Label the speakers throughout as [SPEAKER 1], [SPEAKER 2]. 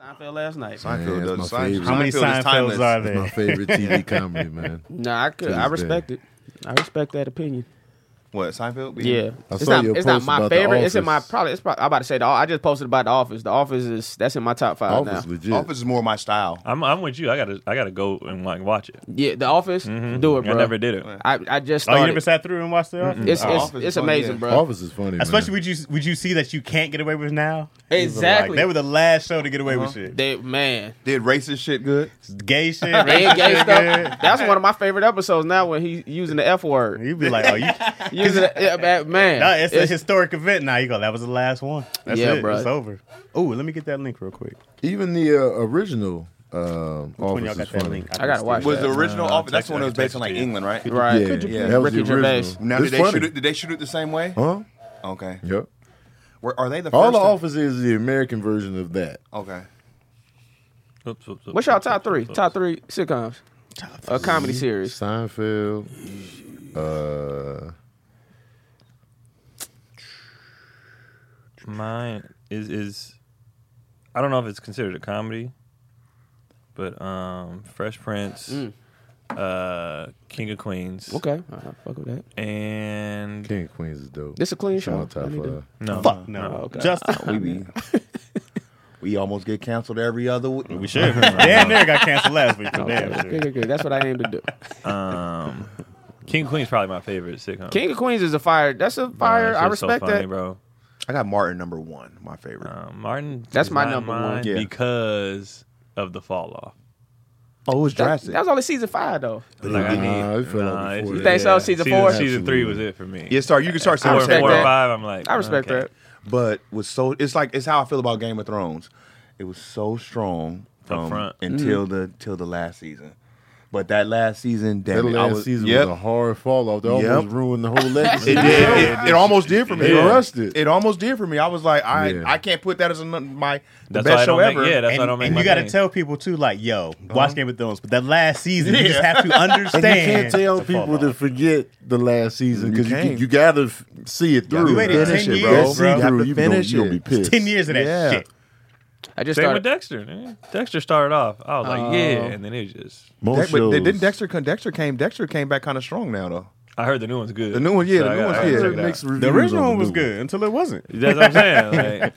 [SPEAKER 1] Seinfeld last night.
[SPEAKER 2] Seinfeld
[SPEAKER 3] Yeah,
[SPEAKER 2] does.
[SPEAKER 3] that's my
[SPEAKER 2] Seinfeld,
[SPEAKER 3] favorite.
[SPEAKER 2] Seinfeld
[SPEAKER 3] How
[SPEAKER 2] is
[SPEAKER 3] many
[SPEAKER 2] timeless.
[SPEAKER 4] Seinfelds are
[SPEAKER 3] It's
[SPEAKER 4] there?
[SPEAKER 3] my favorite TV comedy, man.
[SPEAKER 1] Nah, I could.
[SPEAKER 3] To
[SPEAKER 1] I
[SPEAKER 3] this
[SPEAKER 1] respect it. I respect that opinion.
[SPEAKER 2] What Seinfeld?
[SPEAKER 1] Yeah,
[SPEAKER 3] I
[SPEAKER 1] it's
[SPEAKER 3] saw
[SPEAKER 1] not.
[SPEAKER 3] your
[SPEAKER 1] It's not
[SPEAKER 3] post
[SPEAKER 1] my
[SPEAKER 3] about The
[SPEAKER 1] favorite. It's in my
[SPEAKER 3] Office.
[SPEAKER 1] probably. It's probably. I'm about to say the. I just posted about the office. The office is that's in my top five
[SPEAKER 3] Office
[SPEAKER 1] now.
[SPEAKER 3] legit.
[SPEAKER 2] Office is more my style.
[SPEAKER 4] I'm I'm with you. I gotta I gotta go and like watch it.
[SPEAKER 1] Yeah, the office. Do it, bro.
[SPEAKER 4] Mm-hmm. I never did it.
[SPEAKER 1] I, I just
[SPEAKER 4] Oh,
[SPEAKER 1] started.
[SPEAKER 4] you never sat through and watched the office?
[SPEAKER 1] It's
[SPEAKER 2] The
[SPEAKER 1] it's,
[SPEAKER 2] Office
[SPEAKER 1] it's
[SPEAKER 2] is funny,
[SPEAKER 1] amazing,
[SPEAKER 2] yeah.
[SPEAKER 1] bro.
[SPEAKER 3] Office is funny, man.
[SPEAKER 4] Especially would you would you see that you can't get away with now?
[SPEAKER 1] Exactly.
[SPEAKER 4] Like, they were the last show to get away with shit.
[SPEAKER 1] They man,
[SPEAKER 2] Did racist shit good?
[SPEAKER 4] Gay shit,
[SPEAKER 1] They
[SPEAKER 4] rape
[SPEAKER 1] gay
[SPEAKER 4] shit.
[SPEAKER 1] stuff. That's one of my favorite episodes now when he's using the f word.
[SPEAKER 4] You'd be like, oh, you.
[SPEAKER 1] Using the, yeah, ba- man,
[SPEAKER 4] Nah, it's, a
[SPEAKER 1] it's-
[SPEAKER 4] historic event now. You go, that was the last one. That's
[SPEAKER 1] Yeah,
[SPEAKER 4] it.
[SPEAKER 1] bruh.
[SPEAKER 4] It's over. Oh, let me get that link real quick.
[SPEAKER 3] even the uh, original uh,
[SPEAKER 4] When
[SPEAKER 3] Office
[SPEAKER 4] y'all
[SPEAKER 3] is
[SPEAKER 4] got that
[SPEAKER 3] funny.
[SPEAKER 4] link,
[SPEAKER 1] I gotta
[SPEAKER 4] missed
[SPEAKER 1] watch
[SPEAKER 2] Was
[SPEAKER 1] that.
[SPEAKER 2] the original Office? That's the one that was based
[SPEAKER 4] text
[SPEAKER 2] on like
[SPEAKER 4] it to you.
[SPEAKER 2] England, right?
[SPEAKER 1] right.
[SPEAKER 3] Yeah,
[SPEAKER 2] Yeah.
[SPEAKER 3] that was
[SPEAKER 1] Ricky
[SPEAKER 3] the original.
[SPEAKER 1] Gervais.
[SPEAKER 2] Now did
[SPEAKER 3] It's
[SPEAKER 2] they
[SPEAKER 3] funny.
[SPEAKER 2] shoot it? Did they shoot it the same way?
[SPEAKER 3] Huh?
[SPEAKER 2] Okay.
[SPEAKER 3] Yep.
[SPEAKER 2] Were, are they the first?
[SPEAKER 3] All the
[SPEAKER 2] to-
[SPEAKER 3] Office is the American version of that.
[SPEAKER 2] Okay.
[SPEAKER 4] Oops, oops, oops,
[SPEAKER 1] What's y'all
[SPEAKER 4] oops,
[SPEAKER 1] top
[SPEAKER 4] oops,
[SPEAKER 1] three?
[SPEAKER 4] oops.
[SPEAKER 1] Top three sitcoms, a comedy series.
[SPEAKER 3] Seinfeld. Uh,
[SPEAKER 4] Mine is is I don't know if it's considered a comedy, but um, Fresh Prince, uh, King of Queens,
[SPEAKER 1] Mm. Okay, all right, fuck with that.
[SPEAKER 4] and
[SPEAKER 3] King of Queens is dope.
[SPEAKER 1] This a clean
[SPEAKER 3] It's on
[SPEAKER 1] show.
[SPEAKER 3] my top
[SPEAKER 1] I need to-
[SPEAKER 3] five.
[SPEAKER 4] no,
[SPEAKER 2] Fuck
[SPEAKER 4] no,
[SPEAKER 1] okay.
[SPEAKER 4] just
[SPEAKER 2] We be. We almost get canceled every other week.
[SPEAKER 4] we should. damn near got canceled last week. For
[SPEAKER 1] Okay,
[SPEAKER 4] damn
[SPEAKER 1] good,
[SPEAKER 4] sure.
[SPEAKER 1] good, good. That's what I aim to do.
[SPEAKER 4] Um, King of Queens is probably my favorite sitcom.
[SPEAKER 1] King of Queens is a fire. That's a
[SPEAKER 4] Bro,
[SPEAKER 1] fire.
[SPEAKER 4] that
[SPEAKER 1] I
[SPEAKER 4] shit's so
[SPEAKER 1] respect
[SPEAKER 4] funny,
[SPEAKER 1] that.
[SPEAKER 4] bro.
[SPEAKER 2] I got Martin number one, my favorite.
[SPEAKER 4] Um, Martin,
[SPEAKER 1] That's
[SPEAKER 4] is
[SPEAKER 1] my
[SPEAKER 4] not
[SPEAKER 1] number one.
[SPEAKER 4] mine
[SPEAKER 2] Yeah.
[SPEAKER 4] because of the fall off.
[SPEAKER 2] oh, it was
[SPEAKER 1] That,
[SPEAKER 2] drastic.
[SPEAKER 1] that was only season five though.
[SPEAKER 4] Like I
[SPEAKER 3] Nah,
[SPEAKER 4] need.
[SPEAKER 3] it fell off
[SPEAKER 4] nah,
[SPEAKER 3] before
[SPEAKER 4] it's-
[SPEAKER 3] that. You
[SPEAKER 1] think so? Season four?
[SPEAKER 4] Season three was
[SPEAKER 3] Absolutely.
[SPEAKER 4] it for me.
[SPEAKER 2] yeah, start. You can start
[SPEAKER 4] Four,
[SPEAKER 2] somewhere.
[SPEAKER 4] four,
[SPEAKER 1] respect
[SPEAKER 2] second.
[SPEAKER 4] or
[SPEAKER 1] that.
[SPEAKER 4] five. I'm like,
[SPEAKER 1] I respect
[SPEAKER 4] Oh, okay.
[SPEAKER 1] that.
[SPEAKER 2] but was so it's like it's how I feel about Game of Thrones. It was so strong from
[SPEAKER 4] front.
[SPEAKER 2] until
[SPEAKER 3] Mm.
[SPEAKER 2] the till the last season. But that last season, damn
[SPEAKER 3] That
[SPEAKER 2] it, I
[SPEAKER 3] last
[SPEAKER 2] was,
[SPEAKER 3] season
[SPEAKER 2] yep,
[SPEAKER 3] was a hard fall off. That
[SPEAKER 2] Yep.
[SPEAKER 3] almost ruined the whole legacy.
[SPEAKER 2] it did. It, it almost did for me.
[SPEAKER 3] They
[SPEAKER 2] bro.
[SPEAKER 3] rusted.
[SPEAKER 2] It almost did for me. I was like, I
[SPEAKER 3] Yeah.
[SPEAKER 2] I can't put that as an, my the
[SPEAKER 4] That's why I
[SPEAKER 2] best show
[SPEAKER 4] don't make-
[SPEAKER 2] ever.
[SPEAKER 4] yeah, that's-
[SPEAKER 2] And
[SPEAKER 4] I don't And, make and my you got to thing.
[SPEAKER 5] tell people too, like, yo, watch Game of Thrones, but that last season, you just have to
[SPEAKER 3] And
[SPEAKER 5] understand.
[SPEAKER 3] you can't tell
[SPEAKER 5] the fall
[SPEAKER 3] people
[SPEAKER 5] off.
[SPEAKER 3] to forget the last season because you,
[SPEAKER 2] You
[SPEAKER 3] you,
[SPEAKER 2] can't.
[SPEAKER 3] gotta f- see it through.
[SPEAKER 5] You waited
[SPEAKER 3] Finish
[SPEAKER 5] 10
[SPEAKER 3] it,
[SPEAKER 5] years,
[SPEAKER 3] bro.
[SPEAKER 5] bro.
[SPEAKER 3] See
[SPEAKER 5] You have
[SPEAKER 3] through,
[SPEAKER 2] to
[SPEAKER 3] you gonna-
[SPEAKER 2] finish
[SPEAKER 3] you gonna be
[SPEAKER 2] it.
[SPEAKER 3] pissed.
[SPEAKER 5] Ten years of that
[SPEAKER 2] Yeah.
[SPEAKER 5] shit.
[SPEAKER 1] I just
[SPEAKER 4] Same with
[SPEAKER 1] started.
[SPEAKER 4] Dexter. Man. Dexter started off. I was like, yeah, and then it just.
[SPEAKER 3] Most
[SPEAKER 2] Dex- but
[SPEAKER 3] shows,
[SPEAKER 2] didn't Dexter come? Dexter came. Dexter came back kind of strong now though.
[SPEAKER 4] I heard the new one's good.
[SPEAKER 2] The new one, yeah,
[SPEAKER 4] So
[SPEAKER 2] the
[SPEAKER 4] I
[SPEAKER 2] new
[SPEAKER 4] gotta-
[SPEAKER 2] one's
[SPEAKER 4] I
[SPEAKER 2] good.
[SPEAKER 4] gotta
[SPEAKER 2] Yeah,
[SPEAKER 4] check it out.
[SPEAKER 3] makes reviews
[SPEAKER 5] The original
[SPEAKER 3] on
[SPEAKER 5] one was
[SPEAKER 3] new
[SPEAKER 5] good until it wasn't.
[SPEAKER 4] That's what I'm saying. Like,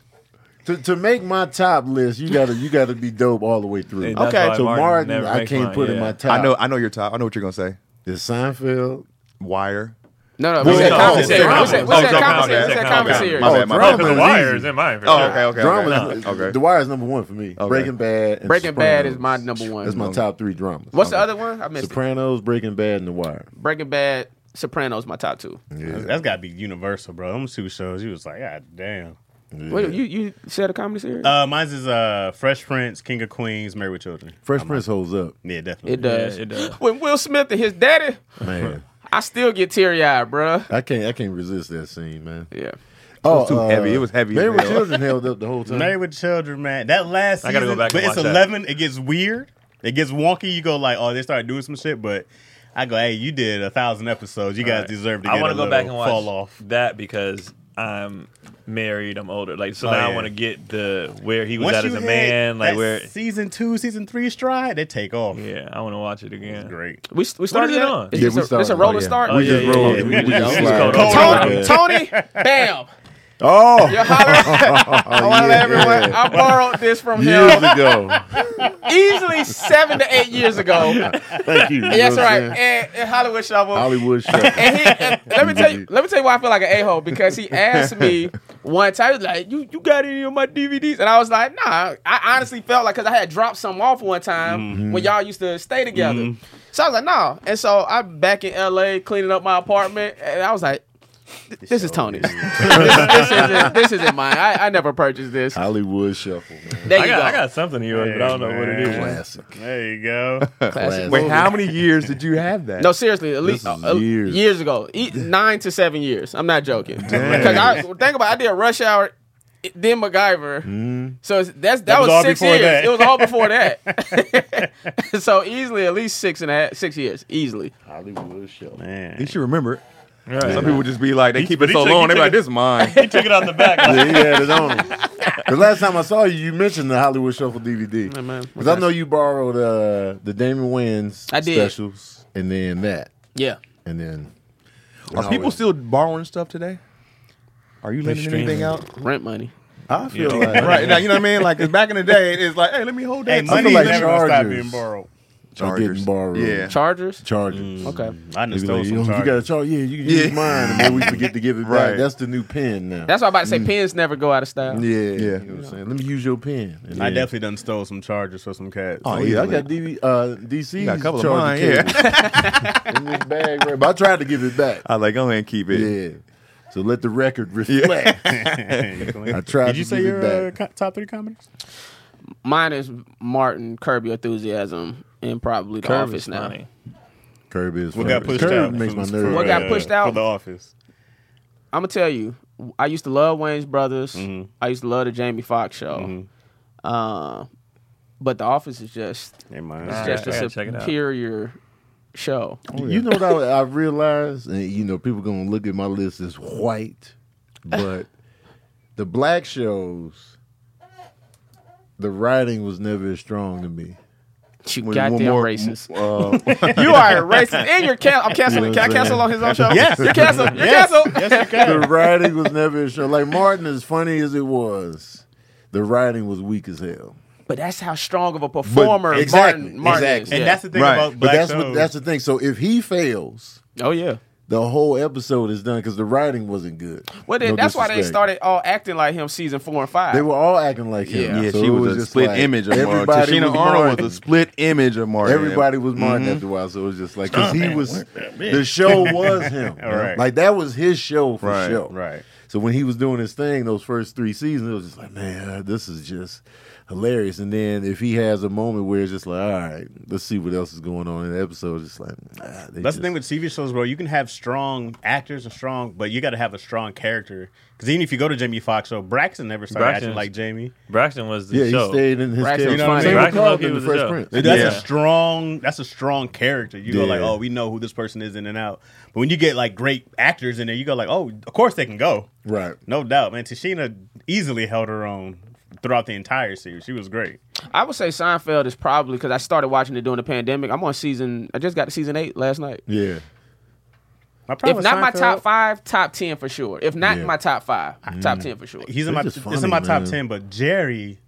[SPEAKER 3] To, to make my top list, you gotta you gotta be dope all the way through.
[SPEAKER 4] And that's Okay. why
[SPEAKER 3] so
[SPEAKER 4] Martin
[SPEAKER 3] Martin,
[SPEAKER 4] never
[SPEAKER 3] I
[SPEAKER 4] makes
[SPEAKER 3] can't
[SPEAKER 4] mine,
[SPEAKER 3] put in
[SPEAKER 4] yeah.
[SPEAKER 3] my top.
[SPEAKER 2] I know. I know your top. I know what you're gonna say.
[SPEAKER 3] Is Seinfeld.
[SPEAKER 2] Wire.
[SPEAKER 1] No, no. We
[SPEAKER 3] Well,
[SPEAKER 1] said
[SPEAKER 3] no,
[SPEAKER 1] comedy
[SPEAKER 3] it's
[SPEAKER 1] series.
[SPEAKER 3] drama.
[SPEAKER 1] We said we
[SPEAKER 2] Oh,
[SPEAKER 1] said
[SPEAKER 2] drama,
[SPEAKER 1] comedy
[SPEAKER 2] okay,
[SPEAKER 1] series. We said
[SPEAKER 2] okay,
[SPEAKER 1] comedy
[SPEAKER 2] okay.
[SPEAKER 1] series.
[SPEAKER 4] Oh,
[SPEAKER 2] My bad, my bad.
[SPEAKER 3] drama
[SPEAKER 4] the
[SPEAKER 3] is
[SPEAKER 4] wire is
[SPEAKER 3] easy.
[SPEAKER 4] in mine. For
[SPEAKER 2] Oh,
[SPEAKER 4] sure.
[SPEAKER 2] okay, okay,
[SPEAKER 3] Drama.
[SPEAKER 2] okay.
[SPEAKER 3] is-
[SPEAKER 2] okay.
[SPEAKER 3] The Wire is number one for me.
[SPEAKER 2] Okay.
[SPEAKER 3] Breaking Bad. And
[SPEAKER 1] Breaking Bad is
[SPEAKER 3] Sopranos.
[SPEAKER 1] my number one.
[SPEAKER 3] That's my top three dramas.
[SPEAKER 1] What's the other one? I missed it.
[SPEAKER 3] Sopranos, Breaking Bad, and The Wire.
[SPEAKER 1] Breaking Bad, Sopranos, my top two.
[SPEAKER 5] That's got to be universal, bro. Them two shows, you was like, God damn.
[SPEAKER 1] Wait, you you said a comedy series?
[SPEAKER 5] Uh, mine's is uh, Fresh Prince, King of Queens, Married with Children.
[SPEAKER 3] Fresh Prince holds up,
[SPEAKER 5] Yeah, definitely.
[SPEAKER 1] it does.
[SPEAKER 4] Yeah, it does.
[SPEAKER 1] When Will Smith and his daddy,
[SPEAKER 3] man.
[SPEAKER 1] I still get teary eyed, bruh.
[SPEAKER 3] I can't I can't resist that scene, man.
[SPEAKER 1] Yeah.
[SPEAKER 3] Oh,
[SPEAKER 2] was too heavy. It was heavy as
[SPEAKER 3] Married with
[SPEAKER 2] hell.
[SPEAKER 3] Children held up the whole time.
[SPEAKER 5] Married with Children, man. That last season,
[SPEAKER 4] I gotta go back
[SPEAKER 5] but
[SPEAKER 4] and
[SPEAKER 5] it's
[SPEAKER 4] watch that.
[SPEAKER 5] 11. It gets weird. It gets wonky. You go like, oh, they started doing some shit, but I go, hey, you did a thousand episodes. You guys
[SPEAKER 4] Right.
[SPEAKER 5] deserve to
[SPEAKER 4] I
[SPEAKER 5] get
[SPEAKER 4] wanna
[SPEAKER 5] a
[SPEAKER 4] go back and
[SPEAKER 5] little
[SPEAKER 4] watch
[SPEAKER 5] fall off.
[SPEAKER 4] that because I'm married. I'm older. Like so
[SPEAKER 5] Oh,
[SPEAKER 4] now I
[SPEAKER 5] yeah.
[SPEAKER 4] want to get the where he was
[SPEAKER 5] Once
[SPEAKER 4] at as
[SPEAKER 5] you
[SPEAKER 4] a
[SPEAKER 5] hit
[SPEAKER 4] man. Like
[SPEAKER 5] that
[SPEAKER 4] where.
[SPEAKER 5] season two, season three stride, they take off.
[SPEAKER 4] Yeah, I want to watch it again.
[SPEAKER 5] It's great.
[SPEAKER 1] We, we started
[SPEAKER 4] is it
[SPEAKER 1] yet?
[SPEAKER 4] on?
[SPEAKER 1] It's
[SPEAKER 3] Yeah,
[SPEAKER 1] just
[SPEAKER 3] we
[SPEAKER 1] a,
[SPEAKER 3] started.
[SPEAKER 1] It's a roller
[SPEAKER 3] Oh, yeah.
[SPEAKER 1] start.
[SPEAKER 4] Oh,
[SPEAKER 3] We
[SPEAKER 4] yeah,
[SPEAKER 3] just
[SPEAKER 4] yeah,
[SPEAKER 3] rolled.
[SPEAKER 4] yeah.
[SPEAKER 3] We, we
[SPEAKER 4] Yeah,
[SPEAKER 3] just
[SPEAKER 4] yeah.
[SPEAKER 3] slide.
[SPEAKER 4] Cold
[SPEAKER 1] Tony, Tony, bam.
[SPEAKER 3] Oh,
[SPEAKER 1] You're hollering.
[SPEAKER 2] Oh,
[SPEAKER 1] I want to let everyone. I borrowed this from
[SPEAKER 3] years
[SPEAKER 1] him
[SPEAKER 3] ago.
[SPEAKER 1] easily seven to eight years ago.
[SPEAKER 3] Thank you. you know
[SPEAKER 1] Yes,
[SPEAKER 3] what I'm
[SPEAKER 1] right.
[SPEAKER 3] saying?
[SPEAKER 1] And, and Hollywood Shovel.
[SPEAKER 3] Hollywood show.
[SPEAKER 1] And he, and let me tell you, let me tell you why I feel like an a hole because he asked me one time, he was like, "You you got any of my DVDs?" And I was like, "Nah." I honestly felt like because I had dropped some off one time
[SPEAKER 3] Mm-hmm.
[SPEAKER 1] when y'all used to stay together, so I was like, "Nah." And so I'm back in LA cleaning up my apartment, and I was like. This is Tony's. this, this isn't, this isn't mine. I, I never purchased this.
[SPEAKER 3] Hollywood Shuffle, man.
[SPEAKER 1] There you
[SPEAKER 4] I got,
[SPEAKER 1] go.
[SPEAKER 4] I got something to yours, but I don't know what it
[SPEAKER 5] Yeah.
[SPEAKER 4] is.
[SPEAKER 3] Classic.
[SPEAKER 5] There you go.
[SPEAKER 1] Classic.
[SPEAKER 3] Wait,
[SPEAKER 2] Wait, how many years did you have that?
[SPEAKER 1] No, seriously, at least
[SPEAKER 3] This is
[SPEAKER 1] uh, years.
[SPEAKER 3] years.
[SPEAKER 1] ago, E- nine to seven years. I'm not joking. Because I think about, it, I did Rush Hour, it- then MacGyver. So it's, that's that,
[SPEAKER 5] Mm-hmm. That
[SPEAKER 1] was,
[SPEAKER 5] was all
[SPEAKER 1] six
[SPEAKER 5] before
[SPEAKER 1] years.
[SPEAKER 5] that.
[SPEAKER 1] It was all before that. so easily, at least six and a half, six years, easily.
[SPEAKER 3] Hollywood Shuffle.
[SPEAKER 2] you
[SPEAKER 5] Man.
[SPEAKER 2] should remember it.
[SPEAKER 4] Right.
[SPEAKER 2] Some people just be like, they
[SPEAKER 4] He-
[SPEAKER 2] keep
[SPEAKER 4] but
[SPEAKER 2] it
[SPEAKER 4] he
[SPEAKER 2] so
[SPEAKER 4] took- he
[SPEAKER 2] long. They be
[SPEAKER 4] took
[SPEAKER 2] like,
[SPEAKER 4] it-
[SPEAKER 2] this is mine.
[SPEAKER 4] He took it out the back.
[SPEAKER 3] Yeah, he had it on him. The last time I saw you, you mentioned the Hollywood Shuffle DVD.
[SPEAKER 1] man.
[SPEAKER 3] Because I know you borrowed uh, the Damon Wayans
[SPEAKER 1] I did.
[SPEAKER 3] specials, and then that,
[SPEAKER 1] Yeah.
[SPEAKER 3] and then
[SPEAKER 2] Are people still borrowing stuff today? Are you letting
[SPEAKER 4] streaming.
[SPEAKER 2] anything out?
[SPEAKER 1] Rent money.
[SPEAKER 3] I feel like
[SPEAKER 2] right now, you know what I mean. Like 'cause back in the day, it's like, hey, let me hold that.
[SPEAKER 5] Hey,
[SPEAKER 2] I feel
[SPEAKER 5] money is
[SPEAKER 3] like
[SPEAKER 5] never gonna stop
[SPEAKER 3] Chargers.
[SPEAKER 5] being borrowed.
[SPEAKER 3] I'm getting borrowed.
[SPEAKER 2] Yeah. Mm.
[SPEAKER 1] Chargers.
[SPEAKER 3] Chargers.
[SPEAKER 1] Okay.
[SPEAKER 5] I
[SPEAKER 3] They be
[SPEAKER 5] just stole
[SPEAKER 3] like,
[SPEAKER 5] some
[SPEAKER 3] "Yo, you got a
[SPEAKER 5] Chargers.
[SPEAKER 3] charge? Yeah, you can
[SPEAKER 2] Yeah.
[SPEAKER 3] use mine, and then we forget to give it
[SPEAKER 2] Right.
[SPEAKER 3] back. That's the new pen now.
[SPEAKER 1] That's why I'm about to say
[SPEAKER 5] Mm.
[SPEAKER 1] pins never go out of style.
[SPEAKER 3] yeah, yeah.
[SPEAKER 2] Yeah.
[SPEAKER 3] You know what I'm saying? Let me use your pen. And
[SPEAKER 5] I
[SPEAKER 3] then-
[SPEAKER 5] definitely done stole some Chargers for some cats.
[SPEAKER 3] Oh yeah, I
[SPEAKER 2] easily.
[SPEAKER 3] got DV, uh, DC.
[SPEAKER 2] You got a couple of mine,
[SPEAKER 3] in this bag, right? But I tried to give it back.
[SPEAKER 2] I like, go ahead and keep it.
[SPEAKER 3] Yeah. So let the record reflect. I tried.
[SPEAKER 5] Did you
[SPEAKER 3] to
[SPEAKER 5] say
[SPEAKER 3] give it
[SPEAKER 5] your
[SPEAKER 3] back.
[SPEAKER 5] uh, co- top three comedies?
[SPEAKER 1] Mine is Martin, Curb Your Enthusiasm, and probably The Office now.
[SPEAKER 3] Curb is
[SPEAKER 5] What
[SPEAKER 3] funny.
[SPEAKER 5] got pushed
[SPEAKER 3] Curb
[SPEAKER 5] out?
[SPEAKER 3] makes my
[SPEAKER 5] for-
[SPEAKER 3] nerves.
[SPEAKER 1] What got
[SPEAKER 5] uh,
[SPEAKER 1] pushed out?
[SPEAKER 5] for the office?
[SPEAKER 1] I'm gonna tell you, I used to love Wayne's Brothers.
[SPEAKER 4] Mm-hmm.
[SPEAKER 1] I used to love the Jamie Foxx show. Uh, but The Office is just
[SPEAKER 5] Never mind.
[SPEAKER 4] Nah,
[SPEAKER 1] it's
[SPEAKER 4] I
[SPEAKER 1] just
[SPEAKER 4] gotta
[SPEAKER 1] a
[SPEAKER 4] check it out.
[SPEAKER 1] superior show.
[SPEAKER 3] You know what I, I realized, and you know people gonna look at my list as white, but the black shows, the writing was never as strong to me.
[SPEAKER 1] You
[SPEAKER 3] When-
[SPEAKER 1] goddamn
[SPEAKER 3] when more-
[SPEAKER 1] racist.
[SPEAKER 3] Uh,
[SPEAKER 1] you are a racist, and you're can- I'm canceling.
[SPEAKER 3] You know
[SPEAKER 1] Can I
[SPEAKER 3] what
[SPEAKER 1] cancel
[SPEAKER 3] I'm saying?
[SPEAKER 1] on his own show?
[SPEAKER 5] Yes.
[SPEAKER 1] you're canceled. You're
[SPEAKER 5] Yes.
[SPEAKER 1] canceled.
[SPEAKER 3] the writing was never as strong. Like Martin, as funny as it was, the writing was weak as hell.
[SPEAKER 1] But that's how strong of a performer
[SPEAKER 3] exactly,
[SPEAKER 1] Martin, Martin is.
[SPEAKER 3] exactly.
[SPEAKER 5] And
[SPEAKER 1] Yeah.
[SPEAKER 5] that's the thing
[SPEAKER 2] Right.
[SPEAKER 5] about
[SPEAKER 2] But
[SPEAKER 3] But
[SPEAKER 5] black
[SPEAKER 3] that's
[SPEAKER 5] shows.
[SPEAKER 3] what, that's the thing. So if he fails,
[SPEAKER 1] oh yeah.
[SPEAKER 3] the whole episode is done because the writing wasn't good.
[SPEAKER 1] Well, then
[SPEAKER 3] No
[SPEAKER 1] that's why they started
[SPEAKER 3] disrespect.
[SPEAKER 1] all acting like him season four and five.
[SPEAKER 3] They were all acting like him.
[SPEAKER 1] Yeah.
[SPEAKER 2] Yeah,
[SPEAKER 3] So
[SPEAKER 2] she
[SPEAKER 3] it
[SPEAKER 2] was, a
[SPEAKER 3] just
[SPEAKER 2] split
[SPEAKER 3] like
[SPEAKER 2] image of Martin.
[SPEAKER 3] everybody
[SPEAKER 2] Tashina
[SPEAKER 3] was
[SPEAKER 2] Arnold
[SPEAKER 3] Martin.
[SPEAKER 2] was a split image of Martin.
[SPEAKER 3] Everybody was Martin
[SPEAKER 5] Mm-hmm.
[SPEAKER 3] after a while, so it was just like because he was the show was him.
[SPEAKER 5] All right.
[SPEAKER 3] Like that was his show for
[SPEAKER 2] Right,
[SPEAKER 3] show.
[SPEAKER 5] right.
[SPEAKER 3] So when he was doing his thing those first three seasons, it was just like, man, uh, this is just hilarious. And then if he has a moment where it's just like, all right, let's see what else is going on in the episode, it's like ah, they
[SPEAKER 5] That's the
[SPEAKER 3] just-
[SPEAKER 5] thing with TV shows, bro. You can have strong actors and strong, but you got to have a strong character. Because even if you go to Jamie Foxx, so Braxton never started acting
[SPEAKER 4] Braxton's-
[SPEAKER 5] like Jamie.
[SPEAKER 4] Braxton was the
[SPEAKER 3] Yeah, he
[SPEAKER 4] show.
[SPEAKER 3] stayed in his
[SPEAKER 1] Braxton
[SPEAKER 3] character.
[SPEAKER 1] was funny.
[SPEAKER 3] Same with
[SPEAKER 4] Braxton
[SPEAKER 3] Carlton
[SPEAKER 4] Loki
[SPEAKER 3] in
[SPEAKER 4] was
[SPEAKER 3] the
[SPEAKER 4] the
[SPEAKER 3] Fresh
[SPEAKER 4] show.
[SPEAKER 5] That's
[SPEAKER 3] Prince.
[SPEAKER 5] a
[SPEAKER 4] Yeah.
[SPEAKER 5] strong. That's a strong character. You go
[SPEAKER 3] Yeah.
[SPEAKER 5] like, oh, we know who this person is in and out. But when you get like great actors in there, you go like, oh, of course they can go.
[SPEAKER 3] Right.
[SPEAKER 5] No doubt, man. Tashina easily held her own throughout the entire series. She was great.
[SPEAKER 1] I would say Seinfeld is probably because I started watching it during the pandemic. I'm on season. I just got to season eight last night.
[SPEAKER 3] Yeah.
[SPEAKER 5] My problem
[SPEAKER 1] If
[SPEAKER 5] with
[SPEAKER 1] not my
[SPEAKER 5] Seinfeld-
[SPEAKER 1] top five, top ten for sure. If not
[SPEAKER 3] Yeah.
[SPEAKER 1] my top five, top ten for sure.
[SPEAKER 5] Mm. he's
[SPEAKER 3] They're
[SPEAKER 5] in my.
[SPEAKER 3] just
[SPEAKER 5] it's
[SPEAKER 3] funny,
[SPEAKER 5] in my top
[SPEAKER 3] man.
[SPEAKER 5] ten. But Jerry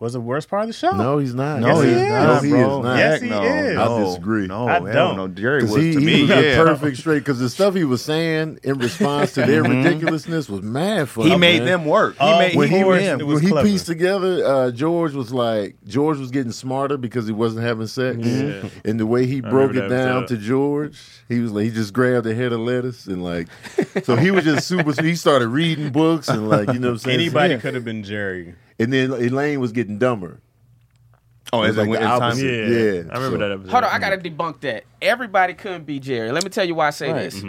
[SPEAKER 5] was the worst part of the show.
[SPEAKER 3] Oh, No, he's not.
[SPEAKER 2] No, he's
[SPEAKER 5] Yes, he is.
[SPEAKER 2] not,
[SPEAKER 3] No, he
[SPEAKER 2] bro.
[SPEAKER 3] is not.
[SPEAKER 5] Yes,
[SPEAKER 2] Heck
[SPEAKER 5] he
[SPEAKER 2] no.
[SPEAKER 5] is.
[SPEAKER 3] I
[SPEAKER 2] No.
[SPEAKER 3] disagree.
[SPEAKER 2] No,
[SPEAKER 5] I
[SPEAKER 2] hell
[SPEAKER 5] don't.
[SPEAKER 2] No, Jerry was
[SPEAKER 3] Because he,
[SPEAKER 2] to
[SPEAKER 3] he
[SPEAKER 2] me.
[SPEAKER 3] was a
[SPEAKER 2] yeah.
[SPEAKER 3] perfect straight. Because the stuff he was saying in response to their ridiculousness was mad for
[SPEAKER 2] He
[SPEAKER 3] him,
[SPEAKER 2] made
[SPEAKER 3] man.
[SPEAKER 2] them work. He
[SPEAKER 5] Uh,
[SPEAKER 2] made
[SPEAKER 5] when
[SPEAKER 2] he
[SPEAKER 5] he
[SPEAKER 2] made
[SPEAKER 5] was-
[SPEAKER 2] them.
[SPEAKER 5] it
[SPEAKER 3] when he
[SPEAKER 5] clever.
[SPEAKER 3] pieced together, uh, George was like George was getting smarter because he wasn't having sex, and the way he broke
[SPEAKER 4] remember
[SPEAKER 3] it
[SPEAKER 4] that
[SPEAKER 3] down to
[SPEAKER 4] episode.
[SPEAKER 3] George, he was like he just grabbed a head of lettuce and like, so he was just super. He started reading books and like you know what I'm saying.
[SPEAKER 5] Anybody
[SPEAKER 3] Yeah.
[SPEAKER 5] could have been Jerry.
[SPEAKER 3] And then Elaine was getting dumber.
[SPEAKER 2] Oh, as
[SPEAKER 3] It was
[SPEAKER 2] I
[SPEAKER 3] like
[SPEAKER 2] went
[SPEAKER 3] the
[SPEAKER 2] in time.
[SPEAKER 3] opposite.
[SPEAKER 4] Yeah,
[SPEAKER 3] Yeah,
[SPEAKER 4] I remember
[SPEAKER 3] so-
[SPEAKER 4] that episode.
[SPEAKER 1] Hold on, I gotta debunk that. Everybody couldn't be Jerry. Let me tell you why I say this.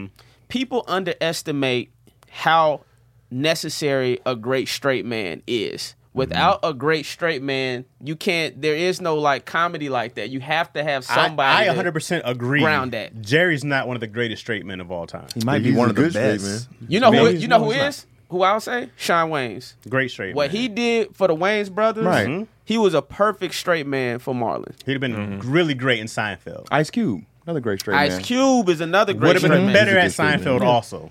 [SPEAKER 1] People underestimate how necessary a great straight man is. Without
[SPEAKER 5] Mm-hmm.
[SPEAKER 1] a great straight man, you can't. There is no like comedy like that. You have to have somebody.
[SPEAKER 5] I, I
[SPEAKER 1] that-
[SPEAKER 5] 100% agree.
[SPEAKER 1] ground that.
[SPEAKER 5] Jerry's not one of the greatest straight men of all time.
[SPEAKER 2] He might be
[SPEAKER 3] He's
[SPEAKER 2] one
[SPEAKER 3] a
[SPEAKER 2] of the
[SPEAKER 3] good straight
[SPEAKER 2] best.
[SPEAKER 1] You know
[SPEAKER 5] Man,
[SPEAKER 1] who?
[SPEAKER 5] he's-
[SPEAKER 1] You know
[SPEAKER 5] no,
[SPEAKER 1] who
[SPEAKER 5] he's not.
[SPEAKER 1] is? Who I'll say? Sean Waynes.
[SPEAKER 5] Great straight
[SPEAKER 1] What
[SPEAKER 5] man.
[SPEAKER 1] he did for the Waynes brothers,
[SPEAKER 2] Right.
[SPEAKER 1] Mhm. he was a perfect straight man for Marlon.
[SPEAKER 5] He'd have been really great in Seinfeld.
[SPEAKER 2] Ice Cube, another great straight
[SPEAKER 1] Ice
[SPEAKER 2] man.
[SPEAKER 1] Cube is another
[SPEAKER 5] Would
[SPEAKER 1] great
[SPEAKER 5] have
[SPEAKER 1] straight
[SPEAKER 5] been
[SPEAKER 1] man.
[SPEAKER 5] better at
[SPEAKER 3] He's a good straight
[SPEAKER 5] Seinfeld also.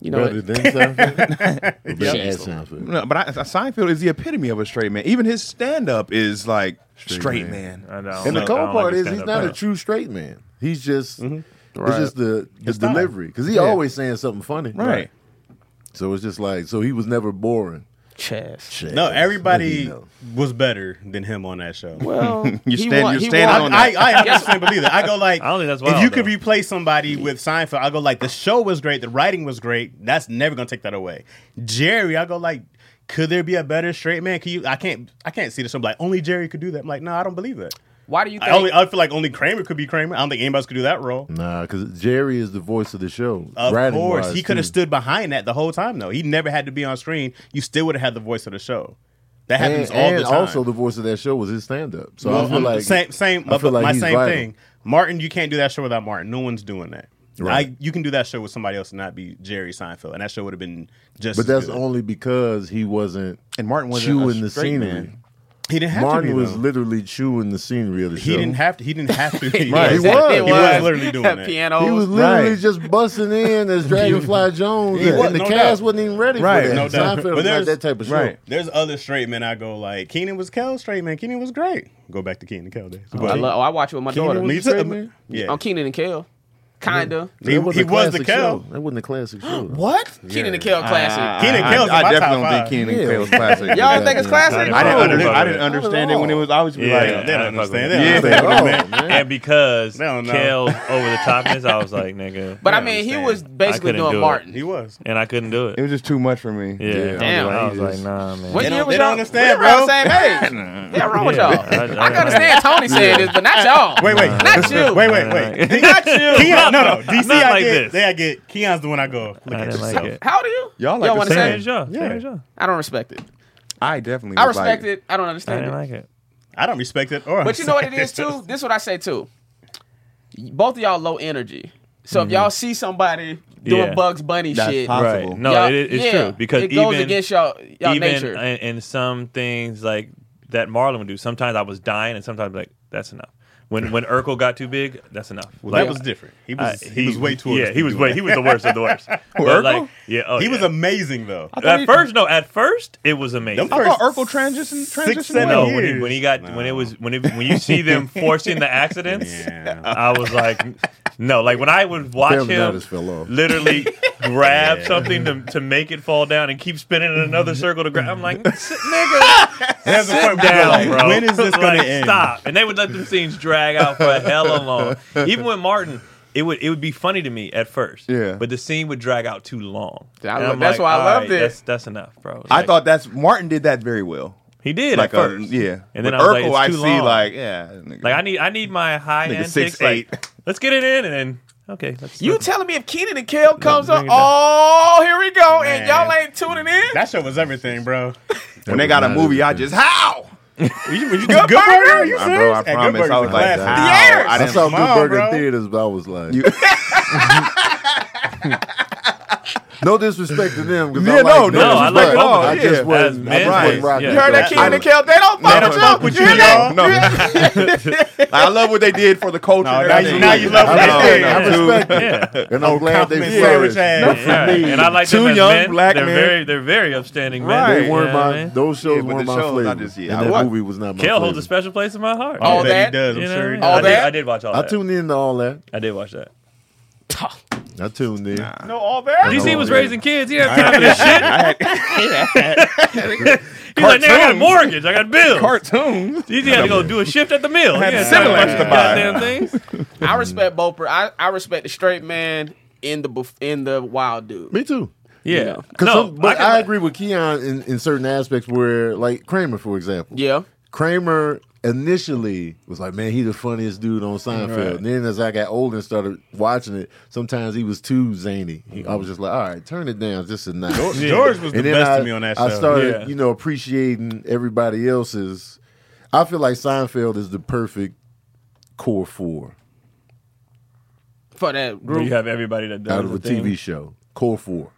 [SPEAKER 1] You know,
[SPEAKER 3] Better
[SPEAKER 1] what?
[SPEAKER 3] than Seinfeld. Or better at Seinfeld.
[SPEAKER 2] No, but I, Seinfeld is the epitome of a straight man. Even his stand up is like straight, man.
[SPEAKER 3] man.
[SPEAKER 4] I know.
[SPEAKER 3] And the
[SPEAKER 4] I don't
[SPEAKER 3] cold
[SPEAKER 4] like
[SPEAKER 3] part
[SPEAKER 4] his
[SPEAKER 3] is he's
[SPEAKER 4] stand-up
[SPEAKER 3] not a
[SPEAKER 4] now.
[SPEAKER 3] true straight man. He's just
[SPEAKER 5] Mm-hmm.
[SPEAKER 1] Right.
[SPEAKER 3] it's just the, the
[SPEAKER 5] style.
[SPEAKER 3] delivery because he always saying something funny.
[SPEAKER 2] Right.
[SPEAKER 3] So it's just like so he was never boring.
[SPEAKER 1] Chaz.
[SPEAKER 5] No,
[SPEAKER 3] Chaz, what do
[SPEAKER 5] everybody
[SPEAKER 3] you know?
[SPEAKER 5] was better than him on that show.
[SPEAKER 1] Well,
[SPEAKER 2] You
[SPEAKER 1] he
[SPEAKER 2] stand-
[SPEAKER 1] won-
[SPEAKER 2] you
[SPEAKER 1] he
[SPEAKER 2] stand
[SPEAKER 1] won-
[SPEAKER 2] on
[SPEAKER 5] I, I 100% believe that. I go like,
[SPEAKER 4] I don't think that's
[SPEAKER 5] if you
[SPEAKER 4] wild,
[SPEAKER 5] could
[SPEAKER 4] though.
[SPEAKER 5] replace somebody with Seinfeld, I go like, the show was great, the writing was great. That's never gonna take that away. Jerry, I go like, could there be a better straight man? Can you? I can't. I can't see this. I'm like, only Jerry could do that. I'm like, no, I don't believe that.
[SPEAKER 1] Why do you think?
[SPEAKER 5] I only. I feel like only Kramer could be Kramer. I don't think anybody else could do that role.
[SPEAKER 3] Nah, because Jerry is the voice of the show.
[SPEAKER 5] Of
[SPEAKER 3] Writing
[SPEAKER 5] course,
[SPEAKER 3] wise,
[SPEAKER 5] he could have
[SPEAKER 3] too.
[SPEAKER 5] stood behind that the whole time though. He never had to be on screen. You still would have had the voice of the show. That happens
[SPEAKER 3] and,
[SPEAKER 5] all
[SPEAKER 3] and
[SPEAKER 5] the time.
[SPEAKER 3] also the voice of that show was his stand up. So I
[SPEAKER 5] Well,
[SPEAKER 3] feel
[SPEAKER 5] I'm-
[SPEAKER 3] like
[SPEAKER 5] same, same.
[SPEAKER 3] I feel like
[SPEAKER 5] my
[SPEAKER 3] he's
[SPEAKER 5] same
[SPEAKER 3] vital.
[SPEAKER 5] thing. Martin, you can't do that show without Martin. No one's doing that.
[SPEAKER 3] Right.
[SPEAKER 5] I, you can do that show with somebody else and not be Jerry Seinfeld, and that show would have been just.
[SPEAKER 3] But
[SPEAKER 5] as
[SPEAKER 3] that's
[SPEAKER 5] good.
[SPEAKER 3] only because he wasn't
[SPEAKER 2] And Martin wasn't
[SPEAKER 3] chewing
[SPEAKER 2] a
[SPEAKER 3] the
[SPEAKER 2] straight
[SPEAKER 3] scenery.
[SPEAKER 2] man.
[SPEAKER 5] He didn't have
[SPEAKER 3] Martin
[SPEAKER 5] to. Be,
[SPEAKER 3] was
[SPEAKER 5] though.
[SPEAKER 3] literally chewing the scenery of the
[SPEAKER 5] He
[SPEAKER 3] show.
[SPEAKER 5] didn't have to. He didn't have to. be.
[SPEAKER 3] Right, he
[SPEAKER 5] He was.
[SPEAKER 3] was.
[SPEAKER 5] He was literally doing that.
[SPEAKER 1] Piano.
[SPEAKER 3] He was literally
[SPEAKER 2] Right.
[SPEAKER 3] just busting in as Dragonfly Jones,
[SPEAKER 5] He
[SPEAKER 3] and,
[SPEAKER 5] was,
[SPEAKER 3] and the
[SPEAKER 5] no
[SPEAKER 3] cast
[SPEAKER 5] doubt.
[SPEAKER 3] wasn't even ready
[SPEAKER 2] Right,
[SPEAKER 3] for that.
[SPEAKER 5] no doubt. But
[SPEAKER 3] Seinfeld was not
[SPEAKER 5] there's-
[SPEAKER 3] that type of show.
[SPEAKER 2] right.
[SPEAKER 5] There's other straight men I go like Keenan was Kel straight man. Keenan was great. Go back to Keenan Kel days.
[SPEAKER 1] Oh, I, love, oh, I watch it with my daughter.
[SPEAKER 5] Me
[SPEAKER 3] straight
[SPEAKER 5] too.
[SPEAKER 3] man?
[SPEAKER 5] Yeah.
[SPEAKER 1] On Keenan and Kel. Kinda.
[SPEAKER 3] So
[SPEAKER 5] He-
[SPEAKER 3] that wasn't a
[SPEAKER 5] he was the
[SPEAKER 3] classic
[SPEAKER 5] Kel.
[SPEAKER 3] show. That wasn't a classic show.
[SPEAKER 1] What? Keenan and Kel classic.
[SPEAKER 5] Keenan
[SPEAKER 2] I-
[SPEAKER 5] Kel's in
[SPEAKER 2] I,
[SPEAKER 5] my
[SPEAKER 2] definitely
[SPEAKER 5] top
[SPEAKER 2] don't think
[SPEAKER 5] five.
[SPEAKER 2] Keenan
[SPEAKER 3] Yeah.
[SPEAKER 2] and Kale's classic.
[SPEAKER 1] Y'all think it's classic?
[SPEAKER 2] I didn't,
[SPEAKER 4] Oh,
[SPEAKER 2] under, I
[SPEAKER 4] about
[SPEAKER 2] didn't
[SPEAKER 4] it.
[SPEAKER 2] understand it when it was. I was
[SPEAKER 4] Yeah,
[SPEAKER 2] like,
[SPEAKER 4] they
[SPEAKER 5] I didn't
[SPEAKER 4] don't fuck with
[SPEAKER 5] understand
[SPEAKER 4] me.
[SPEAKER 5] that.
[SPEAKER 2] Yeah.
[SPEAKER 3] I was like, oh, man.
[SPEAKER 4] And because
[SPEAKER 5] They don't know.
[SPEAKER 4] Kale over the topness, I was like, nigga.
[SPEAKER 1] But I
[SPEAKER 5] Yeah, I
[SPEAKER 1] mean, he
[SPEAKER 5] understand.
[SPEAKER 1] was basically
[SPEAKER 4] couldn't
[SPEAKER 1] doing
[SPEAKER 4] do it.
[SPEAKER 1] Martin.
[SPEAKER 5] He was.
[SPEAKER 4] and I couldn't do
[SPEAKER 2] it
[SPEAKER 4] it.
[SPEAKER 2] was just too much for me.
[SPEAKER 4] Yeah,
[SPEAKER 1] Damn.
[SPEAKER 4] I was like, nah, man.
[SPEAKER 1] What
[SPEAKER 5] They
[SPEAKER 1] year
[SPEAKER 5] don't-
[SPEAKER 1] was y'all?
[SPEAKER 5] they don't understand,
[SPEAKER 1] we were
[SPEAKER 5] bro.
[SPEAKER 1] on the same age. yeah, wrong with y'all.
[SPEAKER 4] Yeah,
[SPEAKER 1] I,
[SPEAKER 4] I- I-
[SPEAKER 1] can understand Tony saying this, but not y'all.
[SPEAKER 5] Wait, wait,
[SPEAKER 1] Not you.
[SPEAKER 5] Wait, wait, wait. Not you. Keon, no, no. DC,
[SPEAKER 4] Not
[SPEAKER 5] I
[SPEAKER 4] like
[SPEAKER 5] get.
[SPEAKER 4] this.
[SPEAKER 5] They, I get. Keon's the one I go. Look
[SPEAKER 4] I
[SPEAKER 5] at
[SPEAKER 4] didn't
[SPEAKER 5] yourself.
[SPEAKER 4] like it.
[SPEAKER 1] How do you?
[SPEAKER 2] Y'all like
[SPEAKER 1] y'all
[SPEAKER 2] the
[SPEAKER 1] wanna
[SPEAKER 4] Same
[SPEAKER 1] say?
[SPEAKER 4] as y'all. Same
[SPEAKER 5] Yeah.
[SPEAKER 4] as y'all.
[SPEAKER 1] I don't respect it.
[SPEAKER 2] I definitely.
[SPEAKER 1] I
[SPEAKER 2] was
[SPEAKER 1] respect
[SPEAKER 2] like,
[SPEAKER 1] it. I don't
[SPEAKER 4] I
[SPEAKER 1] understand
[SPEAKER 4] didn't
[SPEAKER 1] it.
[SPEAKER 4] like it.
[SPEAKER 5] I don't respect it. Or
[SPEAKER 1] But you know what it is too? This is what I say too. Both of y'all low energy. So if y'all see somebody doing
[SPEAKER 4] Mm-hmm. Yeah.
[SPEAKER 1] Bugs Bunny
[SPEAKER 2] That's
[SPEAKER 1] shit,
[SPEAKER 2] possible.
[SPEAKER 4] Right. No,
[SPEAKER 1] y'all-
[SPEAKER 4] it, it's
[SPEAKER 1] yeah,
[SPEAKER 4] true. Because
[SPEAKER 1] it goes
[SPEAKER 4] even,
[SPEAKER 1] against y'all y'all
[SPEAKER 4] even
[SPEAKER 1] nature.
[SPEAKER 4] In, in some things like that Marlon would do, sometimes I was dying and sometimes like, that's enough. When when Urkel got too big, that's enough.
[SPEAKER 5] Well,
[SPEAKER 4] Like,
[SPEAKER 5] that was different. He
[SPEAKER 4] I-
[SPEAKER 5] was he, was way too.
[SPEAKER 4] Yeah,
[SPEAKER 5] old
[SPEAKER 4] he was
[SPEAKER 5] to do
[SPEAKER 4] way
[SPEAKER 5] that.
[SPEAKER 4] he was the worst of the worst.
[SPEAKER 5] Urkel?
[SPEAKER 4] But like, yeah, oh,
[SPEAKER 5] He was
[SPEAKER 4] yeah.
[SPEAKER 5] amazing though.
[SPEAKER 4] at first no, at first it was amazing.
[SPEAKER 5] Them
[SPEAKER 2] I thought
[SPEAKER 5] first
[SPEAKER 2] Urkel transition
[SPEAKER 5] six,
[SPEAKER 2] transitioned.
[SPEAKER 5] seven
[SPEAKER 4] no,
[SPEAKER 5] years.
[SPEAKER 4] when he, when he got when it was when it, when you see them forcing the accidents,
[SPEAKER 5] Yeah.
[SPEAKER 4] I was like, no, like when I would watch
[SPEAKER 3] Family
[SPEAKER 4] him
[SPEAKER 3] Matters fell off.
[SPEAKER 4] literally grab something to, to make it fall down and keep spinning in another circle to grab. I'm like, sit, nigga,
[SPEAKER 5] There's a
[SPEAKER 4] sit
[SPEAKER 5] point where you're
[SPEAKER 4] down,
[SPEAKER 5] like,
[SPEAKER 4] bro.
[SPEAKER 5] When is this
[SPEAKER 4] Like,
[SPEAKER 5] gonna end?
[SPEAKER 4] Stop. And they would let them scenes drag out for hella long. Even with Martin. It would it would be funny to me at first,
[SPEAKER 2] Yeah.
[SPEAKER 4] But the scene would drag out too long.
[SPEAKER 1] I
[SPEAKER 4] And
[SPEAKER 1] lo-
[SPEAKER 4] I'm
[SPEAKER 1] that's why I
[SPEAKER 4] all
[SPEAKER 1] loved it.
[SPEAKER 4] That's, that's enough, bro.
[SPEAKER 2] I
[SPEAKER 4] Like,
[SPEAKER 2] thought that's Martin did that very well.
[SPEAKER 4] he did
[SPEAKER 2] Like
[SPEAKER 4] at first,
[SPEAKER 2] a, yeah.
[SPEAKER 4] And then
[SPEAKER 2] But
[SPEAKER 4] I was like,
[SPEAKER 2] Urkel,
[SPEAKER 4] it's
[SPEAKER 2] I
[SPEAKER 4] too
[SPEAKER 2] see
[SPEAKER 4] long.
[SPEAKER 2] like yeah. nigga.
[SPEAKER 4] Like I need I need my high
[SPEAKER 2] Nigga
[SPEAKER 4] end
[SPEAKER 2] six,
[SPEAKER 4] six like,
[SPEAKER 2] eight.
[SPEAKER 4] Let's get it in and then okay. Let's
[SPEAKER 1] you
[SPEAKER 4] let's-
[SPEAKER 1] telling me if Keenan and Kel comes
[SPEAKER 4] bring
[SPEAKER 1] up,
[SPEAKER 4] it down.
[SPEAKER 1] oh, here we go, and
[SPEAKER 5] Man.
[SPEAKER 1] y'all ain't tuning in?
[SPEAKER 5] That show was everything, bro.
[SPEAKER 2] when they got a
[SPEAKER 3] Not
[SPEAKER 2] movie, I
[SPEAKER 3] everything.
[SPEAKER 2] just how.
[SPEAKER 5] you, you
[SPEAKER 1] Good Burger?
[SPEAKER 5] Are you
[SPEAKER 2] Uh,
[SPEAKER 5] serious?
[SPEAKER 2] bro, I
[SPEAKER 5] Hey, Good
[SPEAKER 2] promise. I was
[SPEAKER 5] Burger's a
[SPEAKER 2] like,
[SPEAKER 5] classic.
[SPEAKER 2] how? I
[SPEAKER 3] I
[SPEAKER 2] didn't
[SPEAKER 3] saw
[SPEAKER 5] Come on,
[SPEAKER 3] Good Burger
[SPEAKER 5] bro.
[SPEAKER 3] in theaters, but I was like, no disrespect to them. 'cause
[SPEAKER 2] Yeah,
[SPEAKER 3] I like
[SPEAKER 2] no,
[SPEAKER 3] them,
[SPEAKER 2] no,
[SPEAKER 4] I like
[SPEAKER 3] but
[SPEAKER 4] both of
[SPEAKER 3] I
[SPEAKER 4] them.
[SPEAKER 3] just
[SPEAKER 4] Yeah.
[SPEAKER 3] wasn't.
[SPEAKER 4] As
[SPEAKER 3] I just wasn't
[SPEAKER 4] men,
[SPEAKER 3] rocking
[SPEAKER 4] yeah.
[SPEAKER 1] You heard that
[SPEAKER 2] I
[SPEAKER 1] Keenan and
[SPEAKER 2] don't-
[SPEAKER 1] Kel? They don't
[SPEAKER 5] They
[SPEAKER 1] fuck
[SPEAKER 5] don't
[SPEAKER 1] with
[SPEAKER 5] fuck
[SPEAKER 1] you.
[SPEAKER 5] with
[SPEAKER 1] You
[SPEAKER 5] you,
[SPEAKER 1] hear that?
[SPEAKER 5] y'all.
[SPEAKER 2] No, I love what they did for the culture.
[SPEAKER 5] No,
[SPEAKER 2] and
[SPEAKER 5] now you-
[SPEAKER 2] everything.
[SPEAKER 5] now you love what
[SPEAKER 3] I
[SPEAKER 5] they
[SPEAKER 3] respect,
[SPEAKER 5] did.
[SPEAKER 3] I respect it.
[SPEAKER 4] Yeah.
[SPEAKER 3] And I'm glad they
[SPEAKER 5] compliment
[SPEAKER 3] flourished.
[SPEAKER 5] sandwich ass.
[SPEAKER 3] Not for
[SPEAKER 4] Yeah.
[SPEAKER 3] me.
[SPEAKER 4] And I like
[SPEAKER 2] Two
[SPEAKER 4] them as
[SPEAKER 2] young
[SPEAKER 4] men.
[SPEAKER 2] black
[SPEAKER 4] they're
[SPEAKER 2] men.
[SPEAKER 4] Very, they're very upstanding men.
[SPEAKER 2] Right.
[SPEAKER 3] They weren't
[SPEAKER 4] Yeah,
[SPEAKER 3] my,
[SPEAKER 4] man.
[SPEAKER 3] those
[SPEAKER 2] Yeah,
[SPEAKER 3] shows
[SPEAKER 2] but
[SPEAKER 3] weren't
[SPEAKER 2] the
[SPEAKER 3] my
[SPEAKER 2] shows, I
[SPEAKER 3] flavor.
[SPEAKER 2] just- yeah,
[SPEAKER 3] and
[SPEAKER 2] I
[SPEAKER 3] that
[SPEAKER 2] want-
[SPEAKER 3] movie was not my
[SPEAKER 4] Kale
[SPEAKER 3] flavor.
[SPEAKER 4] holds a special place in my heart.
[SPEAKER 1] All
[SPEAKER 5] I bet
[SPEAKER 1] that?
[SPEAKER 5] he does. I'm
[SPEAKER 4] You know
[SPEAKER 5] sure he
[SPEAKER 4] what I mean?
[SPEAKER 1] All
[SPEAKER 4] I
[SPEAKER 5] does.
[SPEAKER 4] did,
[SPEAKER 1] that?
[SPEAKER 4] I did watch all
[SPEAKER 3] I
[SPEAKER 4] that.
[SPEAKER 3] tuned in to all that.
[SPEAKER 4] I did watch that.
[SPEAKER 3] I tuned in.
[SPEAKER 5] No, all that.
[SPEAKER 4] DC was
[SPEAKER 3] yeah.
[SPEAKER 4] raising kids. He had time for this shit. He's like, nigga, I got a
[SPEAKER 2] Cartoons.
[SPEAKER 4] mortgage. I got bills.
[SPEAKER 2] cartoon.
[SPEAKER 4] DC had to go do a shift at the mill. He
[SPEAKER 2] Had
[SPEAKER 4] had time to watch
[SPEAKER 2] Similac
[SPEAKER 4] the
[SPEAKER 2] to buy.
[SPEAKER 4] goddamn things.
[SPEAKER 1] I respect Boper. I, I respect the straight man in the bef- in the wild dude.
[SPEAKER 3] Me too.
[SPEAKER 4] Yeah.
[SPEAKER 3] 'Cause
[SPEAKER 4] No,
[SPEAKER 3] some- but
[SPEAKER 4] can-
[SPEAKER 3] I, agree with Keon in, in certain aspects where, like Kramer, for example.
[SPEAKER 1] Yeah.
[SPEAKER 3] Kramer initially was like, man, he the funniest dude on Seinfeld. And then as I got older and started watching it, sometimes he was too zany. He- I was just like, all right, turn it down just a notch.
[SPEAKER 5] George was the
[SPEAKER 3] And then
[SPEAKER 5] best
[SPEAKER 3] I,
[SPEAKER 5] to me on that show.
[SPEAKER 3] I started,
[SPEAKER 4] Yeah.
[SPEAKER 3] you know, appreciating everybody else's. I feel like Seinfeld is the perfect core four
[SPEAKER 1] For that
[SPEAKER 4] Where
[SPEAKER 1] group.
[SPEAKER 4] you have everybody that does
[SPEAKER 3] out of a
[SPEAKER 4] the thing.
[SPEAKER 3] TV show. Core four.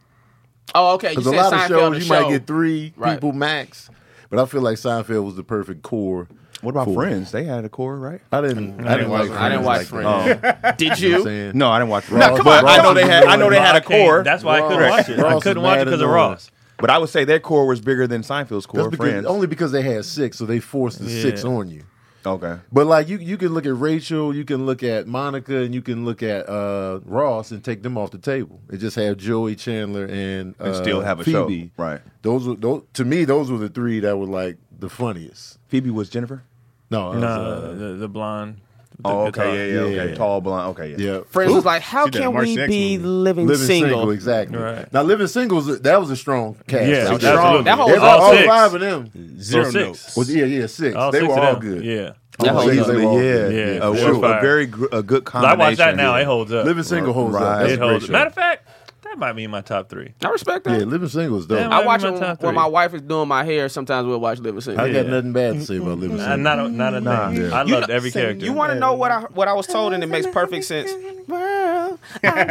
[SPEAKER 1] Oh, okay. You
[SPEAKER 3] Because a
[SPEAKER 1] said
[SPEAKER 3] lot of
[SPEAKER 1] Seinfeld
[SPEAKER 3] shows
[SPEAKER 1] the
[SPEAKER 3] you
[SPEAKER 1] show.
[SPEAKER 3] might get three
[SPEAKER 1] Right.
[SPEAKER 3] people max, but I feel like Seinfeld was the perfect core.
[SPEAKER 2] What about
[SPEAKER 3] Cool.
[SPEAKER 2] Friends? They had a core, right?
[SPEAKER 3] I didn't. I, didn't like.
[SPEAKER 1] I didn't watch Friends. Did
[SPEAKER 3] You
[SPEAKER 5] Oh.
[SPEAKER 3] know what I'm
[SPEAKER 1] you?
[SPEAKER 3] saying?
[SPEAKER 2] No, I didn't watch Friends.
[SPEAKER 3] No, come
[SPEAKER 2] But
[SPEAKER 3] on,
[SPEAKER 2] I know
[SPEAKER 3] Ross
[SPEAKER 2] they
[SPEAKER 3] is
[SPEAKER 2] had. I know
[SPEAKER 3] annoying.
[SPEAKER 2] they had a
[SPEAKER 4] I can't-
[SPEAKER 2] core.
[SPEAKER 4] That's why I couldn't
[SPEAKER 3] Ross-
[SPEAKER 4] watch it. I
[SPEAKER 3] Ross
[SPEAKER 4] couldn't
[SPEAKER 3] is
[SPEAKER 4] watch it
[SPEAKER 3] mad
[SPEAKER 4] because of
[SPEAKER 3] annoying.
[SPEAKER 4] Ross.
[SPEAKER 2] But I would say their core was bigger than Seinfeld's core.
[SPEAKER 3] That's because
[SPEAKER 2] Friends.
[SPEAKER 3] only because they had six, so they forced the six
[SPEAKER 4] Yeah.
[SPEAKER 3] on you.
[SPEAKER 2] Okay.
[SPEAKER 3] But like you, you can look at Rachel, you can look at Monica, and you can look at uh, Ross and take them off the table and just have Joey Chandler and, uh,
[SPEAKER 2] And still have a show.
[SPEAKER 3] Phoebe.
[SPEAKER 2] Right.
[SPEAKER 3] Those were those to me. Those were the three that were like the funniest.
[SPEAKER 2] Phoebe was Jennifer.
[SPEAKER 3] No, it was,
[SPEAKER 4] No,
[SPEAKER 3] uh,
[SPEAKER 4] the, the blonde. with the
[SPEAKER 2] Oh,
[SPEAKER 4] guitar.
[SPEAKER 2] okay, yeah, yeah,
[SPEAKER 3] Yeah,
[SPEAKER 2] okay.
[SPEAKER 3] yeah.
[SPEAKER 2] Tall blonde. Okay, yeah.
[SPEAKER 3] yeah,
[SPEAKER 1] Friends was like, how
[SPEAKER 5] She did a
[SPEAKER 1] can
[SPEAKER 5] March
[SPEAKER 1] we
[SPEAKER 5] Sixth
[SPEAKER 1] be
[SPEAKER 5] movie.
[SPEAKER 1] living,
[SPEAKER 3] living single,
[SPEAKER 1] single?
[SPEAKER 3] exactly.
[SPEAKER 4] Right.
[SPEAKER 3] Now living singles, that was a strong cast. Like,
[SPEAKER 4] Yeah, that was
[SPEAKER 1] strong.
[SPEAKER 4] absolutely.
[SPEAKER 1] That whole-
[SPEAKER 3] every-
[SPEAKER 4] all
[SPEAKER 3] all
[SPEAKER 4] six.
[SPEAKER 3] five of them
[SPEAKER 5] Zero
[SPEAKER 4] six.
[SPEAKER 5] notes.
[SPEAKER 3] was yeah, yeah, six.
[SPEAKER 4] All
[SPEAKER 3] they
[SPEAKER 4] six
[SPEAKER 3] were
[SPEAKER 4] of
[SPEAKER 3] all
[SPEAKER 4] them.
[SPEAKER 3] good.
[SPEAKER 4] Yeah.
[SPEAKER 1] That
[SPEAKER 2] Oh,
[SPEAKER 1] holds
[SPEAKER 2] yeah,
[SPEAKER 1] up.
[SPEAKER 2] yeah,
[SPEAKER 4] Yeah,
[SPEAKER 2] yeah. A,
[SPEAKER 4] they
[SPEAKER 2] a-
[SPEAKER 4] were fire.
[SPEAKER 2] a very gr- a good
[SPEAKER 4] I
[SPEAKER 2] combination.
[SPEAKER 4] watch that now. It holds up.
[SPEAKER 3] Living single holds
[SPEAKER 2] Right.
[SPEAKER 3] up. That's
[SPEAKER 4] it
[SPEAKER 3] a great
[SPEAKER 4] holds.
[SPEAKER 3] show.
[SPEAKER 4] Matter of fact, that might be in my top three.
[SPEAKER 1] I respect
[SPEAKER 3] yeah,
[SPEAKER 1] that.
[SPEAKER 3] living singles though.
[SPEAKER 4] Damn,
[SPEAKER 1] I watch
[SPEAKER 4] Might
[SPEAKER 1] it
[SPEAKER 4] be my top
[SPEAKER 1] when
[SPEAKER 4] three.
[SPEAKER 1] my wife is doing my hair. Sometimes we'll watch Living Single.
[SPEAKER 3] I got
[SPEAKER 4] Yeah.
[SPEAKER 3] nothing bad to say about living
[SPEAKER 4] Nah,
[SPEAKER 3] single.
[SPEAKER 4] not a, not a thing. I
[SPEAKER 1] You
[SPEAKER 4] loved
[SPEAKER 1] know-
[SPEAKER 4] every
[SPEAKER 1] Say,
[SPEAKER 4] character.
[SPEAKER 1] You want to know what I what I was told, and it makes perfect sense. World, I'm glad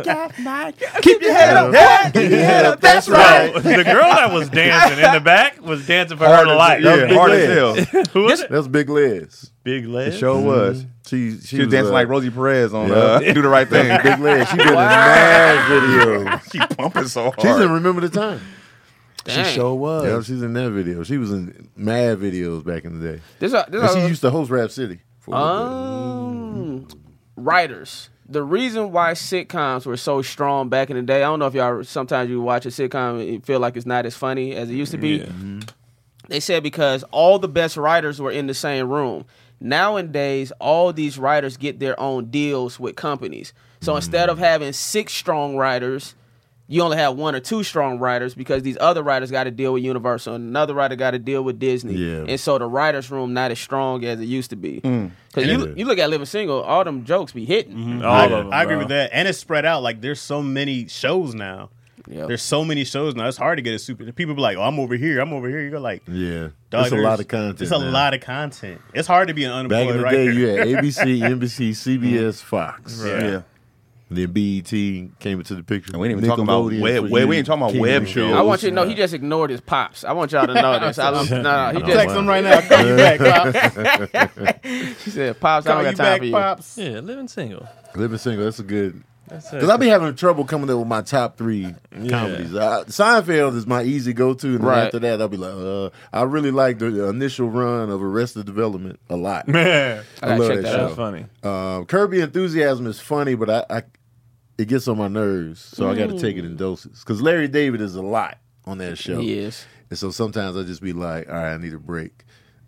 [SPEAKER 1] I got my- Keep your head up. yeah, Keep your head up. That's right.
[SPEAKER 4] the girl that was dancing in the back was dancing for her
[SPEAKER 2] Hard
[SPEAKER 4] life.
[SPEAKER 2] as, yeah,
[SPEAKER 3] Big
[SPEAKER 2] hard
[SPEAKER 3] legs.
[SPEAKER 2] as hell.
[SPEAKER 4] Who was it?
[SPEAKER 3] That's Big Les.
[SPEAKER 4] Big
[SPEAKER 2] It
[SPEAKER 4] legs.
[SPEAKER 2] sure was.
[SPEAKER 3] She she,
[SPEAKER 2] She was dancing
[SPEAKER 3] uh,
[SPEAKER 2] like Rosie Perez on
[SPEAKER 3] Yeah.
[SPEAKER 2] uh, Do the Right Thing.
[SPEAKER 3] Big Les. She did in mad videos.
[SPEAKER 2] she pumping so hard.
[SPEAKER 3] She's in Remember the Time.
[SPEAKER 1] Dang.
[SPEAKER 3] was. she's in that video. She was in mad videos back in the day.
[SPEAKER 1] This a- this
[SPEAKER 3] And she
[SPEAKER 1] a-
[SPEAKER 3] used to host Rap City. For a little
[SPEAKER 1] Um, writers. The reason why sitcoms were so strong back in the day, I don't know if y'all sometimes you watch a sitcom and you feel like it's not as funny as it used to be. They said because all the best writers were in the same room. Nowadays, all these writers get their own deals with companies. So instead of having six strong writers, you only have one or two strong writers because these other writers got to deal with Universal, and another writer got to deal with Disney,
[SPEAKER 3] Yeah.
[SPEAKER 1] and so the writers' room not as strong as it used to be. Cause you you look at Living Single, all them jokes be hitting.
[SPEAKER 4] All
[SPEAKER 5] I,
[SPEAKER 4] of them.
[SPEAKER 5] I agree
[SPEAKER 4] bro.
[SPEAKER 5] with that. And it's spread out. Like there's so many shows now.
[SPEAKER 1] Yeah.
[SPEAKER 5] There's so many shows now. It's hard to get a super. People be like, "Oh, I'm over here. I'm over here." You're like,
[SPEAKER 3] bit. Yeah.
[SPEAKER 5] "Dog,
[SPEAKER 3] That's a lot of content.
[SPEAKER 5] It's a
[SPEAKER 3] now.
[SPEAKER 5] lot of content. It's hard to be an unemployed
[SPEAKER 3] Back in the
[SPEAKER 5] writer.
[SPEAKER 3] day, you had ABC, NBC,
[SPEAKER 1] Mm-hmm.
[SPEAKER 3] CBS, Fox.
[SPEAKER 4] Right.
[SPEAKER 2] yeah.
[SPEAKER 3] And then BET came into the picture.
[SPEAKER 2] And we didn't even talk about
[SPEAKER 3] Nickelodeon
[SPEAKER 2] web-
[SPEAKER 3] for
[SPEAKER 2] web- we
[SPEAKER 3] you,
[SPEAKER 2] ain't talking about
[SPEAKER 3] King
[SPEAKER 2] web
[SPEAKER 3] of the
[SPEAKER 2] shows.
[SPEAKER 1] I want you to know he just ignored his pops. I want y'all to know this. I don't, nah, he
[SPEAKER 3] I'm
[SPEAKER 1] just
[SPEAKER 5] Text him right now. I'll Call you back, Pop.
[SPEAKER 1] he said, "Pops, I
[SPEAKER 5] Call
[SPEAKER 1] don't
[SPEAKER 5] you
[SPEAKER 1] got time
[SPEAKER 5] back,
[SPEAKER 1] for you."
[SPEAKER 5] Pops.
[SPEAKER 4] Yeah, living single.
[SPEAKER 3] Living single. That's a good.
[SPEAKER 4] That's
[SPEAKER 3] Because I've been having trouble coming up with my top three comedies. Uh, Seinfeld is my easy go to, and then
[SPEAKER 1] Right.
[SPEAKER 3] after that, I'll be like, uh, I really like the, the initial run of Arrested Development a lot.
[SPEAKER 4] Man,
[SPEAKER 1] I gotta
[SPEAKER 3] love
[SPEAKER 1] check
[SPEAKER 3] that
[SPEAKER 1] that
[SPEAKER 3] show.
[SPEAKER 4] that's
[SPEAKER 1] out.
[SPEAKER 4] funny.
[SPEAKER 3] Um, Kirby Enthusiasm is funny, but I, I it gets on my nerves, so I got to take it in doses. Because Larry David is a lot on that show,
[SPEAKER 1] Mm. He is.
[SPEAKER 3] and so sometimes I just be like, all right, I need a break.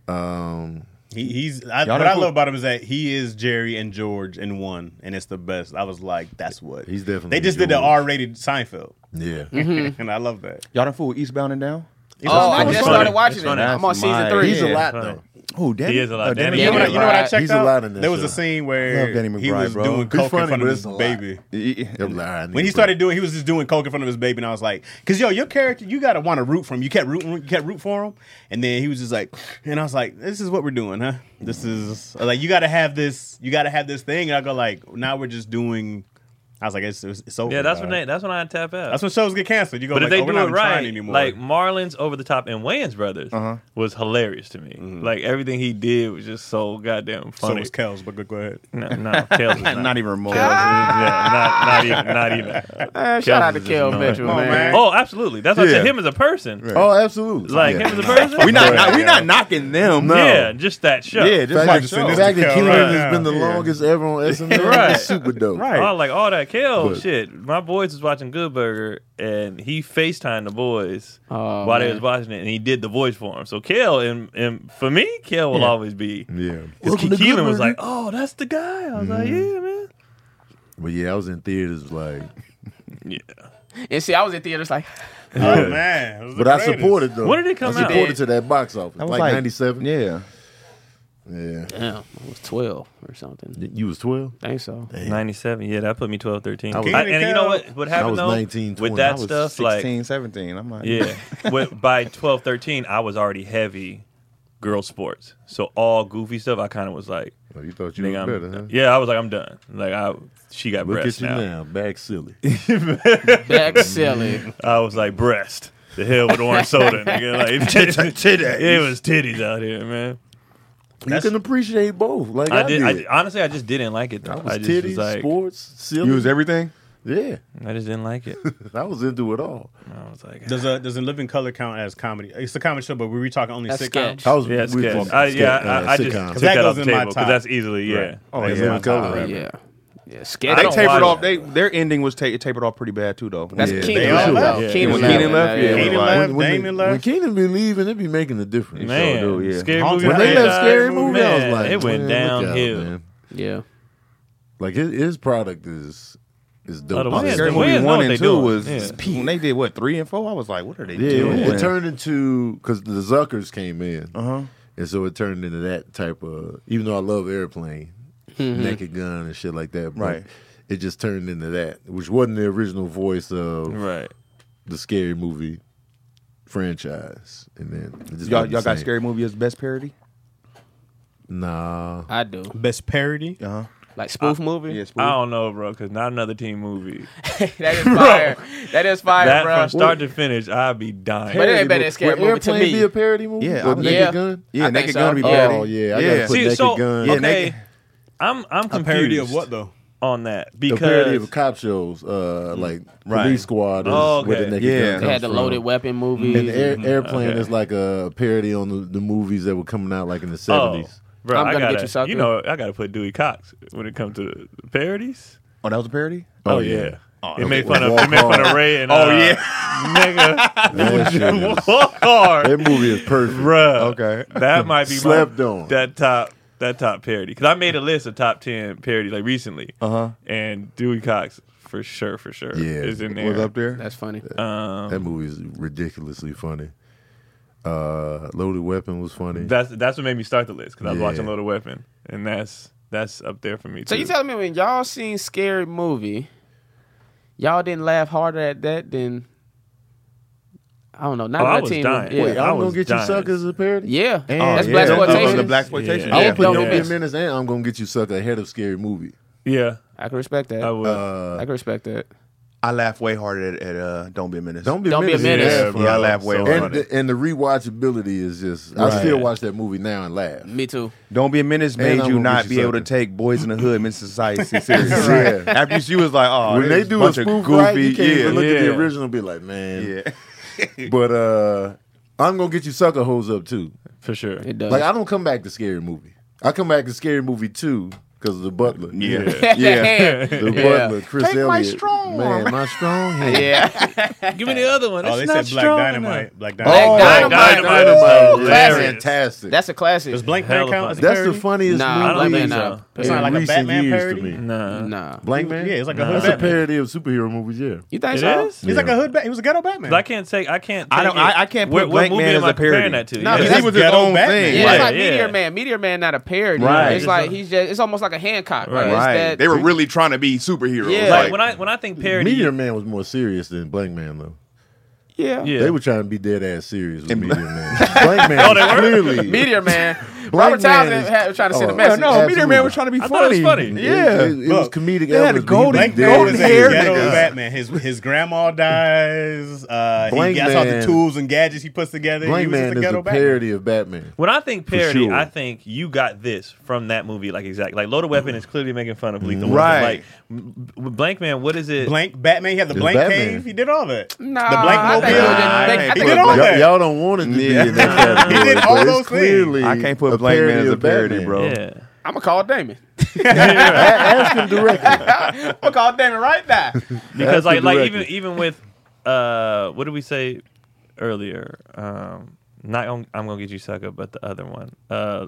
[SPEAKER 3] Um,
[SPEAKER 5] He, he's I,
[SPEAKER 2] Y'all
[SPEAKER 5] what
[SPEAKER 2] know
[SPEAKER 5] I
[SPEAKER 2] who-
[SPEAKER 5] love about him is that he is Jerry and George in one, and it's the best. I was like, that's what
[SPEAKER 3] He's definitely
[SPEAKER 5] They just did the
[SPEAKER 3] George.
[SPEAKER 5] R-rated Seinfeld,
[SPEAKER 3] yeah,
[SPEAKER 5] and I love that.
[SPEAKER 2] Y'all done fool Eastbound and Down?
[SPEAKER 1] Oh, I
[SPEAKER 4] It's
[SPEAKER 1] just
[SPEAKER 4] funny.
[SPEAKER 1] started
[SPEAKER 4] It's
[SPEAKER 1] watching it.
[SPEAKER 4] funny.
[SPEAKER 1] I'm on
[SPEAKER 2] That's
[SPEAKER 1] season
[SPEAKER 2] my-
[SPEAKER 1] three.
[SPEAKER 3] he's a
[SPEAKER 4] Yeah,
[SPEAKER 3] lot
[SPEAKER 4] funny.
[SPEAKER 3] though.
[SPEAKER 2] Oh, Danny.
[SPEAKER 4] He is a lot.
[SPEAKER 2] uh,
[SPEAKER 4] Danny
[SPEAKER 5] You know what I, you know what I
[SPEAKER 1] McBride.
[SPEAKER 5] checked
[SPEAKER 3] He's a
[SPEAKER 5] out?
[SPEAKER 3] lot in that
[SPEAKER 5] there was
[SPEAKER 3] show.
[SPEAKER 5] a scene
[SPEAKER 2] I
[SPEAKER 5] where
[SPEAKER 2] love Danny
[SPEAKER 5] he was
[SPEAKER 2] McBride, bro.
[SPEAKER 5] doing
[SPEAKER 2] He's
[SPEAKER 5] coke
[SPEAKER 3] funny,
[SPEAKER 5] in front
[SPEAKER 3] but
[SPEAKER 5] of
[SPEAKER 3] it's
[SPEAKER 5] his
[SPEAKER 3] a lot.
[SPEAKER 5] baby.
[SPEAKER 3] I'm like, all right, I need
[SPEAKER 5] When he
[SPEAKER 3] a
[SPEAKER 5] started doing, he was just doing coke in front of his baby, and I was like, "Cause yo, your character, you gotta want to root for him. You kept rooting, you kept root for him, and then he was just like, and I was like, this is what we're doing, huh? This is like you gotta have this, you gotta have this thing, and I go like, now we're just doing. I was like, it's it's, it's over.
[SPEAKER 4] Yeah, that's
[SPEAKER 5] dog.
[SPEAKER 4] when they, that's when I tap out.
[SPEAKER 5] That's when shows get canceled. You go,
[SPEAKER 4] but
[SPEAKER 5] like,
[SPEAKER 4] if they
[SPEAKER 5] oh, we're
[SPEAKER 4] do
[SPEAKER 5] not
[SPEAKER 4] it
[SPEAKER 5] even trying
[SPEAKER 4] right,
[SPEAKER 5] anymore.
[SPEAKER 4] like Marlins over the top and Wayans Brothers was hilarious to me. Like everything he did was just so goddamn
[SPEAKER 5] so
[SPEAKER 4] funny.
[SPEAKER 5] was Kels, but go, go ahead.
[SPEAKER 4] no, no, Kels is not.
[SPEAKER 2] Not even remote.
[SPEAKER 4] yeah, not, not even, not even.
[SPEAKER 1] Eh, shout out to
[SPEAKER 4] Kelvin is
[SPEAKER 1] Kel
[SPEAKER 4] annoying.
[SPEAKER 1] Mitchell,
[SPEAKER 5] on,
[SPEAKER 1] man.
[SPEAKER 5] man.
[SPEAKER 4] Oh, absolutely. That's what I said.
[SPEAKER 3] Yeah.
[SPEAKER 4] Him as a person,
[SPEAKER 3] Oh, absolutely.
[SPEAKER 4] like
[SPEAKER 3] yeah.
[SPEAKER 4] him as a person.
[SPEAKER 2] we not, not we not knocking them.
[SPEAKER 4] Yeah, just that show.
[SPEAKER 2] yeah, just
[SPEAKER 3] Fact
[SPEAKER 2] like
[SPEAKER 3] that-
[SPEAKER 5] send this
[SPEAKER 3] fact
[SPEAKER 5] to
[SPEAKER 3] that
[SPEAKER 5] Kel
[SPEAKER 3] Keenan
[SPEAKER 5] right
[SPEAKER 3] has
[SPEAKER 5] now.
[SPEAKER 3] been the
[SPEAKER 5] Yeah.
[SPEAKER 3] longest ever on SNL
[SPEAKER 4] Right.
[SPEAKER 3] is super dope.
[SPEAKER 4] I
[SPEAKER 2] right.
[SPEAKER 4] was like all that Kale
[SPEAKER 3] But-
[SPEAKER 4] shit. My boys was watching Good Burger, and he Facetime the boys
[SPEAKER 1] Oh,
[SPEAKER 4] while they
[SPEAKER 1] man.
[SPEAKER 4] was watching it, and he did the voice for him. So Kale, and, and for me, Kale will always be.
[SPEAKER 3] Yeah.
[SPEAKER 4] Because
[SPEAKER 3] Welcome to Good
[SPEAKER 4] Keelan was
[SPEAKER 3] Burger.
[SPEAKER 4] like, "Oh, that's the guy." I was like, "Yeah, man."
[SPEAKER 3] Mm-hmm. But yeah, I was in theaters like,
[SPEAKER 4] Yeah.
[SPEAKER 1] And see, I was at theaters like,
[SPEAKER 5] Oh man, it was the
[SPEAKER 3] but I
[SPEAKER 5] greatest.
[SPEAKER 3] supported though.
[SPEAKER 4] When did it come
[SPEAKER 3] I
[SPEAKER 4] out?
[SPEAKER 3] supported to that box office,
[SPEAKER 2] I was
[SPEAKER 3] like,
[SPEAKER 2] like-
[SPEAKER 3] '97.
[SPEAKER 2] Yeah.
[SPEAKER 3] Yeah.
[SPEAKER 1] damn, I was twelve or something.
[SPEAKER 3] you was 12.
[SPEAKER 1] I think so.
[SPEAKER 4] 97. Yeah, that put me 12, 13.
[SPEAKER 3] I was-
[SPEAKER 4] I- and you know what? What happened
[SPEAKER 3] was
[SPEAKER 4] though?
[SPEAKER 3] 19,
[SPEAKER 4] with
[SPEAKER 3] 20. I
[SPEAKER 4] that
[SPEAKER 3] was
[SPEAKER 4] stuff,
[SPEAKER 2] 16,
[SPEAKER 4] like
[SPEAKER 2] 17. I'm like,
[SPEAKER 4] yeah, with, by 12, 13, I was already heavy girl sports. So all goofy stuff, I kind of was like,
[SPEAKER 3] Oh, you thought you
[SPEAKER 4] nigga,
[SPEAKER 3] were
[SPEAKER 4] I'm,
[SPEAKER 3] better, huh?
[SPEAKER 4] yeah, I was like, I'm done. Like I, she got
[SPEAKER 3] Look
[SPEAKER 4] breast
[SPEAKER 3] at you
[SPEAKER 4] now.
[SPEAKER 3] now. back silly.
[SPEAKER 1] Back silly.
[SPEAKER 4] I was like, breast. The hell with orange soda, nigga. Like titties. It was titties out here, man.
[SPEAKER 3] you can appreciate both. Like I,
[SPEAKER 4] I did.
[SPEAKER 3] did.
[SPEAKER 4] I, honestly, I just didn't like it. Though.
[SPEAKER 3] I was
[SPEAKER 4] just
[SPEAKER 3] titties,
[SPEAKER 4] was like,
[SPEAKER 3] sports, silly.
[SPEAKER 2] You was everything?
[SPEAKER 3] Yeah,
[SPEAKER 4] I just didn't like it.
[SPEAKER 3] I was into it all.
[SPEAKER 4] And I was like,
[SPEAKER 5] Does a does a Living Color count as comedy? It's a comedy show, but were we talking only
[SPEAKER 1] That's
[SPEAKER 5] sitcoms?
[SPEAKER 1] sketch.
[SPEAKER 3] I was
[SPEAKER 4] yeah,
[SPEAKER 3] with
[SPEAKER 4] sketch.
[SPEAKER 3] the
[SPEAKER 4] I, yeah,
[SPEAKER 3] sketch,
[SPEAKER 4] I,
[SPEAKER 3] uh,
[SPEAKER 4] I just
[SPEAKER 3] sitcoms.
[SPEAKER 4] took
[SPEAKER 5] that
[SPEAKER 4] that, off
[SPEAKER 5] goes
[SPEAKER 4] the
[SPEAKER 5] in my
[SPEAKER 4] table
[SPEAKER 5] top.
[SPEAKER 4] because that's easily yeah.
[SPEAKER 2] Oh,
[SPEAKER 5] That's
[SPEAKER 2] yeah.
[SPEAKER 5] my
[SPEAKER 3] Color.
[SPEAKER 5] top.
[SPEAKER 1] Yeah. Yeah. Sketch.
[SPEAKER 2] They
[SPEAKER 4] don't
[SPEAKER 2] tapered
[SPEAKER 4] watch
[SPEAKER 2] off.
[SPEAKER 4] it.
[SPEAKER 2] They their ending was ta- tapered off pretty bad too, though.
[SPEAKER 1] That's
[SPEAKER 3] Yeah,
[SPEAKER 1] Keenan
[SPEAKER 5] they
[SPEAKER 1] left.
[SPEAKER 5] all
[SPEAKER 1] though.
[SPEAKER 5] left.
[SPEAKER 3] Yeah.
[SPEAKER 1] Keenan
[SPEAKER 2] When
[SPEAKER 1] left.
[SPEAKER 2] Keenan left, yeah.
[SPEAKER 1] Yeah.
[SPEAKER 5] Keenan
[SPEAKER 2] Like,
[SPEAKER 5] left,
[SPEAKER 3] When, when,
[SPEAKER 5] Damon
[SPEAKER 3] the, when
[SPEAKER 5] left.
[SPEAKER 3] Keenan be leaving, it be making a difference.
[SPEAKER 4] Man,
[SPEAKER 2] sure do, yeah.
[SPEAKER 4] scary movie.
[SPEAKER 5] Haunted
[SPEAKER 3] When they
[SPEAKER 5] Hey,
[SPEAKER 3] left
[SPEAKER 4] franchise,
[SPEAKER 3] Scary Movie, I was
[SPEAKER 4] man,
[SPEAKER 3] like,
[SPEAKER 4] it
[SPEAKER 3] man,
[SPEAKER 4] went
[SPEAKER 3] look out,
[SPEAKER 4] downhill.
[SPEAKER 3] man.
[SPEAKER 1] Yeah.
[SPEAKER 3] Like his, his product is is dope.
[SPEAKER 4] Otherwise,
[SPEAKER 3] Yeah,
[SPEAKER 2] Scary
[SPEAKER 4] Where's-
[SPEAKER 2] Movie
[SPEAKER 4] where's
[SPEAKER 2] one
[SPEAKER 4] what they
[SPEAKER 2] and two
[SPEAKER 4] doing?
[SPEAKER 2] was
[SPEAKER 4] Yeah.
[SPEAKER 2] peak. When they did what three and four, I was like, what are they doing?
[SPEAKER 3] it, it turned into because the Zuckers came in,
[SPEAKER 2] Uh-huh.
[SPEAKER 3] and so it turned into that type of. Even though I love Airplane, Naked Gun, and shit like that, but
[SPEAKER 2] Right.
[SPEAKER 3] It just turned into that, which wasn't the original voice of
[SPEAKER 4] Right.
[SPEAKER 3] the Scary Movie franchise. And then it just
[SPEAKER 2] Y'all,
[SPEAKER 3] wasn't
[SPEAKER 2] y'all
[SPEAKER 3] the
[SPEAKER 2] got
[SPEAKER 3] same.
[SPEAKER 2] Scary Movie as best parody?
[SPEAKER 3] Nah,
[SPEAKER 1] I do.
[SPEAKER 5] Best parody.
[SPEAKER 2] Uh huh.
[SPEAKER 1] Like spoof movie.
[SPEAKER 2] Yes.
[SPEAKER 4] I don't know, bro, because not another teen movie.
[SPEAKER 1] that is fire. That is fire,
[SPEAKER 4] that
[SPEAKER 1] bro.
[SPEAKER 4] from start to finish, I'd be dying.
[SPEAKER 1] But it ain't
[SPEAKER 3] Parody
[SPEAKER 1] better
[SPEAKER 3] mo-
[SPEAKER 1] than Scary
[SPEAKER 3] would
[SPEAKER 1] Movie to
[SPEAKER 3] Airplane
[SPEAKER 1] me.
[SPEAKER 3] be a parody movie?
[SPEAKER 2] Yeah,
[SPEAKER 3] Or
[SPEAKER 2] I-
[SPEAKER 3] Naked
[SPEAKER 1] yeah.
[SPEAKER 3] Gun.
[SPEAKER 1] I
[SPEAKER 2] Yeah,
[SPEAKER 1] think
[SPEAKER 2] Naked
[SPEAKER 1] so.
[SPEAKER 2] Gun to be
[SPEAKER 1] Yeah.
[SPEAKER 2] parody.
[SPEAKER 3] Oh yeah, I gotta put
[SPEAKER 4] See,
[SPEAKER 3] Naked
[SPEAKER 4] so
[SPEAKER 3] Gun.
[SPEAKER 4] okay,
[SPEAKER 3] Yeah,
[SPEAKER 2] Naked-
[SPEAKER 4] I'm I'm confused
[SPEAKER 5] Parody of what though?
[SPEAKER 4] on that
[SPEAKER 3] a parody
[SPEAKER 4] because
[SPEAKER 3] of cop shows, uh, like
[SPEAKER 2] Right.
[SPEAKER 3] Police Squad. Is
[SPEAKER 4] Oh,
[SPEAKER 3] where the
[SPEAKER 4] okay.
[SPEAKER 3] Naked
[SPEAKER 2] Yeah.
[SPEAKER 3] Gun
[SPEAKER 2] They
[SPEAKER 1] They had
[SPEAKER 3] comes
[SPEAKER 1] the
[SPEAKER 3] from.
[SPEAKER 1] loaded weapon movie.
[SPEAKER 3] And the air, airplane
[SPEAKER 4] Okay.
[SPEAKER 3] is like a parody on the, the movies that were coming out like in the
[SPEAKER 4] oh,
[SPEAKER 3] seventies.
[SPEAKER 4] bro,
[SPEAKER 1] I'm
[SPEAKER 4] I
[SPEAKER 1] gonna get
[SPEAKER 4] gotta,
[SPEAKER 1] you, sucker.
[SPEAKER 4] you know, I gotta put Dewey Cox when it comes to the parodies.
[SPEAKER 2] Oh, that was a parody.
[SPEAKER 4] Oh, yeah. it made fun of it made fun of Ray and
[SPEAKER 2] Oh,
[SPEAKER 4] uh,
[SPEAKER 2] yeah.
[SPEAKER 4] nigga
[SPEAKER 3] That, shit is-
[SPEAKER 4] walk hard,
[SPEAKER 3] that movie is perfect.
[SPEAKER 4] bruh.
[SPEAKER 2] Okay.
[SPEAKER 4] that might be
[SPEAKER 3] Slept
[SPEAKER 4] my,
[SPEAKER 3] on.
[SPEAKER 4] that top that top parody because I made a list of top ten parodies like recently,
[SPEAKER 2] Uh huh.
[SPEAKER 4] and Dewey Cox for sure, for sure,
[SPEAKER 3] Uh-huh. Yeah,
[SPEAKER 4] is in there.
[SPEAKER 2] Was up there.
[SPEAKER 1] That's funny.
[SPEAKER 4] Um,
[SPEAKER 3] That movie is ridiculously funny. Uh, Loaded Weapon was funny.
[SPEAKER 4] that's that's what made me start the list because I was
[SPEAKER 3] Yeah.
[SPEAKER 4] watching Loaded Weapon, and that's that's up there for me.
[SPEAKER 1] So
[SPEAKER 4] too.
[SPEAKER 1] you telling me when y'all seen scary movie, y'all didn't laugh harder at that than I don't know, not
[SPEAKER 4] Oh, I
[SPEAKER 1] that
[SPEAKER 4] was
[SPEAKER 1] team.
[SPEAKER 4] dying.
[SPEAKER 1] Yeah.
[SPEAKER 3] Wait,
[SPEAKER 4] I
[SPEAKER 3] I'm gonna
[SPEAKER 4] was
[SPEAKER 3] get you
[SPEAKER 4] dying.
[SPEAKER 3] suckers as a parody.
[SPEAKER 1] yeah.
[SPEAKER 3] And-
[SPEAKER 1] That's
[SPEAKER 3] Yeah.
[SPEAKER 1] black
[SPEAKER 3] Don't do
[SPEAKER 1] exploitation.
[SPEAKER 3] the
[SPEAKER 2] black exploitation.
[SPEAKER 3] I would put
[SPEAKER 1] Don't
[SPEAKER 3] Don't Be a
[SPEAKER 1] Miss.
[SPEAKER 3] Menace and I'm gonna get you sucker ahead of Scary Movie.
[SPEAKER 4] yeah,
[SPEAKER 1] I can respect that.
[SPEAKER 4] I would.
[SPEAKER 1] I
[SPEAKER 3] Uh,
[SPEAKER 1] can respect that.
[SPEAKER 2] I laugh way harder at, at uh, Don't Be a Menace.
[SPEAKER 3] Don't be
[SPEAKER 1] Don't
[SPEAKER 3] a
[SPEAKER 1] Be a
[SPEAKER 3] menace.
[SPEAKER 1] Menace.
[SPEAKER 3] Yeah,
[SPEAKER 4] Yeah,
[SPEAKER 3] bro.
[SPEAKER 2] Yeah, I laugh way
[SPEAKER 4] So
[SPEAKER 2] harder.
[SPEAKER 3] and, the, and the rewatchability is just. I
[SPEAKER 2] Right.
[SPEAKER 3] still watch that movie now and laugh.
[SPEAKER 1] Me too.
[SPEAKER 2] Don't Be a Menace made
[SPEAKER 3] I'm
[SPEAKER 2] you
[SPEAKER 3] gonna
[SPEAKER 2] not
[SPEAKER 3] get you
[SPEAKER 2] be able to
[SPEAKER 3] something.
[SPEAKER 2] take Boys in the Hood, Men's Society seriously.
[SPEAKER 3] Right.
[SPEAKER 2] After she was like, oh,
[SPEAKER 3] when they
[SPEAKER 2] there's
[SPEAKER 3] do a
[SPEAKER 2] bunch of
[SPEAKER 3] spoof
[SPEAKER 2] goofy,
[SPEAKER 3] right, you can't even look
[SPEAKER 2] yeah,
[SPEAKER 3] at the
[SPEAKER 4] Yeah.
[SPEAKER 3] original and be like, man.
[SPEAKER 2] yeah.
[SPEAKER 3] But uh, I'm gonna get you sucker hose up too.
[SPEAKER 4] for sure.
[SPEAKER 1] It does.
[SPEAKER 3] Like I don't come back to scary movie. I come back to scary movie two because of the butler.
[SPEAKER 2] Yeah.
[SPEAKER 3] The
[SPEAKER 1] Yeah.
[SPEAKER 3] butler, Chris
[SPEAKER 2] Take
[SPEAKER 3] Elliott.
[SPEAKER 2] my strong
[SPEAKER 3] man,
[SPEAKER 2] arm.
[SPEAKER 3] my strong hand.
[SPEAKER 1] yeah.
[SPEAKER 4] Give me the other one.
[SPEAKER 5] Oh, they said Black Dynamite. Black Dynamite.
[SPEAKER 1] Black Dynamite.
[SPEAKER 3] Black
[SPEAKER 1] Ooh,
[SPEAKER 4] Dynamite is
[SPEAKER 3] Dynamite was
[SPEAKER 1] classic.
[SPEAKER 4] hilarious.
[SPEAKER 3] fantastic.
[SPEAKER 1] That's a classic.
[SPEAKER 5] Does Blank Man
[SPEAKER 4] Hella
[SPEAKER 5] count? as a
[SPEAKER 4] funny.
[SPEAKER 3] That's the
[SPEAKER 5] parody?
[SPEAKER 3] funniest
[SPEAKER 1] Nah, I
[SPEAKER 3] movie
[SPEAKER 1] don't think
[SPEAKER 3] in
[SPEAKER 1] so.
[SPEAKER 5] That's not like a
[SPEAKER 3] recent
[SPEAKER 5] Batman
[SPEAKER 3] years
[SPEAKER 5] parody?
[SPEAKER 3] to me.
[SPEAKER 4] Nah.
[SPEAKER 1] Nah.
[SPEAKER 3] Blank man.
[SPEAKER 5] Yeah, it's like a
[SPEAKER 4] Nah.
[SPEAKER 5] hood
[SPEAKER 3] That's a
[SPEAKER 5] Batman.
[SPEAKER 3] parody of superhero movies. Yeah.
[SPEAKER 1] You think
[SPEAKER 4] It
[SPEAKER 1] so?
[SPEAKER 4] is?
[SPEAKER 5] He's like a hood Batman. He was a ghetto Batman.
[SPEAKER 4] But I can't take. I can't. Take
[SPEAKER 2] I don't-
[SPEAKER 4] It.
[SPEAKER 2] I- I can't put
[SPEAKER 4] What- what
[SPEAKER 2] Blank
[SPEAKER 4] movie
[SPEAKER 2] Man
[SPEAKER 4] am
[SPEAKER 2] as
[SPEAKER 4] I
[SPEAKER 2] a parody.
[SPEAKER 4] comparing that to?
[SPEAKER 1] No,
[SPEAKER 4] Yeah.
[SPEAKER 1] but
[SPEAKER 2] Because he
[SPEAKER 1] that's
[SPEAKER 2] was his
[SPEAKER 5] ghetto
[SPEAKER 2] own
[SPEAKER 5] Batman.
[SPEAKER 2] thing.
[SPEAKER 1] Yeah,
[SPEAKER 4] Right.
[SPEAKER 1] it's like
[SPEAKER 4] Yeah.
[SPEAKER 1] Meteor Man. Meteor Man, not a parody.
[SPEAKER 2] Right.
[SPEAKER 1] It's like he's just. It's almost like a Hancock. Right.
[SPEAKER 4] Right.
[SPEAKER 1] It's
[SPEAKER 2] Right.
[SPEAKER 1] that-
[SPEAKER 2] They were really trying to be superheroes.
[SPEAKER 1] Yeah.
[SPEAKER 4] like,
[SPEAKER 1] Like-
[SPEAKER 4] when I when I think parody,
[SPEAKER 3] Meteor Man was more serious than Blank Man though.
[SPEAKER 1] yeah.
[SPEAKER 4] yeah, Oh,
[SPEAKER 3] They were trying to be dead ass serious with Meteor Man. Blank Man
[SPEAKER 4] they
[SPEAKER 3] was
[SPEAKER 4] were?
[SPEAKER 3] clearly
[SPEAKER 1] Meteor Man.
[SPEAKER 3] Blank
[SPEAKER 1] Robert
[SPEAKER 3] Man
[SPEAKER 1] Townsend
[SPEAKER 3] is-
[SPEAKER 1] had, was trying to send a
[SPEAKER 3] Oh,
[SPEAKER 1] message.
[SPEAKER 3] no, Meteor Man was
[SPEAKER 2] trying to be
[SPEAKER 4] I thought it was Oh, funny. funny.
[SPEAKER 3] Yeah, it, it was
[SPEAKER 5] Look,
[SPEAKER 3] comedic.
[SPEAKER 2] they had
[SPEAKER 3] elements,
[SPEAKER 2] a
[SPEAKER 3] but he was
[SPEAKER 2] golden-
[SPEAKER 5] Blank
[SPEAKER 3] dead
[SPEAKER 5] Man is
[SPEAKER 3] ass
[SPEAKER 5] a
[SPEAKER 2] hair
[SPEAKER 3] serious.
[SPEAKER 5] ghetto
[SPEAKER 2] nigga.
[SPEAKER 5] Batman. His his grandma dies. Uh,
[SPEAKER 3] Blank
[SPEAKER 5] he gets all the
[SPEAKER 3] Man-
[SPEAKER 5] tools and gadgets he puts together. he
[SPEAKER 3] Blank
[SPEAKER 5] was just
[SPEAKER 3] Man
[SPEAKER 5] a
[SPEAKER 3] is
[SPEAKER 5] ghetto
[SPEAKER 3] a
[SPEAKER 5] Batman.
[SPEAKER 3] parody of Batman.
[SPEAKER 4] When I think parody,
[SPEAKER 3] sure.
[SPEAKER 4] I think you got this from that movie, like exactly. Like Loaded Weapon is clearly making fun of Lethal
[SPEAKER 2] Right.
[SPEAKER 4] Weapon. Like m- b- Blank Man, what is it?
[SPEAKER 5] Blank Batman. He had the
[SPEAKER 3] It's
[SPEAKER 5] blank
[SPEAKER 3] Batman.
[SPEAKER 5] cave. He did all that.
[SPEAKER 1] Nah,
[SPEAKER 5] the blank
[SPEAKER 1] I think
[SPEAKER 5] mobile.
[SPEAKER 1] it was just- they- I
[SPEAKER 5] he
[SPEAKER 1] think
[SPEAKER 5] did
[SPEAKER 1] it
[SPEAKER 5] all
[SPEAKER 1] was-
[SPEAKER 3] Y'all,
[SPEAKER 5] that.
[SPEAKER 3] y'all don't want it to be in that category.
[SPEAKER 5] He did
[SPEAKER 3] but
[SPEAKER 5] all
[SPEAKER 3] it's
[SPEAKER 5] those things.
[SPEAKER 3] clearly
[SPEAKER 2] I can't put
[SPEAKER 3] a
[SPEAKER 2] Blank Man as a
[SPEAKER 3] of
[SPEAKER 2] parody,
[SPEAKER 3] Batman.
[SPEAKER 2] bro.
[SPEAKER 4] Yeah.
[SPEAKER 1] I'm gonna call Damon.
[SPEAKER 3] Ask him directly.
[SPEAKER 1] I'm gonna call Damon right now.
[SPEAKER 4] Because
[SPEAKER 3] That's
[SPEAKER 4] like
[SPEAKER 3] the
[SPEAKER 4] like even
[SPEAKER 3] director.
[SPEAKER 4] even with uh what did we say earlier? Um not on, I'm gonna get you sucker, but the other one. Uh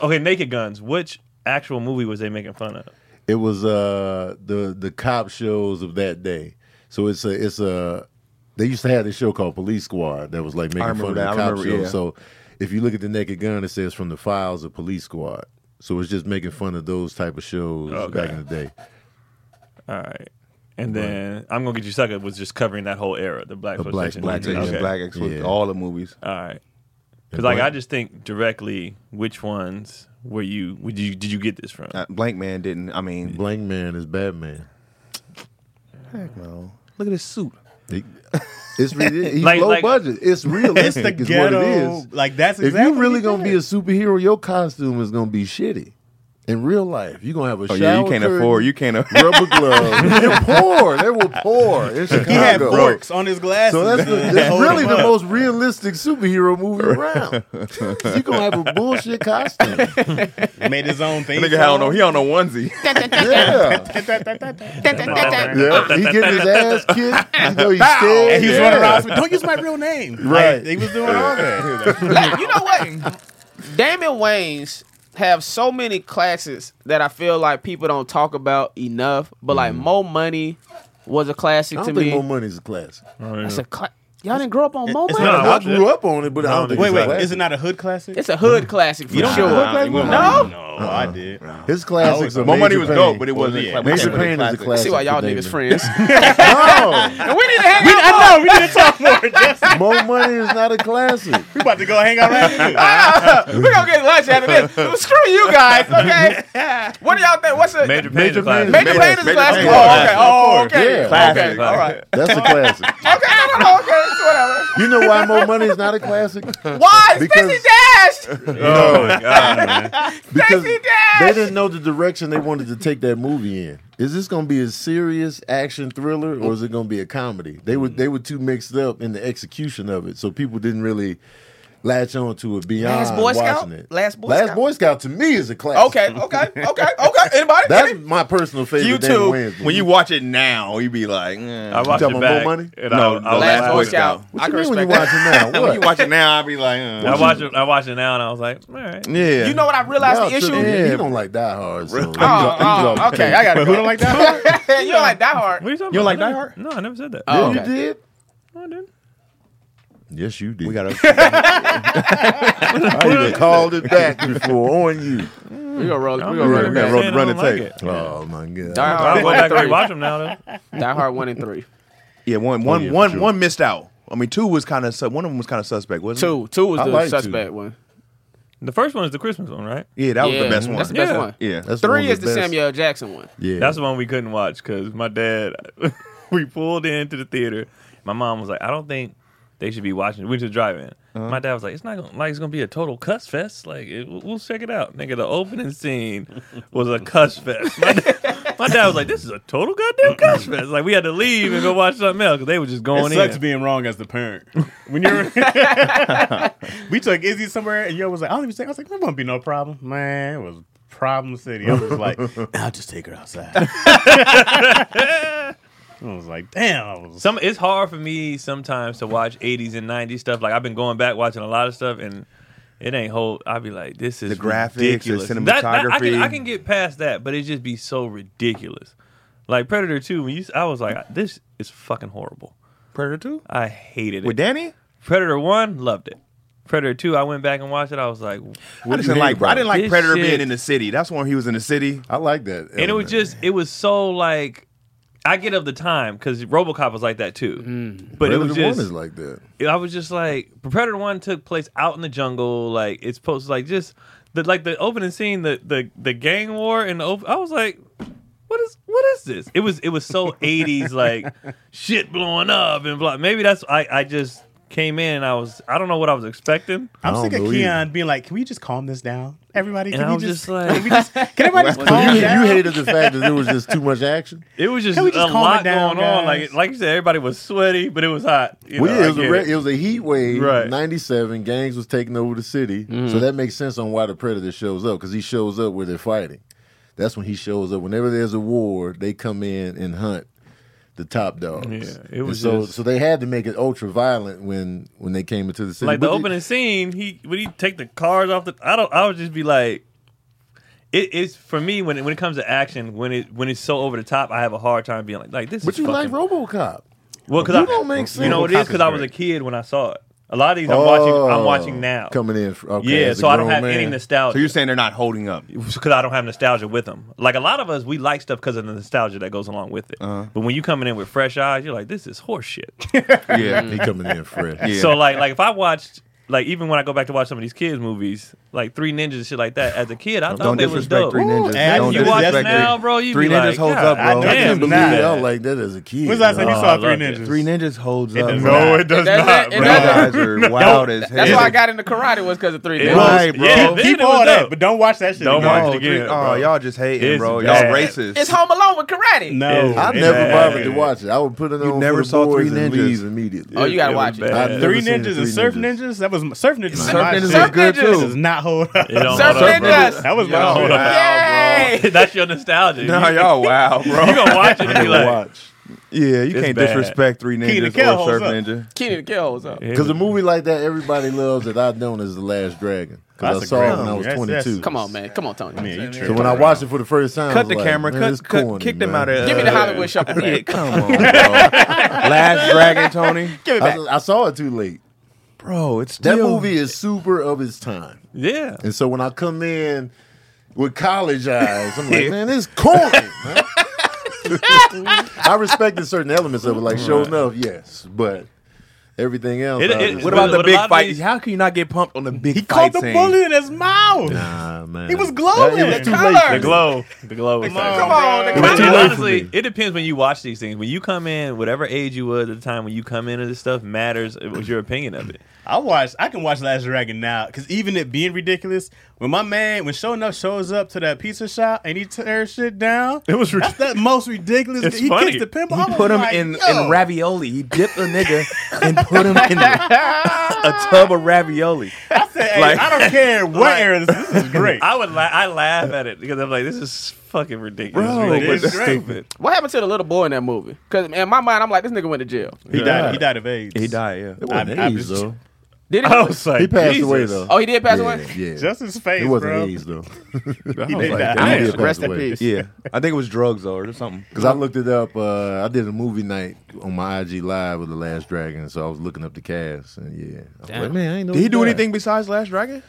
[SPEAKER 4] okay, Naked Guns. Which actual movie was they making fun of?
[SPEAKER 3] It was uh, the the cop shows of that day. So it's a it's a they used to have this show called Police Squad that was like making fun
[SPEAKER 2] remember
[SPEAKER 3] of the
[SPEAKER 2] that. I
[SPEAKER 3] cop
[SPEAKER 2] remember,
[SPEAKER 3] shows.
[SPEAKER 2] yeah.
[SPEAKER 3] So if you look at the Naked Gun, it says from the files of Police Squad. So it's just making fun of those type of shows
[SPEAKER 4] Okay.
[SPEAKER 3] back in the day.
[SPEAKER 4] All right. And then I'm gonna get you sucker was just covering that whole era, the black
[SPEAKER 3] The black-
[SPEAKER 4] exploitation
[SPEAKER 2] Black
[SPEAKER 4] movies.
[SPEAKER 2] Exploitation,
[SPEAKER 4] Okay.
[SPEAKER 2] Black Exploitation,
[SPEAKER 3] Yeah.
[SPEAKER 2] all the movies.
[SPEAKER 4] All right. Because like I
[SPEAKER 3] Blank-
[SPEAKER 4] just think directly, which ones were you? Would you? Did you get this from?
[SPEAKER 2] Uh, Blank Man didn't. I mean,
[SPEAKER 3] Blank Man is Batman.
[SPEAKER 2] no. Look at his suit.
[SPEAKER 3] It- it's re- he's
[SPEAKER 4] Like-
[SPEAKER 3] low
[SPEAKER 4] like-
[SPEAKER 3] budget. It's
[SPEAKER 5] It's
[SPEAKER 3] realistic.
[SPEAKER 5] the
[SPEAKER 3] is what it
[SPEAKER 5] ghetto.
[SPEAKER 3] is.
[SPEAKER 5] Like that's
[SPEAKER 3] If
[SPEAKER 5] exactly.
[SPEAKER 3] you really
[SPEAKER 5] what
[SPEAKER 3] gonna
[SPEAKER 5] he
[SPEAKER 3] be a
[SPEAKER 5] did.
[SPEAKER 3] superhero, your costume is gonna be shitty. In real life, you're gonna have a
[SPEAKER 2] Oh,
[SPEAKER 3] shower.
[SPEAKER 2] yeah, you can't
[SPEAKER 3] curtain,
[SPEAKER 2] afford. You can't afford.
[SPEAKER 3] rubber gloves. You're poor. They were poor. It's Chicago.
[SPEAKER 5] He had forks on his glasses.
[SPEAKER 3] So that's, the, that's
[SPEAKER 5] Hold
[SPEAKER 3] really
[SPEAKER 5] him
[SPEAKER 3] the
[SPEAKER 5] up.
[SPEAKER 3] most realistic superhero movie around. You're gonna have a bullshit costume.
[SPEAKER 5] made his own thing.
[SPEAKER 2] Nigga, I don't know. He on a onesie.
[SPEAKER 3] Yeah, yeah. He getting his ass kicked. You know he's scared.
[SPEAKER 5] and he was
[SPEAKER 3] yeah.
[SPEAKER 5] running around. Don't use my real name.
[SPEAKER 3] Right.
[SPEAKER 5] Like, he was doing all that.
[SPEAKER 1] Like, you know what? Damon Wayans have so many classics that I feel like people don't talk about enough. But like, Mo Money was a classic
[SPEAKER 3] I
[SPEAKER 1] to
[SPEAKER 3] don't think
[SPEAKER 1] me.
[SPEAKER 3] More Money's a classic.
[SPEAKER 1] It's a cla- Y'all didn't grow up on Mo
[SPEAKER 5] it's
[SPEAKER 1] Money.
[SPEAKER 4] not-
[SPEAKER 3] I grew up on it, but I don't think
[SPEAKER 5] Wait,
[SPEAKER 3] it's a
[SPEAKER 5] wait.
[SPEAKER 3] classic.
[SPEAKER 5] Is it not a hood classic?
[SPEAKER 1] It's a hood classic for
[SPEAKER 5] you don't
[SPEAKER 1] sure.
[SPEAKER 5] know
[SPEAKER 3] hood classic?
[SPEAKER 5] no,
[SPEAKER 1] No?
[SPEAKER 5] I did.
[SPEAKER 3] His classics are
[SPEAKER 2] My money
[SPEAKER 3] Major
[SPEAKER 2] was
[SPEAKER 3] Payne.
[SPEAKER 2] dope, but it wasn't.
[SPEAKER 5] yeah.
[SPEAKER 2] like, we
[SPEAKER 3] Major
[SPEAKER 2] can't really
[SPEAKER 3] Payne is a
[SPEAKER 2] classify
[SPEAKER 3] classic.
[SPEAKER 1] See why y'all
[SPEAKER 3] for David.
[SPEAKER 1] niggas friends.
[SPEAKER 3] No,
[SPEAKER 1] and we need to hang out.
[SPEAKER 5] I know. We need to talk more. Justin.
[SPEAKER 3] More Money is not a classic.
[SPEAKER 5] We about to go hang out right now.
[SPEAKER 1] We're gonna get lunch after this. Well, Screw you guys, okay? what do y'all think? What's a
[SPEAKER 4] Major pain.
[SPEAKER 3] Major
[SPEAKER 4] is like-
[SPEAKER 3] pain.
[SPEAKER 1] Major
[SPEAKER 2] Major-
[SPEAKER 1] Payne is a
[SPEAKER 2] Major
[SPEAKER 1] classic?
[SPEAKER 2] Payne.
[SPEAKER 1] Oh, okay. Oh, okay.
[SPEAKER 3] Yeah.
[SPEAKER 1] Okay.
[SPEAKER 2] Classic.
[SPEAKER 1] All right.
[SPEAKER 3] That's a classic.
[SPEAKER 1] Okay. No, no, no, okay. It's whatever.
[SPEAKER 3] You know why More Money is not a classic?
[SPEAKER 1] Why?
[SPEAKER 3] Because-
[SPEAKER 1] Stacey Dash.
[SPEAKER 4] Oh my god, man.
[SPEAKER 3] Because
[SPEAKER 1] Stacey Dash.
[SPEAKER 3] they didn't know the direction they wanted to take that movie in. Is this going to be a serious action thriller or is it going to be a comedy? They were they were too mixed up in the execution of it, so people didn't really latch on to it beyond
[SPEAKER 1] Last Boy Scout?
[SPEAKER 3] watching it.
[SPEAKER 1] Last Boy Scout?
[SPEAKER 3] Scout to me is a classic.
[SPEAKER 1] Okay. Okay. Okay. Okay. Anybody?
[SPEAKER 3] that's
[SPEAKER 1] Any-
[SPEAKER 3] my personal favorite.
[SPEAKER 2] You
[SPEAKER 3] Damon
[SPEAKER 2] too.
[SPEAKER 3] Wayans
[SPEAKER 2] When you watch it now, you be like, eh.
[SPEAKER 4] I watched
[SPEAKER 3] talking
[SPEAKER 4] it
[SPEAKER 3] about
[SPEAKER 4] back.
[SPEAKER 3] Mo Money?
[SPEAKER 4] and
[SPEAKER 2] No,
[SPEAKER 4] I, I
[SPEAKER 2] the
[SPEAKER 4] was
[SPEAKER 1] Last
[SPEAKER 2] Last
[SPEAKER 1] Boy
[SPEAKER 2] Boy
[SPEAKER 1] Scout.
[SPEAKER 3] what
[SPEAKER 1] I
[SPEAKER 3] you
[SPEAKER 1] can
[SPEAKER 3] mean when you
[SPEAKER 1] respect
[SPEAKER 3] watch
[SPEAKER 1] that.
[SPEAKER 3] it now?
[SPEAKER 2] when
[SPEAKER 3] What?
[SPEAKER 2] you watch it now, I be like,
[SPEAKER 4] I
[SPEAKER 2] uh,
[SPEAKER 4] watched it. I watched it now, and I was like, all right.
[SPEAKER 2] yeah.
[SPEAKER 1] You know what I realized
[SPEAKER 3] Y'all
[SPEAKER 1] the issue?
[SPEAKER 3] tripping.
[SPEAKER 1] is?
[SPEAKER 3] You don't like Die Hard. So.
[SPEAKER 1] Oh, oh, okay. I got
[SPEAKER 5] But
[SPEAKER 1] it.
[SPEAKER 5] who don't like that?
[SPEAKER 1] you don't like Die Hard.
[SPEAKER 4] What are you talking
[SPEAKER 2] You
[SPEAKER 4] about?
[SPEAKER 2] like
[SPEAKER 4] I
[SPEAKER 2] Die
[SPEAKER 4] never-
[SPEAKER 2] Hard?
[SPEAKER 4] No, I never said that.
[SPEAKER 1] Oh.
[SPEAKER 3] You
[SPEAKER 1] Okay.
[SPEAKER 3] did?
[SPEAKER 4] No, I didn't.
[SPEAKER 3] Yes, you did.
[SPEAKER 2] We gotta.
[SPEAKER 3] I even called it back before on you.
[SPEAKER 1] We gonna roll. We
[SPEAKER 4] I'm
[SPEAKER 1] gonna
[SPEAKER 4] gonna
[SPEAKER 1] roll. it
[SPEAKER 4] run
[SPEAKER 1] back.
[SPEAKER 4] it
[SPEAKER 2] run- run
[SPEAKER 4] back. I don't
[SPEAKER 2] the
[SPEAKER 4] like
[SPEAKER 2] tape.
[SPEAKER 4] it.
[SPEAKER 3] Oh my god!
[SPEAKER 1] Die
[SPEAKER 4] I'll
[SPEAKER 1] Hard
[SPEAKER 4] go
[SPEAKER 1] one and
[SPEAKER 4] back and
[SPEAKER 1] three.
[SPEAKER 4] watch them now. Though.
[SPEAKER 1] Die Hard one and three.
[SPEAKER 2] Oh, Yeah, one, one,
[SPEAKER 3] yeah, for
[SPEAKER 2] one-
[SPEAKER 3] sure.
[SPEAKER 2] one missed out. I mean, two was kind of su- one of them was kind of suspect, wasn't it?
[SPEAKER 1] Two. Two was
[SPEAKER 3] I
[SPEAKER 1] the
[SPEAKER 3] like two.
[SPEAKER 1] suspect one.
[SPEAKER 4] The first one is the Christmas one, right?
[SPEAKER 2] Yeah, that was
[SPEAKER 1] Yeah,
[SPEAKER 2] the best one.
[SPEAKER 1] That's the best
[SPEAKER 4] Yeah.
[SPEAKER 1] one.
[SPEAKER 2] yeah,
[SPEAKER 3] That's one
[SPEAKER 1] Three
[SPEAKER 3] of
[SPEAKER 1] is the
[SPEAKER 3] best-
[SPEAKER 1] Samuel Jackson one.
[SPEAKER 3] Yeah,
[SPEAKER 4] That's the one we couldn't watch because my dad. we pulled into the theater. My mom was like, "I don't think they should be watching." it." We went to the drive-in. My dad was like, "It's not gonna, like it's gonna be a total cuss fest. Like it, we'll we'll check it out, nigga." The opening scene was a cuss fest. My dad, my dad was like, "This is a total goddamn cuss fest." Like we had to leave and go watch something else because they were just
[SPEAKER 5] It
[SPEAKER 4] going
[SPEAKER 5] sucks
[SPEAKER 4] in.
[SPEAKER 5] being wrong as the parent. When you're, we took Izzy somewhere, and yo was like, "I don't even think." I was like, "There won't be no problem, man." It was problem city. I was like, "I'll just take her outside." I was like, "Damn!" I was,
[SPEAKER 4] Some it's hard for me sometimes to watch 80s and 90s stuff. Like I've been going back watching a lot of stuff and it ain't whole. I'd be like, this is
[SPEAKER 2] The graphics, the
[SPEAKER 4] ridiculous. That- that- I can,
[SPEAKER 2] cinematography.
[SPEAKER 4] I can get past that, but it just be so ridiculous. Like Predator 2, when you, I was like, this is fucking horrible.
[SPEAKER 2] Predator two
[SPEAKER 4] I hated it.
[SPEAKER 2] with Danny.
[SPEAKER 4] Predator 1, loved it. Predator 2, I went back and watched it. I was like,
[SPEAKER 2] I
[SPEAKER 3] you
[SPEAKER 2] didn't
[SPEAKER 3] hate
[SPEAKER 2] like.
[SPEAKER 3] about
[SPEAKER 2] I didn't like
[SPEAKER 4] this
[SPEAKER 2] Predator
[SPEAKER 4] shit?
[SPEAKER 2] being in the city. That's when he was in the city.
[SPEAKER 3] I like that.
[SPEAKER 4] and it was
[SPEAKER 3] element.
[SPEAKER 4] just it was so like I get of the time because RoboCop was like that too,
[SPEAKER 2] Mm.
[SPEAKER 4] but it was
[SPEAKER 3] Predator One
[SPEAKER 4] just
[SPEAKER 3] is like that.
[SPEAKER 4] I was just like Predator One took place out in the jungle, like it's supposed to like just the like the opening scene, the the the gang war, and the op- I was like, what is what is this? It was it was so eighties like shit blowing up and blah. Maybe that's I I just came in and I was I don't know what I was expecting.
[SPEAKER 5] I'm
[SPEAKER 3] I
[SPEAKER 5] sick
[SPEAKER 3] don't
[SPEAKER 5] of
[SPEAKER 3] believe
[SPEAKER 5] Keon being like, "Can we just calm this down, everybody? Can
[SPEAKER 4] And I
[SPEAKER 5] we
[SPEAKER 4] was
[SPEAKER 5] just,
[SPEAKER 4] just like-
[SPEAKER 5] can, we just, can everybody just
[SPEAKER 4] So
[SPEAKER 3] So
[SPEAKER 5] calm
[SPEAKER 3] you,
[SPEAKER 5] down?"
[SPEAKER 3] you hated the fact that there was just too much action.
[SPEAKER 4] It was just,
[SPEAKER 5] Can we just
[SPEAKER 4] a
[SPEAKER 5] calm it
[SPEAKER 4] lot
[SPEAKER 5] down,
[SPEAKER 4] going on.
[SPEAKER 5] guys?
[SPEAKER 4] Like like you said, everybody was sweaty, but it was hot. You
[SPEAKER 3] Well, yeah,
[SPEAKER 4] know, I
[SPEAKER 3] it was, a
[SPEAKER 4] get
[SPEAKER 3] re-
[SPEAKER 4] it.
[SPEAKER 3] it was a heat wave.
[SPEAKER 4] Right. Mm-hmm.
[SPEAKER 3] Ninety-seven gangs was taking over the city, so that makes sense on why the predator shows up because he shows up where they're fighting. That's when he shows up. Whenever there's a war, they come in and hunt the top dogs.
[SPEAKER 4] Yeah, it
[SPEAKER 3] And
[SPEAKER 4] was
[SPEAKER 3] so
[SPEAKER 4] just-
[SPEAKER 3] so they had to make it ultra violent when when they came into the city.
[SPEAKER 4] like the
[SPEAKER 3] But they-
[SPEAKER 4] opening scene, he when he take the cars off the. I don't. I would just be like, it, it's for me when it, when it comes to action when it when it's so over the top. I have a hard time being like like this.
[SPEAKER 3] But
[SPEAKER 4] is
[SPEAKER 3] you like
[SPEAKER 4] fucking,
[SPEAKER 3] RoboCop?
[SPEAKER 4] well, cause
[SPEAKER 3] you
[SPEAKER 4] I,
[SPEAKER 3] don't make
[SPEAKER 4] You know what it
[SPEAKER 5] RoboCop
[SPEAKER 4] is
[SPEAKER 5] is
[SPEAKER 4] because I was a
[SPEAKER 5] great.
[SPEAKER 4] kid when I saw it. A lot of these I'm watching.
[SPEAKER 3] Oh,
[SPEAKER 4] I'm watching now.
[SPEAKER 3] Coming in, fr- okay,
[SPEAKER 4] yeah,
[SPEAKER 3] as a
[SPEAKER 4] so I don't
[SPEAKER 3] grown
[SPEAKER 4] have any
[SPEAKER 3] man.
[SPEAKER 4] nostalgia.
[SPEAKER 2] So you're saying they're not holding up?
[SPEAKER 4] because I don't have nostalgia with them. Like a lot of us, we like stuff because of the nostalgia that goes along with it.
[SPEAKER 3] Uh-huh.
[SPEAKER 4] But when you coming in with fresh eyes, you're like, "This is horse shit."
[SPEAKER 2] Yeah,
[SPEAKER 3] He coming in fresh.
[SPEAKER 2] Yeah.
[SPEAKER 4] So like like if I watched like even when I go back to watch some of these kids movies, like Three Ninjas and shit like that. As a kid, I thought
[SPEAKER 2] Don't
[SPEAKER 4] they was
[SPEAKER 2] disrespect
[SPEAKER 4] dope.
[SPEAKER 2] Three Ninjas.
[SPEAKER 5] and
[SPEAKER 2] Don't
[SPEAKER 4] you watch
[SPEAKER 2] disrespect
[SPEAKER 4] now,
[SPEAKER 2] it.
[SPEAKER 4] bro, you
[SPEAKER 2] Three
[SPEAKER 4] be
[SPEAKER 2] Ninjas
[SPEAKER 4] like,
[SPEAKER 2] holds
[SPEAKER 4] God,
[SPEAKER 2] up, bro.
[SPEAKER 4] I
[SPEAKER 3] I
[SPEAKER 4] Damn,
[SPEAKER 3] can't believe
[SPEAKER 5] nah.
[SPEAKER 3] that. I like that as a kid.
[SPEAKER 5] When's the last time you
[SPEAKER 4] Oh, I
[SPEAKER 5] saw Three
[SPEAKER 4] love it.
[SPEAKER 5] Ninjas?
[SPEAKER 2] Three Ninjas holds
[SPEAKER 5] It
[SPEAKER 2] up.
[SPEAKER 5] does
[SPEAKER 2] bro.
[SPEAKER 5] not.
[SPEAKER 2] You
[SPEAKER 5] No,
[SPEAKER 4] it does
[SPEAKER 1] It doesn't-
[SPEAKER 4] not,
[SPEAKER 1] it
[SPEAKER 4] bro.
[SPEAKER 1] doesn't-
[SPEAKER 2] guys are wild as hell.
[SPEAKER 1] That's why I got into karate was because of Three
[SPEAKER 4] It
[SPEAKER 1] Ninjas.
[SPEAKER 4] was-
[SPEAKER 2] Right, bro.
[SPEAKER 4] Yeah, then
[SPEAKER 5] Keep
[SPEAKER 4] it was
[SPEAKER 5] all that,
[SPEAKER 4] dope.
[SPEAKER 5] but don't watch that shit.
[SPEAKER 4] Don't
[SPEAKER 5] again.
[SPEAKER 4] watch
[SPEAKER 2] No,
[SPEAKER 4] it again,
[SPEAKER 2] three-
[SPEAKER 4] bro.
[SPEAKER 2] oh, y'all just hating,
[SPEAKER 4] It's
[SPEAKER 2] bro.
[SPEAKER 4] bad.
[SPEAKER 2] Y'all racist.
[SPEAKER 1] It's Home Alone with karate.
[SPEAKER 5] No,
[SPEAKER 3] I
[SPEAKER 4] It's
[SPEAKER 3] never
[SPEAKER 4] bad.
[SPEAKER 3] bothered to watch it. I would put it on.
[SPEAKER 2] never
[SPEAKER 3] for the
[SPEAKER 2] saw
[SPEAKER 3] boys
[SPEAKER 2] Three
[SPEAKER 3] and
[SPEAKER 2] Ninjas?
[SPEAKER 3] leave immediately.
[SPEAKER 1] Oh, you gotta
[SPEAKER 4] It
[SPEAKER 1] watch
[SPEAKER 4] was
[SPEAKER 1] it.
[SPEAKER 4] bad.
[SPEAKER 3] I've never
[SPEAKER 5] Three
[SPEAKER 3] seen the
[SPEAKER 5] Ninjas
[SPEAKER 3] Three
[SPEAKER 5] and Surf
[SPEAKER 3] Ninjas.
[SPEAKER 5] Ninjas. That was my- Surf Ninjas.
[SPEAKER 2] Surf Ninjas is
[SPEAKER 5] Surf
[SPEAKER 2] good,
[SPEAKER 5] Ninjas
[SPEAKER 2] too.
[SPEAKER 5] Does not hold up.
[SPEAKER 4] It don't
[SPEAKER 1] Surf
[SPEAKER 4] hold up, bro.
[SPEAKER 1] Ninjas.
[SPEAKER 5] That was my
[SPEAKER 2] Y'all
[SPEAKER 5] hold up.
[SPEAKER 2] wow, bro.
[SPEAKER 1] Yay!
[SPEAKER 4] That's your nostalgia.
[SPEAKER 2] No,
[SPEAKER 4] you,
[SPEAKER 2] y'all wow, bro.
[SPEAKER 4] you gonna watch it and be
[SPEAKER 3] Never
[SPEAKER 4] like,
[SPEAKER 3] watch.
[SPEAKER 2] Yeah, you
[SPEAKER 4] It's
[SPEAKER 2] can't
[SPEAKER 4] bad.
[SPEAKER 2] disrespect Three
[SPEAKER 5] Key to
[SPEAKER 2] Ninjas
[SPEAKER 5] Kill
[SPEAKER 2] or Surf
[SPEAKER 5] holds up.
[SPEAKER 2] Ninja.
[SPEAKER 1] Kenny the Kill was up.
[SPEAKER 3] Because a movie like that, everybody loves that I've known as The Last Dragon. Because
[SPEAKER 5] That's
[SPEAKER 3] I
[SPEAKER 5] a
[SPEAKER 3] saw
[SPEAKER 5] great
[SPEAKER 3] it when I
[SPEAKER 5] movie.
[SPEAKER 3] was
[SPEAKER 5] That's-
[SPEAKER 3] 22.
[SPEAKER 5] that's-
[SPEAKER 1] Come on, man. Come on, Tony.
[SPEAKER 5] Man, you
[SPEAKER 3] So
[SPEAKER 5] tripping.
[SPEAKER 3] when I watched it for the first time, I
[SPEAKER 2] Cut
[SPEAKER 3] was
[SPEAKER 2] the
[SPEAKER 3] like,
[SPEAKER 2] camera.
[SPEAKER 3] man, it's
[SPEAKER 2] Cut,
[SPEAKER 3] corny,
[SPEAKER 2] cut, kick them
[SPEAKER 3] man.
[SPEAKER 2] out of.
[SPEAKER 1] Give me the
[SPEAKER 2] uh,
[SPEAKER 1] Hollywood shuffle.
[SPEAKER 2] Yeah,
[SPEAKER 1] man.
[SPEAKER 2] come on, bro. Last Dragon, Tony.
[SPEAKER 1] Give it
[SPEAKER 3] I,
[SPEAKER 1] back.
[SPEAKER 3] was- I saw it too late.
[SPEAKER 2] Bro, it's
[SPEAKER 3] That
[SPEAKER 2] still-
[SPEAKER 3] movie is super of its time.
[SPEAKER 4] yeah.
[SPEAKER 3] And so when I come in with college eyes, I'm like, man, this corny. man." I respected certain elements of it, like sure enough, yes, but everything else.
[SPEAKER 4] It-
[SPEAKER 3] I was
[SPEAKER 4] it-
[SPEAKER 3] just
[SPEAKER 2] What
[SPEAKER 4] But
[SPEAKER 2] about the
[SPEAKER 4] what
[SPEAKER 2] big
[SPEAKER 4] a lot of
[SPEAKER 2] fight?
[SPEAKER 4] these-
[SPEAKER 2] How can you not get pumped on the big
[SPEAKER 5] He
[SPEAKER 2] fight
[SPEAKER 5] caught the
[SPEAKER 2] scene?
[SPEAKER 5] bullet in his mouth.
[SPEAKER 3] Nah, man.
[SPEAKER 5] He was glowing.
[SPEAKER 3] That
[SPEAKER 5] The
[SPEAKER 3] is too
[SPEAKER 5] color.
[SPEAKER 3] late for
[SPEAKER 4] The
[SPEAKER 3] me.
[SPEAKER 4] glow. The glow. was like-
[SPEAKER 1] Come on, the
[SPEAKER 4] But
[SPEAKER 1] color.
[SPEAKER 3] too late for
[SPEAKER 4] honestly,
[SPEAKER 3] me.
[SPEAKER 4] it depends when you watch these things. When you come in, whatever age you was at the time when you come into this stuff matters. It was your opinion of it.
[SPEAKER 5] I watch. I can watch Last Dragon now because even it being ridiculous, when my man, when Show Enough shows up to that pizza shop and he tears shit down,
[SPEAKER 4] It was
[SPEAKER 5] that's that most ridiculous.
[SPEAKER 4] It's
[SPEAKER 5] he
[SPEAKER 4] funny.
[SPEAKER 5] kicks the pimple.
[SPEAKER 2] He
[SPEAKER 5] I was
[SPEAKER 2] put him
[SPEAKER 5] like,
[SPEAKER 2] in, in
[SPEAKER 5] yo.
[SPEAKER 2] ravioli. He dipped a nigga and put him in a tub of ravioli.
[SPEAKER 5] I said, hey,
[SPEAKER 2] Like-
[SPEAKER 5] I don't care what era this is. This is great.
[SPEAKER 4] I would. La- I laugh at it because I'm like, this is fucking ridiculous.
[SPEAKER 2] Bro,
[SPEAKER 4] Like,
[SPEAKER 5] it's
[SPEAKER 4] this is
[SPEAKER 5] great.
[SPEAKER 4] stupid.
[SPEAKER 1] What happened to the little boy in that movie? Because in my mind, I'm like, this nigga went to jail.
[SPEAKER 5] he died. He died of AIDS.
[SPEAKER 2] He died, yeah.
[SPEAKER 3] It wasn't
[SPEAKER 5] I- I
[SPEAKER 3] AIDS,
[SPEAKER 5] just-
[SPEAKER 3] though.
[SPEAKER 1] Did he?
[SPEAKER 4] I was like,
[SPEAKER 3] He passed
[SPEAKER 4] Jesus.
[SPEAKER 3] away though.
[SPEAKER 1] oh, he did pass
[SPEAKER 3] yeah,
[SPEAKER 1] away.
[SPEAKER 3] Yeah,
[SPEAKER 5] Just his face,
[SPEAKER 3] it wasn't
[SPEAKER 5] bro.
[SPEAKER 3] AIDS though.
[SPEAKER 5] He
[SPEAKER 3] Like,
[SPEAKER 5] did die.
[SPEAKER 3] that. He
[SPEAKER 1] Damn.
[SPEAKER 3] did pass
[SPEAKER 1] Rest in
[SPEAKER 3] away.
[SPEAKER 1] peace.
[SPEAKER 2] Yeah. I think it was drugs though, or something.
[SPEAKER 3] Because I looked it up. Uh, I did a movie night on my IG live with The Last Dragon, so I was looking up the cast, and yeah, I was like, man, I ain't know
[SPEAKER 2] Did he do
[SPEAKER 3] died.
[SPEAKER 2] anything besides Last Dragon?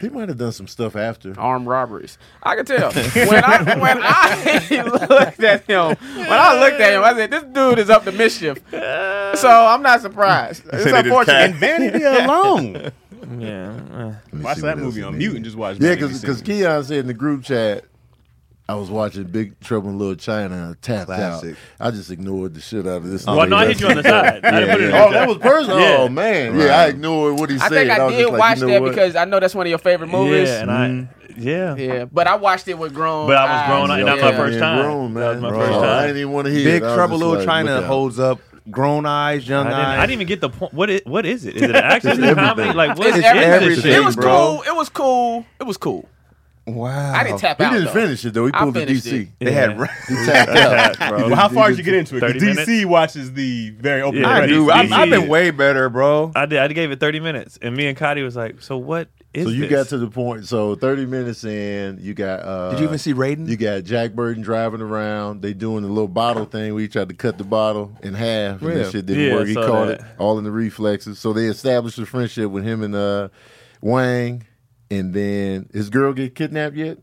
[SPEAKER 3] He might have done some stuff after.
[SPEAKER 1] Armed robberies. I can tell. When I when I looked at him, when I looked at him, I said, this dude is up to mischief. So I'm not surprised. It's
[SPEAKER 2] said they just
[SPEAKER 1] unfortunate.
[SPEAKER 5] And Vanity alone.
[SPEAKER 4] Yeah. uh.
[SPEAKER 3] Let me
[SPEAKER 5] watch
[SPEAKER 3] see
[SPEAKER 5] that
[SPEAKER 3] what else
[SPEAKER 5] movie
[SPEAKER 3] he
[SPEAKER 5] on
[SPEAKER 3] did.
[SPEAKER 5] mute and just watch.
[SPEAKER 3] Yeah,
[SPEAKER 5] Vanity
[SPEAKER 3] because
[SPEAKER 5] Scene.
[SPEAKER 3] Keon said in the group chat, I was watching Big Trouble in Little China and I tapped
[SPEAKER 2] Classic.
[SPEAKER 3] out. I just ignored the shit out of this.
[SPEAKER 4] Well, Oh, no, I hit you on the side. I didn't put it in the
[SPEAKER 3] Oh,
[SPEAKER 4] chat.
[SPEAKER 3] that was personal.
[SPEAKER 4] Yeah.
[SPEAKER 3] Oh man, yeah, I ignored what he
[SPEAKER 1] I
[SPEAKER 3] said.
[SPEAKER 1] think I
[SPEAKER 3] was
[SPEAKER 1] did
[SPEAKER 3] just like,
[SPEAKER 1] watch
[SPEAKER 3] you know
[SPEAKER 1] that
[SPEAKER 3] what?
[SPEAKER 1] because I know that's one of your favorite movies.
[SPEAKER 4] Yeah, and I. Mm. Yeah.
[SPEAKER 1] Yeah, but I watched it with grown.
[SPEAKER 4] But I was grown,
[SPEAKER 1] eyes.
[SPEAKER 4] and that's
[SPEAKER 1] yeah.
[SPEAKER 4] my first
[SPEAKER 3] Yeah,
[SPEAKER 4] time.
[SPEAKER 3] grown,
[SPEAKER 4] That was my
[SPEAKER 3] man.
[SPEAKER 4] first
[SPEAKER 3] Bro, I
[SPEAKER 4] time.
[SPEAKER 3] didn't even want to hear.
[SPEAKER 2] Big
[SPEAKER 3] it. I was
[SPEAKER 2] Trouble
[SPEAKER 3] just
[SPEAKER 2] Little
[SPEAKER 3] like,
[SPEAKER 2] China
[SPEAKER 3] look out.
[SPEAKER 2] holds up. Grown eyes, young
[SPEAKER 4] I didn't,
[SPEAKER 2] eyes.
[SPEAKER 4] I didn't even get the point. What is, what is it? Is it an action?
[SPEAKER 3] everything.
[SPEAKER 4] comedy? Like what
[SPEAKER 1] It's
[SPEAKER 4] is
[SPEAKER 1] everything.
[SPEAKER 4] this shit?
[SPEAKER 1] It was
[SPEAKER 2] bro.
[SPEAKER 1] cool. It was cool. It was cool.
[SPEAKER 2] Wow.
[SPEAKER 1] I didn't tap
[SPEAKER 3] He
[SPEAKER 1] out.
[SPEAKER 3] didn't
[SPEAKER 1] though.
[SPEAKER 3] finish it though. He
[SPEAKER 1] I
[SPEAKER 3] pulled the
[SPEAKER 1] finished
[SPEAKER 3] DC.
[SPEAKER 1] it.
[SPEAKER 2] They had.
[SPEAKER 4] Yeah.
[SPEAKER 3] He tapped out, bro.
[SPEAKER 5] Well, how far did you get into it?
[SPEAKER 4] 30
[SPEAKER 5] Because DC
[SPEAKER 4] minutes?
[SPEAKER 5] watches the very open.
[SPEAKER 4] Yeah,
[SPEAKER 2] I
[SPEAKER 4] Right.
[SPEAKER 5] credits.
[SPEAKER 2] do. I've,
[SPEAKER 4] DC.
[SPEAKER 2] I've been way better, bro.
[SPEAKER 4] I did. I gave it 30 minutes, and me and Cotty was like, "So what is?"
[SPEAKER 3] So you
[SPEAKER 4] this?
[SPEAKER 3] got to the point. So thirty minutes in, you got. Uh,
[SPEAKER 2] Did you even see Raiden?
[SPEAKER 3] You got Jack Burton driving around. They doing the little bottle thing where he tried to cut the bottle in half, and
[SPEAKER 2] Yeah.
[SPEAKER 3] that shit didn't
[SPEAKER 4] Yeah, I
[SPEAKER 3] work. He
[SPEAKER 4] saw
[SPEAKER 3] caught
[SPEAKER 4] that.
[SPEAKER 3] it all in the reflexes. So they established a friendship with him and uh, Wang, and then his girl get kidnapped yet?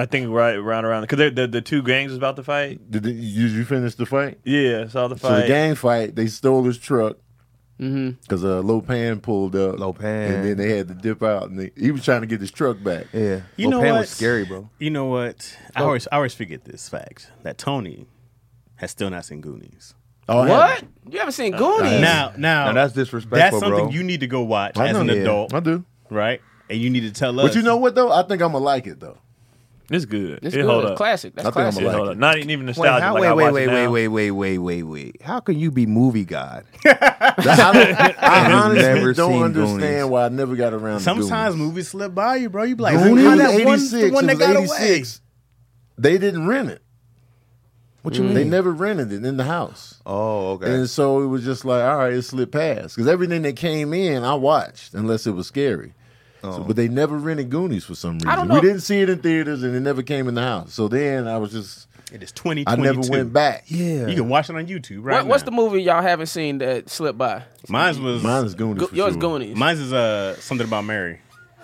[SPEAKER 4] I think right around around because the the two gangs was about to fight.
[SPEAKER 3] Did, they- did you finish the fight?
[SPEAKER 4] Yeah, saw the
[SPEAKER 3] So
[SPEAKER 4] fight. Mm-hmm.
[SPEAKER 3] the gang fight, they stole his truck because mm uh, Lopan pulled up.
[SPEAKER 2] Lopan.
[SPEAKER 3] and then they had to dip out, and they, he was trying to get his truck back.
[SPEAKER 2] Yeah.
[SPEAKER 5] You know
[SPEAKER 2] Lil Pan
[SPEAKER 5] what?
[SPEAKER 2] was scary, bro.
[SPEAKER 5] You know what? I always, I always forget this fact that Tony has still not seen Goonies.
[SPEAKER 3] Oh,
[SPEAKER 1] What? You haven't
[SPEAKER 4] Uh,
[SPEAKER 1] seen Goonies?
[SPEAKER 5] Now, now,
[SPEAKER 2] Now, that's
[SPEAKER 5] that's
[SPEAKER 2] disrespectful,
[SPEAKER 5] something
[SPEAKER 2] bro.
[SPEAKER 5] you need to go watch
[SPEAKER 3] I
[SPEAKER 5] as
[SPEAKER 3] know,
[SPEAKER 5] an
[SPEAKER 3] yeah.
[SPEAKER 5] adult,
[SPEAKER 3] I do.
[SPEAKER 5] right? And you need to tell us.
[SPEAKER 3] But you know what though? I think I'm gonna like it though.
[SPEAKER 4] it's good.
[SPEAKER 1] It's
[SPEAKER 4] it
[SPEAKER 1] good.
[SPEAKER 4] hold
[SPEAKER 1] It's
[SPEAKER 4] up.
[SPEAKER 1] classic. That's
[SPEAKER 3] I think I'm
[SPEAKER 4] It
[SPEAKER 1] classic.
[SPEAKER 3] a-
[SPEAKER 4] hold
[SPEAKER 3] Like
[SPEAKER 4] up. Not even nostalgic. like I watch it now.
[SPEAKER 2] wait, wait, wait, wait. How can you be movie god?
[SPEAKER 3] That- I, don't, I
[SPEAKER 2] I've
[SPEAKER 3] honestly
[SPEAKER 2] never
[SPEAKER 3] don't
[SPEAKER 2] seen
[SPEAKER 3] understand
[SPEAKER 2] Goonies.
[SPEAKER 3] why I never got around. to
[SPEAKER 5] sometimes
[SPEAKER 3] Goonies.
[SPEAKER 5] movies slip by you, bro. You be like,
[SPEAKER 3] Goonies
[SPEAKER 5] how that one,
[SPEAKER 3] eighty
[SPEAKER 5] the
[SPEAKER 3] six.
[SPEAKER 5] one that got away.
[SPEAKER 3] They didn't rent it. What you mean? They never rented it in the house,
[SPEAKER 2] Oh, okay.
[SPEAKER 3] and so it was just like, all right, it slipped past because everything that came in, I watched unless it was scary. So- but they never rented Goonies for some reason.
[SPEAKER 1] don't know
[SPEAKER 3] We
[SPEAKER 1] if-
[SPEAKER 3] didn't see it in theaters, and it never came in the house. So then I was just,
[SPEAKER 5] It is twenty.
[SPEAKER 3] I never went back.
[SPEAKER 2] yeah.
[SPEAKER 5] You can watch it on YouTube, right?
[SPEAKER 1] What, what's
[SPEAKER 5] now.
[SPEAKER 1] the movie y'all haven't seen that slipped by?
[SPEAKER 5] Mine's was
[SPEAKER 3] Mine is Goonies.
[SPEAKER 1] Go-
[SPEAKER 3] for
[SPEAKER 1] yours
[SPEAKER 3] sure.
[SPEAKER 1] Goonies. Oh.
[SPEAKER 5] Mine's is uh something about Mary.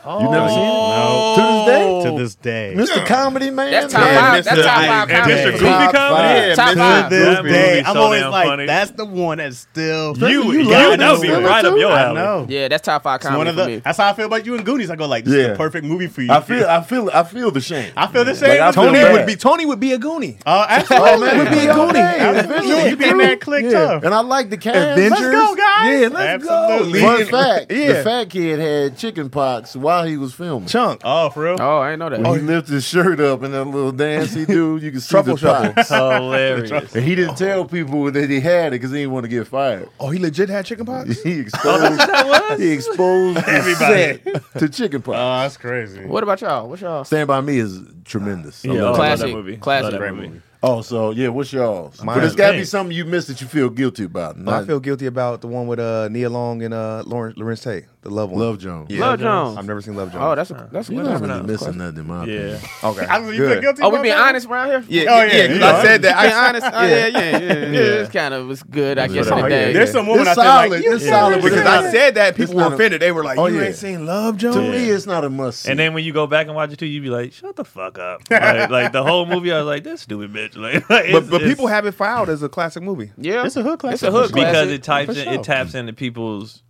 [SPEAKER 3] You never seen it?
[SPEAKER 5] No.
[SPEAKER 3] To this day?
[SPEAKER 5] to this day.
[SPEAKER 3] Mr. Comedy Man.
[SPEAKER 1] That's top
[SPEAKER 3] man.
[SPEAKER 1] five. That's
[SPEAKER 5] Mr.
[SPEAKER 1] top
[SPEAKER 5] I-
[SPEAKER 1] five
[SPEAKER 4] and
[SPEAKER 1] comedy.
[SPEAKER 4] Mr. Goofy
[SPEAKER 3] Top
[SPEAKER 4] comedy.
[SPEAKER 3] five.
[SPEAKER 1] Top
[SPEAKER 5] to
[SPEAKER 1] five.
[SPEAKER 5] this
[SPEAKER 4] That
[SPEAKER 5] day,
[SPEAKER 4] movie
[SPEAKER 5] I'm
[SPEAKER 4] so
[SPEAKER 5] always
[SPEAKER 4] damn
[SPEAKER 5] like,
[SPEAKER 4] funny.
[SPEAKER 5] that's the one that's still.
[SPEAKER 4] You, you,
[SPEAKER 3] You
[SPEAKER 4] yeah,
[SPEAKER 3] love
[SPEAKER 4] that would
[SPEAKER 3] this
[SPEAKER 4] be
[SPEAKER 3] movie
[SPEAKER 4] right up
[SPEAKER 3] too?
[SPEAKER 4] your
[SPEAKER 3] I
[SPEAKER 5] I
[SPEAKER 4] alley.
[SPEAKER 5] know.
[SPEAKER 1] Yeah, that's top five
[SPEAKER 5] It's one
[SPEAKER 1] comedy
[SPEAKER 5] of the-
[SPEAKER 1] for me.
[SPEAKER 5] That's how I feel about you and Goonies. I go like, this is
[SPEAKER 3] Yeah.
[SPEAKER 5] the perfect movie for you.
[SPEAKER 3] I feel. I feel. I feel the shame.
[SPEAKER 5] I feel the
[SPEAKER 3] Like,
[SPEAKER 5] same.
[SPEAKER 3] I
[SPEAKER 5] as
[SPEAKER 3] feel
[SPEAKER 5] Tony
[SPEAKER 3] bad.
[SPEAKER 5] would be.
[SPEAKER 2] Tony would be a Goonie.
[SPEAKER 5] Oh,
[SPEAKER 3] Oh,
[SPEAKER 5] absolutely.
[SPEAKER 3] man, would be a Goonie.
[SPEAKER 5] Absolutely.
[SPEAKER 3] Yeah,
[SPEAKER 5] You be in that clique, tough.
[SPEAKER 3] And I like the cast.
[SPEAKER 2] Avengers.
[SPEAKER 5] Let's go, guys.
[SPEAKER 2] Yeah, let's
[SPEAKER 5] Absolutely.
[SPEAKER 2] go.
[SPEAKER 3] Fun fact:
[SPEAKER 2] Yeah.
[SPEAKER 3] the fat kid had chicken pox while he was filming.
[SPEAKER 2] Chunk.
[SPEAKER 5] Oh, for real?
[SPEAKER 1] Oh, I didn't know that.
[SPEAKER 3] When he lifted his shirt up and that little dance he do, you can see
[SPEAKER 2] Truffle
[SPEAKER 3] the pox.
[SPEAKER 2] shuffle.
[SPEAKER 4] Hilarious.
[SPEAKER 3] And he didn't tell people that he had it because he didn't want to get fired.
[SPEAKER 2] Oh, he legit had chicken pox?
[SPEAKER 3] He exposed. He exposed the
[SPEAKER 5] Everybody.
[SPEAKER 3] set to chicken pox.
[SPEAKER 5] Oh, that's crazy.
[SPEAKER 1] What about y'all? What's y'all?
[SPEAKER 3] Stand by Me is tremendous. I love
[SPEAKER 4] Yeah, oh,
[SPEAKER 3] it.
[SPEAKER 4] I love
[SPEAKER 1] Classic.
[SPEAKER 4] that movie.
[SPEAKER 1] Classic.
[SPEAKER 4] Love that
[SPEAKER 5] Great
[SPEAKER 4] movie.
[SPEAKER 5] movie.
[SPEAKER 3] Oh, so yeah, what's y'all's?
[SPEAKER 2] Mine
[SPEAKER 3] but
[SPEAKER 2] is
[SPEAKER 3] it's got to be
[SPEAKER 4] pink.
[SPEAKER 3] something you missed that you feel guilty about.
[SPEAKER 2] I
[SPEAKER 3] Not
[SPEAKER 2] feel guilty about the one with uh, Nia Long and uh, Lawrence, Lawrence Tate, the love one.
[SPEAKER 3] Love Jones.
[SPEAKER 2] Yeah.
[SPEAKER 1] Love
[SPEAKER 2] I've
[SPEAKER 1] Jones.
[SPEAKER 2] never seen Love Jones.
[SPEAKER 1] Oh, that's a that's a
[SPEAKER 3] You're
[SPEAKER 1] good
[SPEAKER 3] not
[SPEAKER 1] one.
[SPEAKER 3] really missing nothing, in my
[SPEAKER 4] Yeah.
[SPEAKER 3] opinion.
[SPEAKER 2] okay.
[SPEAKER 5] I was, you feel
[SPEAKER 2] good.
[SPEAKER 5] guilty
[SPEAKER 1] Oh, we
[SPEAKER 5] about
[SPEAKER 1] being
[SPEAKER 5] that?
[SPEAKER 1] honest around here.
[SPEAKER 2] Yeah,
[SPEAKER 5] Oh,
[SPEAKER 2] yeah,
[SPEAKER 5] yeah,
[SPEAKER 2] yeah,
[SPEAKER 5] you
[SPEAKER 2] I
[SPEAKER 5] are.
[SPEAKER 2] said that.
[SPEAKER 1] being
[SPEAKER 2] I,
[SPEAKER 1] honest. Oh, yeah, yeah, yeah. yeah. It's kind of was good, I guess.
[SPEAKER 3] Yeah.
[SPEAKER 1] in the
[SPEAKER 3] Oh,
[SPEAKER 1] day.
[SPEAKER 2] yeah.
[SPEAKER 5] There's some woman
[SPEAKER 3] It's
[SPEAKER 5] out there like,
[SPEAKER 3] solid.
[SPEAKER 5] you
[SPEAKER 3] It's
[SPEAKER 5] feel
[SPEAKER 3] solid,
[SPEAKER 5] like
[SPEAKER 3] but
[SPEAKER 2] because
[SPEAKER 3] it's
[SPEAKER 5] that?
[SPEAKER 3] not
[SPEAKER 2] I said that, people
[SPEAKER 3] not
[SPEAKER 2] were
[SPEAKER 3] a-
[SPEAKER 2] offended. They were like,
[SPEAKER 3] Oh,
[SPEAKER 2] "You
[SPEAKER 3] yeah.
[SPEAKER 2] ain't seen Love Jones."
[SPEAKER 3] To me, it's not a must.
[SPEAKER 4] And then when you go back and watch it too, you be like, "Shut the fuck up!" Like, like the whole movie, I was like, "This stupid bitch." Like, like, it's-
[SPEAKER 2] but but
[SPEAKER 4] it's-
[SPEAKER 2] people have it filed as a classic movie.
[SPEAKER 1] Yeah,
[SPEAKER 5] It's a hood classic.
[SPEAKER 1] It's a hood
[SPEAKER 5] Because
[SPEAKER 1] classic.
[SPEAKER 4] because it types
[SPEAKER 5] For
[SPEAKER 4] in,
[SPEAKER 5] sure.
[SPEAKER 4] it taps into people's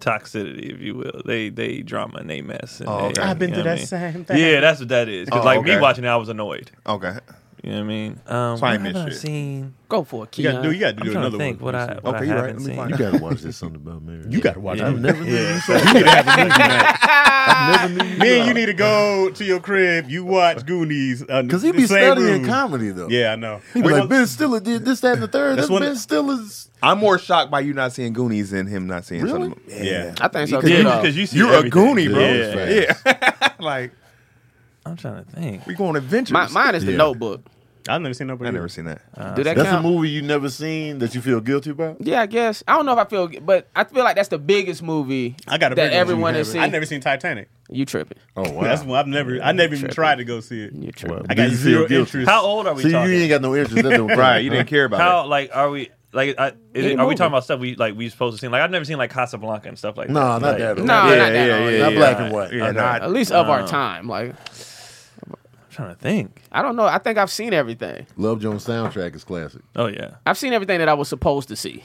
[SPEAKER 4] toxicity, if you will. They they drama and they mess. And
[SPEAKER 2] Oh,
[SPEAKER 4] they-
[SPEAKER 2] okay.
[SPEAKER 5] I've been
[SPEAKER 4] you
[SPEAKER 5] through
[SPEAKER 4] know
[SPEAKER 5] that
[SPEAKER 4] what I
[SPEAKER 5] same
[SPEAKER 4] mean?
[SPEAKER 5] thing.
[SPEAKER 4] Yeah, that's what that is. Because
[SPEAKER 2] Oh,
[SPEAKER 4] like me
[SPEAKER 2] okay.
[SPEAKER 4] watching it, I was annoyed.
[SPEAKER 2] Okay.
[SPEAKER 4] You know what I mean? Um,
[SPEAKER 2] why I
[SPEAKER 4] what
[SPEAKER 2] missed
[SPEAKER 4] have I
[SPEAKER 2] shit.
[SPEAKER 4] seen?
[SPEAKER 1] go for it,
[SPEAKER 5] You gotta
[SPEAKER 1] Keon.
[SPEAKER 5] do, you gotta do
[SPEAKER 4] I'm trying
[SPEAKER 5] another
[SPEAKER 4] to think
[SPEAKER 5] one.
[SPEAKER 4] what I what
[SPEAKER 2] Okay,
[SPEAKER 4] I
[SPEAKER 2] you're right.
[SPEAKER 4] haven't
[SPEAKER 2] Let me
[SPEAKER 4] seen.
[SPEAKER 2] find
[SPEAKER 3] you gotta watch this something about marriage.
[SPEAKER 5] You gotta watch
[SPEAKER 4] Yeah.
[SPEAKER 5] it.
[SPEAKER 3] I've never knew you said.
[SPEAKER 5] Me and you need to go to your crib. You watch Goonies. uh,
[SPEAKER 3] Because he be studying comedy though.
[SPEAKER 5] Yeah, I know.
[SPEAKER 3] He be like Ben Stiller did this, that, and the third.
[SPEAKER 5] That's
[SPEAKER 3] That's
[SPEAKER 5] one-
[SPEAKER 3] Ben Stiller's.
[SPEAKER 2] I'm more shocked by you not seeing Goonies than him not seeing
[SPEAKER 3] Really?
[SPEAKER 2] something.
[SPEAKER 5] yeah.
[SPEAKER 1] I think so.
[SPEAKER 4] Yeah,
[SPEAKER 1] too, though.
[SPEAKER 4] because you see
[SPEAKER 2] You're a
[SPEAKER 4] everything.
[SPEAKER 2] Goonie, bro.
[SPEAKER 4] Yeah.
[SPEAKER 3] Yeah.
[SPEAKER 2] like
[SPEAKER 4] I'm trying to think.
[SPEAKER 2] we go on adventures.
[SPEAKER 1] My, mine is the
[SPEAKER 3] Yeah.
[SPEAKER 1] Notebook.
[SPEAKER 5] I've never seen nobody.
[SPEAKER 2] I never seen that.
[SPEAKER 1] Do that
[SPEAKER 3] That's a
[SPEAKER 1] count?
[SPEAKER 3] movie you never seen that you feel guilty about.
[SPEAKER 1] Yeah, I guess. I don't know if I feel, but I feel like that's the biggest movie
[SPEAKER 5] I got a
[SPEAKER 1] that
[SPEAKER 5] bigger one.
[SPEAKER 1] everyone has seen.
[SPEAKER 5] I never seen Titanic.
[SPEAKER 1] You tripping?
[SPEAKER 3] Oh wow.
[SPEAKER 5] That's one I've never. I never even
[SPEAKER 1] Tripping.
[SPEAKER 5] tried to go see it.
[SPEAKER 1] You tripping?
[SPEAKER 5] I got
[SPEAKER 3] Do you
[SPEAKER 5] zero
[SPEAKER 3] feel guilty?
[SPEAKER 5] interest.
[SPEAKER 4] How old are we
[SPEAKER 3] See,
[SPEAKER 4] talking?
[SPEAKER 3] you ain't got no interest. That's what-
[SPEAKER 2] Right, you didn't care about
[SPEAKER 4] How
[SPEAKER 2] it.
[SPEAKER 4] like are we? Like I, is
[SPEAKER 1] Yeah,
[SPEAKER 4] it, are we
[SPEAKER 1] movie.
[SPEAKER 4] talking about stuff we like we supposed to see? Like I've never seen like Casablanca and stuff like
[SPEAKER 3] No,
[SPEAKER 4] that.
[SPEAKER 3] not
[SPEAKER 4] Like,
[SPEAKER 3] that.
[SPEAKER 1] No,
[SPEAKER 3] old.
[SPEAKER 1] not
[SPEAKER 2] Yeah,
[SPEAKER 1] that.
[SPEAKER 2] yeah,
[SPEAKER 1] old.
[SPEAKER 2] yeah,
[SPEAKER 3] Not
[SPEAKER 2] yeah.
[SPEAKER 3] black and white.
[SPEAKER 2] Yeah,
[SPEAKER 3] Okay.
[SPEAKER 2] not
[SPEAKER 1] At least of our
[SPEAKER 4] Uh,
[SPEAKER 1] time. Like
[SPEAKER 4] I'm trying to think.
[SPEAKER 1] I don't know. I think I've seen everything.
[SPEAKER 3] Love Jones soundtrack is classic.
[SPEAKER 4] Oh yeah,
[SPEAKER 1] I've seen everything that I was supposed to see.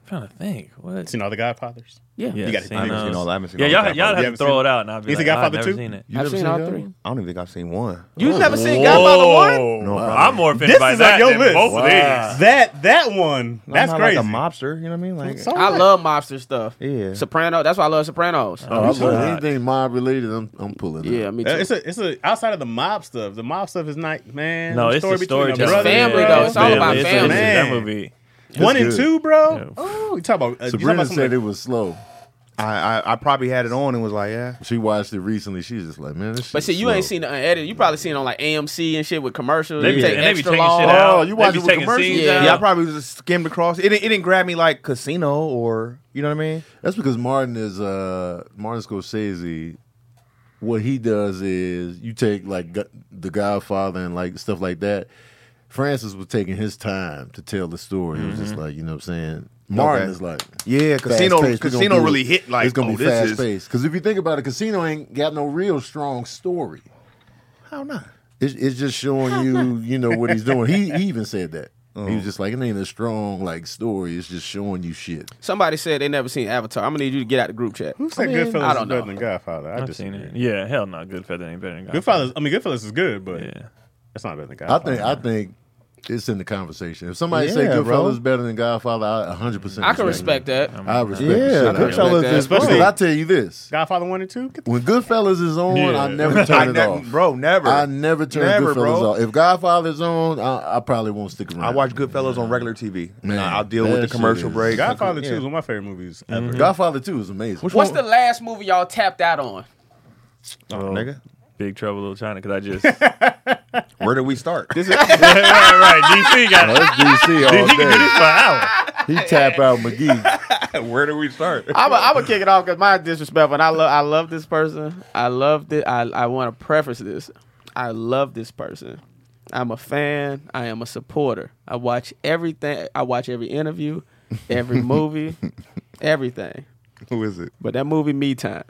[SPEAKER 4] I'm trying to think. What?
[SPEAKER 5] Seen all the Godfathers.
[SPEAKER 1] Yeah,
[SPEAKER 4] Yeah,
[SPEAKER 5] You gotta-
[SPEAKER 4] seen
[SPEAKER 5] I
[SPEAKER 2] haven't seen
[SPEAKER 4] those.
[SPEAKER 2] all- I haven't seen
[SPEAKER 4] yeah,
[SPEAKER 2] all
[SPEAKER 4] y'all,
[SPEAKER 2] that
[SPEAKER 4] y'all
[SPEAKER 2] Godfather.
[SPEAKER 4] have
[SPEAKER 5] You
[SPEAKER 4] to
[SPEAKER 5] haven't
[SPEAKER 4] throw
[SPEAKER 5] seen-
[SPEAKER 4] it out, and I'll be
[SPEAKER 5] You
[SPEAKER 4] like,
[SPEAKER 5] seen
[SPEAKER 4] I've
[SPEAKER 5] Godfather
[SPEAKER 4] never
[SPEAKER 5] too?
[SPEAKER 4] seen it.
[SPEAKER 3] You
[SPEAKER 1] I've
[SPEAKER 3] never
[SPEAKER 1] seen
[SPEAKER 3] seen
[SPEAKER 1] all
[SPEAKER 3] that?
[SPEAKER 1] three.
[SPEAKER 2] I don't even think I've seen one.
[SPEAKER 1] You've never seen
[SPEAKER 4] Whoa.
[SPEAKER 1] Godfather One?
[SPEAKER 3] No, I
[SPEAKER 4] I'm more offended
[SPEAKER 5] This
[SPEAKER 4] by
[SPEAKER 5] is on
[SPEAKER 4] that
[SPEAKER 5] your
[SPEAKER 4] than
[SPEAKER 5] list.
[SPEAKER 4] both
[SPEAKER 5] Wow.
[SPEAKER 4] of these.
[SPEAKER 5] That that one. That's
[SPEAKER 2] I'm not
[SPEAKER 5] crazy.
[SPEAKER 2] Like a mobster, you know what I mean? Like
[SPEAKER 5] So
[SPEAKER 1] I
[SPEAKER 5] what?
[SPEAKER 1] love mobster stuff.
[SPEAKER 2] Yeah.
[SPEAKER 1] Soprano. That's why I love Sopranos.
[SPEAKER 3] Oh, I
[SPEAKER 4] It's
[SPEAKER 3] love
[SPEAKER 4] not.
[SPEAKER 3] anything mob related. I'm I'm pulling. it.
[SPEAKER 1] yeah, me too.
[SPEAKER 5] Uh, It's a it's a outside of the mob stuff. The mob stuff is not man.
[SPEAKER 4] No, it's
[SPEAKER 5] story
[SPEAKER 4] the story.
[SPEAKER 5] between
[SPEAKER 4] telling.
[SPEAKER 5] brother and
[SPEAKER 1] family,
[SPEAKER 5] bro.
[SPEAKER 1] though. It's all about
[SPEAKER 4] It's-
[SPEAKER 1] family.
[SPEAKER 4] it's- That
[SPEAKER 5] Man.
[SPEAKER 4] movie.
[SPEAKER 5] One and
[SPEAKER 3] good.
[SPEAKER 5] two, bro.
[SPEAKER 4] Yeah.
[SPEAKER 5] Oh, you talking about? Uh, you talking
[SPEAKER 3] Sabrina
[SPEAKER 5] about
[SPEAKER 3] said
[SPEAKER 5] something?
[SPEAKER 3] it was slow.
[SPEAKER 2] I, I I probably had it on and was like, yeah.
[SPEAKER 3] She watched it recently. She's just like, man, this
[SPEAKER 1] but see,
[SPEAKER 3] shit's
[SPEAKER 1] you
[SPEAKER 3] slow.
[SPEAKER 1] ain't seen the unedited. You probably seen it on like AMC and shit with commercials.
[SPEAKER 4] They be,
[SPEAKER 1] You take
[SPEAKER 4] and they be
[SPEAKER 1] extra
[SPEAKER 4] taking
[SPEAKER 1] long.
[SPEAKER 4] shit out.
[SPEAKER 3] Oh, you
[SPEAKER 4] They
[SPEAKER 3] watch
[SPEAKER 4] be
[SPEAKER 3] it with
[SPEAKER 4] taking
[SPEAKER 3] commercials?
[SPEAKER 4] scenes
[SPEAKER 1] Yeah.
[SPEAKER 4] out.
[SPEAKER 2] Yeah, I probably just skimmed across. It didn't, it didn't grab me like Casino or you know what I mean.
[SPEAKER 3] That's because Martin is uh Martin Scorsese. What he does is you take like Go- The Godfather and like stuff like that. Francis was taking his time to tell the story. It was
[SPEAKER 1] Mm-hmm.
[SPEAKER 3] just like you know what I'm saying. Martin
[SPEAKER 2] Okay.
[SPEAKER 3] is like
[SPEAKER 2] Yeah, Casino.
[SPEAKER 3] fast-paced. We're gonna
[SPEAKER 2] Casino
[SPEAKER 3] do
[SPEAKER 2] really
[SPEAKER 3] it.
[SPEAKER 2] hit like
[SPEAKER 3] it's gonna
[SPEAKER 2] oh,
[SPEAKER 3] be
[SPEAKER 2] this
[SPEAKER 3] fast
[SPEAKER 2] is
[SPEAKER 3] paced. Because if you think about it, Casino ain't got no real strong story.
[SPEAKER 2] how not.
[SPEAKER 3] It's, it's just showing you, you know, what he's doing. He, he even said that. He
[SPEAKER 2] Uh-huh.
[SPEAKER 3] was just like, it ain't a strong like story. It's just showing you shit.
[SPEAKER 1] Somebody said they never seen Avatar. I'm gonna need you to get out the group chat.
[SPEAKER 5] Who said
[SPEAKER 1] I mean,
[SPEAKER 5] Goodfellas
[SPEAKER 1] I
[SPEAKER 5] is
[SPEAKER 1] don't
[SPEAKER 5] better
[SPEAKER 1] know.
[SPEAKER 5] than Godfather? I
[SPEAKER 4] I've
[SPEAKER 5] just
[SPEAKER 4] seen it. Yeah, hell no. Goodfellas ain't better than Godfather.
[SPEAKER 5] Goodfellas. I mean, Goodfellas is good, but
[SPEAKER 4] Yeah.
[SPEAKER 5] that's not better than
[SPEAKER 3] I
[SPEAKER 5] Godfather.
[SPEAKER 3] think I think it's in the conversation. If somebody say
[SPEAKER 2] Yeah, bro.
[SPEAKER 3] Goodfellas is better than Godfather, I 100 percent.
[SPEAKER 1] I can respect that.
[SPEAKER 3] That. I respect.
[SPEAKER 2] Yeah,
[SPEAKER 3] Yeah,
[SPEAKER 1] Goodfellas
[SPEAKER 3] Goodfellas.
[SPEAKER 1] is-
[SPEAKER 3] Especially, I tell you this:
[SPEAKER 5] Godfather one and two. Get the
[SPEAKER 3] when Goodfellas is on,
[SPEAKER 4] Yeah.
[SPEAKER 3] I never
[SPEAKER 2] I
[SPEAKER 3] turn it
[SPEAKER 2] ne-
[SPEAKER 3] off.
[SPEAKER 2] bro, never.
[SPEAKER 3] I never turn
[SPEAKER 2] Never,
[SPEAKER 3] Goodfellas
[SPEAKER 2] bro.
[SPEAKER 3] off. If Godfather's on, I, I probably won't stick around.
[SPEAKER 2] I watch Goodfellas on regular TV.
[SPEAKER 3] Man,
[SPEAKER 2] Nah, I'll deal with
[SPEAKER 3] that
[SPEAKER 2] the commercial
[SPEAKER 3] shit is-
[SPEAKER 2] break.
[SPEAKER 5] Godfather
[SPEAKER 2] Yeah.
[SPEAKER 5] two is one of my favorite movies ever.
[SPEAKER 3] Mm-hmm. Godfather Two is amazing.
[SPEAKER 1] What's the last movie y'all tapped out on?
[SPEAKER 2] Oh, nigga.
[SPEAKER 4] Big Trouble in Little China because I just right,
[SPEAKER 2] Where did we start?
[SPEAKER 4] right. DC got it.
[SPEAKER 3] That's DC all
[SPEAKER 4] He can do
[SPEAKER 3] day.
[SPEAKER 4] this for hours.
[SPEAKER 3] He tap out McGee.
[SPEAKER 2] Where did we start?
[SPEAKER 1] I'm gonna kick it off because my disrespectful. And I love, I love this person. I love this. I, I want to preface this. I love this person. I'm a fan. I am a supporter. I watch everything. I watch every interview, every movie, everything.
[SPEAKER 2] Who is it?
[SPEAKER 1] But that movie, Me Time.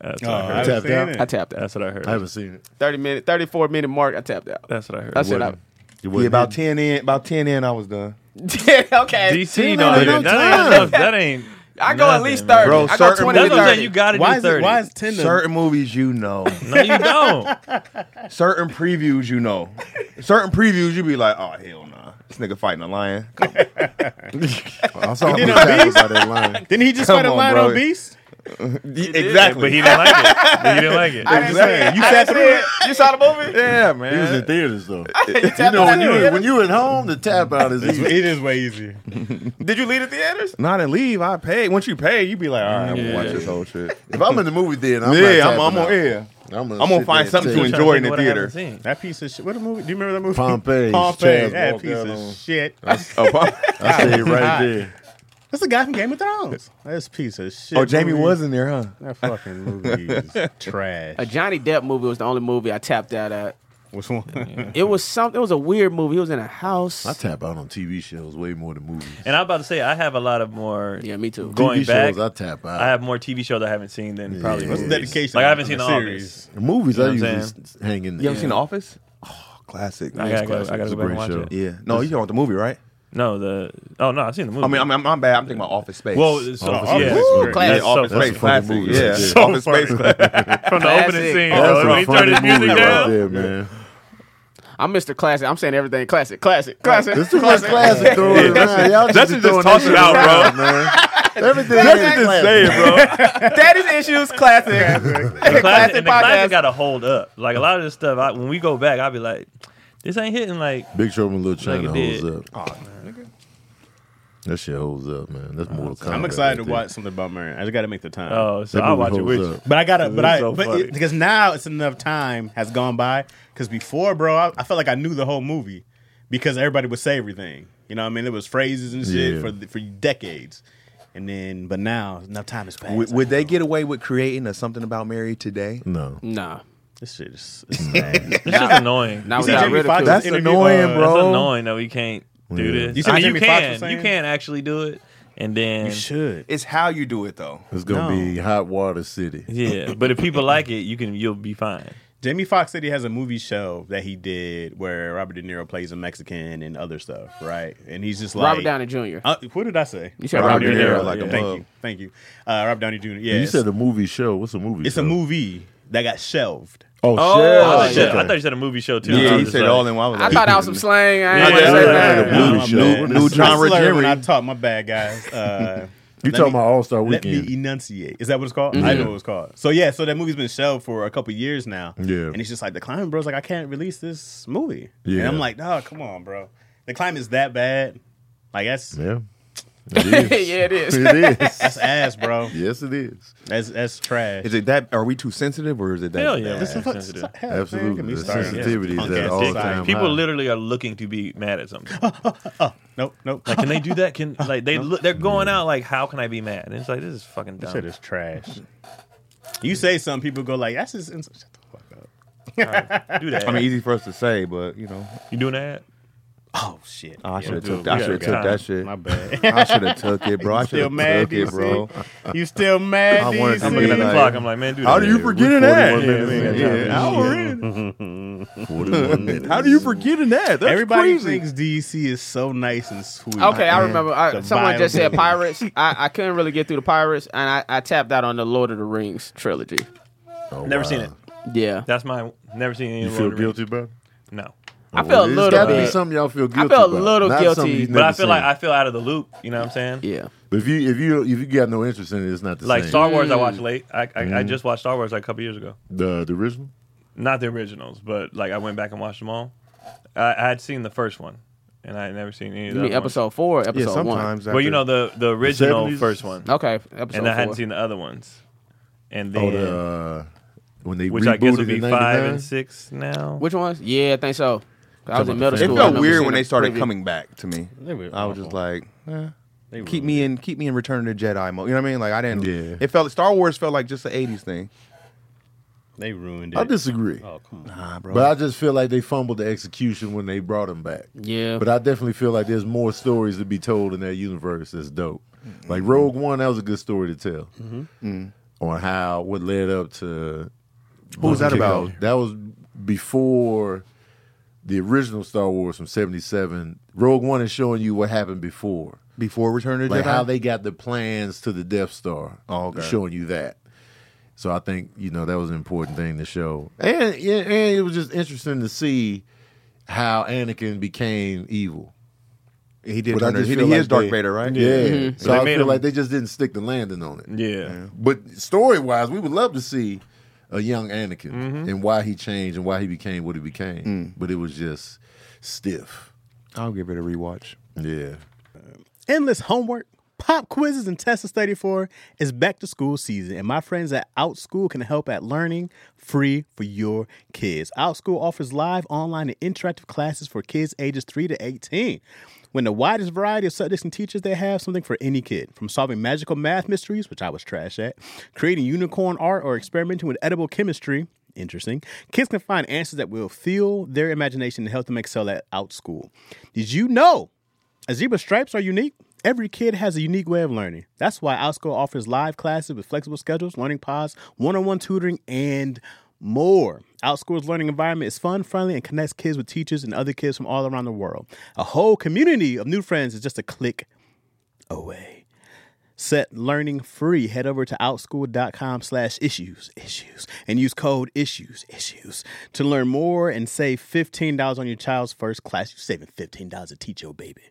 [SPEAKER 4] That's
[SPEAKER 5] Oh,
[SPEAKER 4] what I
[SPEAKER 5] I
[SPEAKER 4] heard.
[SPEAKER 5] haven't
[SPEAKER 3] Tapped
[SPEAKER 5] seen
[SPEAKER 3] out.
[SPEAKER 5] it.
[SPEAKER 1] I tapped out.
[SPEAKER 4] That's what I heard.
[SPEAKER 3] I haven't seen it.
[SPEAKER 1] 30 minute, 34 minute mark, I tapped out.
[SPEAKER 4] That's what I heard.
[SPEAKER 1] That's it. I,
[SPEAKER 3] You
[SPEAKER 2] Yeah,
[SPEAKER 3] wasn't
[SPEAKER 2] about
[SPEAKER 3] hitting-
[SPEAKER 2] ten in, about ten in, I was done.
[SPEAKER 1] okay.
[SPEAKER 4] DC
[SPEAKER 3] no
[SPEAKER 4] don't
[SPEAKER 3] time.
[SPEAKER 4] even. That ain't enough. That ain't.
[SPEAKER 1] I go at
[SPEAKER 4] nothing,
[SPEAKER 1] least
[SPEAKER 4] bro.
[SPEAKER 1] 30.
[SPEAKER 2] Bro,
[SPEAKER 1] I go
[SPEAKER 2] certain-
[SPEAKER 1] 20
[SPEAKER 4] That's
[SPEAKER 1] to
[SPEAKER 4] what I'm
[SPEAKER 1] 30.
[SPEAKER 4] saying. You got to do
[SPEAKER 5] Why is, it,
[SPEAKER 4] 30.
[SPEAKER 5] why is 10 to-
[SPEAKER 2] Certain movies, you know.
[SPEAKER 4] no, you don't.
[SPEAKER 2] Certain previews, you know. Certain previews, you be like, oh hell nah, this nigga fighting a lion. Come on. Oh,
[SPEAKER 3] I saw him attacked by that line.
[SPEAKER 5] Didn't he just
[SPEAKER 2] Come
[SPEAKER 5] fight a
[SPEAKER 2] on,
[SPEAKER 5] lion
[SPEAKER 2] bro.
[SPEAKER 5] on Beast?
[SPEAKER 2] exactly.
[SPEAKER 4] But he didn't like it. But he didn't like it.
[SPEAKER 1] I didn't see it.
[SPEAKER 5] You
[SPEAKER 1] I
[SPEAKER 5] sat
[SPEAKER 1] didn't
[SPEAKER 5] through
[SPEAKER 1] see You saw the movie?
[SPEAKER 2] yeah,
[SPEAKER 3] He was
[SPEAKER 2] man.
[SPEAKER 3] in theaters though.
[SPEAKER 1] You
[SPEAKER 3] No, when you when you at home, the tap out is
[SPEAKER 5] It's-
[SPEAKER 3] easy.
[SPEAKER 5] it is way easier.
[SPEAKER 1] Did you leave the theaters?
[SPEAKER 2] Not and leave. I paid. Once you pay, you be like, all right, I'm gonna
[SPEAKER 4] Yeah.
[SPEAKER 2] watch this whole shit.
[SPEAKER 3] If I'm in the movie theater, I'm
[SPEAKER 2] yeah,
[SPEAKER 3] not
[SPEAKER 2] I'm, I'm
[SPEAKER 3] tapping
[SPEAKER 2] on.
[SPEAKER 3] out.
[SPEAKER 2] Yeah,
[SPEAKER 3] I'm
[SPEAKER 2] I'm gonna
[SPEAKER 3] sit
[SPEAKER 2] find
[SPEAKER 3] there and
[SPEAKER 2] something
[SPEAKER 3] tell
[SPEAKER 2] to
[SPEAKER 3] you.
[SPEAKER 4] Trying to
[SPEAKER 2] enjoy in
[SPEAKER 4] think
[SPEAKER 2] the
[SPEAKER 4] what I haven't
[SPEAKER 2] theater.
[SPEAKER 4] seen.
[SPEAKER 5] That piece of shit. What a movie. Do you remember that movie?
[SPEAKER 3] Pompeii.
[SPEAKER 5] Pompeii.
[SPEAKER 3] Chaz
[SPEAKER 5] That
[SPEAKER 3] walked
[SPEAKER 5] piece
[SPEAKER 3] out
[SPEAKER 5] of
[SPEAKER 3] on-
[SPEAKER 5] shit.
[SPEAKER 2] Oh, pop-
[SPEAKER 3] I stayed right there.
[SPEAKER 5] That's the guy from Game of Thrones. That's piece of shit.
[SPEAKER 2] oh, Jamie
[SPEAKER 5] movie.
[SPEAKER 2] was in there, huh?
[SPEAKER 5] That fucking movie is trash.
[SPEAKER 1] A Johnny Depp movie was the only movie I tapped out at.
[SPEAKER 5] Which one?
[SPEAKER 1] It was something. It was a weird movie. He was in a house.
[SPEAKER 3] I tap out on TV shows way more than movies.
[SPEAKER 4] And I'm about to say I have a lot of more.
[SPEAKER 1] yeah, me too.
[SPEAKER 4] Going
[SPEAKER 3] TV
[SPEAKER 4] back,
[SPEAKER 3] shows, I tap out.
[SPEAKER 4] I have more TV shows I haven't seen than probably.
[SPEAKER 3] That's
[SPEAKER 4] movies.
[SPEAKER 5] dedication
[SPEAKER 4] Like I
[SPEAKER 5] on
[SPEAKER 4] haven't
[SPEAKER 5] the
[SPEAKER 4] seen the
[SPEAKER 5] series.
[SPEAKER 4] series.
[SPEAKER 3] The movies
[SPEAKER 4] You know
[SPEAKER 3] I
[SPEAKER 4] what I'm
[SPEAKER 3] usually s- hang in there.
[SPEAKER 2] You ever seen The Office? Oh, classic.
[SPEAKER 4] I gotta, go,
[SPEAKER 3] classic.
[SPEAKER 4] I gotta
[SPEAKER 3] It's
[SPEAKER 4] go
[SPEAKER 3] a
[SPEAKER 4] back and
[SPEAKER 3] great
[SPEAKER 4] watch
[SPEAKER 3] show.
[SPEAKER 4] it.
[SPEAKER 2] Yeah. No, you don't want the movie, right?
[SPEAKER 4] No, the oh no, I've seen the movie.
[SPEAKER 2] I mean, I mean, I'm, I'm bad. I'm thinking about Office Space.
[SPEAKER 4] well, so,
[SPEAKER 3] Office
[SPEAKER 4] yeah,
[SPEAKER 3] Space is great.
[SPEAKER 2] yeah,
[SPEAKER 4] that's so
[SPEAKER 2] Office
[SPEAKER 4] funny.
[SPEAKER 2] Space
[SPEAKER 3] funny.
[SPEAKER 2] classic. Yeah, Office Space classic.
[SPEAKER 3] That's a funny movie.
[SPEAKER 4] from the
[SPEAKER 1] Classic.
[SPEAKER 4] opening scene.
[SPEAKER 3] That's
[SPEAKER 4] bro, when
[SPEAKER 3] a
[SPEAKER 4] he turned his
[SPEAKER 3] funny movie
[SPEAKER 4] music
[SPEAKER 3] right
[SPEAKER 4] down.
[SPEAKER 3] there, man.
[SPEAKER 1] I'm Mr. Classic. I'm saying everything classic, classic, classic.
[SPEAKER 3] There's too much classic throwing around. Y'all
[SPEAKER 4] that's
[SPEAKER 3] be
[SPEAKER 4] just
[SPEAKER 3] throwing
[SPEAKER 4] toss
[SPEAKER 3] that
[SPEAKER 4] it
[SPEAKER 3] shit
[SPEAKER 4] out, bro.
[SPEAKER 3] around, man. Everything is
[SPEAKER 1] just
[SPEAKER 3] classic.
[SPEAKER 4] Say it, bro.
[SPEAKER 1] Daddy's issues, classic,
[SPEAKER 4] The
[SPEAKER 1] classic,
[SPEAKER 4] classic, and the
[SPEAKER 1] podcast.
[SPEAKER 4] classic got to hold up. Like a lot of this stuff, I, when we go back, I'll be like, this ain't hitting. Like
[SPEAKER 3] Big Trouble in Little
[SPEAKER 4] Like
[SPEAKER 3] China
[SPEAKER 4] it
[SPEAKER 3] holds up.
[SPEAKER 5] Oh,
[SPEAKER 3] That shit holds up, man. That's Mortal Kombat.
[SPEAKER 5] I'm
[SPEAKER 3] right
[SPEAKER 5] excited to
[SPEAKER 3] there.
[SPEAKER 5] watch something about Murray. I just got to make the time.
[SPEAKER 4] oh, so
[SPEAKER 3] That
[SPEAKER 4] I'll
[SPEAKER 3] movie
[SPEAKER 4] watch it
[SPEAKER 3] holds
[SPEAKER 4] with you.
[SPEAKER 3] up.
[SPEAKER 5] But I gotta, but
[SPEAKER 4] This is
[SPEAKER 5] I,
[SPEAKER 4] so
[SPEAKER 5] but
[SPEAKER 4] funny.
[SPEAKER 5] it, because now it's enough time has gone by. Because before, bro, I, I felt like I knew the whole movie because everybody would say everything. You know, what I mean, it was phrases and shit
[SPEAKER 3] Yeah.
[SPEAKER 5] for the- for decades, and then, but now enough time has passed.
[SPEAKER 2] would, would they get away with creating a something about Mary today?
[SPEAKER 3] No.
[SPEAKER 1] Nah,
[SPEAKER 5] This shit is it's sad.
[SPEAKER 4] It's just annoying.
[SPEAKER 1] now
[SPEAKER 5] You
[SPEAKER 1] we
[SPEAKER 5] see
[SPEAKER 1] got
[SPEAKER 5] Jamie
[SPEAKER 1] rid
[SPEAKER 5] Foxx
[SPEAKER 1] of
[SPEAKER 2] That's
[SPEAKER 5] interview,
[SPEAKER 2] annoying,
[SPEAKER 5] uh,
[SPEAKER 2] bro.
[SPEAKER 4] That's annoying that we can't do
[SPEAKER 3] Yeah.
[SPEAKER 4] this.
[SPEAKER 5] You see
[SPEAKER 4] I
[SPEAKER 5] what
[SPEAKER 4] mean, you
[SPEAKER 5] Jamie Foxx was
[SPEAKER 4] can, you
[SPEAKER 5] saying?
[SPEAKER 4] can actually do it, and then
[SPEAKER 5] you should.
[SPEAKER 2] It's how you do it, though.
[SPEAKER 3] It's gonna
[SPEAKER 5] No.
[SPEAKER 3] be Hot Water City.
[SPEAKER 4] yeah. But if people like it, you can. You'll be fine.
[SPEAKER 5] Jamie Foxx said he has a movie show that he did where Robert De Niro plays a Mexican and other stuff, right? And he's just like
[SPEAKER 1] Robert Downey Jr.
[SPEAKER 5] Uh, what did I say?
[SPEAKER 1] You said Robert De
[SPEAKER 4] Niro,
[SPEAKER 2] like a
[SPEAKER 5] thank
[SPEAKER 2] mug.
[SPEAKER 5] you, thank you. Uh, Robert Downey Jr. Yeah,
[SPEAKER 3] You said a movie show. What's a movie?
[SPEAKER 5] it's
[SPEAKER 3] show?
[SPEAKER 5] a movie that got shelved.
[SPEAKER 3] Oh,
[SPEAKER 4] I,
[SPEAKER 3] oh
[SPEAKER 4] thought you said-
[SPEAKER 3] shit.
[SPEAKER 4] I thought you said a movie show too. I
[SPEAKER 2] Yeah,
[SPEAKER 4] was
[SPEAKER 2] he
[SPEAKER 4] just
[SPEAKER 2] said
[SPEAKER 4] like-
[SPEAKER 2] all in one. was
[SPEAKER 1] I
[SPEAKER 2] like,
[SPEAKER 1] thought that was some slang. I
[SPEAKER 4] Yeah,
[SPEAKER 1] ain't
[SPEAKER 4] yeah,
[SPEAKER 1] gonna say
[SPEAKER 4] yeah,
[SPEAKER 1] that.
[SPEAKER 4] yeah, yeah.
[SPEAKER 3] movie
[SPEAKER 5] my
[SPEAKER 3] show.
[SPEAKER 5] bad.
[SPEAKER 3] What is
[SPEAKER 5] I
[SPEAKER 2] New
[SPEAKER 3] this?
[SPEAKER 2] genre,
[SPEAKER 5] slur when I
[SPEAKER 2] Jerry.
[SPEAKER 5] talk, my bad, guys. Uh,
[SPEAKER 3] You
[SPEAKER 5] let
[SPEAKER 3] talking
[SPEAKER 5] me-
[SPEAKER 3] about All Star
[SPEAKER 5] Let
[SPEAKER 3] Weekend? Mm-hmm.
[SPEAKER 5] me enunciate. Is that what it's called? I know what it's called. So yeah, so that movie's been shelved for a couple years now.
[SPEAKER 3] Yeah.
[SPEAKER 5] and it's just like the climate, bro's like I can't release this movie.
[SPEAKER 3] Yeah.
[SPEAKER 5] and I'm like, no, come on, bro. The climate is that bad. Like that's
[SPEAKER 3] yeah. It is.
[SPEAKER 1] Yeah, it is.
[SPEAKER 3] It is.
[SPEAKER 5] that's ass, bro.
[SPEAKER 3] yes, it is.
[SPEAKER 5] That's that's trash.
[SPEAKER 2] Is it that? Are we too sensitive, or is it that?
[SPEAKER 4] Hell yeah,
[SPEAKER 5] It's
[SPEAKER 4] that's
[SPEAKER 5] a fuck-
[SPEAKER 4] sensitive.
[SPEAKER 5] it's a- hell, man, get
[SPEAKER 3] Absolutely.
[SPEAKER 5] me
[SPEAKER 3] The
[SPEAKER 5] started.
[SPEAKER 3] sensitivity is
[SPEAKER 5] Punk
[SPEAKER 3] at
[SPEAKER 5] ass
[SPEAKER 3] all
[SPEAKER 5] society.
[SPEAKER 3] time.
[SPEAKER 4] People
[SPEAKER 3] high.
[SPEAKER 4] literally are looking to be mad at something.
[SPEAKER 5] Nope, nope.
[SPEAKER 4] Like, can they do that? Can like they look? They're going out like, how can I be mad? And it's like this is fucking
[SPEAKER 5] That
[SPEAKER 4] dumb.
[SPEAKER 5] shit is trash. You say something, people go like, "That's just ins- shut the fuck up."
[SPEAKER 4] do that.
[SPEAKER 2] I mean, easy for us to say, but you know,
[SPEAKER 4] you doing that?
[SPEAKER 5] Oh shit!
[SPEAKER 2] I should have
[SPEAKER 4] dude,
[SPEAKER 2] took.
[SPEAKER 4] we
[SPEAKER 2] I
[SPEAKER 4] got
[SPEAKER 2] should have
[SPEAKER 4] time.
[SPEAKER 2] took that shit.
[SPEAKER 5] My bad.
[SPEAKER 2] I should have took it, bro. I should
[SPEAKER 5] still
[SPEAKER 2] have
[SPEAKER 5] mad,
[SPEAKER 2] took
[SPEAKER 5] DC?
[SPEAKER 2] it, bro.
[SPEAKER 5] You still mad,
[SPEAKER 2] I wanted to-
[SPEAKER 4] I'm
[SPEAKER 2] See,
[SPEAKER 4] looking at the
[SPEAKER 2] like-
[SPEAKER 4] clock. I'm like, man, do that.
[SPEAKER 2] How do you
[SPEAKER 3] we're
[SPEAKER 2] forget an ad?
[SPEAKER 3] 41 minutes in.
[SPEAKER 2] Yeah,
[SPEAKER 3] Yeah.
[SPEAKER 2] hour in.
[SPEAKER 3] 41 minutes.
[SPEAKER 2] How do you forget an ad? That's
[SPEAKER 5] Everybody
[SPEAKER 2] crazy.
[SPEAKER 5] thinks DC is so nice and sweet.
[SPEAKER 1] Okay, I remember. I,
[SPEAKER 5] The
[SPEAKER 1] someone just said
[SPEAKER 5] violence.
[SPEAKER 1] pirates. I, I couldn't really get through the pirates, and I, I tapped out on the Lord of the Rings trilogy.
[SPEAKER 3] Oh,
[SPEAKER 4] Never
[SPEAKER 3] wow.
[SPEAKER 4] seen it.
[SPEAKER 1] Yeah,
[SPEAKER 4] That's my. Never seen any.
[SPEAKER 3] You
[SPEAKER 4] of
[SPEAKER 3] feel
[SPEAKER 4] Lord of the Rings.
[SPEAKER 3] guilty about? it?
[SPEAKER 4] No.
[SPEAKER 1] I felt a
[SPEAKER 3] It's
[SPEAKER 1] little
[SPEAKER 3] gotta be
[SPEAKER 1] bit.
[SPEAKER 3] something y'all feel guilty.
[SPEAKER 1] felt a
[SPEAKER 3] about,
[SPEAKER 1] little
[SPEAKER 3] not
[SPEAKER 1] guilty.
[SPEAKER 3] something you've
[SPEAKER 4] But I
[SPEAKER 3] never
[SPEAKER 4] feel like
[SPEAKER 3] seen.
[SPEAKER 4] I feel out of the loop. You know what I'm saying?
[SPEAKER 1] Yeah,
[SPEAKER 3] But if you if you if you got no interest in it, it's not the same.
[SPEAKER 4] Like
[SPEAKER 3] Mm-hmm.
[SPEAKER 4] Star Wars, I watched late. I, I, I just watched Star Wars like a couple years ago.
[SPEAKER 3] the the original.
[SPEAKER 4] Not the originals, but like I went back and watched them all. I, I had seen the first one, and I had never seen
[SPEAKER 1] you
[SPEAKER 4] any of the
[SPEAKER 1] mean
[SPEAKER 4] other ones.
[SPEAKER 1] episode four, or
[SPEAKER 2] Yeah,
[SPEAKER 1] episode one.
[SPEAKER 2] sometimes.
[SPEAKER 4] Well, you know the the original
[SPEAKER 3] 70s?
[SPEAKER 4] first one,
[SPEAKER 1] Okay, episode
[SPEAKER 4] and
[SPEAKER 1] four.
[SPEAKER 4] I hadn't seen the other ones, and then
[SPEAKER 3] Oh, the uh, when they
[SPEAKER 4] which
[SPEAKER 3] rebooted
[SPEAKER 4] I guess would be
[SPEAKER 3] in
[SPEAKER 4] five
[SPEAKER 3] 99?
[SPEAKER 4] and six now.
[SPEAKER 1] Which ones? Yeah, I think so. I was in middle
[SPEAKER 3] about the
[SPEAKER 1] school.
[SPEAKER 2] It
[SPEAKER 3] family.
[SPEAKER 1] I
[SPEAKER 2] felt
[SPEAKER 1] remember
[SPEAKER 2] weird
[SPEAKER 1] seeing
[SPEAKER 2] when
[SPEAKER 1] the
[SPEAKER 2] they started
[SPEAKER 1] preview.
[SPEAKER 2] coming back to me.
[SPEAKER 5] They were
[SPEAKER 2] I was just
[SPEAKER 5] awful.
[SPEAKER 2] like, eh,
[SPEAKER 5] They were
[SPEAKER 2] keep me in, keep me in Return of the Jedi mode. You know what I mean? Like I didn't.
[SPEAKER 3] Yeah.
[SPEAKER 2] It felt Star Wars felt like just the '80s thing.
[SPEAKER 5] They ruined it.
[SPEAKER 3] I disagree,
[SPEAKER 5] oh come on.
[SPEAKER 2] Nah, bro.
[SPEAKER 3] but I just feel like they fumbled the execution when they brought him back.
[SPEAKER 1] Yeah,
[SPEAKER 3] But I definitely feel like there's more stories
[SPEAKER 1] Mm-hmm.
[SPEAKER 3] to be told in that universe that's dope. Like Rogue One, that was a good story to tell. on how what led up to
[SPEAKER 2] Who's that
[SPEAKER 3] Kick
[SPEAKER 2] about?
[SPEAKER 3] Off. That was before the original Star Wars from '77. Rogue One is showing you what happened before,
[SPEAKER 2] Before Return of the
[SPEAKER 3] like
[SPEAKER 2] Jedi?
[SPEAKER 3] how they got the plans to the Death Star.
[SPEAKER 2] Oh, okay.
[SPEAKER 3] showing you that. So I think you know that was an important thing to show, and yeah, and it was just interesting to see how Anakin became evil.
[SPEAKER 2] he did.
[SPEAKER 3] But I
[SPEAKER 2] Turn,
[SPEAKER 3] just
[SPEAKER 2] he,
[SPEAKER 3] feel
[SPEAKER 2] he
[SPEAKER 3] like
[SPEAKER 2] is Darth
[SPEAKER 3] they-
[SPEAKER 2] Vader, right?
[SPEAKER 3] Yeah, so
[SPEAKER 4] But they
[SPEAKER 3] I
[SPEAKER 4] made
[SPEAKER 3] feel
[SPEAKER 4] him-
[SPEAKER 3] like they just didn't stick the landing on it.
[SPEAKER 4] Yeah.
[SPEAKER 3] But story wise, we would love to see a young Anakin and why he changed and why he became what he became.
[SPEAKER 2] Mm.
[SPEAKER 3] But it was just stiff.
[SPEAKER 2] I'll give it a rewatch.
[SPEAKER 3] Yeah.
[SPEAKER 5] endless homework, pop quizzes, and tests to study for is back to school season, and my friends at OutSchool can help at learning free for your kids. OutSchool offers live, online, and interactive classes for kids ages 3 to 18. When the widest variety of subjects and teachers they have something for any kid, from solving magical math mysteries, which I was trash at, creating unicorn art, or experimenting with edible chemistry. Interesting. Kids can find answers that will fuel their imagination and help them excel at OutSchool. Did you know as Zebra stripes are unique. Every kid has a unique way of learning. That's why OutSchool offers live classes with flexible schedules, learning pods, one-on-one tutoring, and more. OutSchool's learning environment is fun, friendly, and connects kids with teachers and other kids from all around the world. A whole community of new friends is just a click away. Set learning free. Head over to outschool.com slash issues, issues, and use code issues, issues to learn more and save $15 on your child's first class. You're saving $15 to teach your baby.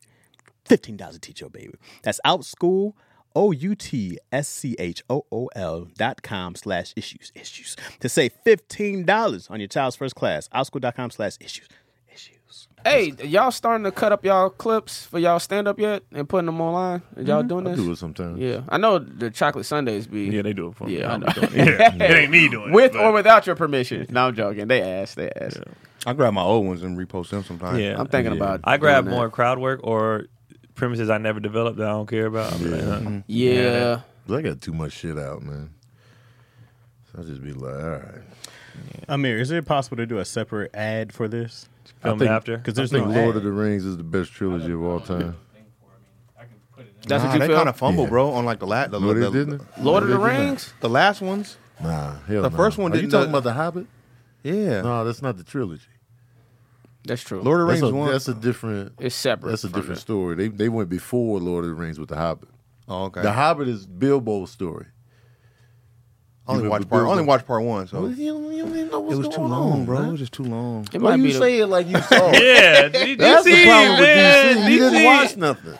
[SPEAKER 5] $15 to teach your baby. That's outschool, O U T S C H O O L dot com slash issues, issues to save $15 on your child's first class. Outschool.com slash issues, issues.
[SPEAKER 1] Hey, y'all starting to cut up y'all clips for y'all stand up yet and putting them online? Are y'all
[SPEAKER 2] Mm-hmm.
[SPEAKER 1] doing
[SPEAKER 3] I
[SPEAKER 1] this?
[SPEAKER 3] do it sometimes.
[SPEAKER 1] Yeah, I know the chocolate Sundays be
[SPEAKER 4] Yeah, they do it for me.
[SPEAKER 1] Yeah, I
[SPEAKER 4] I'm
[SPEAKER 1] know.
[SPEAKER 4] doing it. Yeah, it ain't me doing
[SPEAKER 1] with
[SPEAKER 4] it. but-
[SPEAKER 1] or without your permission. No, I'm joking. They ask. They ask.
[SPEAKER 2] I grab my old ones and repost them sometimes.
[SPEAKER 4] Yeah.
[SPEAKER 1] I'm thinking about.
[SPEAKER 4] I grab
[SPEAKER 1] doing that.
[SPEAKER 4] more crowd work or premises I never developed that I don't care about. I'm like, huh.
[SPEAKER 1] Yeah.
[SPEAKER 3] But I got too much shit out, man. So I just be like, all right.
[SPEAKER 5] Amir, is it possible to do a separate ad for this?
[SPEAKER 4] Film
[SPEAKER 3] think-
[SPEAKER 4] after.
[SPEAKER 5] Because
[SPEAKER 3] I
[SPEAKER 5] there's
[SPEAKER 3] think
[SPEAKER 5] no
[SPEAKER 3] Lord
[SPEAKER 5] ad.
[SPEAKER 3] of the Rings is the best trilogy of all time.
[SPEAKER 1] That's
[SPEAKER 2] Nah,
[SPEAKER 1] what you
[SPEAKER 2] they
[SPEAKER 1] feel.
[SPEAKER 2] kind of fumble,
[SPEAKER 3] Yeah.
[SPEAKER 2] bro. On like the last, the,
[SPEAKER 3] What
[SPEAKER 2] the,
[SPEAKER 3] it didn't?
[SPEAKER 1] Lord of the
[SPEAKER 3] What it did?
[SPEAKER 1] Rings.
[SPEAKER 2] the last ones.
[SPEAKER 3] Nah, hell
[SPEAKER 2] The
[SPEAKER 3] no.
[SPEAKER 2] first one
[SPEAKER 3] Are you
[SPEAKER 2] didn't-
[SPEAKER 3] talking about the Hobbit?
[SPEAKER 2] Yeah,
[SPEAKER 3] No, that's not the trilogy.
[SPEAKER 1] That's true.
[SPEAKER 2] Uh, Lord of the
[SPEAKER 3] That's
[SPEAKER 2] Rings
[SPEAKER 3] a,
[SPEAKER 2] one.
[SPEAKER 3] that's a different.
[SPEAKER 1] it's separate.
[SPEAKER 3] That's a
[SPEAKER 1] from
[SPEAKER 3] different
[SPEAKER 1] the-
[SPEAKER 3] story. They they went before Lord of the Rings with the Hobbit.
[SPEAKER 2] oh, okay.
[SPEAKER 3] The Hobbit is Bilbo's story.
[SPEAKER 2] I only
[SPEAKER 3] You
[SPEAKER 2] watched
[SPEAKER 3] remember
[SPEAKER 2] part. I
[SPEAKER 3] Bilbo?
[SPEAKER 2] only watched part one, so
[SPEAKER 3] Well, you don't- you don't even know
[SPEAKER 2] it
[SPEAKER 3] what's
[SPEAKER 2] was too
[SPEAKER 3] going
[SPEAKER 2] long,
[SPEAKER 3] on,
[SPEAKER 2] bro. It
[SPEAKER 3] man.
[SPEAKER 2] was just too long.
[SPEAKER 1] It
[SPEAKER 3] Why
[SPEAKER 1] might
[SPEAKER 3] you
[SPEAKER 1] be the-
[SPEAKER 3] say it like you saw? it?
[SPEAKER 4] Yeah, D-
[SPEAKER 3] That's the
[SPEAKER 4] DC,
[SPEAKER 3] problem with
[SPEAKER 4] man.
[SPEAKER 3] DC. You didn't
[SPEAKER 4] DC.
[SPEAKER 3] watch nothing.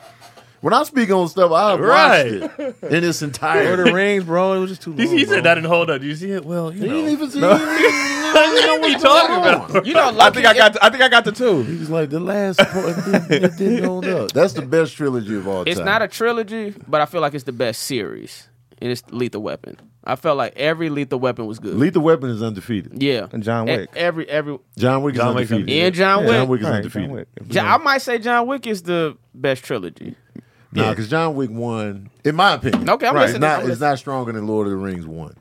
[SPEAKER 3] When I speak on stuff, I have
[SPEAKER 4] Right.
[SPEAKER 3] watched it in its
[SPEAKER 2] Lord of the
[SPEAKER 3] entirety.
[SPEAKER 2] Rings, bro. It was just too long.
[SPEAKER 4] DC you said
[SPEAKER 2] bro.
[SPEAKER 4] that didn't hold up. Do you see it? Well,
[SPEAKER 3] You
[SPEAKER 4] you
[SPEAKER 3] didn't
[SPEAKER 4] know.
[SPEAKER 3] even see. You didn't even know
[SPEAKER 4] What you
[SPEAKER 3] what's
[SPEAKER 4] talking
[SPEAKER 3] going
[SPEAKER 4] about?
[SPEAKER 3] on.
[SPEAKER 1] You know,
[SPEAKER 2] I think I got. I think I got the two.
[SPEAKER 3] He's like the last part. It didn't, it didn't hold up. That's the best trilogy of all time.
[SPEAKER 1] It's not a trilogy, but I feel like it's the best series, and it's Lethal Weapon. I felt like every Lethal Weapon was good.
[SPEAKER 3] Lethal Weapon is undefeated.
[SPEAKER 1] yeah,
[SPEAKER 2] And John
[SPEAKER 1] E-
[SPEAKER 2] Wick.
[SPEAKER 1] every every.
[SPEAKER 3] John Wick is
[SPEAKER 4] John Wick's
[SPEAKER 3] undefeated.
[SPEAKER 1] And John Wick.
[SPEAKER 3] John Wick is
[SPEAKER 2] All right,
[SPEAKER 3] undefeated.
[SPEAKER 2] John Wick. If we
[SPEAKER 1] John,
[SPEAKER 2] don't-
[SPEAKER 1] I might say John Wick is the best trilogy.
[SPEAKER 3] Nah, because John Wick one, in my opinion,
[SPEAKER 1] Okay, I'm
[SPEAKER 3] right, it's
[SPEAKER 1] listening,
[SPEAKER 3] not
[SPEAKER 1] I'm
[SPEAKER 3] it's not stronger than Lord of the Rings one.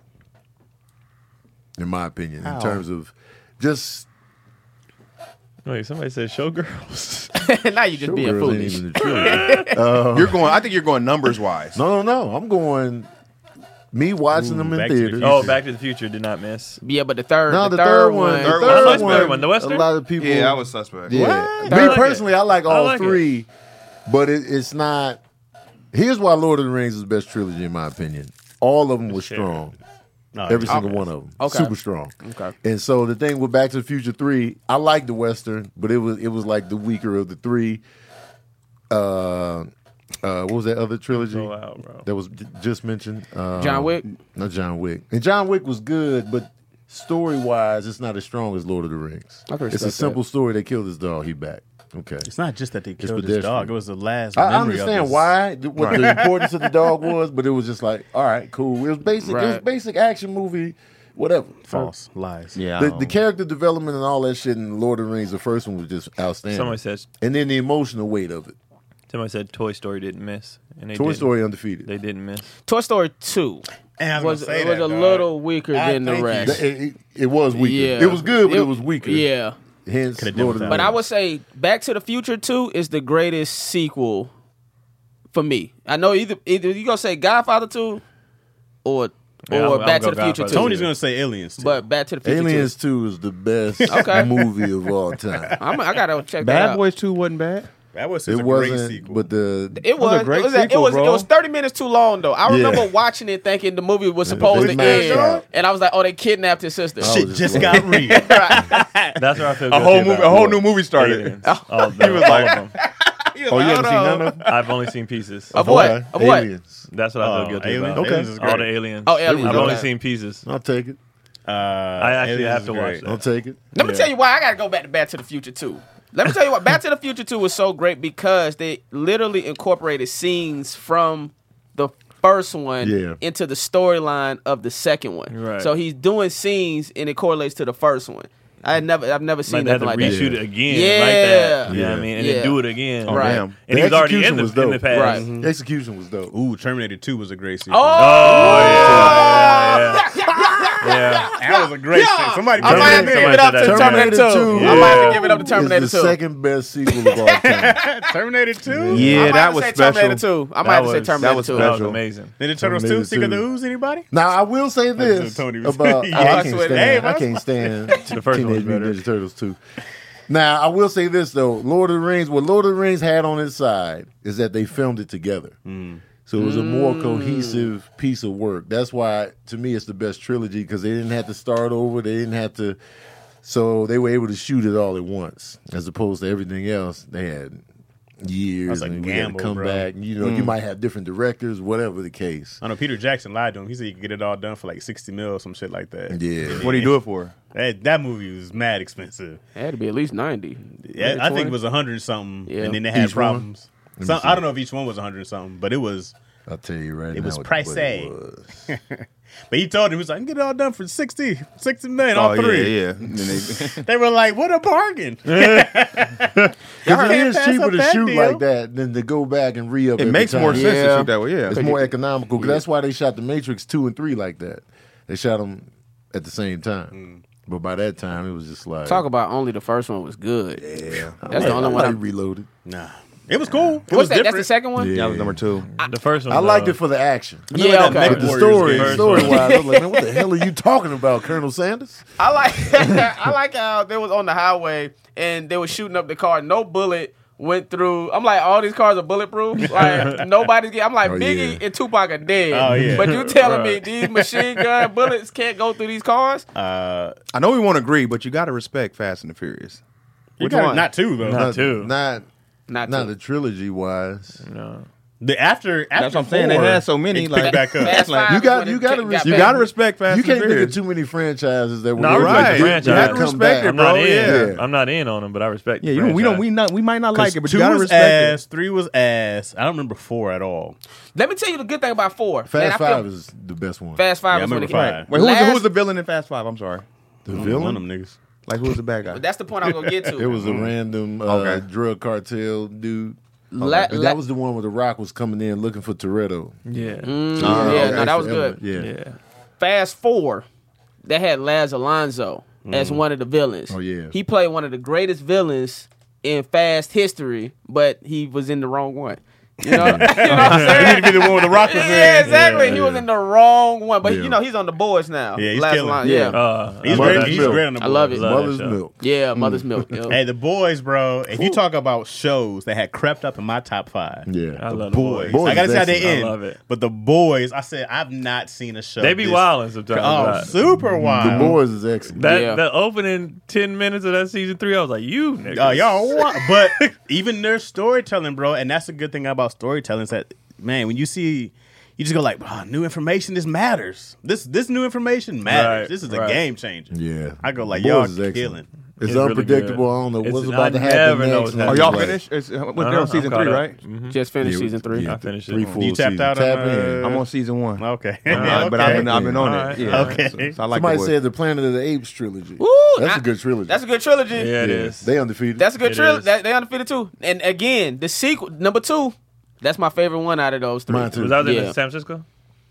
[SPEAKER 3] In my opinion, in terms of just
[SPEAKER 4] Wait, somebody said showgirls.
[SPEAKER 1] now you just being
[SPEAKER 3] Showgirls ain't
[SPEAKER 1] foolish.
[SPEAKER 3] even the trilogy.
[SPEAKER 2] You're going. I think you're going numbers wise.
[SPEAKER 3] no, no, no. I'm going. Me watching them in
[SPEAKER 5] Back to the
[SPEAKER 3] theaters.
[SPEAKER 5] Future.
[SPEAKER 4] oh, Back to the Future did not miss.
[SPEAKER 1] Yeah, but the third,
[SPEAKER 3] No,
[SPEAKER 1] the, third, one,
[SPEAKER 3] The
[SPEAKER 2] Third
[SPEAKER 3] third
[SPEAKER 2] one's
[SPEAKER 3] one.
[SPEAKER 4] better one. The Western?
[SPEAKER 3] A lot of people.
[SPEAKER 2] Yeah, I was suspect.
[SPEAKER 3] Yeah.
[SPEAKER 4] What? I
[SPEAKER 3] Me
[SPEAKER 4] like
[SPEAKER 3] personally,
[SPEAKER 4] it.
[SPEAKER 3] I like all
[SPEAKER 4] I like it.
[SPEAKER 3] three, but it, it's not. Here's why Lord of the Rings is the best trilogy in my opinion. All of them were strong.
[SPEAKER 5] No,
[SPEAKER 3] Every single one of them.
[SPEAKER 1] Okay.
[SPEAKER 3] Super strong.
[SPEAKER 1] Okay.
[SPEAKER 3] And so the thing with Back to the Future 3, I like the Western, but it was it was like the weaker of the three. Uh uh what was that other trilogy?
[SPEAKER 4] Go out, Oh, bro.
[SPEAKER 3] That was j- just mentioned. Uh,
[SPEAKER 1] John Wick?
[SPEAKER 3] Not John Wick. And John Wick was good, but story wise, it's not as strong as Lord of the Rings.
[SPEAKER 1] I can
[SPEAKER 3] It's a
[SPEAKER 1] respect
[SPEAKER 3] simple story. They killed his dog. He back. Okay.
[SPEAKER 5] It's not just that they killed
[SPEAKER 3] pedestrian.
[SPEAKER 5] his dog. It was the last.
[SPEAKER 3] I- I
[SPEAKER 5] memory of
[SPEAKER 3] understand
[SPEAKER 5] his-
[SPEAKER 3] why th- what the importance of the dog was, but it was just like, all right, cool. It was basic. It was
[SPEAKER 1] Right.
[SPEAKER 3] basic action movie, whatever.
[SPEAKER 5] False lies.
[SPEAKER 2] Yeah.
[SPEAKER 3] The, the character development and all that shit in Lord of the Rings, the first one was just outstanding.
[SPEAKER 4] Somebody says
[SPEAKER 3] and then the emotional weight of it.
[SPEAKER 4] somebody said Toy Story didn't miss. And they
[SPEAKER 3] Toy
[SPEAKER 4] didn't.
[SPEAKER 3] Story undefeated.
[SPEAKER 4] They didn't miss.
[SPEAKER 1] Toy Story two
[SPEAKER 5] And I
[SPEAKER 1] was,
[SPEAKER 5] was, gonna say
[SPEAKER 1] it was
[SPEAKER 5] that,
[SPEAKER 1] a
[SPEAKER 5] dog.
[SPEAKER 1] little weaker
[SPEAKER 5] I
[SPEAKER 1] than the
[SPEAKER 5] think
[SPEAKER 1] rest.
[SPEAKER 3] Th- It, it- it was weaker.
[SPEAKER 1] Yeah,
[SPEAKER 3] It was good, but it, was weaker.
[SPEAKER 1] Yeah,
[SPEAKER 3] Hence,
[SPEAKER 5] Could've done
[SPEAKER 3] Lord of the
[SPEAKER 5] without
[SPEAKER 1] but I
[SPEAKER 3] Rings.
[SPEAKER 1] would say Back to the Future Two is the greatest sequel for me. I know either either you gonna say Godfather Two or
[SPEAKER 4] Yeah, I'm-
[SPEAKER 1] or
[SPEAKER 4] I'm
[SPEAKER 1] Back to
[SPEAKER 4] gonna
[SPEAKER 1] the Future
[SPEAKER 4] go
[SPEAKER 1] too.
[SPEAKER 4] Godfather too.
[SPEAKER 5] Tony's gonna say aliens. Too.
[SPEAKER 1] but Back to the Future.
[SPEAKER 3] Aliens
[SPEAKER 1] Too.
[SPEAKER 3] Two is the best
[SPEAKER 1] Okay.
[SPEAKER 3] movie of all time.
[SPEAKER 1] I'm, I gotta check that
[SPEAKER 2] Bad
[SPEAKER 1] out.
[SPEAKER 2] Boys Two wasn't bad.
[SPEAKER 5] that was
[SPEAKER 3] It
[SPEAKER 5] a great
[SPEAKER 3] wasn't,
[SPEAKER 5] sequel.
[SPEAKER 3] but the
[SPEAKER 1] It
[SPEAKER 2] was a
[SPEAKER 1] was,
[SPEAKER 2] great
[SPEAKER 1] it was, it
[SPEAKER 2] sequel,
[SPEAKER 1] was,
[SPEAKER 2] bro.
[SPEAKER 1] it was 30 minutes too long though. I remember
[SPEAKER 3] Yeah.
[SPEAKER 1] watching it thinking the movie was supposed
[SPEAKER 3] big
[SPEAKER 1] to
[SPEAKER 3] man
[SPEAKER 1] end,
[SPEAKER 3] shot.
[SPEAKER 1] and I was like, "Oh, they kidnapped his sister."
[SPEAKER 3] Oh,
[SPEAKER 5] Shit
[SPEAKER 3] was
[SPEAKER 5] just
[SPEAKER 3] just
[SPEAKER 5] got real.
[SPEAKER 4] That's where I feel
[SPEAKER 2] A
[SPEAKER 4] guilty
[SPEAKER 2] whole movie, a
[SPEAKER 4] about
[SPEAKER 2] whole new movie started.
[SPEAKER 4] Aliens. All, the,
[SPEAKER 2] was
[SPEAKER 4] all
[SPEAKER 2] like-
[SPEAKER 4] of them.
[SPEAKER 2] Oh, you haven't seen none of them?
[SPEAKER 4] I've only seen pieces.
[SPEAKER 1] Of what?
[SPEAKER 3] Okay.
[SPEAKER 1] Of what?
[SPEAKER 3] Aliens.
[SPEAKER 4] That's what
[SPEAKER 5] Oh,
[SPEAKER 4] I feel guilty
[SPEAKER 5] Aliens?
[SPEAKER 4] about.
[SPEAKER 5] Okay. Aliens is
[SPEAKER 4] All
[SPEAKER 5] great.
[SPEAKER 4] the aliens.
[SPEAKER 1] Oh, Aliens,
[SPEAKER 4] I've only
[SPEAKER 1] okay.
[SPEAKER 4] seen pieces.
[SPEAKER 3] I'll take it.
[SPEAKER 5] Uh,
[SPEAKER 4] I actually
[SPEAKER 5] Aliens
[SPEAKER 4] have
[SPEAKER 5] is
[SPEAKER 4] to watch
[SPEAKER 5] great.
[SPEAKER 4] that.
[SPEAKER 3] I'll take it.
[SPEAKER 1] Let me
[SPEAKER 4] Yeah.
[SPEAKER 1] tell you why I gotta go back to Back to the Future too. Let me tell you what Back to the Future Two was so great because they literally incorporated scenes from the first one
[SPEAKER 3] Yeah.
[SPEAKER 1] into the storyline of the second one.
[SPEAKER 4] Right.
[SPEAKER 1] So he's doing scenes and it correlates to the first one. I had never, I've never
[SPEAKER 4] Like
[SPEAKER 1] seen
[SPEAKER 4] they had to
[SPEAKER 1] nothing like
[SPEAKER 4] reshoot
[SPEAKER 1] that.
[SPEAKER 4] it again, Oh,
[SPEAKER 1] Yeah.
[SPEAKER 4] like that. You know what I
[SPEAKER 3] Yeah.
[SPEAKER 4] mean? And
[SPEAKER 1] Yeah.
[SPEAKER 4] then do it again,
[SPEAKER 1] Right.
[SPEAKER 3] Damn.
[SPEAKER 4] And
[SPEAKER 3] The
[SPEAKER 4] he was already
[SPEAKER 3] execution
[SPEAKER 4] in the,
[SPEAKER 3] was
[SPEAKER 4] in the
[SPEAKER 3] dope.
[SPEAKER 4] past.
[SPEAKER 1] Right.
[SPEAKER 3] The execution was dope.
[SPEAKER 5] Ooh, Terminator Two was a great sequel.
[SPEAKER 1] Oh,
[SPEAKER 4] Oh, Yeah, yeah, yeah.
[SPEAKER 5] that was a great sequel. Somebody,
[SPEAKER 1] I might have to
[SPEAKER 4] Terminator-
[SPEAKER 1] give it up to
[SPEAKER 4] somebody
[SPEAKER 1] Terminator,
[SPEAKER 3] said that.
[SPEAKER 1] 2.
[SPEAKER 3] Terminator
[SPEAKER 1] I might have
[SPEAKER 4] two
[SPEAKER 1] to give it up to
[SPEAKER 3] It's
[SPEAKER 1] Terminator
[SPEAKER 3] the
[SPEAKER 1] 2.
[SPEAKER 3] second best sequel of all time.
[SPEAKER 5] Terminator Two.
[SPEAKER 2] Yeah,
[SPEAKER 1] I might
[SPEAKER 2] that
[SPEAKER 1] have to
[SPEAKER 2] was
[SPEAKER 1] say
[SPEAKER 2] special.
[SPEAKER 1] Terminator 2. I might have to say
[SPEAKER 4] was-
[SPEAKER 1] Terminator
[SPEAKER 2] that was
[SPEAKER 1] 2.
[SPEAKER 4] That was
[SPEAKER 2] Special.
[SPEAKER 4] amazing.
[SPEAKER 5] Ninja Turtles
[SPEAKER 3] Terminator
[SPEAKER 5] Two. Secret of the
[SPEAKER 3] two.
[SPEAKER 5] Ooze. Anybody?
[SPEAKER 3] Now I will say
[SPEAKER 5] what
[SPEAKER 3] this
[SPEAKER 5] Tony was-
[SPEAKER 3] about
[SPEAKER 5] Yeah,
[SPEAKER 3] oh,
[SPEAKER 5] I
[SPEAKER 3] I can't
[SPEAKER 1] swear to
[SPEAKER 3] stand
[SPEAKER 5] God.
[SPEAKER 3] I can't stand the
[SPEAKER 4] first one was
[SPEAKER 3] Teenage
[SPEAKER 4] better.
[SPEAKER 3] Mutant Ninja Turtles too. Now I will say this though, Lord of the Rings. What Lord of the Rings had on its side is that they filmed it together,
[SPEAKER 5] Mm.
[SPEAKER 3] so it was a more cohesive piece of work. That's why to me it's the best trilogy because they didn't have to start over. They didn't have to, so they were able to shoot it all at once as opposed to everything else they had. Years
[SPEAKER 5] That's a
[SPEAKER 3] and we had to
[SPEAKER 5] gamble,
[SPEAKER 3] come
[SPEAKER 5] bro. Uh,
[SPEAKER 3] back. You know, you might have different directors, whatever the case.
[SPEAKER 5] I know Peter Jackson lied to him. He said he could get it all done for like sixty mil or some shit like that.
[SPEAKER 3] Yeah.
[SPEAKER 2] What do you do it for?
[SPEAKER 5] That, that movie was mad expensive.
[SPEAKER 1] It had to be at least 90.
[SPEAKER 5] Yeah,
[SPEAKER 1] Maybe
[SPEAKER 5] I think
[SPEAKER 1] 20?
[SPEAKER 5] it was hundred and something,
[SPEAKER 1] Yeah.
[SPEAKER 5] and then they had
[SPEAKER 3] Each one?
[SPEAKER 5] problems. Some, I don't know if each one was hundred and something, but it was.
[SPEAKER 3] I'll tell you right now.
[SPEAKER 5] It was
[SPEAKER 3] what- what
[SPEAKER 5] pricey.
[SPEAKER 3] it was.
[SPEAKER 5] But he told him he was like, "Get it all done for 60, 60 million, all
[SPEAKER 2] Oh,
[SPEAKER 5] three.
[SPEAKER 2] yeah, yeah. And they-
[SPEAKER 5] They were like, "What a bargain!"
[SPEAKER 3] Because it
[SPEAKER 5] can't
[SPEAKER 3] is
[SPEAKER 5] pass
[SPEAKER 3] cheaper
[SPEAKER 5] up
[SPEAKER 3] to
[SPEAKER 5] that
[SPEAKER 3] shoot
[SPEAKER 5] deal.
[SPEAKER 3] like that than to go back and re up.
[SPEAKER 2] it makes more sense
[SPEAKER 1] Yeah.
[SPEAKER 2] to shoot that way. Yeah,
[SPEAKER 3] It's more economical. 'cause That's why they shot The Matrix two and three like that. They shot them at the same time. But by that time, it was just like
[SPEAKER 1] Talk about only the first one was good.
[SPEAKER 3] Yeah,
[SPEAKER 1] That's the only one
[SPEAKER 3] I
[SPEAKER 1] I'm-
[SPEAKER 3] like reloaded.
[SPEAKER 5] nah, it was cool. It
[SPEAKER 1] What's
[SPEAKER 5] was
[SPEAKER 1] that? That's the
[SPEAKER 5] different.
[SPEAKER 1] second one?
[SPEAKER 3] Yeah.
[SPEAKER 2] that was number two.
[SPEAKER 4] The first one.
[SPEAKER 3] I liked
[SPEAKER 4] uh,
[SPEAKER 3] it for the action.
[SPEAKER 1] Yeah,
[SPEAKER 5] Remember that
[SPEAKER 1] okay.
[SPEAKER 5] Meg
[SPEAKER 3] But the
[SPEAKER 5] Warriors
[SPEAKER 3] story,
[SPEAKER 5] game?
[SPEAKER 4] First
[SPEAKER 3] story
[SPEAKER 4] one.
[SPEAKER 3] wise, I was like, man, what the hell are you talking about, Colonel Sanders?
[SPEAKER 1] I like I like how they was on the highway and they were shooting up the car. No bullet went through. I'm like, all these cars are bulletproof. Like nobody's getting. I'm like,
[SPEAKER 3] Oh,
[SPEAKER 1] Biggie
[SPEAKER 3] yeah.
[SPEAKER 1] and Tupac are dead.
[SPEAKER 5] Oh, yeah.
[SPEAKER 1] But you telling me these machine gun bullets can't go through these cars?
[SPEAKER 5] Uh,
[SPEAKER 2] I know we won't agree, but you got to respect Fast and the Furious.
[SPEAKER 5] you
[SPEAKER 1] Which
[SPEAKER 5] gotta-
[SPEAKER 1] one?
[SPEAKER 5] Not two though.
[SPEAKER 4] Not two.
[SPEAKER 3] Not
[SPEAKER 1] Not,
[SPEAKER 3] not
[SPEAKER 1] to.
[SPEAKER 3] the trilogy wise.
[SPEAKER 4] No.
[SPEAKER 5] The after, after
[SPEAKER 2] what I'm saying. They
[SPEAKER 5] four,
[SPEAKER 2] had so many,
[SPEAKER 5] it
[SPEAKER 2] like-
[SPEAKER 5] picked back up.
[SPEAKER 1] Fast
[SPEAKER 2] Like,
[SPEAKER 1] Five
[SPEAKER 3] you
[SPEAKER 1] is
[SPEAKER 3] got-
[SPEAKER 1] when
[SPEAKER 3] you
[SPEAKER 1] it
[SPEAKER 3] gotta
[SPEAKER 1] got
[SPEAKER 3] res-
[SPEAKER 1] back.
[SPEAKER 2] You got to respect Fast.
[SPEAKER 3] You
[SPEAKER 2] and
[SPEAKER 3] can't
[SPEAKER 2] the
[SPEAKER 3] look at
[SPEAKER 2] Furious.
[SPEAKER 3] too many franchises that were
[SPEAKER 4] No, I respect
[SPEAKER 3] Right.
[SPEAKER 4] the
[SPEAKER 3] You
[SPEAKER 4] franchise.
[SPEAKER 3] had to come back.
[SPEAKER 2] Respect it,
[SPEAKER 4] I'm not
[SPEAKER 2] bro,
[SPEAKER 4] in.
[SPEAKER 2] yeah.
[SPEAKER 4] I'm not in on them, but I respect.
[SPEAKER 2] Yeah,
[SPEAKER 4] the
[SPEAKER 2] you know, we don't.
[SPEAKER 4] franchise.
[SPEAKER 2] We not. We might not like it, but
[SPEAKER 5] two
[SPEAKER 2] you got to
[SPEAKER 5] was
[SPEAKER 2] respect
[SPEAKER 5] ass,
[SPEAKER 2] it.
[SPEAKER 5] three was ass. I don't remember four at all.
[SPEAKER 1] Let me tell you the good thing about four. Man, I
[SPEAKER 3] Fast
[SPEAKER 1] feel
[SPEAKER 3] Five is the best one.
[SPEAKER 1] Fast Five
[SPEAKER 5] Yeah, I
[SPEAKER 1] is when it
[SPEAKER 5] remember
[SPEAKER 1] came.
[SPEAKER 5] Five.
[SPEAKER 2] Wait, who was, the, who
[SPEAKER 1] Last-
[SPEAKER 2] was the villain in Fast Five? I'm sorry.
[SPEAKER 3] the
[SPEAKER 5] One
[SPEAKER 3] villain.
[SPEAKER 5] of them niggas.
[SPEAKER 2] Like who was the bad guy?
[SPEAKER 1] That's the point I'm gonna get to.
[SPEAKER 3] It was a random uh,
[SPEAKER 2] Okay.
[SPEAKER 3] drug cartel dude.
[SPEAKER 1] La-
[SPEAKER 3] But
[SPEAKER 1] la-
[SPEAKER 3] that was the one where The Rock was coming in looking for Toretto.
[SPEAKER 4] Yeah.
[SPEAKER 1] Mm,
[SPEAKER 3] Uh,
[SPEAKER 1] yeah,
[SPEAKER 3] okay.
[SPEAKER 1] no, that was good.
[SPEAKER 3] Yeah.
[SPEAKER 4] Ah, Yeah.
[SPEAKER 1] Fast Four, they had Laz Alonso as
[SPEAKER 5] Mm.
[SPEAKER 1] one of the villains.
[SPEAKER 3] Oh, yeah.
[SPEAKER 1] he played one of the greatest villains in Fast history, but he was in the wrong one. You know, you know what I'm
[SPEAKER 5] He
[SPEAKER 1] saying?
[SPEAKER 5] need to be the one with the rock was
[SPEAKER 1] Yeah,
[SPEAKER 5] in.
[SPEAKER 1] exactly. He
[SPEAKER 3] Yeah.
[SPEAKER 1] was in the wrong one, but you
[SPEAKER 3] Yeah.
[SPEAKER 1] know he's on the boards now.
[SPEAKER 5] Yeah, he's
[SPEAKER 1] Laz
[SPEAKER 5] killing.
[SPEAKER 1] Alonso,
[SPEAKER 3] Yeah.
[SPEAKER 1] Yeah,
[SPEAKER 4] Uh,
[SPEAKER 5] He's
[SPEAKER 4] I love
[SPEAKER 5] great.
[SPEAKER 4] that
[SPEAKER 5] He's
[SPEAKER 4] show.
[SPEAKER 5] great on the
[SPEAKER 1] I love
[SPEAKER 5] boys.
[SPEAKER 1] it.
[SPEAKER 4] Love
[SPEAKER 3] Mother's
[SPEAKER 4] that show.
[SPEAKER 3] Milk.
[SPEAKER 1] yeah, Mother's
[SPEAKER 3] Mm.
[SPEAKER 1] Milk. yeah.
[SPEAKER 5] Hey, the boys, bro. If you talk about shows that had crept up in my top five,
[SPEAKER 4] I
[SPEAKER 3] Yeah.
[SPEAKER 4] love the
[SPEAKER 5] boys.
[SPEAKER 4] boys.
[SPEAKER 3] Boys
[SPEAKER 5] I gotta see how they
[SPEAKER 3] is
[SPEAKER 4] excellent.
[SPEAKER 5] end.
[SPEAKER 4] I love it.
[SPEAKER 5] But the boys, I said I've not seen a show.
[SPEAKER 4] They be
[SPEAKER 5] this-
[SPEAKER 4] wilding sometimes.
[SPEAKER 5] Oh,
[SPEAKER 4] right?
[SPEAKER 5] super wild.
[SPEAKER 3] The Boys is excellent.
[SPEAKER 4] That
[SPEAKER 1] Yeah.
[SPEAKER 4] the opening ten minutes of that season three, I was like, you niggas.
[SPEAKER 5] Oh, y'all want, but even their storytelling, bro, and that's the good thing about storytelling is that man, when you see, you just go like, wow, new information. This matters. This this new information matters.
[SPEAKER 4] Right,
[SPEAKER 5] this is a
[SPEAKER 4] right.
[SPEAKER 5] game changer.
[SPEAKER 3] Yeah.
[SPEAKER 5] I go like,
[SPEAKER 3] Boys
[SPEAKER 5] y'all
[SPEAKER 3] is excellent.
[SPEAKER 5] killing.
[SPEAKER 3] It's,
[SPEAKER 4] It's really
[SPEAKER 3] unpredictable.
[SPEAKER 4] good.
[SPEAKER 3] I don't know
[SPEAKER 4] It's-
[SPEAKER 3] what's
[SPEAKER 4] I
[SPEAKER 3] about to happen.
[SPEAKER 4] never know
[SPEAKER 3] next.
[SPEAKER 4] what's
[SPEAKER 3] and
[SPEAKER 4] happening.
[SPEAKER 2] Are
[SPEAKER 3] I'm
[SPEAKER 2] y'all
[SPEAKER 3] like-
[SPEAKER 2] finished? It's, uh, what,
[SPEAKER 4] Uh-huh,
[SPEAKER 2] they're on
[SPEAKER 4] I'm
[SPEAKER 2] season
[SPEAKER 4] caught
[SPEAKER 2] three,
[SPEAKER 4] up. Mm-hmm.
[SPEAKER 2] right?
[SPEAKER 1] Just finished
[SPEAKER 3] Yeah,
[SPEAKER 1] season three.
[SPEAKER 3] yeah,
[SPEAKER 4] I finished it.
[SPEAKER 3] Three
[SPEAKER 4] You
[SPEAKER 3] full
[SPEAKER 5] tapped
[SPEAKER 3] seasons.
[SPEAKER 5] out on,
[SPEAKER 3] Tap
[SPEAKER 5] uh,
[SPEAKER 3] in.
[SPEAKER 2] I'm on season one,
[SPEAKER 5] Okay,
[SPEAKER 2] Uh, but I've been I've been on
[SPEAKER 4] Alright,
[SPEAKER 2] it. Yeah.
[SPEAKER 5] alright.
[SPEAKER 2] So- so I like
[SPEAKER 3] Somebody
[SPEAKER 2] the boys.
[SPEAKER 3] said the Planet of the Apes trilogy.
[SPEAKER 1] Woo,
[SPEAKER 3] that's
[SPEAKER 1] I-
[SPEAKER 3] a good trilogy.
[SPEAKER 1] That's a good trilogy.
[SPEAKER 4] Yeah, it
[SPEAKER 3] Yeah.
[SPEAKER 4] is.
[SPEAKER 3] They undefeated.
[SPEAKER 1] That's a good
[SPEAKER 4] It
[SPEAKER 1] trilogy.
[SPEAKER 4] is.
[SPEAKER 1] That, they undefeated too. And again, the sequel number two. That's my favorite one out of those three.
[SPEAKER 3] Mine, too.
[SPEAKER 4] was that in
[SPEAKER 1] Yeah.
[SPEAKER 4] San Francisco?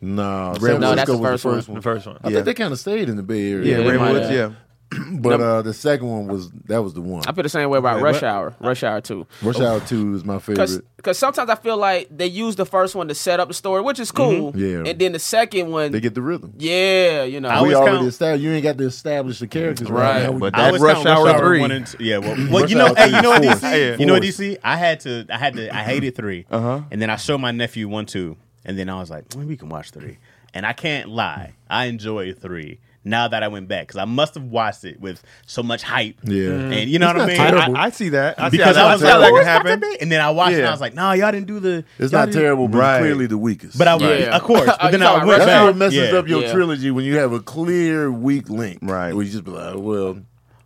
[SPEAKER 3] no.
[SPEAKER 2] Red
[SPEAKER 3] San
[SPEAKER 2] Wolf. No,
[SPEAKER 1] that's
[SPEAKER 3] Francisco
[SPEAKER 1] the
[SPEAKER 3] was
[SPEAKER 1] first
[SPEAKER 3] the first
[SPEAKER 4] The
[SPEAKER 3] one.
[SPEAKER 4] first one.
[SPEAKER 3] I
[SPEAKER 2] Yeah.
[SPEAKER 3] think they kind of stayed in the Bay Area.
[SPEAKER 2] Yeah,
[SPEAKER 1] Yeah, they might
[SPEAKER 2] Redwoods.
[SPEAKER 1] have.
[SPEAKER 2] Yeah,
[SPEAKER 3] But uh, the second one was that was the one.
[SPEAKER 1] I feel the same way about
[SPEAKER 5] Okay,
[SPEAKER 1] Rush
[SPEAKER 5] what-
[SPEAKER 1] Hour. Rush Hour too.
[SPEAKER 3] Rush Hour Two is my
[SPEAKER 1] Because
[SPEAKER 3] favorite.
[SPEAKER 1] sometimes I feel like they use the first one to set up the story, which is cool.
[SPEAKER 3] Mm-hmm. Yeah.
[SPEAKER 1] And then the second one,
[SPEAKER 3] They get the rhythm.
[SPEAKER 1] yeah, you know.
[SPEAKER 5] I
[SPEAKER 3] we
[SPEAKER 5] always
[SPEAKER 3] already
[SPEAKER 5] count-
[SPEAKER 3] established. You ain't got to establish the characters
[SPEAKER 1] Right,
[SPEAKER 3] right, now.
[SPEAKER 2] but
[SPEAKER 3] But
[SPEAKER 5] I
[SPEAKER 2] that
[SPEAKER 5] was
[SPEAKER 2] Rush
[SPEAKER 5] counting
[SPEAKER 2] Hour three.
[SPEAKER 5] one and two. Yeah, well, well,
[SPEAKER 3] Rush
[SPEAKER 5] you know,
[SPEAKER 3] Hour
[SPEAKER 5] hey, you know what
[SPEAKER 3] three is
[SPEAKER 5] DC?
[SPEAKER 3] forced.
[SPEAKER 5] You know what
[SPEAKER 3] Forced.
[SPEAKER 5] DC? I had to, I had to, I hated three, uh-huh. and then I showed my nephew one two, and then I was like, well, we can watch three, and I can't lie, I enjoyed three. Now that I went back, because I must have watched it with so much hype,
[SPEAKER 3] Yeah.
[SPEAKER 5] and you know what I mean.
[SPEAKER 2] I,
[SPEAKER 5] I-
[SPEAKER 2] I see that. I see
[SPEAKER 5] because
[SPEAKER 2] how
[SPEAKER 5] I
[SPEAKER 2] that,
[SPEAKER 5] was
[SPEAKER 2] how
[SPEAKER 5] like,
[SPEAKER 2] that
[SPEAKER 5] "Oh,
[SPEAKER 2] can
[SPEAKER 5] it's not that
[SPEAKER 2] happen.
[SPEAKER 5] big." and then I watched, it and
[SPEAKER 2] Yeah.
[SPEAKER 5] I was like, "Nah, y'all didn't do the."
[SPEAKER 3] it's
[SPEAKER 5] y'all
[SPEAKER 3] not
[SPEAKER 5] didn't-
[SPEAKER 3] terrible, but
[SPEAKER 2] Right.
[SPEAKER 3] it's clearly the weakest.
[SPEAKER 5] But I,
[SPEAKER 1] Yeah.
[SPEAKER 5] of course.
[SPEAKER 1] Oh,
[SPEAKER 5] But then
[SPEAKER 1] you talking
[SPEAKER 5] I
[SPEAKER 1] about
[SPEAKER 5] went
[SPEAKER 1] Rush
[SPEAKER 3] that's
[SPEAKER 5] back.
[SPEAKER 3] what messes
[SPEAKER 5] Yeah.
[SPEAKER 3] up your
[SPEAKER 1] Yeah.
[SPEAKER 3] trilogy when you have a clear weak link.
[SPEAKER 2] Right.
[SPEAKER 3] Where you just be like, oh, well,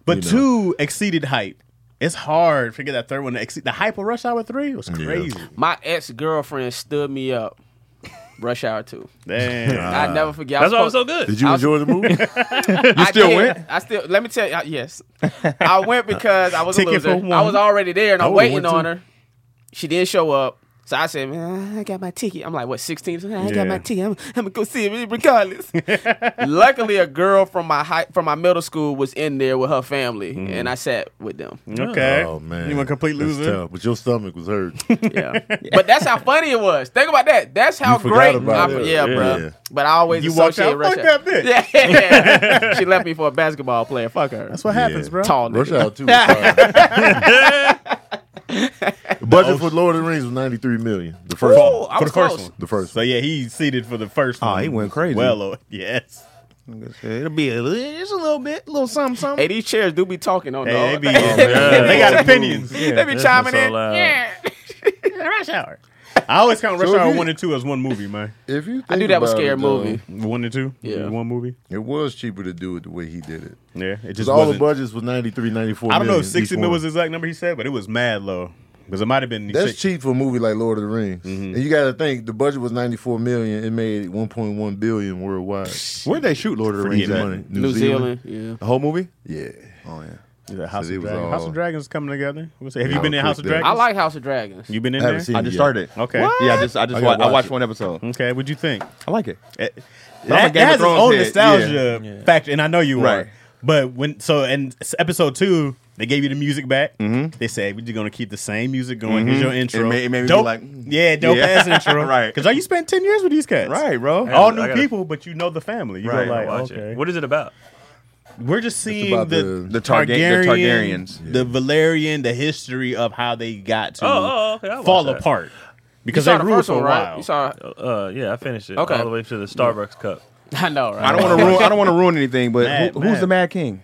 [SPEAKER 5] But
[SPEAKER 3] you know.
[SPEAKER 5] two exceeded hype. It's hard to get that third one to exceed the hype of Rush Hour Three was crazy.
[SPEAKER 1] My ex girlfriend stood me up. Rush Hour two.
[SPEAKER 5] Damn.
[SPEAKER 3] Ah.
[SPEAKER 1] I never forget. I
[SPEAKER 4] That's why it was
[SPEAKER 1] supposed-
[SPEAKER 4] so good.
[SPEAKER 3] Did you enjoy the movie?
[SPEAKER 1] I
[SPEAKER 2] still
[SPEAKER 1] did.
[SPEAKER 2] went?
[SPEAKER 1] I still. Let me tell you. I- Yes, I went because I was a
[SPEAKER 5] Ticket
[SPEAKER 1] loser.
[SPEAKER 5] for one. Oh,
[SPEAKER 1] I was already there, and I'm
[SPEAKER 3] would've
[SPEAKER 1] waiting
[SPEAKER 3] went
[SPEAKER 1] on
[SPEAKER 3] too.
[SPEAKER 1] her. She didn't show up, so I said, "Man, I got my ticket." I'm like, "What, 16?" I got my
[SPEAKER 5] Yeah.
[SPEAKER 1] ticket. I'm, I'm gonna go see it regardless. Luckily, a girl from my high, from my middle school was in there with her family, and I sat with them.
[SPEAKER 5] Mm-hmm. Okay.
[SPEAKER 3] Oh man,
[SPEAKER 5] You were a complete
[SPEAKER 3] That's
[SPEAKER 5] loser.
[SPEAKER 3] tough, but your stomach was hurt.
[SPEAKER 1] Yeah, but that's how funny it was. Think about that. That's how
[SPEAKER 3] forgot
[SPEAKER 1] great.
[SPEAKER 3] about
[SPEAKER 1] I-
[SPEAKER 3] it.
[SPEAKER 1] yeah,
[SPEAKER 3] Yeah.
[SPEAKER 1] bro.
[SPEAKER 3] Yeah.
[SPEAKER 1] But I always
[SPEAKER 5] You walked
[SPEAKER 1] associate
[SPEAKER 5] out, "Fuck
[SPEAKER 1] Russia.
[SPEAKER 5] that bitch."
[SPEAKER 1] Yeah, she left me for a basketball player. Fuck her.
[SPEAKER 5] That's what happens,
[SPEAKER 3] Yeah.
[SPEAKER 5] bro.
[SPEAKER 1] Tall
[SPEAKER 3] Rush
[SPEAKER 1] nigga.
[SPEAKER 3] Hour Two. Was fire.
[SPEAKER 1] Oh,
[SPEAKER 3] Budget for Lord of the Rings was ninety three million. The first
[SPEAKER 1] Ooh,
[SPEAKER 3] one.
[SPEAKER 1] I
[SPEAKER 5] For
[SPEAKER 1] was
[SPEAKER 5] the first
[SPEAKER 1] close.
[SPEAKER 5] one.
[SPEAKER 3] The first
[SPEAKER 5] So
[SPEAKER 3] one.
[SPEAKER 5] yeah, he seated for the first one.
[SPEAKER 2] Oh, he went crazy.
[SPEAKER 5] Well, oh, yes.
[SPEAKER 2] It'll be a little, it's a little bit, a little something, something.
[SPEAKER 1] Hey, these chairs do be talking on
[SPEAKER 5] Hey, they,
[SPEAKER 1] the
[SPEAKER 5] be, they got opinions.
[SPEAKER 1] They be chiming
[SPEAKER 4] so
[SPEAKER 1] in.
[SPEAKER 4] loud.
[SPEAKER 1] Yeah.
[SPEAKER 5] Rush Hour. I always count Rush
[SPEAKER 3] So if
[SPEAKER 5] Hour
[SPEAKER 3] you-
[SPEAKER 5] one and two as one movie, man.
[SPEAKER 3] If you think
[SPEAKER 1] I knew that was
[SPEAKER 3] about it,
[SPEAKER 1] scary
[SPEAKER 3] though,
[SPEAKER 1] movie.
[SPEAKER 5] One and two.
[SPEAKER 1] Yeah.
[SPEAKER 5] one movie.
[SPEAKER 3] It was cheaper to do it the way he did it.
[SPEAKER 5] Yeah, it just
[SPEAKER 3] Because all the
[SPEAKER 5] wasn't-
[SPEAKER 3] budgets was 93, 94
[SPEAKER 5] I don't know if
[SPEAKER 3] million each
[SPEAKER 5] sixty mil
[SPEAKER 3] one.
[SPEAKER 5] was the exact number he said, but it was mad low because it might have been
[SPEAKER 3] That's
[SPEAKER 5] six-
[SPEAKER 3] cheap for a movie like Lord of the Rings.
[SPEAKER 1] Mm-hmm.
[SPEAKER 3] And you got to think the budget was 94 million. It made 1.1 billion worldwide.
[SPEAKER 2] Where'd they shoot Lord of the Rings?
[SPEAKER 5] that.
[SPEAKER 2] at?
[SPEAKER 3] Money.
[SPEAKER 1] New, Zealand.
[SPEAKER 2] The whole movie?
[SPEAKER 3] Yeah.
[SPEAKER 2] Oh yeah.
[SPEAKER 5] Yeah, House,
[SPEAKER 3] So they
[SPEAKER 5] of
[SPEAKER 3] was
[SPEAKER 5] Dragons.
[SPEAKER 3] all-
[SPEAKER 5] House of Dragons coming together. What's it- Have you
[SPEAKER 3] Yeah,
[SPEAKER 5] been in
[SPEAKER 3] I'll
[SPEAKER 5] House of
[SPEAKER 3] click that.
[SPEAKER 5] Dragons?
[SPEAKER 1] I like Haven't House of Dragons.
[SPEAKER 5] You been in
[SPEAKER 3] I haven't
[SPEAKER 5] there?
[SPEAKER 3] seen
[SPEAKER 2] I
[SPEAKER 3] it
[SPEAKER 2] just
[SPEAKER 3] yet.
[SPEAKER 2] started.
[SPEAKER 5] Okay.
[SPEAKER 2] Yeah, I just I just
[SPEAKER 3] gotta
[SPEAKER 2] wa- I
[SPEAKER 3] watch
[SPEAKER 2] watched
[SPEAKER 3] it.
[SPEAKER 2] one episode.
[SPEAKER 5] Okay, what'd you think?
[SPEAKER 2] I like it.
[SPEAKER 5] It,
[SPEAKER 2] I'm a Game
[SPEAKER 5] that
[SPEAKER 2] of
[SPEAKER 5] that has its
[SPEAKER 2] Thrones
[SPEAKER 5] own
[SPEAKER 2] head.
[SPEAKER 5] nostalgia factor, and I know you
[SPEAKER 2] Right.
[SPEAKER 5] are. But when so in s- episode two, they gave you the music back. They said we're just gonna keep the same music going. Here's your intro.
[SPEAKER 2] It made- it made me be
[SPEAKER 5] dope,
[SPEAKER 2] like,
[SPEAKER 5] yeah, dope
[SPEAKER 2] yeah.
[SPEAKER 5] ass intro,
[SPEAKER 2] Right.
[SPEAKER 5] Because you spent ten years with these cats,
[SPEAKER 2] Right, bro. Oh,
[SPEAKER 4] Yeah.
[SPEAKER 5] All new
[SPEAKER 4] I gotta-
[SPEAKER 5] people, but you know the family. You
[SPEAKER 4] Right,
[SPEAKER 5] go like,
[SPEAKER 4] watch
[SPEAKER 5] okay.
[SPEAKER 4] it. What is it about?
[SPEAKER 5] We're just seeing
[SPEAKER 3] about
[SPEAKER 5] the,
[SPEAKER 3] the-
[SPEAKER 2] The Targa- the Targaryens.
[SPEAKER 5] the Valerian, the history of how they got to
[SPEAKER 4] Oh, oh, okay, I'll watch
[SPEAKER 5] fall
[SPEAKER 4] that.
[SPEAKER 5] apart
[SPEAKER 1] You
[SPEAKER 5] because
[SPEAKER 1] saw
[SPEAKER 5] they
[SPEAKER 1] the
[SPEAKER 5] ruled
[SPEAKER 1] first
[SPEAKER 5] for a
[SPEAKER 1] one, right?
[SPEAKER 5] while.
[SPEAKER 1] You saw.
[SPEAKER 4] Uh, yeah, I finished it
[SPEAKER 1] Okay.
[SPEAKER 4] all the way to the Starbucks cup.
[SPEAKER 1] I know, right?
[SPEAKER 2] I don't want to ruin. I don't want to ruin anything. But
[SPEAKER 5] Mad,
[SPEAKER 2] who, who's
[SPEAKER 5] mad.
[SPEAKER 2] the Mad King?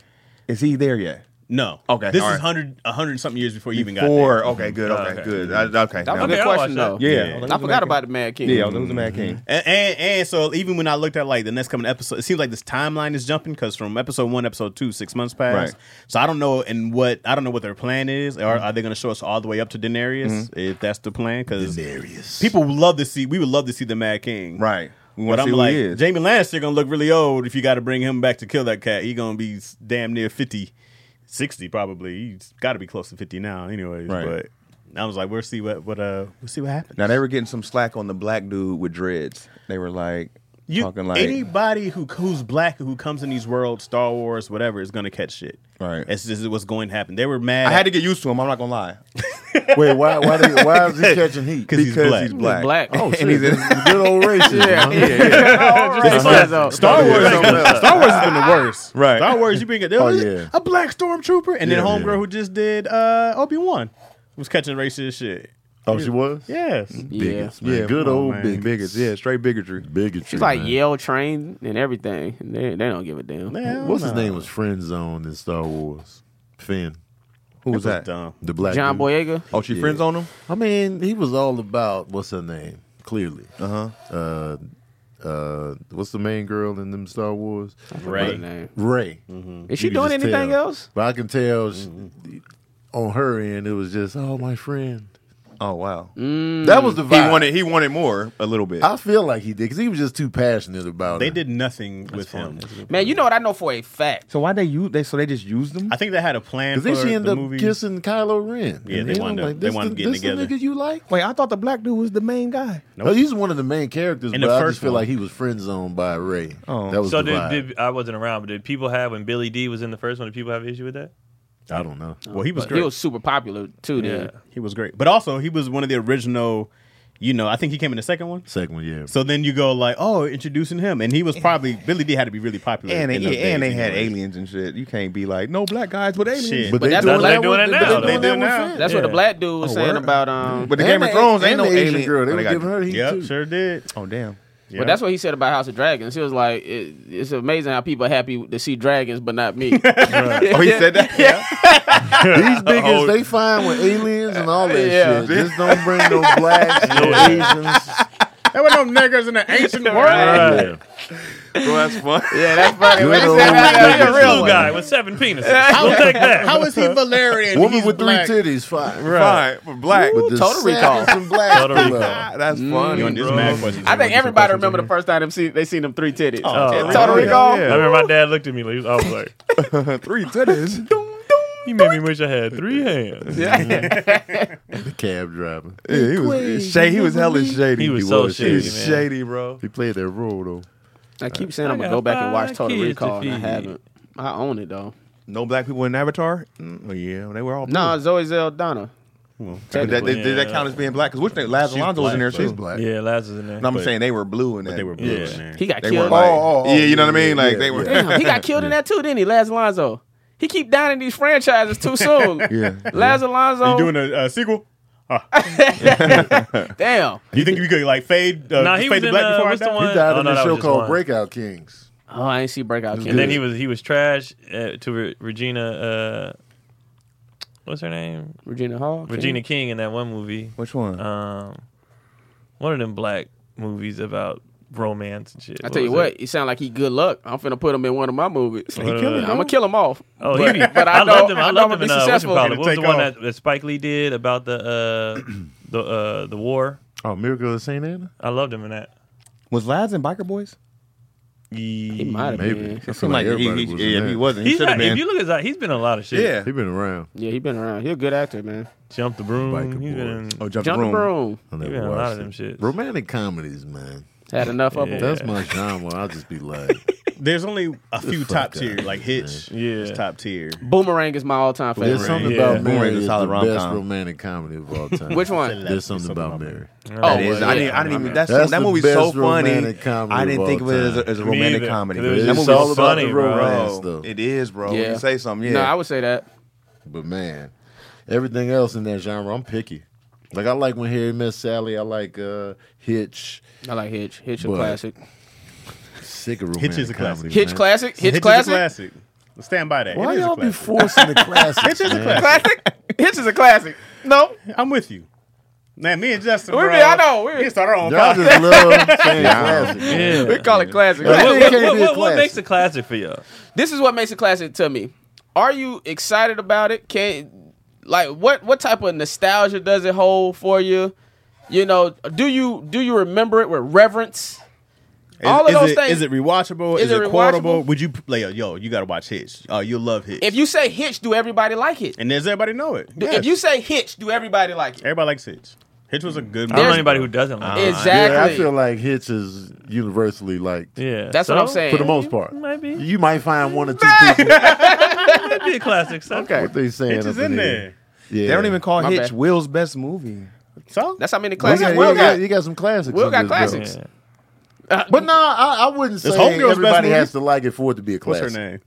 [SPEAKER 2] Is he there yet?
[SPEAKER 5] No,
[SPEAKER 2] Okay,
[SPEAKER 5] this
[SPEAKER 2] all
[SPEAKER 5] is
[SPEAKER 2] right.
[SPEAKER 5] hundred, a hundred something years before you even got there.
[SPEAKER 2] Four. Okay, good. Okay,
[SPEAKER 4] Okay.
[SPEAKER 2] good. I,
[SPEAKER 1] That
[SPEAKER 2] okay.
[SPEAKER 1] was
[SPEAKER 2] now-
[SPEAKER 1] a good
[SPEAKER 4] Okay,
[SPEAKER 1] question
[SPEAKER 4] I'll watch that.
[SPEAKER 1] though.
[SPEAKER 2] Yeah,
[SPEAKER 5] Yeah.
[SPEAKER 2] was
[SPEAKER 1] I
[SPEAKER 2] like, who's
[SPEAKER 1] forgot
[SPEAKER 2] Mad
[SPEAKER 1] about
[SPEAKER 2] King?
[SPEAKER 1] the Mad King.
[SPEAKER 2] Yeah, I was like, who's the Mad King?
[SPEAKER 5] And, and and so even when I looked at like the next coming episode, it seems like this timeline is jumping because from episode one, to episode two, six months passed.
[SPEAKER 2] Right. Mm-hmm.
[SPEAKER 5] So I don't know and what I don't know what their plan is. Are, are they going to show us all the way up to Daenerys if that's the plan? Because
[SPEAKER 3] Daenerys.
[SPEAKER 5] people would love to see. We would love to see the Mad King.
[SPEAKER 2] Right. We want
[SPEAKER 5] But
[SPEAKER 2] to see
[SPEAKER 5] I'm
[SPEAKER 2] who
[SPEAKER 5] like,
[SPEAKER 2] he is.
[SPEAKER 5] Jamie Lannister gonna look really old if you got to bring him back to kill that cat. He gonna be s- damn near 50, 60 probably. He's got to be close to fifty now, anyways.
[SPEAKER 2] Right.
[SPEAKER 5] But I was like, we'll see what what uh we'll see what happens.
[SPEAKER 2] now they were getting some slack on the black dude with dreads. They were like
[SPEAKER 5] you,
[SPEAKER 2] talking like
[SPEAKER 5] anybody who who's black who comes in these worlds, Star Wars, whatever, is gonna catch shit.
[SPEAKER 2] Right.
[SPEAKER 5] It's just what's going to happen. They were mad.
[SPEAKER 2] I had to get used to him. I'm not gonna lie
[SPEAKER 3] Wait, why why, did, why is he catching heat?
[SPEAKER 5] because he's black.
[SPEAKER 2] black.
[SPEAKER 1] Black.
[SPEAKER 3] Oh, shit.
[SPEAKER 2] and he's in,
[SPEAKER 3] the good old racism. huh?
[SPEAKER 5] Star Wars,
[SPEAKER 3] Something else.
[SPEAKER 5] Star Wars has been the worst.
[SPEAKER 2] Right.
[SPEAKER 5] Star Wars, you bring it. There
[SPEAKER 3] Oh,
[SPEAKER 5] was
[SPEAKER 3] yeah.
[SPEAKER 5] a black stormtrooper, and then
[SPEAKER 3] Yeah,
[SPEAKER 5] homegirl
[SPEAKER 3] yeah.
[SPEAKER 5] who just did uh, Obi Wan was catching racist shit.
[SPEAKER 3] Oh, she was?
[SPEAKER 5] Yes.
[SPEAKER 2] Mm-hmm.
[SPEAKER 1] Yeah.
[SPEAKER 3] Bigots, man. good old
[SPEAKER 5] man.
[SPEAKER 3] big
[SPEAKER 2] bigots.
[SPEAKER 3] bigots.
[SPEAKER 2] Yeah, straight bigotry.
[SPEAKER 3] Bigotry.
[SPEAKER 1] She's like
[SPEAKER 3] man.
[SPEAKER 1] Yale trained and everything. and They they don't give a damn.
[SPEAKER 5] Man,
[SPEAKER 3] What's his
[SPEAKER 5] nah.
[SPEAKER 3] name was friend zone in Star Wars? Finn,
[SPEAKER 2] Who was that?
[SPEAKER 5] Dumb.
[SPEAKER 3] the black
[SPEAKER 1] John
[SPEAKER 3] dude.
[SPEAKER 1] Boyega.
[SPEAKER 2] Oh, she
[SPEAKER 3] Yeah.
[SPEAKER 2] friends on him.
[SPEAKER 3] I mean, he was all about what's her name? Clearly, uh-huh. uh Uh, what's the main girl in them Star Wars?
[SPEAKER 5] Right.
[SPEAKER 1] Name.
[SPEAKER 3] Ray.
[SPEAKER 5] Mm-hmm.
[SPEAKER 1] Is she
[SPEAKER 3] You can
[SPEAKER 1] doing
[SPEAKER 3] just
[SPEAKER 1] anything
[SPEAKER 3] tell.
[SPEAKER 1] else?
[SPEAKER 5] Mm-hmm.
[SPEAKER 3] But I can tell she- on her end, it was just, oh, my friend.
[SPEAKER 2] Oh wow.
[SPEAKER 5] Mm.
[SPEAKER 3] That was the
[SPEAKER 2] He
[SPEAKER 3] vibe.
[SPEAKER 2] wanted he wanted more a little bit.
[SPEAKER 3] I feel like he did because he was just too passionate about
[SPEAKER 5] They
[SPEAKER 3] it.
[SPEAKER 5] did nothing with him.
[SPEAKER 1] Man, you know what I know for a fact.
[SPEAKER 6] So why they use they? So they just used them?
[SPEAKER 5] I think they had a plan
[SPEAKER 3] Because
[SPEAKER 5] for
[SPEAKER 3] then she ended
[SPEAKER 5] the
[SPEAKER 3] up
[SPEAKER 5] movie.
[SPEAKER 3] kissing Kylo Ren.
[SPEAKER 5] Yeah,
[SPEAKER 3] And
[SPEAKER 5] they
[SPEAKER 3] then
[SPEAKER 5] wound
[SPEAKER 3] I'm
[SPEAKER 5] up- they
[SPEAKER 3] this
[SPEAKER 5] wound up
[SPEAKER 3] the-
[SPEAKER 5] getting
[SPEAKER 3] this
[SPEAKER 5] together.
[SPEAKER 3] The nigga you like?
[SPEAKER 6] Wait, I thought the black dude was the main guy.
[SPEAKER 3] No, he's one of the main characters,
[SPEAKER 5] In
[SPEAKER 3] but
[SPEAKER 5] the
[SPEAKER 3] I
[SPEAKER 5] first
[SPEAKER 3] just feel
[SPEAKER 5] one.
[SPEAKER 3] like he was friend zoned by Ray. Oh, that was
[SPEAKER 4] So
[SPEAKER 3] the
[SPEAKER 4] did,
[SPEAKER 3] vibe.
[SPEAKER 4] did I wasn't around, but did people have when Billy D was in the first one? Did people have an issue with that?
[SPEAKER 3] I don't know.
[SPEAKER 5] Well, he was great.
[SPEAKER 1] He was super popular too. Then
[SPEAKER 5] He was great. But also, he was one of the original. You know, I think he came in the second one.
[SPEAKER 3] Second one, yeah.
[SPEAKER 5] So then you go like, oh, introducing him, and he was probably Billy D had to be really popular.
[SPEAKER 2] and they,
[SPEAKER 5] in those
[SPEAKER 2] yeah, and they
[SPEAKER 5] days
[SPEAKER 2] had
[SPEAKER 5] anyway.
[SPEAKER 2] aliens and shit. You can't be like no black guys with aliens.
[SPEAKER 5] Shit.
[SPEAKER 3] but they
[SPEAKER 1] that's
[SPEAKER 3] doing
[SPEAKER 1] what they
[SPEAKER 3] that
[SPEAKER 4] doing
[SPEAKER 3] one-
[SPEAKER 4] it
[SPEAKER 3] but they
[SPEAKER 4] now,
[SPEAKER 3] doing
[SPEAKER 4] though.
[SPEAKER 3] that one
[SPEAKER 4] Yeah.
[SPEAKER 3] fan.
[SPEAKER 1] that's what the black dude was saying
[SPEAKER 3] word.
[SPEAKER 1] about um.
[SPEAKER 2] But the
[SPEAKER 3] And
[SPEAKER 2] Game of
[SPEAKER 3] the-
[SPEAKER 2] Thrones ain't
[SPEAKER 3] and
[SPEAKER 2] no
[SPEAKER 3] the Asian
[SPEAKER 2] alien
[SPEAKER 3] girl. They
[SPEAKER 2] Oh,
[SPEAKER 3] were
[SPEAKER 2] got-
[SPEAKER 3] giving her heat
[SPEAKER 5] Yep,
[SPEAKER 3] too.
[SPEAKER 5] sure did.
[SPEAKER 2] Oh damn.
[SPEAKER 1] But that's what he said about House of Dragons. He was like, it, "It's amazing how people are happy to see dragons, but not me."
[SPEAKER 2] Oh, he said that. Yeah.
[SPEAKER 3] These niggas, they fine with aliens and all that
[SPEAKER 1] Yeah.
[SPEAKER 3] shit. Just don't bring no blacks, no Asians.
[SPEAKER 5] There were no niggers in the ancient world.
[SPEAKER 3] Yeah.
[SPEAKER 2] Well, that's fun.
[SPEAKER 1] Yeah, that's funny.
[SPEAKER 3] Good
[SPEAKER 1] When he
[SPEAKER 3] old
[SPEAKER 1] said that,
[SPEAKER 3] niggas.
[SPEAKER 1] that was real.
[SPEAKER 4] Little guy with seven penises. we'll take that.
[SPEAKER 5] How is he Valerian?
[SPEAKER 3] Woman
[SPEAKER 5] He's
[SPEAKER 3] with three
[SPEAKER 5] black.
[SPEAKER 3] titties, fine.
[SPEAKER 2] Fine, but black.
[SPEAKER 3] But the Mm.
[SPEAKER 1] Total Recall.
[SPEAKER 3] sadness and blacks
[SPEAKER 4] Total
[SPEAKER 3] below.
[SPEAKER 4] Recall.
[SPEAKER 2] Ah, that's funny.
[SPEAKER 5] You want this
[SPEAKER 2] bro.
[SPEAKER 5] mad question?
[SPEAKER 1] I think everybody remember the first time them see, they seen them three titties.
[SPEAKER 4] Oh,
[SPEAKER 1] Total
[SPEAKER 2] yeah,
[SPEAKER 1] Recall.
[SPEAKER 4] I remember my dad looked at me. like, I was like,
[SPEAKER 2] Three titties.
[SPEAKER 4] "You made me wish I had three hands."
[SPEAKER 3] The cab driver.
[SPEAKER 2] yeah, he was shady. He was hella shady.
[SPEAKER 4] He was so
[SPEAKER 2] He was
[SPEAKER 4] shady, man.
[SPEAKER 2] shady, bro.
[SPEAKER 3] He played that role though.
[SPEAKER 1] I keep saying I'm
[SPEAKER 4] I
[SPEAKER 1] gonna
[SPEAKER 4] got
[SPEAKER 1] go back and watch
[SPEAKER 4] five
[SPEAKER 1] Total
[SPEAKER 4] kids to
[SPEAKER 1] Recall, and I
[SPEAKER 4] feed.
[SPEAKER 1] haven't. I own it though.
[SPEAKER 2] No black people in Avatar. Mm, well, yeah, they were all
[SPEAKER 1] No,
[SPEAKER 2] blue.
[SPEAKER 1] Zoe Zeldana.
[SPEAKER 2] But that, did, did that count as being black? Because which thing? Laz Alonso was in there.
[SPEAKER 3] Black,
[SPEAKER 2] She's
[SPEAKER 3] bro.
[SPEAKER 2] black.
[SPEAKER 4] Yeah, Laz was in there.
[SPEAKER 2] No, I'm saying they were blue in that.
[SPEAKER 5] They were blue.
[SPEAKER 4] Yeah.
[SPEAKER 5] Man.
[SPEAKER 1] He got
[SPEAKER 2] They
[SPEAKER 1] killed.
[SPEAKER 2] weren't like,
[SPEAKER 3] Oh, oh, oh,
[SPEAKER 2] yeah, you know what I
[SPEAKER 3] yeah,
[SPEAKER 2] mean? Like
[SPEAKER 3] yeah,
[SPEAKER 2] they were.
[SPEAKER 1] Damn, he got killed in that too, didn't he? Laz Alonso. He keep downing these franchises too soon. yeah, Laz Alonso.
[SPEAKER 5] You doing a uh, sequel?
[SPEAKER 1] damn.
[SPEAKER 5] You think you could like fade? Uh,
[SPEAKER 4] Nah, he
[SPEAKER 5] fade
[SPEAKER 4] was
[SPEAKER 5] the
[SPEAKER 4] in
[SPEAKER 5] black
[SPEAKER 4] uh,
[SPEAKER 5] before I
[SPEAKER 4] what's the
[SPEAKER 5] die?
[SPEAKER 4] one?
[SPEAKER 3] He died
[SPEAKER 4] Oh,
[SPEAKER 3] in
[SPEAKER 4] no,
[SPEAKER 3] a
[SPEAKER 4] that was
[SPEAKER 3] show
[SPEAKER 4] just
[SPEAKER 3] called
[SPEAKER 4] one.
[SPEAKER 3] Breakout Kings.
[SPEAKER 1] Oh, I ain't see Breakout Kid.
[SPEAKER 4] And then he was he was trash uh, to Re- Regina. Uh, what's her name?
[SPEAKER 1] Regina Hall.
[SPEAKER 4] Regina King in that one movie.
[SPEAKER 2] Which one?
[SPEAKER 4] Um, one of them black movies about romance and shit.
[SPEAKER 1] I tell you
[SPEAKER 4] was
[SPEAKER 1] what,
[SPEAKER 4] it?
[SPEAKER 1] he sound like he good luck. I'm finna put him in one of my movies.
[SPEAKER 4] What, uh,
[SPEAKER 1] I'm gonna kill him off.
[SPEAKER 4] Oh,
[SPEAKER 1] but,
[SPEAKER 4] he,
[SPEAKER 1] but I,
[SPEAKER 4] I,
[SPEAKER 1] know,
[SPEAKER 4] loved him. I,
[SPEAKER 1] know
[SPEAKER 4] loved
[SPEAKER 1] I'm gonna
[SPEAKER 4] him in
[SPEAKER 1] be
[SPEAKER 4] uh, what you
[SPEAKER 1] successful.
[SPEAKER 4] call it? What was
[SPEAKER 5] Take
[SPEAKER 4] the one
[SPEAKER 5] off.
[SPEAKER 4] that, that Spike Lee did about the uh, the uh, the war?
[SPEAKER 3] Oh, Miracle of Saint Anna.
[SPEAKER 4] I loved him in that.
[SPEAKER 2] Was Laz in Biker Boys?
[SPEAKER 1] He might have
[SPEAKER 3] Maybe.
[SPEAKER 1] been.
[SPEAKER 3] I feel like
[SPEAKER 2] he,
[SPEAKER 3] everybody
[SPEAKER 2] he-
[SPEAKER 3] was
[SPEAKER 2] yeah,
[SPEAKER 3] in
[SPEAKER 2] if he
[SPEAKER 3] that.
[SPEAKER 2] wasn't, he
[SPEAKER 4] He's
[SPEAKER 2] should have
[SPEAKER 4] not, if
[SPEAKER 2] been.
[SPEAKER 4] you look at that, he's been in a lot of shit.
[SPEAKER 2] Yeah.
[SPEAKER 3] He been around.
[SPEAKER 1] Yeah, he been around. He a good actor, man.
[SPEAKER 4] Jump the broom.
[SPEAKER 3] Biker
[SPEAKER 4] he's been in,
[SPEAKER 3] Boys.
[SPEAKER 2] Oh, jump
[SPEAKER 1] Jump the
[SPEAKER 2] room.
[SPEAKER 1] broom.
[SPEAKER 3] I never
[SPEAKER 4] been in a
[SPEAKER 3] watched
[SPEAKER 4] lot of
[SPEAKER 3] it.
[SPEAKER 4] them shits.
[SPEAKER 3] Romantic comedies, man.
[SPEAKER 1] Had enough of him.
[SPEAKER 3] That's my genre. I'll just be like,
[SPEAKER 5] There's only a few top tier, like Hitch.
[SPEAKER 4] Yeah.
[SPEAKER 5] is top tier.
[SPEAKER 1] Boomerang is my all time favorite.
[SPEAKER 3] there's something
[SPEAKER 4] yeah.
[SPEAKER 3] about
[SPEAKER 2] Boomerang
[SPEAKER 3] Mary
[SPEAKER 2] is a
[SPEAKER 3] is the
[SPEAKER 2] solid rom-com.
[SPEAKER 3] best romantic comedy of all time.
[SPEAKER 1] Which one?
[SPEAKER 3] There's something about Mary.
[SPEAKER 1] Oh,
[SPEAKER 2] That is-
[SPEAKER 1] well,
[SPEAKER 2] I
[SPEAKER 1] yeah.
[SPEAKER 2] didn't. I didn't even. That's,
[SPEAKER 3] That's
[SPEAKER 2] that
[SPEAKER 3] the
[SPEAKER 2] movie's so
[SPEAKER 3] best
[SPEAKER 2] funny.
[SPEAKER 3] romantic comedy
[SPEAKER 2] I didn't
[SPEAKER 3] of
[SPEAKER 2] think of
[SPEAKER 3] all
[SPEAKER 2] it as a,
[SPEAKER 3] time.
[SPEAKER 2] as a
[SPEAKER 4] Me
[SPEAKER 2] romantic
[SPEAKER 4] either.
[SPEAKER 2] comedy.
[SPEAKER 4] It
[SPEAKER 2] That
[SPEAKER 4] was
[SPEAKER 3] just
[SPEAKER 2] movie's
[SPEAKER 3] all
[SPEAKER 2] so
[SPEAKER 3] about the
[SPEAKER 4] funny,
[SPEAKER 2] bro.
[SPEAKER 3] romance, though.
[SPEAKER 2] It is, bro. When
[SPEAKER 1] Yeah.
[SPEAKER 2] you say something, yeah.
[SPEAKER 1] No, I would say that.
[SPEAKER 3] But man, everything else in that genre, I'm picky. Like I like when Harry met Sally. I like uh, Hitch.
[SPEAKER 1] I like Hitch. Hitch a
[SPEAKER 3] But-
[SPEAKER 1] classic.
[SPEAKER 3] Sick of
[SPEAKER 5] Hitch is a
[SPEAKER 3] romantic
[SPEAKER 5] classic.
[SPEAKER 3] comedy.
[SPEAKER 1] Hitch
[SPEAKER 3] man.
[SPEAKER 1] classic. Hitch,
[SPEAKER 5] Hitch
[SPEAKER 1] classic.
[SPEAKER 5] Is a classic. Stand by that.
[SPEAKER 3] Why
[SPEAKER 5] It is a
[SPEAKER 3] y'all be
[SPEAKER 5] classic.
[SPEAKER 3] forcing the classics?
[SPEAKER 5] Hitch is a
[SPEAKER 3] man?
[SPEAKER 5] classic.
[SPEAKER 1] Classic. Hitch is a classic. No,
[SPEAKER 5] I'm with you. Man, me and Justin.
[SPEAKER 1] We
[SPEAKER 5] bro,
[SPEAKER 1] be- I know, we-
[SPEAKER 5] We start our own
[SPEAKER 3] Y'all
[SPEAKER 5] podcast.
[SPEAKER 3] just love saying classic.
[SPEAKER 4] Yeah.
[SPEAKER 1] we call it classic.
[SPEAKER 3] Yeah.
[SPEAKER 4] What,
[SPEAKER 3] It
[SPEAKER 4] what,
[SPEAKER 3] can't
[SPEAKER 4] what,
[SPEAKER 3] be a
[SPEAKER 4] what, what
[SPEAKER 3] classic.
[SPEAKER 4] makes a classic for y'all?
[SPEAKER 1] this is what makes it classic to me. Are you excited about it? Can like what what type of nostalgia does it hold for you? You know, do you do you remember it with reverence?
[SPEAKER 5] Is-
[SPEAKER 1] All of
[SPEAKER 5] is
[SPEAKER 1] those
[SPEAKER 5] it,
[SPEAKER 1] things-
[SPEAKER 5] Is it rewatchable?
[SPEAKER 1] Is
[SPEAKER 5] Is,
[SPEAKER 1] it
[SPEAKER 5] it, quotable?
[SPEAKER 1] rewatchable?
[SPEAKER 5] Would you play? Yo, yo, you gotta watch Hitch. Oh, you'll love Hitch.
[SPEAKER 1] If you say Hitch, do everybody like it?
[SPEAKER 5] and does everybody know it?
[SPEAKER 1] Do-
[SPEAKER 5] Yes.
[SPEAKER 1] If you say Hitch, do everybody like it?
[SPEAKER 5] everybody likes Hitch. Hitch was a good.
[SPEAKER 4] I don't know
[SPEAKER 1] There's-
[SPEAKER 4] anybody who doesn't like it.
[SPEAKER 3] Yeah, I
[SPEAKER 1] Exactly.
[SPEAKER 3] feel like Hitch is universally liked
[SPEAKER 4] Yeah.
[SPEAKER 1] That's what
[SPEAKER 4] so?
[SPEAKER 1] I'm saying.
[SPEAKER 3] for the most part.
[SPEAKER 4] Might be.
[SPEAKER 3] You might find one or two people.
[SPEAKER 4] It might be a classic. So.
[SPEAKER 3] what they saying
[SPEAKER 5] Hitch is
[SPEAKER 3] up
[SPEAKER 5] in
[SPEAKER 3] here.
[SPEAKER 5] there.
[SPEAKER 3] Yeah.
[SPEAKER 2] They don't even call
[SPEAKER 1] My
[SPEAKER 2] Hitch
[SPEAKER 1] bad.
[SPEAKER 2] Will's best movie.
[SPEAKER 5] So
[SPEAKER 1] That's how many
[SPEAKER 3] You
[SPEAKER 1] classics.
[SPEAKER 3] got,
[SPEAKER 1] Will
[SPEAKER 3] you, got,
[SPEAKER 1] got.
[SPEAKER 3] you got some classics.
[SPEAKER 1] Will
[SPEAKER 3] on
[SPEAKER 1] got
[SPEAKER 3] this, bro.
[SPEAKER 1] classics.
[SPEAKER 4] Yeah.
[SPEAKER 3] But no, I, I wouldn't say
[SPEAKER 5] Homegirl's best
[SPEAKER 3] everybody
[SPEAKER 5] movie.
[SPEAKER 3] has to like it for it to be a
[SPEAKER 5] what's
[SPEAKER 3] classic.
[SPEAKER 5] her name?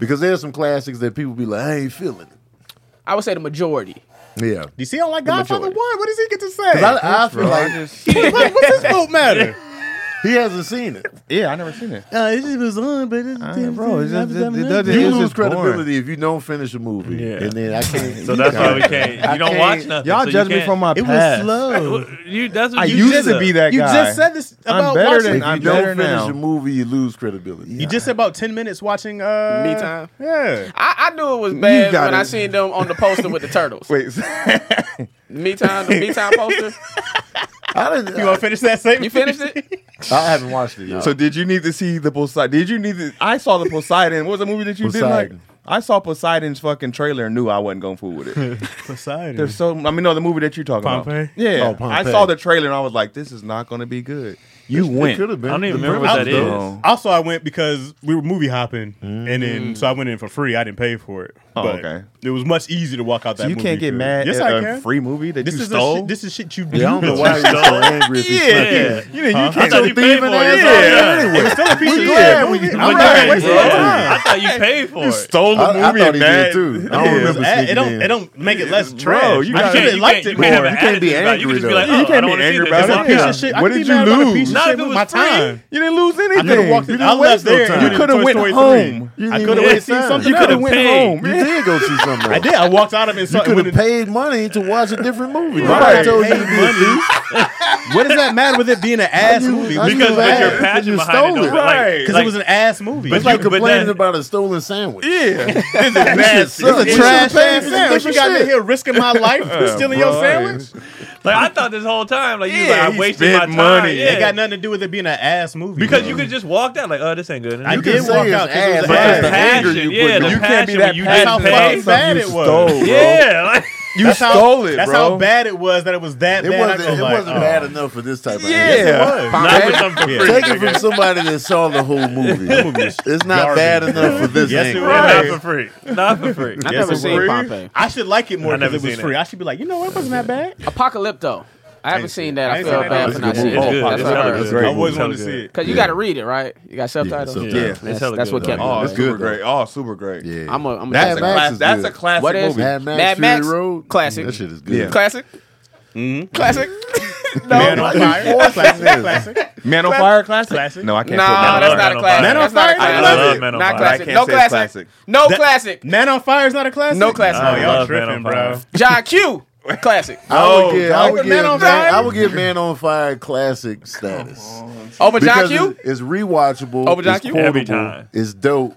[SPEAKER 3] Because there's some classics that people be like, I ain't feeling it.
[SPEAKER 1] I would say the majority.
[SPEAKER 3] Yeah.
[SPEAKER 5] Do you see? I don't like Godfather One.
[SPEAKER 1] majority.
[SPEAKER 5] What does he get to
[SPEAKER 3] Because
[SPEAKER 5] say?
[SPEAKER 3] I, I feel like
[SPEAKER 5] What- What's his vote matter?
[SPEAKER 3] he hasn't seen it.
[SPEAKER 2] Yeah, I never seen it.
[SPEAKER 5] Uh, it just was on, but it's,
[SPEAKER 2] bro, it's just- it doesn't-
[SPEAKER 3] You
[SPEAKER 2] It's
[SPEAKER 3] lose
[SPEAKER 2] just boring.
[SPEAKER 3] credibility if you don't finish a movie.
[SPEAKER 4] Yeah.
[SPEAKER 3] And then I can't.
[SPEAKER 4] So that's why we can't. You don't watch nothing.
[SPEAKER 2] Y'all
[SPEAKER 4] so
[SPEAKER 2] judge
[SPEAKER 4] you
[SPEAKER 2] me
[SPEAKER 4] can't-
[SPEAKER 2] from my
[SPEAKER 5] It was
[SPEAKER 2] past.
[SPEAKER 5] slow.
[SPEAKER 4] Well, You, that's what
[SPEAKER 2] I
[SPEAKER 4] you
[SPEAKER 2] used
[SPEAKER 4] did,
[SPEAKER 2] to
[SPEAKER 4] though.
[SPEAKER 2] be that
[SPEAKER 5] You
[SPEAKER 2] guy.
[SPEAKER 5] just said this
[SPEAKER 2] I'm
[SPEAKER 5] about
[SPEAKER 2] better
[SPEAKER 5] watching.
[SPEAKER 2] than
[SPEAKER 3] If you
[SPEAKER 2] I'm
[SPEAKER 3] don't
[SPEAKER 2] better
[SPEAKER 3] finish a
[SPEAKER 2] now.
[SPEAKER 3] movie, you lose credibility.
[SPEAKER 5] You just about ten minutes watching. Uh,
[SPEAKER 1] Me time?
[SPEAKER 5] Yeah.
[SPEAKER 1] I, I knew it was bad
[SPEAKER 2] got
[SPEAKER 1] when I
[SPEAKER 2] it.
[SPEAKER 1] seen them on the poster with the turtles.
[SPEAKER 2] Wait,
[SPEAKER 1] Me time, the me time poster.
[SPEAKER 3] I didn't.
[SPEAKER 5] You want to finish that statement?
[SPEAKER 1] You finished it?
[SPEAKER 3] I haven't watched it. Yet.
[SPEAKER 2] So did you need to see the Poseidon? Did you need to? I saw the Poseidon. What was the movie that you did
[SPEAKER 3] Poseidon.
[SPEAKER 2] like? I saw Poseidon's fucking trailer and knew I wasn't going to fool with it.
[SPEAKER 5] Poseidon.
[SPEAKER 2] There's so I mean, no, the movie that you're talking
[SPEAKER 5] Pompeii?
[SPEAKER 2] about. Yeah,
[SPEAKER 3] Oh, Pompeii.
[SPEAKER 2] I saw the trailer and I was like, this is not going to be good. You
[SPEAKER 3] It
[SPEAKER 2] went.
[SPEAKER 3] could have been.
[SPEAKER 4] I don't even
[SPEAKER 3] The
[SPEAKER 4] remember
[SPEAKER 3] premise
[SPEAKER 4] what that
[SPEAKER 3] was
[SPEAKER 4] is.
[SPEAKER 3] dope.
[SPEAKER 2] Oh.
[SPEAKER 5] Also, I went because we were movie hopping, and then so I went in for free. I didn't pay for it.
[SPEAKER 2] Mm. Oh, okay.
[SPEAKER 5] It was much easier to walk out that.
[SPEAKER 2] So you
[SPEAKER 5] movie
[SPEAKER 2] can't get
[SPEAKER 5] theater.
[SPEAKER 2] mad
[SPEAKER 5] Yes,
[SPEAKER 2] at
[SPEAKER 5] I
[SPEAKER 2] a
[SPEAKER 5] can.
[SPEAKER 2] free movie that
[SPEAKER 5] This
[SPEAKER 2] you
[SPEAKER 5] is a
[SPEAKER 2] stole.
[SPEAKER 5] shit, this is shit you do.
[SPEAKER 3] Yeah, I don't know why you're so angry. If you
[SPEAKER 4] Yeah.
[SPEAKER 3] fucking-
[SPEAKER 2] you know, you
[SPEAKER 3] That's
[SPEAKER 2] can't
[SPEAKER 4] thought
[SPEAKER 2] go
[SPEAKER 4] you paid
[SPEAKER 2] thieving
[SPEAKER 4] for it.
[SPEAKER 2] ass
[SPEAKER 4] Yeah.
[SPEAKER 2] out anyway.
[SPEAKER 5] It was still a piece of
[SPEAKER 2] Yeah,
[SPEAKER 5] shit.
[SPEAKER 2] we-
[SPEAKER 5] It was
[SPEAKER 2] I'm
[SPEAKER 5] a
[SPEAKER 2] right,
[SPEAKER 5] bad
[SPEAKER 2] wasting
[SPEAKER 5] movie.
[SPEAKER 2] your time.
[SPEAKER 4] I thought you paid for it.
[SPEAKER 2] Stole
[SPEAKER 3] I-
[SPEAKER 2] the
[SPEAKER 3] I
[SPEAKER 2] movie
[SPEAKER 3] thought
[SPEAKER 2] and
[SPEAKER 3] he did
[SPEAKER 2] mad.
[SPEAKER 3] too. I don't
[SPEAKER 2] Yeah.
[SPEAKER 3] remember
[SPEAKER 5] It's bad. It
[SPEAKER 3] sneaking
[SPEAKER 5] don't.
[SPEAKER 3] in.
[SPEAKER 5] It don't make it less
[SPEAKER 2] Bro,
[SPEAKER 5] trash.
[SPEAKER 2] you
[SPEAKER 5] I
[SPEAKER 2] gotta-
[SPEAKER 5] should have
[SPEAKER 4] you
[SPEAKER 5] liked
[SPEAKER 4] can't-
[SPEAKER 5] it
[SPEAKER 4] You can't,
[SPEAKER 5] more.
[SPEAKER 4] have an
[SPEAKER 3] can't be
[SPEAKER 4] attitude about it.
[SPEAKER 3] angry,
[SPEAKER 4] You can just be
[SPEAKER 3] though.
[SPEAKER 4] like,
[SPEAKER 2] You
[SPEAKER 4] oh, I
[SPEAKER 2] can't be
[SPEAKER 4] don't wanna see
[SPEAKER 2] angry
[SPEAKER 4] this.
[SPEAKER 2] about
[SPEAKER 4] It's
[SPEAKER 2] it.
[SPEAKER 4] on
[SPEAKER 5] Piece
[SPEAKER 4] Prime.
[SPEAKER 5] of shit. I
[SPEAKER 2] What
[SPEAKER 5] could
[SPEAKER 2] did
[SPEAKER 5] be mad
[SPEAKER 2] you
[SPEAKER 5] about a
[SPEAKER 2] lose?
[SPEAKER 5] Piece of
[SPEAKER 4] Not
[SPEAKER 5] shit
[SPEAKER 4] if it
[SPEAKER 5] with
[SPEAKER 4] was
[SPEAKER 5] my
[SPEAKER 4] free.
[SPEAKER 5] time.
[SPEAKER 2] You didn't lose
[SPEAKER 5] I
[SPEAKER 2] anything.
[SPEAKER 5] could have walked.
[SPEAKER 2] You
[SPEAKER 5] I
[SPEAKER 2] didn't
[SPEAKER 5] left
[SPEAKER 2] waste no
[SPEAKER 5] there.
[SPEAKER 2] time.
[SPEAKER 5] and
[SPEAKER 2] You
[SPEAKER 5] went
[SPEAKER 2] could
[SPEAKER 5] to
[SPEAKER 2] have
[SPEAKER 5] Toy
[SPEAKER 2] went
[SPEAKER 5] Story 3.
[SPEAKER 2] home.
[SPEAKER 3] You
[SPEAKER 5] I
[SPEAKER 3] didn't even
[SPEAKER 5] coulda went and
[SPEAKER 3] get
[SPEAKER 5] seen
[SPEAKER 3] signed.
[SPEAKER 5] something
[SPEAKER 2] You could have went
[SPEAKER 4] paid.
[SPEAKER 2] home.
[SPEAKER 3] You
[SPEAKER 2] man.
[SPEAKER 3] did go see something.
[SPEAKER 5] I
[SPEAKER 3] else.
[SPEAKER 5] did. I walked out of it.
[SPEAKER 3] You
[SPEAKER 5] something
[SPEAKER 3] could
[SPEAKER 5] with
[SPEAKER 3] have
[SPEAKER 5] it.
[SPEAKER 3] paid money to watch a different movie.
[SPEAKER 2] Right.
[SPEAKER 3] Nobody told you to be a thief.
[SPEAKER 5] What is that matter with it being an ass
[SPEAKER 3] you-
[SPEAKER 5] movie?
[SPEAKER 3] I
[SPEAKER 5] Because
[SPEAKER 3] knew
[SPEAKER 4] Because with
[SPEAKER 3] that.
[SPEAKER 4] your
[SPEAKER 3] You
[SPEAKER 4] passion
[SPEAKER 3] just
[SPEAKER 4] behind it,
[SPEAKER 3] stole
[SPEAKER 4] though,
[SPEAKER 3] it.
[SPEAKER 4] like-
[SPEAKER 2] Right.
[SPEAKER 4] like-
[SPEAKER 5] because it was an ass movie.
[SPEAKER 4] But
[SPEAKER 5] It's
[SPEAKER 4] you
[SPEAKER 5] like
[SPEAKER 4] could- but
[SPEAKER 3] Complaining
[SPEAKER 4] that-
[SPEAKER 3] about a stolen sandwich.
[SPEAKER 2] Yeah.
[SPEAKER 3] It's a
[SPEAKER 5] it's
[SPEAKER 3] trash
[SPEAKER 5] a trash
[SPEAKER 3] ass
[SPEAKER 5] ass sandwich. You got me here risking my life, stealing your
[SPEAKER 2] bro.
[SPEAKER 5] sandwich.
[SPEAKER 4] Like I thought this whole time, like you was
[SPEAKER 2] Yeah,
[SPEAKER 4] like, I
[SPEAKER 2] he
[SPEAKER 4] wasted my
[SPEAKER 2] spent
[SPEAKER 4] time.
[SPEAKER 2] money.
[SPEAKER 4] Yeah.
[SPEAKER 5] It got nothing to do with it being an ass movie.
[SPEAKER 4] because
[SPEAKER 5] bro.
[SPEAKER 4] you could just walk out like, oh, this ain't good.
[SPEAKER 5] I
[SPEAKER 4] You
[SPEAKER 3] could
[SPEAKER 5] did
[SPEAKER 3] say
[SPEAKER 5] walk
[SPEAKER 3] it's
[SPEAKER 5] out because it was
[SPEAKER 3] ass,
[SPEAKER 4] but
[SPEAKER 5] ass.
[SPEAKER 4] the
[SPEAKER 2] the anger
[SPEAKER 4] passion,
[SPEAKER 2] you put
[SPEAKER 4] yeah,
[SPEAKER 2] in
[SPEAKER 4] the
[SPEAKER 2] it. You can't
[SPEAKER 4] passion
[SPEAKER 2] be
[SPEAKER 4] when
[SPEAKER 2] that
[SPEAKER 4] you
[SPEAKER 5] That's how
[SPEAKER 4] didn't
[SPEAKER 2] passionate about
[SPEAKER 4] pay.
[SPEAKER 5] fucking
[SPEAKER 2] something
[SPEAKER 5] bad
[SPEAKER 2] you
[SPEAKER 5] it
[SPEAKER 2] stole,
[SPEAKER 5] was.
[SPEAKER 2] bro.
[SPEAKER 4] Yeah, like,
[SPEAKER 2] You
[SPEAKER 5] That's how-
[SPEAKER 2] stole it,
[SPEAKER 5] That's
[SPEAKER 2] bro.
[SPEAKER 5] how bad it was that it was that
[SPEAKER 3] It
[SPEAKER 5] bad. I
[SPEAKER 3] wasn't.
[SPEAKER 5] go
[SPEAKER 3] It
[SPEAKER 5] like,
[SPEAKER 3] wasn't
[SPEAKER 5] oh.
[SPEAKER 3] bad enough for this type of. ass.
[SPEAKER 2] Yeah.
[SPEAKER 4] not for something for
[SPEAKER 5] Yeah.
[SPEAKER 4] free.
[SPEAKER 3] Take it from somebody that saw the whole movie. It's not bad enough for this
[SPEAKER 5] Yes, it
[SPEAKER 3] angle.
[SPEAKER 5] was.
[SPEAKER 4] Not for free. Not for free.
[SPEAKER 1] I
[SPEAKER 5] Yes,
[SPEAKER 1] never
[SPEAKER 5] it
[SPEAKER 1] seen
[SPEAKER 5] was.
[SPEAKER 1] Pompeii.
[SPEAKER 5] I should like it more
[SPEAKER 4] I never
[SPEAKER 5] because it was
[SPEAKER 4] seen it.
[SPEAKER 5] free. I should be like, you know, what? it wasn't that bad.
[SPEAKER 1] Apocalypto. I haven't seen that.
[SPEAKER 5] I
[SPEAKER 1] I
[SPEAKER 5] ain't
[SPEAKER 1] feel
[SPEAKER 5] seen that
[SPEAKER 1] bad
[SPEAKER 5] either.
[SPEAKER 1] for not
[SPEAKER 3] It's
[SPEAKER 1] seeing
[SPEAKER 3] good.
[SPEAKER 4] It's
[SPEAKER 1] it.
[SPEAKER 4] good.
[SPEAKER 1] That's
[SPEAKER 4] It's
[SPEAKER 1] what I
[SPEAKER 4] hella
[SPEAKER 1] heard.
[SPEAKER 4] good.
[SPEAKER 5] I
[SPEAKER 3] great.
[SPEAKER 5] always
[SPEAKER 4] It's hella
[SPEAKER 5] wanted to see
[SPEAKER 4] good.
[SPEAKER 5] it.
[SPEAKER 1] Cause you
[SPEAKER 3] Yeah.
[SPEAKER 1] got to read it, right? You got subtitles.
[SPEAKER 3] subtitles.
[SPEAKER 2] Yeah.
[SPEAKER 1] That's-
[SPEAKER 4] It's
[SPEAKER 1] that's,
[SPEAKER 4] hella
[SPEAKER 1] what
[SPEAKER 4] good,
[SPEAKER 1] kept me.
[SPEAKER 4] though.
[SPEAKER 2] Oh, it's
[SPEAKER 3] That's
[SPEAKER 2] super
[SPEAKER 3] good, though.
[SPEAKER 2] great. Oh, super great.
[SPEAKER 3] Yeah.
[SPEAKER 1] I'm a, I'm a
[SPEAKER 2] That's
[SPEAKER 3] Mad
[SPEAKER 2] a
[SPEAKER 3] Max
[SPEAKER 2] class,
[SPEAKER 3] is
[SPEAKER 2] that's
[SPEAKER 3] good.
[SPEAKER 2] a classic
[SPEAKER 1] What is
[SPEAKER 2] movie.
[SPEAKER 3] Mad Max,
[SPEAKER 1] Mad
[SPEAKER 3] Fury
[SPEAKER 1] Max,
[SPEAKER 3] Road.
[SPEAKER 1] classic.
[SPEAKER 3] That shit is good.
[SPEAKER 2] Yeah.
[SPEAKER 1] classic,
[SPEAKER 5] Mm-hmm.
[SPEAKER 1] classic.
[SPEAKER 5] Man on fire. Classic. Classic.
[SPEAKER 2] Man on Fire classic?
[SPEAKER 4] Classic.
[SPEAKER 2] No, I can't.
[SPEAKER 1] No,
[SPEAKER 4] on
[SPEAKER 1] that's not
[SPEAKER 4] Fire.
[SPEAKER 1] a
[SPEAKER 4] Man
[SPEAKER 1] classic.
[SPEAKER 4] on Fire.
[SPEAKER 1] That's not a
[SPEAKER 4] I
[SPEAKER 1] classic.
[SPEAKER 4] love Man on
[SPEAKER 1] Not
[SPEAKER 4] Fire.
[SPEAKER 2] I
[SPEAKER 1] classic.
[SPEAKER 2] can't
[SPEAKER 1] No
[SPEAKER 2] say
[SPEAKER 1] classic.
[SPEAKER 2] classic.
[SPEAKER 1] No classic.
[SPEAKER 5] Man on fire is not a classic.
[SPEAKER 1] No classic.
[SPEAKER 5] Oh,
[SPEAKER 4] I
[SPEAKER 5] y'all
[SPEAKER 4] love Man on
[SPEAKER 5] tripping, bro.
[SPEAKER 4] Fire.
[SPEAKER 1] John Q. Classic.
[SPEAKER 3] I
[SPEAKER 2] Oh,
[SPEAKER 3] would give, I
[SPEAKER 2] God.
[SPEAKER 3] would give,
[SPEAKER 2] Man on
[SPEAKER 3] man,
[SPEAKER 2] Fire?
[SPEAKER 3] I would give Man on Fire classic status.
[SPEAKER 1] Over John
[SPEAKER 3] Because
[SPEAKER 1] Q.
[SPEAKER 3] it- it's rewatchable.
[SPEAKER 1] Over John
[SPEAKER 3] it's
[SPEAKER 1] Q?
[SPEAKER 3] quotable,
[SPEAKER 4] Every time.
[SPEAKER 3] It's dope.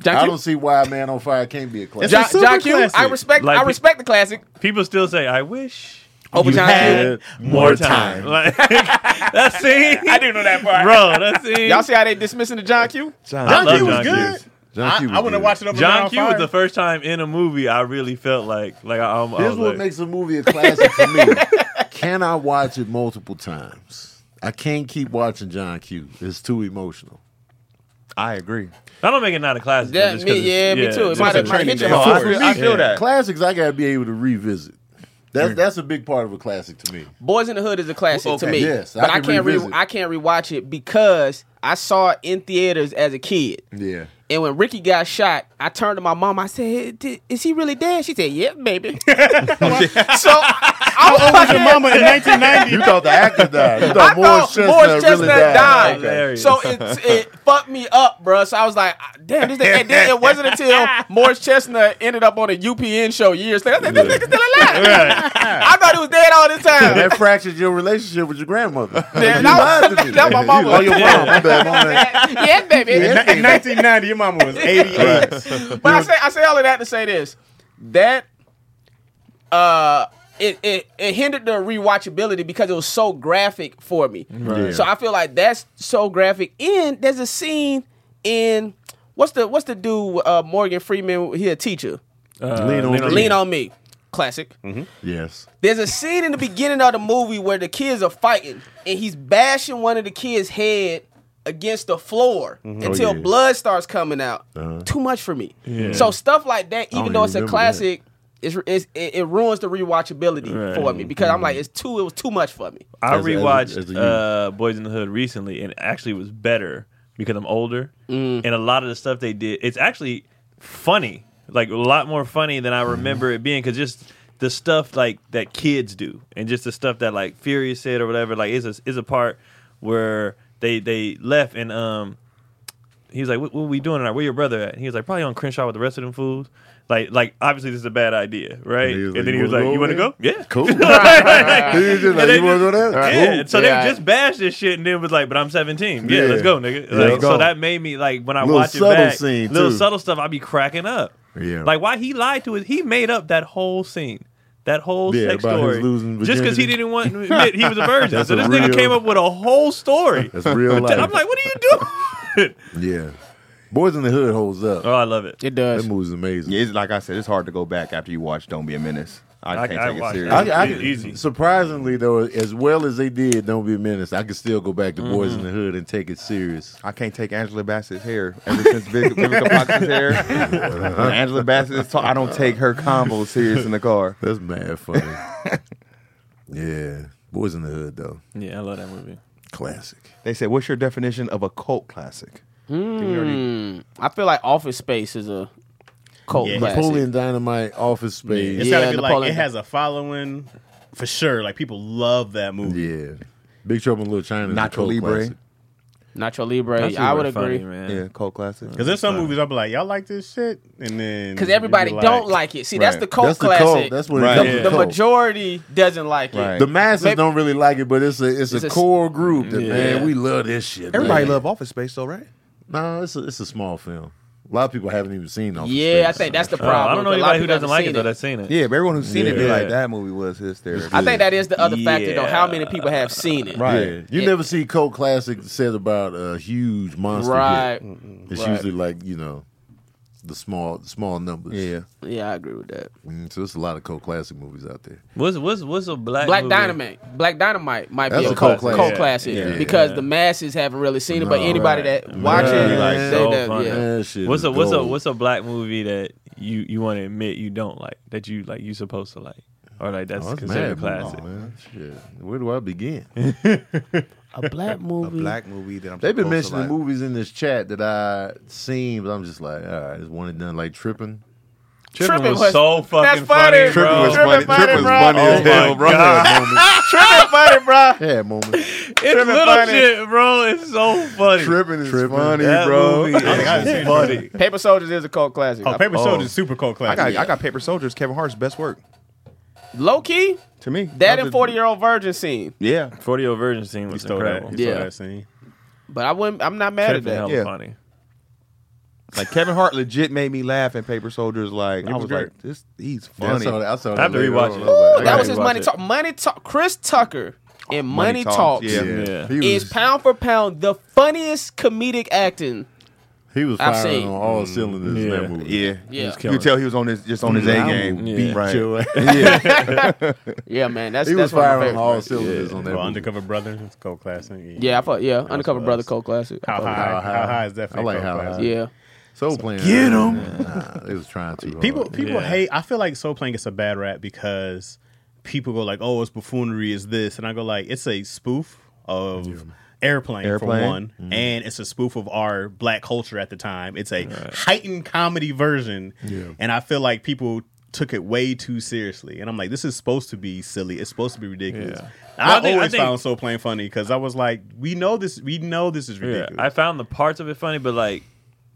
[SPEAKER 3] I
[SPEAKER 1] John
[SPEAKER 3] don't
[SPEAKER 1] Q.
[SPEAKER 3] see why Man on Fire can't be a classic.
[SPEAKER 5] It's
[SPEAKER 1] John,
[SPEAKER 5] a super
[SPEAKER 1] John Q. I
[SPEAKER 5] classic.
[SPEAKER 1] respect.
[SPEAKER 4] Like
[SPEAKER 1] I
[SPEAKER 4] it-
[SPEAKER 1] respect the classic.
[SPEAKER 4] People still say, I wish
[SPEAKER 1] Over
[SPEAKER 5] You
[SPEAKER 1] John
[SPEAKER 5] had-
[SPEAKER 1] Q.
[SPEAKER 4] more time. Like, that scene. I didn't know that part. Bro, that scene.
[SPEAKER 1] Y'all see how they dismissing the John Q?
[SPEAKER 4] I
[SPEAKER 5] John
[SPEAKER 4] love
[SPEAKER 5] Q was
[SPEAKER 4] John Q.
[SPEAKER 5] good.
[SPEAKER 3] John
[SPEAKER 5] I,
[SPEAKER 3] Q
[SPEAKER 5] I
[SPEAKER 3] was
[SPEAKER 5] wouldn't
[SPEAKER 3] good.
[SPEAKER 5] watch it over Man
[SPEAKER 4] John
[SPEAKER 5] on
[SPEAKER 4] Q was
[SPEAKER 5] Fire.
[SPEAKER 4] the first time in a movie I really felt like like I, I, I
[SPEAKER 3] Here's
[SPEAKER 4] was
[SPEAKER 3] what
[SPEAKER 4] like,
[SPEAKER 3] makes a movie a classic for me. Can I watch it multiple times? I can't keep watching John Q. It's too emotional.
[SPEAKER 2] I agree.
[SPEAKER 4] I don't make it not a classic.
[SPEAKER 1] Yeah,
[SPEAKER 4] just
[SPEAKER 1] me,
[SPEAKER 4] 'cause
[SPEAKER 1] yeah,
[SPEAKER 4] it's-
[SPEAKER 1] me too. It
[SPEAKER 4] it's
[SPEAKER 1] might,
[SPEAKER 4] a
[SPEAKER 1] it might
[SPEAKER 4] training
[SPEAKER 1] hit you
[SPEAKER 4] day.
[SPEAKER 2] I
[SPEAKER 1] hard.
[SPEAKER 2] feel, I feel that.
[SPEAKER 3] Classics, I gotta be able to revisit. That's that's a big part of a classic to me.
[SPEAKER 1] Boys in the Hood is a classic to me,
[SPEAKER 3] Yes, I
[SPEAKER 1] but I,
[SPEAKER 3] can
[SPEAKER 1] can't re-
[SPEAKER 3] revisit.
[SPEAKER 1] I can't rewatch it because I saw it in theaters as a kid.
[SPEAKER 3] Yeah.
[SPEAKER 1] And when Ricky got shot, I turned to my mom. I said, "Di- "Is he really dead?" She said, "Yep, baby." so I was
[SPEAKER 5] Your
[SPEAKER 1] fucking
[SPEAKER 5] mama in 1990.
[SPEAKER 3] You thought the actor died. You
[SPEAKER 1] I
[SPEAKER 3] thought
[SPEAKER 1] thought
[SPEAKER 3] Morris Chestnut,
[SPEAKER 1] Morris Chestnut
[SPEAKER 3] really died.
[SPEAKER 1] died.
[SPEAKER 4] Hilarious.
[SPEAKER 1] So it, it fucked me up, bruh. So I was like, ah, damn, this thing. And then it wasn't until Morris Chestnut ended up on a UPN show years later. I was like, this nigga's still alive. I thought he was dead all this time.
[SPEAKER 3] That fractured your relationship with your grandmother.
[SPEAKER 1] Yeah,
[SPEAKER 3] You
[SPEAKER 1] that was-
[SPEAKER 3] lied to me.
[SPEAKER 1] that was my mama.
[SPEAKER 3] Oh, your mom. My bad, my bad.
[SPEAKER 1] yeah, baby.
[SPEAKER 5] In 1990, your mama was 88.
[SPEAKER 1] But I say I say all of that to say this. That uh it, it, it hindered the rewatchability because it was so graphic for me. So I feel like that's so graphic. And there's a scene in what's the what's the dude uh, Morgan Freeman? He a teacher.
[SPEAKER 4] Uh,
[SPEAKER 3] Lean on me.
[SPEAKER 1] Lean on me, classic.
[SPEAKER 3] Yes.
[SPEAKER 1] There's a scene in the beginning of the movie where the kids are fighting and he's bashing one of the kids' head against the floor until
[SPEAKER 3] yeah.
[SPEAKER 1] blood starts coming out. Too much for me. So stuff like that, even
[SPEAKER 3] don't
[SPEAKER 1] though
[SPEAKER 3] even
[SPEAKER 1] it's a
[SPEAKER 3] remember
[SPEAKER 1] classic, it's, it's, it, it ruins the rewatchability
[SPEAKER 4] Right.
[SPEAKER 1] for me because I'm like, it's too. It was too much for me.
[SPEAKER 4] I
[SPEAKER 3] as a-
[SPEAKER 4] rewatched
[SPEAKER 3] as a youth.
[SPEAKER 4] uh, Boys in the Hood recently, and actually it was better because I'm older,
[SPEAKER 3] Mm.
[SPEAKER 4] and a lot of the stuff they did, it's actually funny, like a lot more funny than
[SPEAKER 3] Mm-hmm.
[SPEAKER 4] I remember it being, because just the stuff like that kids do, and just the stuff that like Furious said or whatever, like is a is a part where they they left and um he was like, "What, what we doing tonight? Where your brother at?" And he was like, "Probably on Crenshaw with the rest of them fools." Like, like obviously this is a bad idea, right? And, then he was like, "You want to go? Yeah,
[SPEAKER 3] Cool. He
[SPEAKER 4] Like,
[SPEAKER 3] was just
[SPEAKER 4] and
[SPEAKER 3] like,
[SPEAKER 4] they
[SPEAKER 3] you want to go there?
[SPEAKER 4] yeah,
[SPEAKER 3] Cool.
[SPEAKER 4] and so they
[SPEAKER 1] Yeah.
[SPEAKER 4] just bashed this shit and then was like, "But I'm 17. Yeah,
[SPEAKER 3] Yeah.
[SPEAKER 4] let's go, nigga."
[SPEAKER 3] Yeah,
[SPEAKER 4] Like,
[SPEAKER 3] let's
[SPEAKER 4] so
[SPEAKER 3] go.
[SPEAKER 4] that made me like when I
[SPEAKER 3] Little
[SPEAKER 4] watch it
[SPEAKER 3] subtle
[SPEAKER 4] back,
[SPEAKER 3] scene,
[SPEAKER 4] little
[SPEAKER 3] too.
[SPEAKER 4] subtle stuff, I be cracking up.
[SPEAKER 3] Yeah.
[SPEAKER 4] like why he lied to it? He made up that whole scene. That whole
[SPEAKER 3] Yeah,
[SPEAKER 4] sex
[SPEAKER 3] about his
[SPEAKER 4] story.
[SPEAKER 3] losing
[SPEAKER 4] Just because he
[SPEAKER 3] virginity.
[SPEAKER 4] didn't want to admit he was a virgin.
[SPEAKER 3] That's
[SPEAKER 4] so
[SPEAKER 3] a
[SPEAKER 4] this nigga
[SPEAKER 3] real-
[SPEAKER 4] came up with a whole story.
[SPEAKER 3] That's real life.
[SPEAKER 4] I'm like, what are you doing?
[SPEAKER 3] yeah. Boys in the Hood holds up.
[SPEAKER 4] oh, I love it.
[SPEAKER 3] that
[SPEAKER 5] It does.
[SPEAKER 3] movie's amazing.
[SPEAKER 2] Yeah, it's, like I said, it's hard to go back after you watch Don't Be a Menace. I,
[SPEAKER 4] I-
[SPEAKER 2] can't
[SPEAKER 4] I
[SPEAKER 2] take it
[SPEAKER 4] watched
[SPEAKER 2] serious.
[SPEAKER 4] that.
[SPEAKER 3] I, I,
[SPEAKER 4] Easy.
[SPEAKER 3] Surprisingly, though, as well as they did, don't be a menace. I could still go back to Boys in the Hood and take it serious.
[SPEAKER 2] I can't take Angela Bassett's hair ever since Viv- Vivica Fox's hair. When Angela Bassett is talk, I don't take her combo serious in the car.
[SPEAKER 3] That's mad funny. yeah, Boys in the Hood though,
[SPEAKER 4] Yeah, I love that movie.
[SPEAKER 3] classic.
[SPEAKER 2] They said, "What's your definition of a cult classic?"
[SPEAKER 1] I feel like Office Space is a cult
[SPEAKER 5] Yeah.
[SPEAKER 1] classic.
[SPEAKER 3] Napoleon Dynamite, Office Space.
[SPEAKER 5] It's
[SPEAKER 3] Yeah,
[SPEAKER 1] Yeah,
[SPEAKER 5] gotta be like
[SPEAKER 1] Napoleon-
[SPEAKER 5] it has a following for sure. Like people love that movie.
[SPEAKER 3] Big Trouble in Little China. is a
[SPEAKER 2] Nacho
[SPEAKER 3] cult
[SPEAKER 2] Libre.
[SPEAKER 3] classic.
[SPEAKER 1] Nacho Libre.
[SPEAKER 4] That's
[SPEAKER 1] I would
[SPEAKER 4] really funny,
[SPEAKER 1] agree.
[SPEAKER 4] man.
[SPEAKER 2] Yeah, cult classic.
[SPEAKER 5] Because there's some movies I'll be like, y'all like this shit, and then
[SPEAKER 1] Because everybody
[SPEAKER 5] you'll be
[SPEAKER 1] don't like it. See, that's
[SPEAKER 2] Right.
[SPEAKER 1] the cult
[SPEAKER 3] That's the
[SPEAKER 1] classic.
[SPEAKER 3] cult. That's what it
[SPEAKER 5] Right.
[SPEAKER 3] comes
[SPEAKER 5] Yeah.
[SPEAKER 3] to
[SPEAKER 4] Oh.
[SPEAKER 1] the
[SPEAKER 3] cult.
[SPEAKER 1] majority doesn't like it.
[SPEAKER 2] Right.
[SPEAKER 3] The masses
[SPEAKER 1] Maybe-
[SPEAKER 3] don't really like it, but it's a it's,
[SPEAKER 1] It's
[SPEAKER 3] a,
[SPEAKER 1] a-
[SPEAKER 3] core group that
[SPEAKER 4] Yeah.
[SPEAKER 3] man, we love this shit.
[SPEAKER 2] Everybody
[SPEAKER 3] man.
[SPEAKER 2] love Office Space, though, right?
[SPEAKER 3] No, it's a, it's a small film. A lot of people haven't even seen Office
[SPEAKER 1] Yeah, I
[SPEAKER 3] Space.
[SPEAKER 1] think that's the
[SPEAKER 4] Uh,
[SPEAKER 1] problem.
[SPEAKER 4] I don't know
[SPEAKER 1] A lot of
[SPEAKER 4] anybody who
[SPEAKER 1] people
[SPEAKER 4] doesn't like it though.
[SPEAKER 1] haven't
[SPEAKER 4] That's
[SPEAKER 1] seen
[SPEAKER 4] seen it.
[SPEAKER 2] Yeah, but everyone who's seen it be
[SPEAKER 4] Yeah.
[SPEAKER 2] like, "That movie was hysterical."
[SPEAKER 1] I think that is the other factor though. How many people have seen it?
[SPEAKER 2] Right.
[SPEAKER 3] Yeah. You
[SPEAKER 1] It-
[SPEAKER 3] never see cult classic said about a huge monster. hit.
[SPEAKER 1] Right.
[SPEAKER 3] It's
[SPEAKER 1] Right.
[SPEAKER 3] usually like you know the small small numbers.
[SPEAKER 2] Yeah,
[SPEAKER 1] Yeah, I agree with that.
[SPEAKER 3] Mm, so there's a lot of cult classic movies out there.
[SPEAKER 4] What's what's what's a black
[SPEAKER 1] Black
[SPEAKER 4] movie?
[SPEAKER 1] Dynamite. Black Dynamite might
[SPEAKER 3] That's
[SPEAKER 1] be a,
[SPEAKER 3] a
[SPEAKER 1] cult,
[SPEAKER 3] cult
[SPEAKER 1] cult
[SPEAKER 3] classic.
[SPEAKER 4] Yeah.
[SPEAKER 1] classic
[SPEAKER 3] Yeah.
[SPEAKER 1] because
[SPEAKER 4] Yeah.
[SPEAKER 1] the masses haven't really seen it, but
[SPEAKER 3] No,
[SPEAKER 1] anybody
[SPEAKER 4] right.
[SPEAKER 1] that watches
[SPEAKER 3] Yeah.
[SPEAKER 1] it,
[SPEAKER 3] Like,
[SPEAKER 1] they,
[SPEAKER 4] so
[SPEAKER 1] they-
[SPEAKER 4] funny.
[SPEAKER 1] yeah.
[SPEAKER 3] That shit
[SPEAKER 4] What's
[SPEAKER 3] is
[SPEAKER 4] a what's a
[SPEAKER 3] gold.
[SPEAKER 4] what's a black movie that you you want to admit you don't like that you like you supposed to like or like that's,
[SPEAKER 3] Oh, that's
[SPEAKER 4] considered
[SPEAKER 3] mad.
[SPEAKER 4] classic?
[SPEAKER 3] Oh, man. Shit. Where do I begin?
[SPEAKER 1] a black
[SPEAKER 2] a
[SPEAKER 1] movie.
[SPEAKER 2] black movie that I'm.
[SPEAKER 3] They've been
[SPEAKER 2] supposed to
[SPEAKER 3] mentioning
[SPEAKER 2] like.
[SPEAKER 3] movies in this chat that I seen, but I'm just like, all right, it's one and done. Like tripping.
[SPEAKER 4] Tripping,
[SPEAKER 1] Tripping
[SPEAKER 4] was,
[SPEAKER 1] was-
[SPEAKER 4] so fucking
[SPEAKER 1] that's funny.
[SPEAKER 4] funny, bro.
[SPEAKER 2] Tripping was
[SPEAKER 1] Trippin'
[SPEAKER 2] funny.
[SPEAKER 1] funny,
[SPEAKER 2] Tripping was
[SPEAKER 1] bro.
[SPEAKER 2] funny
[SPEAKER 4] Oh
[SPEAKER 2] as hell,
[SPEAKER 4] my
[SPEAKER 2] bro.
[SPEAKER 4] God.
[SPEAKER 1] Tripping funny, bro.
[SPEAKER 3] Yeah, moment.
[SPEAKER 4] It's little shit, bro. It's so funny.
[SPEAKER 2] Tripping is
[SPEAKER 3] Trippin'.
[SPEAKER 2] funny,
[SPEAKER 4] that
[SPEAKER 2] bro.
[SPEAKER 4] movie
[SPEAKER 5] think I've seen
[SPEAKER 4] is
[SPEAKER 5] it.
[SPEAKER 4] funny.
[SPEAKER 1] Paper Soldiers is a cult classic.
[SPEAKER 5] Oh, Paper
[SPEAKER 4] Oh.
[SPEAKER 5] Soldiers is super cult
[SPEAKER 2] I
[SPEAKER 5] classic.
[SPEAKER 2] got, I got Paper Soldiers. Kevin Hart's best work
[SPEAKER 1] Low key,
[SPEAKER 2] to me.
[SPEAKER 1] Uh, that
[SPEAKER 2] Other-
[SPEAKER 1] and forty year old virgin scene.
[SPEAKER 2] Yeah,
[SPEAKER 4] Forty year old virgin scene was
[SPEAKER 5] Stole that.
[SPEAKER 4] incredible.
[SPEAKER 5] He
[SPEAKER 4] Yeah.
[SPEAKER 5] stole
[SPEAKER 1] Yeah.
[SPEAKER 5] that scene.
[SPEAKER 1] But I wouldn't. I'm not mad at
[SPEAKER 4] Tripping
[SPEAKER 1] that.
[SPEAKER 4] hell
[SPEAKER 2] Yeah.
[SPEAKER 4] funny.
[SPEAKER 2] like Kevin Hart legit made me laugh in Paper Soldiers. Like I
[SPEAKER 5] was
[SPEAKER 2] was
[SPEAKER 5] great.
[SPEAKER 2] like, this he's
[SPEAKER 3] Yeah, I
[SPEAKER 2] funny.
[SPEAKER 3] saw that. I saw that.
[SPEAKER 4] have to
[SPEAKER 3] later
[SPEAKER 4] rewatch
[SPEAKER 3] on.
[SPEAKER 4] it.
[SPEAKER 3] I was like,
[SPEAKER 1] That
[SPEAKER 3] I
[SPEAKER 1] was
[SPEAKER 3] gotta
[SPEAKER 1] his
[SPEAKER 3] rewatch
[SPEAKER 1] money
[SPEAKER 3] it.
[SPEAKER 1] talk. Money talk. Chris Tucker in Money, Talks,
[SPEAKER 2] Yeah.
[SPEAKER 3] Yeah.
[SPEAKER 4] Yeah.
[SPEAKER 3] He
[SPEAKER 1] is
[SPEAKER 3] was,
[SPEAKER 1] pound for pound the funniest comedic acting.
[SPEAKER 3] he was
[SPEAKER 1] I've
[SPEAKER 3] firing
[SPEAKER 1] seen.
[SPEAKER 3] on all cylinders in
[SPEAKER 4] Yeah.
[SPEAKER 3] that movie.
[SPEAKER 2] Yeah,
[SPEAKER 1] Yeah.
[SPEAKER 2] You could tell he was on his just on his A
[SPEAKER 3] Mm, I
[SPEAKER 2] game.
[SPEAKER 3] would
[SPEAKER 4] Yeah.
[SPEAKER 3] Beat
[SPEAKER 2] Right.
[SPEAKER 3] your ass.
[SPEAKER 2] Yeah,
[SPEAKER 1] Yeah, man. That's
[SPEAKER 3] He was
[SPEAKER 1] that's one of my
[SPEAKER 3] firing on
[SPEAKER 1] favorites.
[SPEAKER 3] all cylinders on that
[SPEAKER 5] Well,
[SPEAKER 3] movie.
[SPEAKER 5] Undercover Brother, it's cult classic.
[SPEAKER 1] Yeah, I fuck. Yeah, Undercover
[SPEAKER 5] what
[SPEAKER 1] Brother
[SPEAKER 5] else.
[SPEAKER 1] cult classic. I
[SPEAKER 5] How
[SPEAKER 1] fuck-
[SPEAKER 5] high, how high? is that?
[SPEAKER 3] I like How High.
[SPEAKER 1] Yeah.
[SPEAKER 3] Soul Plane. Get him. Nah, it was trying to.
[SPEAKER 5] People people
[SPEAKER 4] Yeah.
[SPEAKER 5] hate. I feel like Soul Plane gets a bad rap because people go like, "Oh, it's buffoonery, is this?" And I go like, "It's a spoof of." Airplane,
[SPEAKER 2] Airplane.
[SPEAKER 5] for one, and it's a spoof of our black culture at the time. It's a heightened comedy version, and I feel like people took it way too seriously. And I'm like, this is supposed to be silly. It's supposed to be ridiculous.
[SPEAKER 4] Yeah.
[SPEAKER 5] I,
[SPEAKER 4] Well, I think- I
[SPEAKER 5] always
[SPEAKER 4] think-
[SPEAKER 5] found Soul Plane funny because I was like, we know this. We know this is
[SPEAKER 4] Yeah,
[SPEAKER 5] ridiculous.
[SPEAKER 4] I found the parts of it funny, but like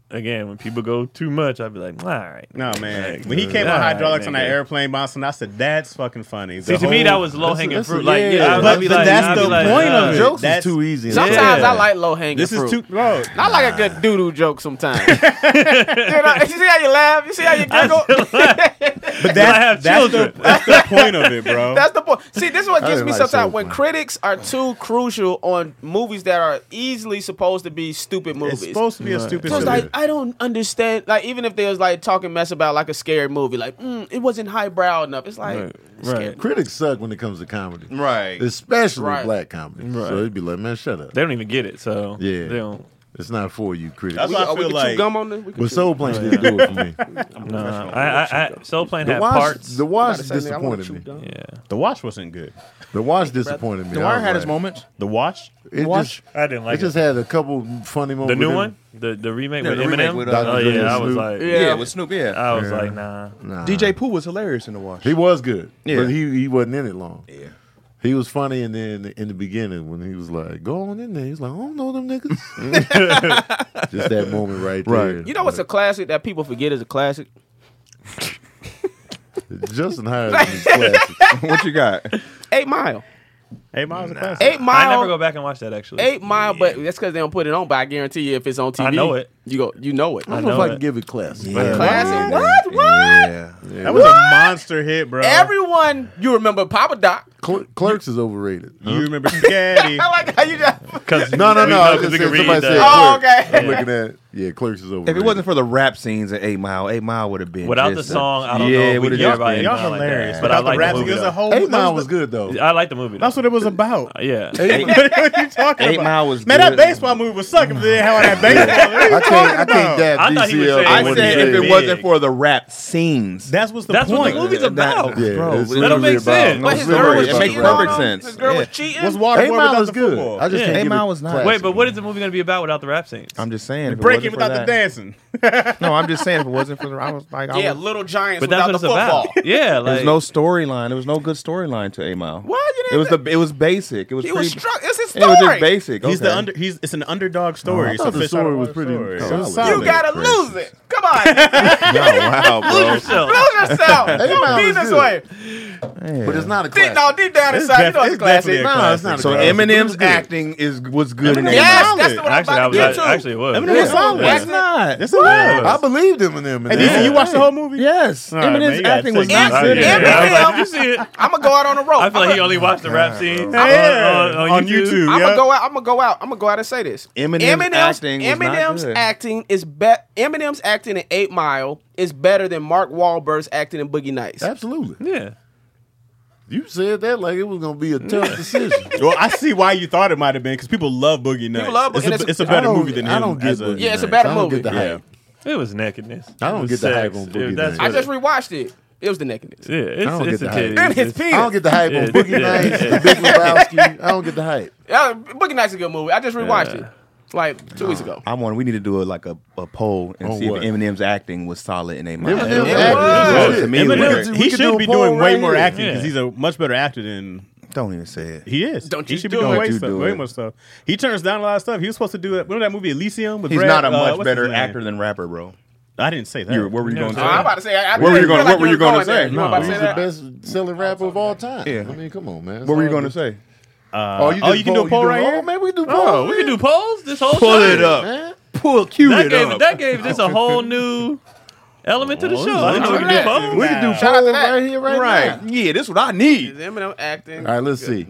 [SPEAKER 4] again, when people go too much, I'd be like, all right.
[SPEAKER 5] No man,
[SPEAKER 4] Like,
[SPEAKER 5] when he came
[SPEAKER 4] all
[SPEAKER 5] on
[SPEAKER 4] right,
[SPEAKER 5] hydraulics on that
[SPEAKER 4] nigga.
[SPEAKER 5] airplane bouncing, I said that's fucking funny.
[SPEAKER 4] See,
[SPEAKER 5] The
[SPEAKER 4] to me,
[SPEAKER 5] whole-
[SPEAKER 4] that was low hanging
[SPEAKER 3] that's a-
[SPEAKER 4] fruit. Like,
[SPEAKER 3] yeah.
[SPEAKER 4] yeah, I,
[SPEAKER 5] But-
[SPEAKER 4] I'd be
[SPEAKER 5] but
[SPEAKER 4] like,
[SPEAKER 5] that's
[SPEAKER 4] I'd be
[SPEAKER 5] the
[SPEAKER 4] like,
[SPEAKER 5] point of
[SPEAKER 4] uh,
[SPEAKER 5] it.
[SPEAKER 3] Jokes
[SPEAKER 5] That's-
[SPEAKER 3] is too easy.
[SPEAKER 1] Sometimes
[SPEAKER 4] Yeah.
[SPEAKER 1] I like low hanging
[SPEAKER 5] This is
[SPEAKER 1] fruit.
[SPEAKER 5] too bro.
[SPEAKER 1] I like a good doo doo joke sometimes. you, know, you see how you laugh? You see how you giggle?
[SPEAKER 5] But
[SPEAKER 4] I
[SPEAKER 5] that's,
[SPEAKER 4] have
[SPEAKER 5] that's, the,
[SPEAKER 4] children.
[SPEAKER 5] that's the point of it, bro.
[SPEAKER 1] That's the point. See, this is what
[SPEAKER 3] I
[SPEAKER 1] gets
[SPEAKER 3] didn't
[SPEAKER 1] me
[SPEAKER 3] like Soul
[SPEAKER 1] sometimes when
[SPEAKER 3] Plane.
[SPEAKER 1] critics are too crucial on movies that are easily supposed to be stupid
[SPEAKER 5] it's
[SPEAKER 1] movies.
[SPEAKER 5] supposed to be a stupid.
[SPEAKER 1] so it's
[SPEAKER 5] silly-
[SPEAKER 1] like I don't understand. Like even if they was like talking mess about like a scary movie, like mm, it wasn't highbrow enough. It's like
[SPEAKER 4] Right,
[SPEAKER 1] scary.
[SPEAKER 4] right.
[SPEAKER 3] Critics suck when it comes to comedy,
[SPEAKER 2] right.
[SPEAKER 3] especially
[SPEAKER 1] Right.
[SPEAKER 3] black comedy.
[SPEAKER 4] Right.
[SPEAKER 3] So they'd be like, "Man, shut up.
[SPEAKER 4] They don't even get it, so
[SPEAKER 3] Yeah.
[SPEAKER 4] they don't.
[SPEAKER 3] It's not for you, critics."
[SPEAKER 5] That's
[SPEAKER 1] We,
[SPEAKER 5] why I
[SPEAKER 1] oh, we
[SPEAKER 5] feel
[SPEAKER 1] could chew
[SPEAKER 5] like-
[SPEAKER 1] gum on this. We could
[SPEAKER 3] but
[SPEAKER 1] chew-
[SPEAKER 3] Soul Plane didn't do it for me.
[SPEAKER 4] No, I, I, I Soul Plane
[SPEAKER 3] The
[SPEAKER 4] had
[SPEAKER 3] Watch,
[SPEAKER 4] parts.
[SPEAKER 3] the
[SPEAKER 1] About
[SPEAKER 3] watch
[SPEAKER 1] to say, nigga, I wanna
[SPEAKER 3] disappointed
[SPEAKER 1] chew
[SPEAKER 3] me.
[SPEAKER 1] gum.
[SPEAKER 4] yeah,
[SPEAKER 5] the watch wasn't good.
[SPEAKER 3] The watch disappointed me.
[SPEAKER 2] The
[SPEAKER 3] I
[SPEAKER 2] Wire
[SPEAKER 3] was
[SPEAKER 2] had his
[SPEAKER 3] like-
[SPEAKER 2] moments.
[SPEAKER 5] The watch.
[SPEAKER 3] It
[SPEAKER 2] Watch.
[SPEAKER 3] just,
[SPEAKER 4] I didn't
[SPEAKER 3] it
[SPEAKER 4] like it.
[SPEAKER 3] just had a couple funny moments.
[SPEAKER 4] The new
[SPEAKER 3] with him.
[SPEAKER 4] one, the the remake
[SPEAKER 2] Yeah,
[SPEAKER 4] with
[SPEAKER 2] the remake
[SPEAKER 4] Eminem.
[SPEAKER 2] with, uh,
[SPEAKER 4] oh
[SPEAKER 3] Dr. Dre and
[SPEAKER 4] yeah, Uh, I was
[SPEAKER 3] Snoop.
[SPEAKER 4] like,
[SPEAKER 1] Yeah.
[SPEAKER 2] with Snoop. Yeah,
[SPEAKER 4] I was like, nah.
[SPEAKER 3] Nah.
[SPEAKER 2] DJ Pooh was hilarious in the wash.
[SPEAKER 3] He was good,
[SPEAKER 2] Yeah.
[SPEAKER 3] but he he wasn't in it long.
[SPEAKER 2] Yeah.
[SPEAKER 3] He was funny, and then in the beginning when he was like, "Go on in there," he's like, "I don't know them niggas." Just that moment right there.
[SPEAKER 2] Right.
[SPEAKER 1] You know what's a classic that people forget is a classic?
[SPEAKER 3] Justin Hires is classic.
[SPEAKER 2] what you got?
[SPEAKER 1] Eight Mile.
[SPEAKER 5] Eight Mile's a classic.
[SPEAKER 1] Eight Mile.
[SPEAKER 4] I never go back and watch that actually.
[SPEAKER 1] Eight Mile, but that's because they don't put it on. But I guarantee you, if it's on TV,
[SPEAKER 4] I know it.
[SPEAKER 1] You go, you know it.
[SPEAKER 3] I don't
[SPEAKER 4] know
[SPEAKER 3] know, if I
[SPEAKER 4] it.
[SPEAKER 3] can give it class.
[SPEAKER 1] Classic.
[SPEAKER 3] What?
[SPEAKER 1] What?
[SPEAKER 3] Yeah.
[SPEAKER 5] That was a monster hit, bro.
[SPEAKER 1] Everyone, you remember Papa Doc.
[SPEAKER 3] Cl- Clerks is overrated.
[SPEAKER 5] you remember Spaghetti.
[SPEAKER 1] I like how you just.
[SPEAKER 4] because
[SPEAKER 3] No, no, no. I was
[SPEAKER 4] Because
[SPEAKER 3] just
[SPEAKER 4] we
[SPEAKER 3] saying somebody
[SPEAKER 4] can read
[SPEAKER 3] said
[SPEAKER 4] that.
[SPEAKER 1] Oh,
[SPEAKER 3] Clerks.
[SPEAKER 1] okay.
[SPEAKER 3] I'm looking at yeah, Clerks is overrated.
[SPEAKER 2] If it wasn't for the rap scenes in Eight Mile, Eight Mile would have been
[SPEAKER 4] Without the
[SPEAKER 2] just a-
[SPEAKER 4] song, I don't
[SPEAKER 2] yeah,
[SPEAKER 4] know.
[SPEAKER 2] it
[SPEAKER 4] If we
[SPEAKER 2] would've
[SPEAKER 4] hear
[SPEAKER 2] just
[SPEAKER 4] about
[SPEAKER 2] been-
[SPEAKER 4] it
[SPEAKER 5] Y'all
[SPEAKER 4] like
[SPEAKER 5] hilarious.
[SPEAKER 4] that. but I
[SPEAKER 5] Without the
[SPEAKER 4] like
[SPEAKER 5] rap,
[SPEAKER 4] the movie.
[SPEAKER 5] it was
[SPEAKER 4] though.
[SPEAKER 5] a whole.
[SPEAKER 3] Eight Mile
[SPEAKER 5] that
[SPEAKER 3] was
[SPEAKER 5] the-
[SPEAKER 3] good though.
[SPEAKER 4] I like the movie.
[SPEAKER 5] That's
[SPEAKER 4] though.
[SPEAKER 5] what it was about.
[SPEAKER 4] yeah.
[SPEAKER 5] what are you talking
[SPEAKER 2] Eight
[SPEAKER 5] about?
[SPEAKER 2] Mile was
[SPEAKER 5] man.
[SPEAKER 2] good.
[SPEAKER 5] That baseball move was sucking. They didn't have all that baseball. What are you
[SPEAKER 3] I can't. I
[SPEAKER 5] talking
[SPEAKER 3] can't
[SPEAKER 5] about?
[SPEAKER 3] dab
[SPEAKER 4] I thought he was
[SPEAKER 3] DCL.
[SPEAKER 4] saying
[SPEAKER 3] on
[SPEAKER 2] I
[SPEAKER 4] It
[SPEAKER 2] said
[SPEAKER 3] what
[SPEAKER 4] would've
[SPEAKER 2] if
[SPEAKER 4] been
[SPEAKER 2] it
[SPEAKER 4] big.
[SPEAKER 2] wasn't for the rap scenes,
[SPEAKER 5] That's what's the
[SPEAKER 4] That's what
[SPEAKER 5] point.
[SPEAKER 4] the movie's about.
[SPEAKER 3] Yeah,
[SPEAKER 2] bro,
[SPEAKER 3] it's
[SPEAKER 2] it
[SPEAKER 4] That don't
[SPEAKER 3] literally
[SPEAKER 4] make
[SPEAKER 3] about-
[SPEAKER 4] sense.
[SPEAKER 3] no,
[SPEAKER 1] But
[SPEAKER 3] it's
[SPEAKER 1] his
[SPEAKER 2] Don't
[SPEAKER 1] girl
[SPEAKER 2] worry,
[SPEAKER 3] literally
[SPEAKER 1] was
[SPEAKER 2] it
[SPEAKER 3] about
[SPEAKER 2] makes
[SPEAKER 1] cheating
[SPEAKER 3] the
[SPEAKER 2] perfect
[SPEAKER 1] on
[SPEAKER 3] rap.
[SPEAKER 1] him.
[SPEAKER 2] sense.
[SPEAKER 1] His girl was
[SPEAKER 2] Yeah.
[SPEAKER 1] cheating.
[SPEAKER 5] Was water
[SPEAKER 3] Eight Mile was good. I just
[SPEAKER 4] Yeah.
[SPEAKER 3] can't
[SPEAKER 4] Eight
[SPEAKER 3] give
[SPEAKER 2] Mile
[SPEAKER 3] it
[SPEAKER 2] was not.
[SPEAKER 3] class.
[SPEAKER 4] Wait, but what is the movie going to be about without the rap scenes?
[SPEAKER 2] I'm just saying. if it
[SPEAKER 5] Breaking
[SPEAKER 2] wasn't for
[SPEAKER 5] without the
[SPEAKER 2] that-
[SPEAKER 5] dancing.
[SPEAKER 2] No, I'm just saying. If it wasn't for the, I was like, I
[SPEAKER 1] Yeah,
[SPEAKER 2] was,
[SPEAKER 1] Little Giants
[SPEAKER 4] but that's
[SPEAKER 1] without
[SPEAKER 4] what
[SPEAKER 1] the
[SPEAKER 4] it's
[SPEAKER 1] football.
[SPEAKER 4] about. Yeah, like
[SPEAKER 2] There's no storyline. There was no good storyline to A Mile.
[SPEAKER 1] Why you
[SPEAKER 2] It
[SPEAKER 1] didn't-
[SPEAKER 2] was the. It was basic. It was.
[SPEAKER 1] He
[SPEAKER 2] pretty,
[SPEAKER 1] was struck. It's his
[SPEAKER 2] It was
[SPEAKER 1] story.
[SPEAKER 2] just basic.
[SPEAKER 5] He's the
[SPEAKER 2] okay.
[SPEAKER 5] under. He's it's an underdog story.
[SPEAKER 3] I
[SPEAKER 5] It's a
[SPEAKER 3] thought the
[SPEAKER 5] fish out of
[SPEAKER 3] story was
[SPEAKER 5] water
[SPEAKER 3] pretty
[SPEAKER 5] story.
[SPEAKER 3] solid.
[SPEAKER 5] It's
[SPEAKER 1] You
[SPEAKER 5] solid.
[SPEAKER 1] gotta lose it. Come on,
[SPEAKER 2] No, wow, bro.
[SPEAKER 4] yourself.
[SPEAKER 1] lose yourself. Don't
[SPEAKER 3] Mile
[SPEAKER 1] be
[SPEAKER 3] is
[SPEAKER 1] this
[SPEAKER 3] good.
[SPEAKER 1] way.
[SPEAKER 3] But it's not a
[SPEAKER 1] Deep,
[SPEAKER 3] class.
[SPEAKER 1] no, deep down
[SPEAKER 5] It's
[SPEAKER 1] inside, you
[SPEAKER 5] def-
[SPEAKER 1] know it's
[SPEAKER 5] it's
[SPEAKER 1] classic.
[SPEAKER 5] definitely a class.
[SPEAKER 3] it's not a
[SPEAKER 2] So
[SPEAKER 3] class.
[SPEAKER 2] Eminem's
[SPEAKER 3] It's good.
[SPEAKER 2] acting is was good in A
[SPEAKER 1] Yes,
[SPEAKER 2] Mile.
[SPEAKER 1] that's the one I'm
[SPEAKER 4] Actually, I
[SPEAKER 1] about to
[SPEAKER 4] was
[SPEAKER 1] get
[SPEAKER 4] I,
[SPEAKER 1] to.
[SPEAKER 4] actually it was.
[SPEAKER 5] Eminem was solid.
[SPEAKER 1] That's
[SPEAKER 2] It's not.
[SPEAKER 5] It's a lot.
[SPEAKER 3] I believed Eminem. in
[SPEAKER 5] Hey,
[SPEAKER 3] that.
[SPEAKER 5] DC, you watched the whole movie?
[SPEAKER 2] Yes,
[SPEAKER 5] All right, man,
[SPEAKER 2] Eminem's
[SPEAKER 5] you gotta
[SPEAKER 2] acting was
[SPEAKER 5] take
[SPEAKER 2] not
[SPEAKER 5] that.
[SPEAKER 4] I,
[SPEAKER 2] good.
[SPEAKER 4] yeah,
[SPEAKER 2] in
[SPEAKER 1] Eminem.
[SPEAKER 2] it.
[SPEAKER 4] I was like, did you see it?
[SPEAKER 1] I'm gonna go out on the road.
[SPEAKER 4] I feel like he only watched the rap scenes
[SPEAKER 5] Yeah.
[SPEAKER 4] on, on,
[SPEAKER 5] On
[SPEAKER 4] YouTube.
[SPEAKER 5] YouTube.
[SPEAKER 1] I'm
[SPEAKER 5] Yeah.
[SPEAKER 1] gonna go out. I'm gonna go out. I'm gonna go out and say this.
[SPEAKER 2] Eminem's acting was not
[SPEAKER 1] Eminem's
[SPEAKER 2] good.
[SPEAKER 1] acting is better. Eminem's acting in Eight Mile is better than Mark Wahlberg's acting in Boogie Nights.
[SPEAKER 3] Absolutely.
[SPEAKER 4] Yeah.
[SPEAKER 3] You said that like it was gonna be a tough decision.
[SPEAKER 5] Well, I see why you thought it might have been because people love Boogie Nights.
[SPEAKER 1] People love Boogie
[SPEAKER 5] it's, a,
[SPEAKER 1] Nights.
[SPEAKER 5] it's, a
[SPEAKER 1] I
[SPEAKER 5] better
[SPEAKER 3] I don't-
[SPEAKER 5] movie than him.
[SPEAKER 3] I don't get
[SPEAKER 5] as a-
[SPEAKER 3] Boogie
[SPEAKER 1] Yeah, it's a
[SPEAKER 3] Nights.
[SPEAKER 1] better
[SPEAKER 3] I don't
[SPEAKER 1] movie.
[SPEAKER 3] Get the hype.
[SPEAKER 4] It was nakedness.
[SPEAKER 3] I don't
[SPEAKER 4] It was
[SPEAKER 3] get the hype
[SPEAKER 4] sex.
[SPEAKER 3] on
[SPEAKER 4] It-
[SPEAKER 3] Boogie
[SPEAKER 4] That's
[SPEAKER 3] Nights.
[SPEAKER 1] I
[SPEAKER 4] what
[SPEAKER 1] just rewatched it. It was the nakedness.
[SPEAKER 4] Yeah, it's,
[SPEAKER 3] I don't get
[SPEAKER 4] it's a
[SPEAKER 3] the hype.
[SPEAKER 4] titty.
[SPEAKER 3] And
[SPEAKER 1] his
[SPEAKER 4] It's-
[SPEAKER 1] penis.
[SPEAKER 3] I don't get the hype
[SPEAKER 4] Yeah,
[SPEAKER 3] on Boogie
[SPEAKER 4] yeah,
[SPEAKER 3] Nights,
[SPEAKER 4] yeah.
[SPEAKER 3] The Big Lebowski. I don't get the hype.
[SPEAKER 1] Yeah, Uh, Boogie Nights is a good movie. I just rewatched
[SPEAKER 4] Yeah.
[SPEAKER 1] it like two weeks ago.
[SPEAKER 2] I'm on. We need to do a, like a, a poll and
[SPEAKER 3] On
[SPEAKER 2] see
[SPEAKER 3] what?
[SPEAKER 2] if Eminem's acting was solid in A Mile.
[SPEAKER 3] Eminem's
[SPEAKER 1] Yeah.
[SPEAKER 3] acting is
[SPEAKER 2] To
[SPEAKER 3] good.
[SPEAKER 2] me, it was
[SPEAKER 5] Eminem,
[SPEAKER 2] great.
[SPEAKER 3] We
[SPEAKER 5] he
[SPEAKER 3] could
[SPEAKER 5] should
[SPEAKER 3] do a
[SPEAKER 5] be
[SPEAKER 3] poll
[SPEAKER 5] doing way
[SPEAKER 3] right
[SPEAKER 5] more
[SPEAKER 3] here.
[SPEAKER 5] acting
[SPEAKER 4] Yeah.
[SPEAKER 5] because he's a much better actor than
[SPEAKER 2] Don't even say it.
[SPEAKER 5] he is.
[SPEAKER 1] Don't
[SPEAKER 5] he
[SPEAKER 1] you
[SPEAKER 5] should
[SPEAKER 1] do
[SPEAKER 5] be
[SPEAKER 1] it.
[SPEAKER 5] doing way,
[SPEAKER 2] Don't you
[SPEAKER 5] stuff,
[SPEAKER 2] do
[SPEAKER 5] way
[SPEAKER 2] it.
[SPEAKER 5] more stuff. He turns down a lot of stuff. He was supposed to do that. Remember that movie Elysium with
[SPEAKER 2] He's
[SPEAKER 5] Brad-
[SPEAKER 2] not a
[SPEAKER 5] uh,
[SPEAKER 2] much
[SPEAKER 5] what's his
[SPEAKER 2] better
[SPEAKER 5] name?
[SPEAKER 2] actor than rapper, bro.
[SPEAKER 5] I didn't say that.
[SPEAKER 2] You, where were you going?
[SPEAKER 1] Uh, I'm about to say. I, I
[SPEAKER 2] What were you
[SPEAKER 1] feel
[SPEAKER 2] gonna-
[SPEAKER 1] like
[SPEAKER 2] what were you gonna
[SPEAKER 1] was there.
[SPEAKER 2] say?
[SPEAKER 1] You were about to
[SPEAKER 3] He's
[SPEAKER 1] say
[SPEAKER 3] the
[SPEAKER 1] that?
[SPEAKER 3] best selling rapper of all time.
[SPEAKER 2] Yeah.
[SPEAKER 3] I mean, come on, man.
[SPEAKER 2] What were you going to say?
[SPEAKER 3] Oh, you,
[SPEAKER 5] oh,
[SPEAKER 3] just
[SPEAKER 5] you can do a poll
[SPEAKER 3] you
[SPEAKER 5] right
[SPEAKER 3] oh,
[SPEAKER 5] here?
[SPEAKER 3] Man, we do poll.
[SPEAKER 4] Oh, we can do polls this whole
[SPEAKER 2] Pull
[SPEAKER 4] time.
[SPEAKER 2] it up.
[SPEAKER 3] Man,
[SPEAKER 2] Pull cue
[SPEAKER 4] That
[SPEAKER 2] it
[SPEAKER 4] gave,
[SPEAKER 2] up.
[SPEAKER 4] that gave this a whole new element to the show. I didn't know we could do polls.
[SPEAKER 3] we can do
[SPEAKER 5] Nah.
[SPEAKER 3] poll
[SPEAKER 1] out to that.
[SPEAKER 3] right here, right,
[SPEAKER 2] Right.
[SPEAKER 3] now.
[SPEAKER 2] Yeah, this is what I need.
[SPEAKER 1] Is Eminem acting?
[SPEAKER 3] All right, let's see.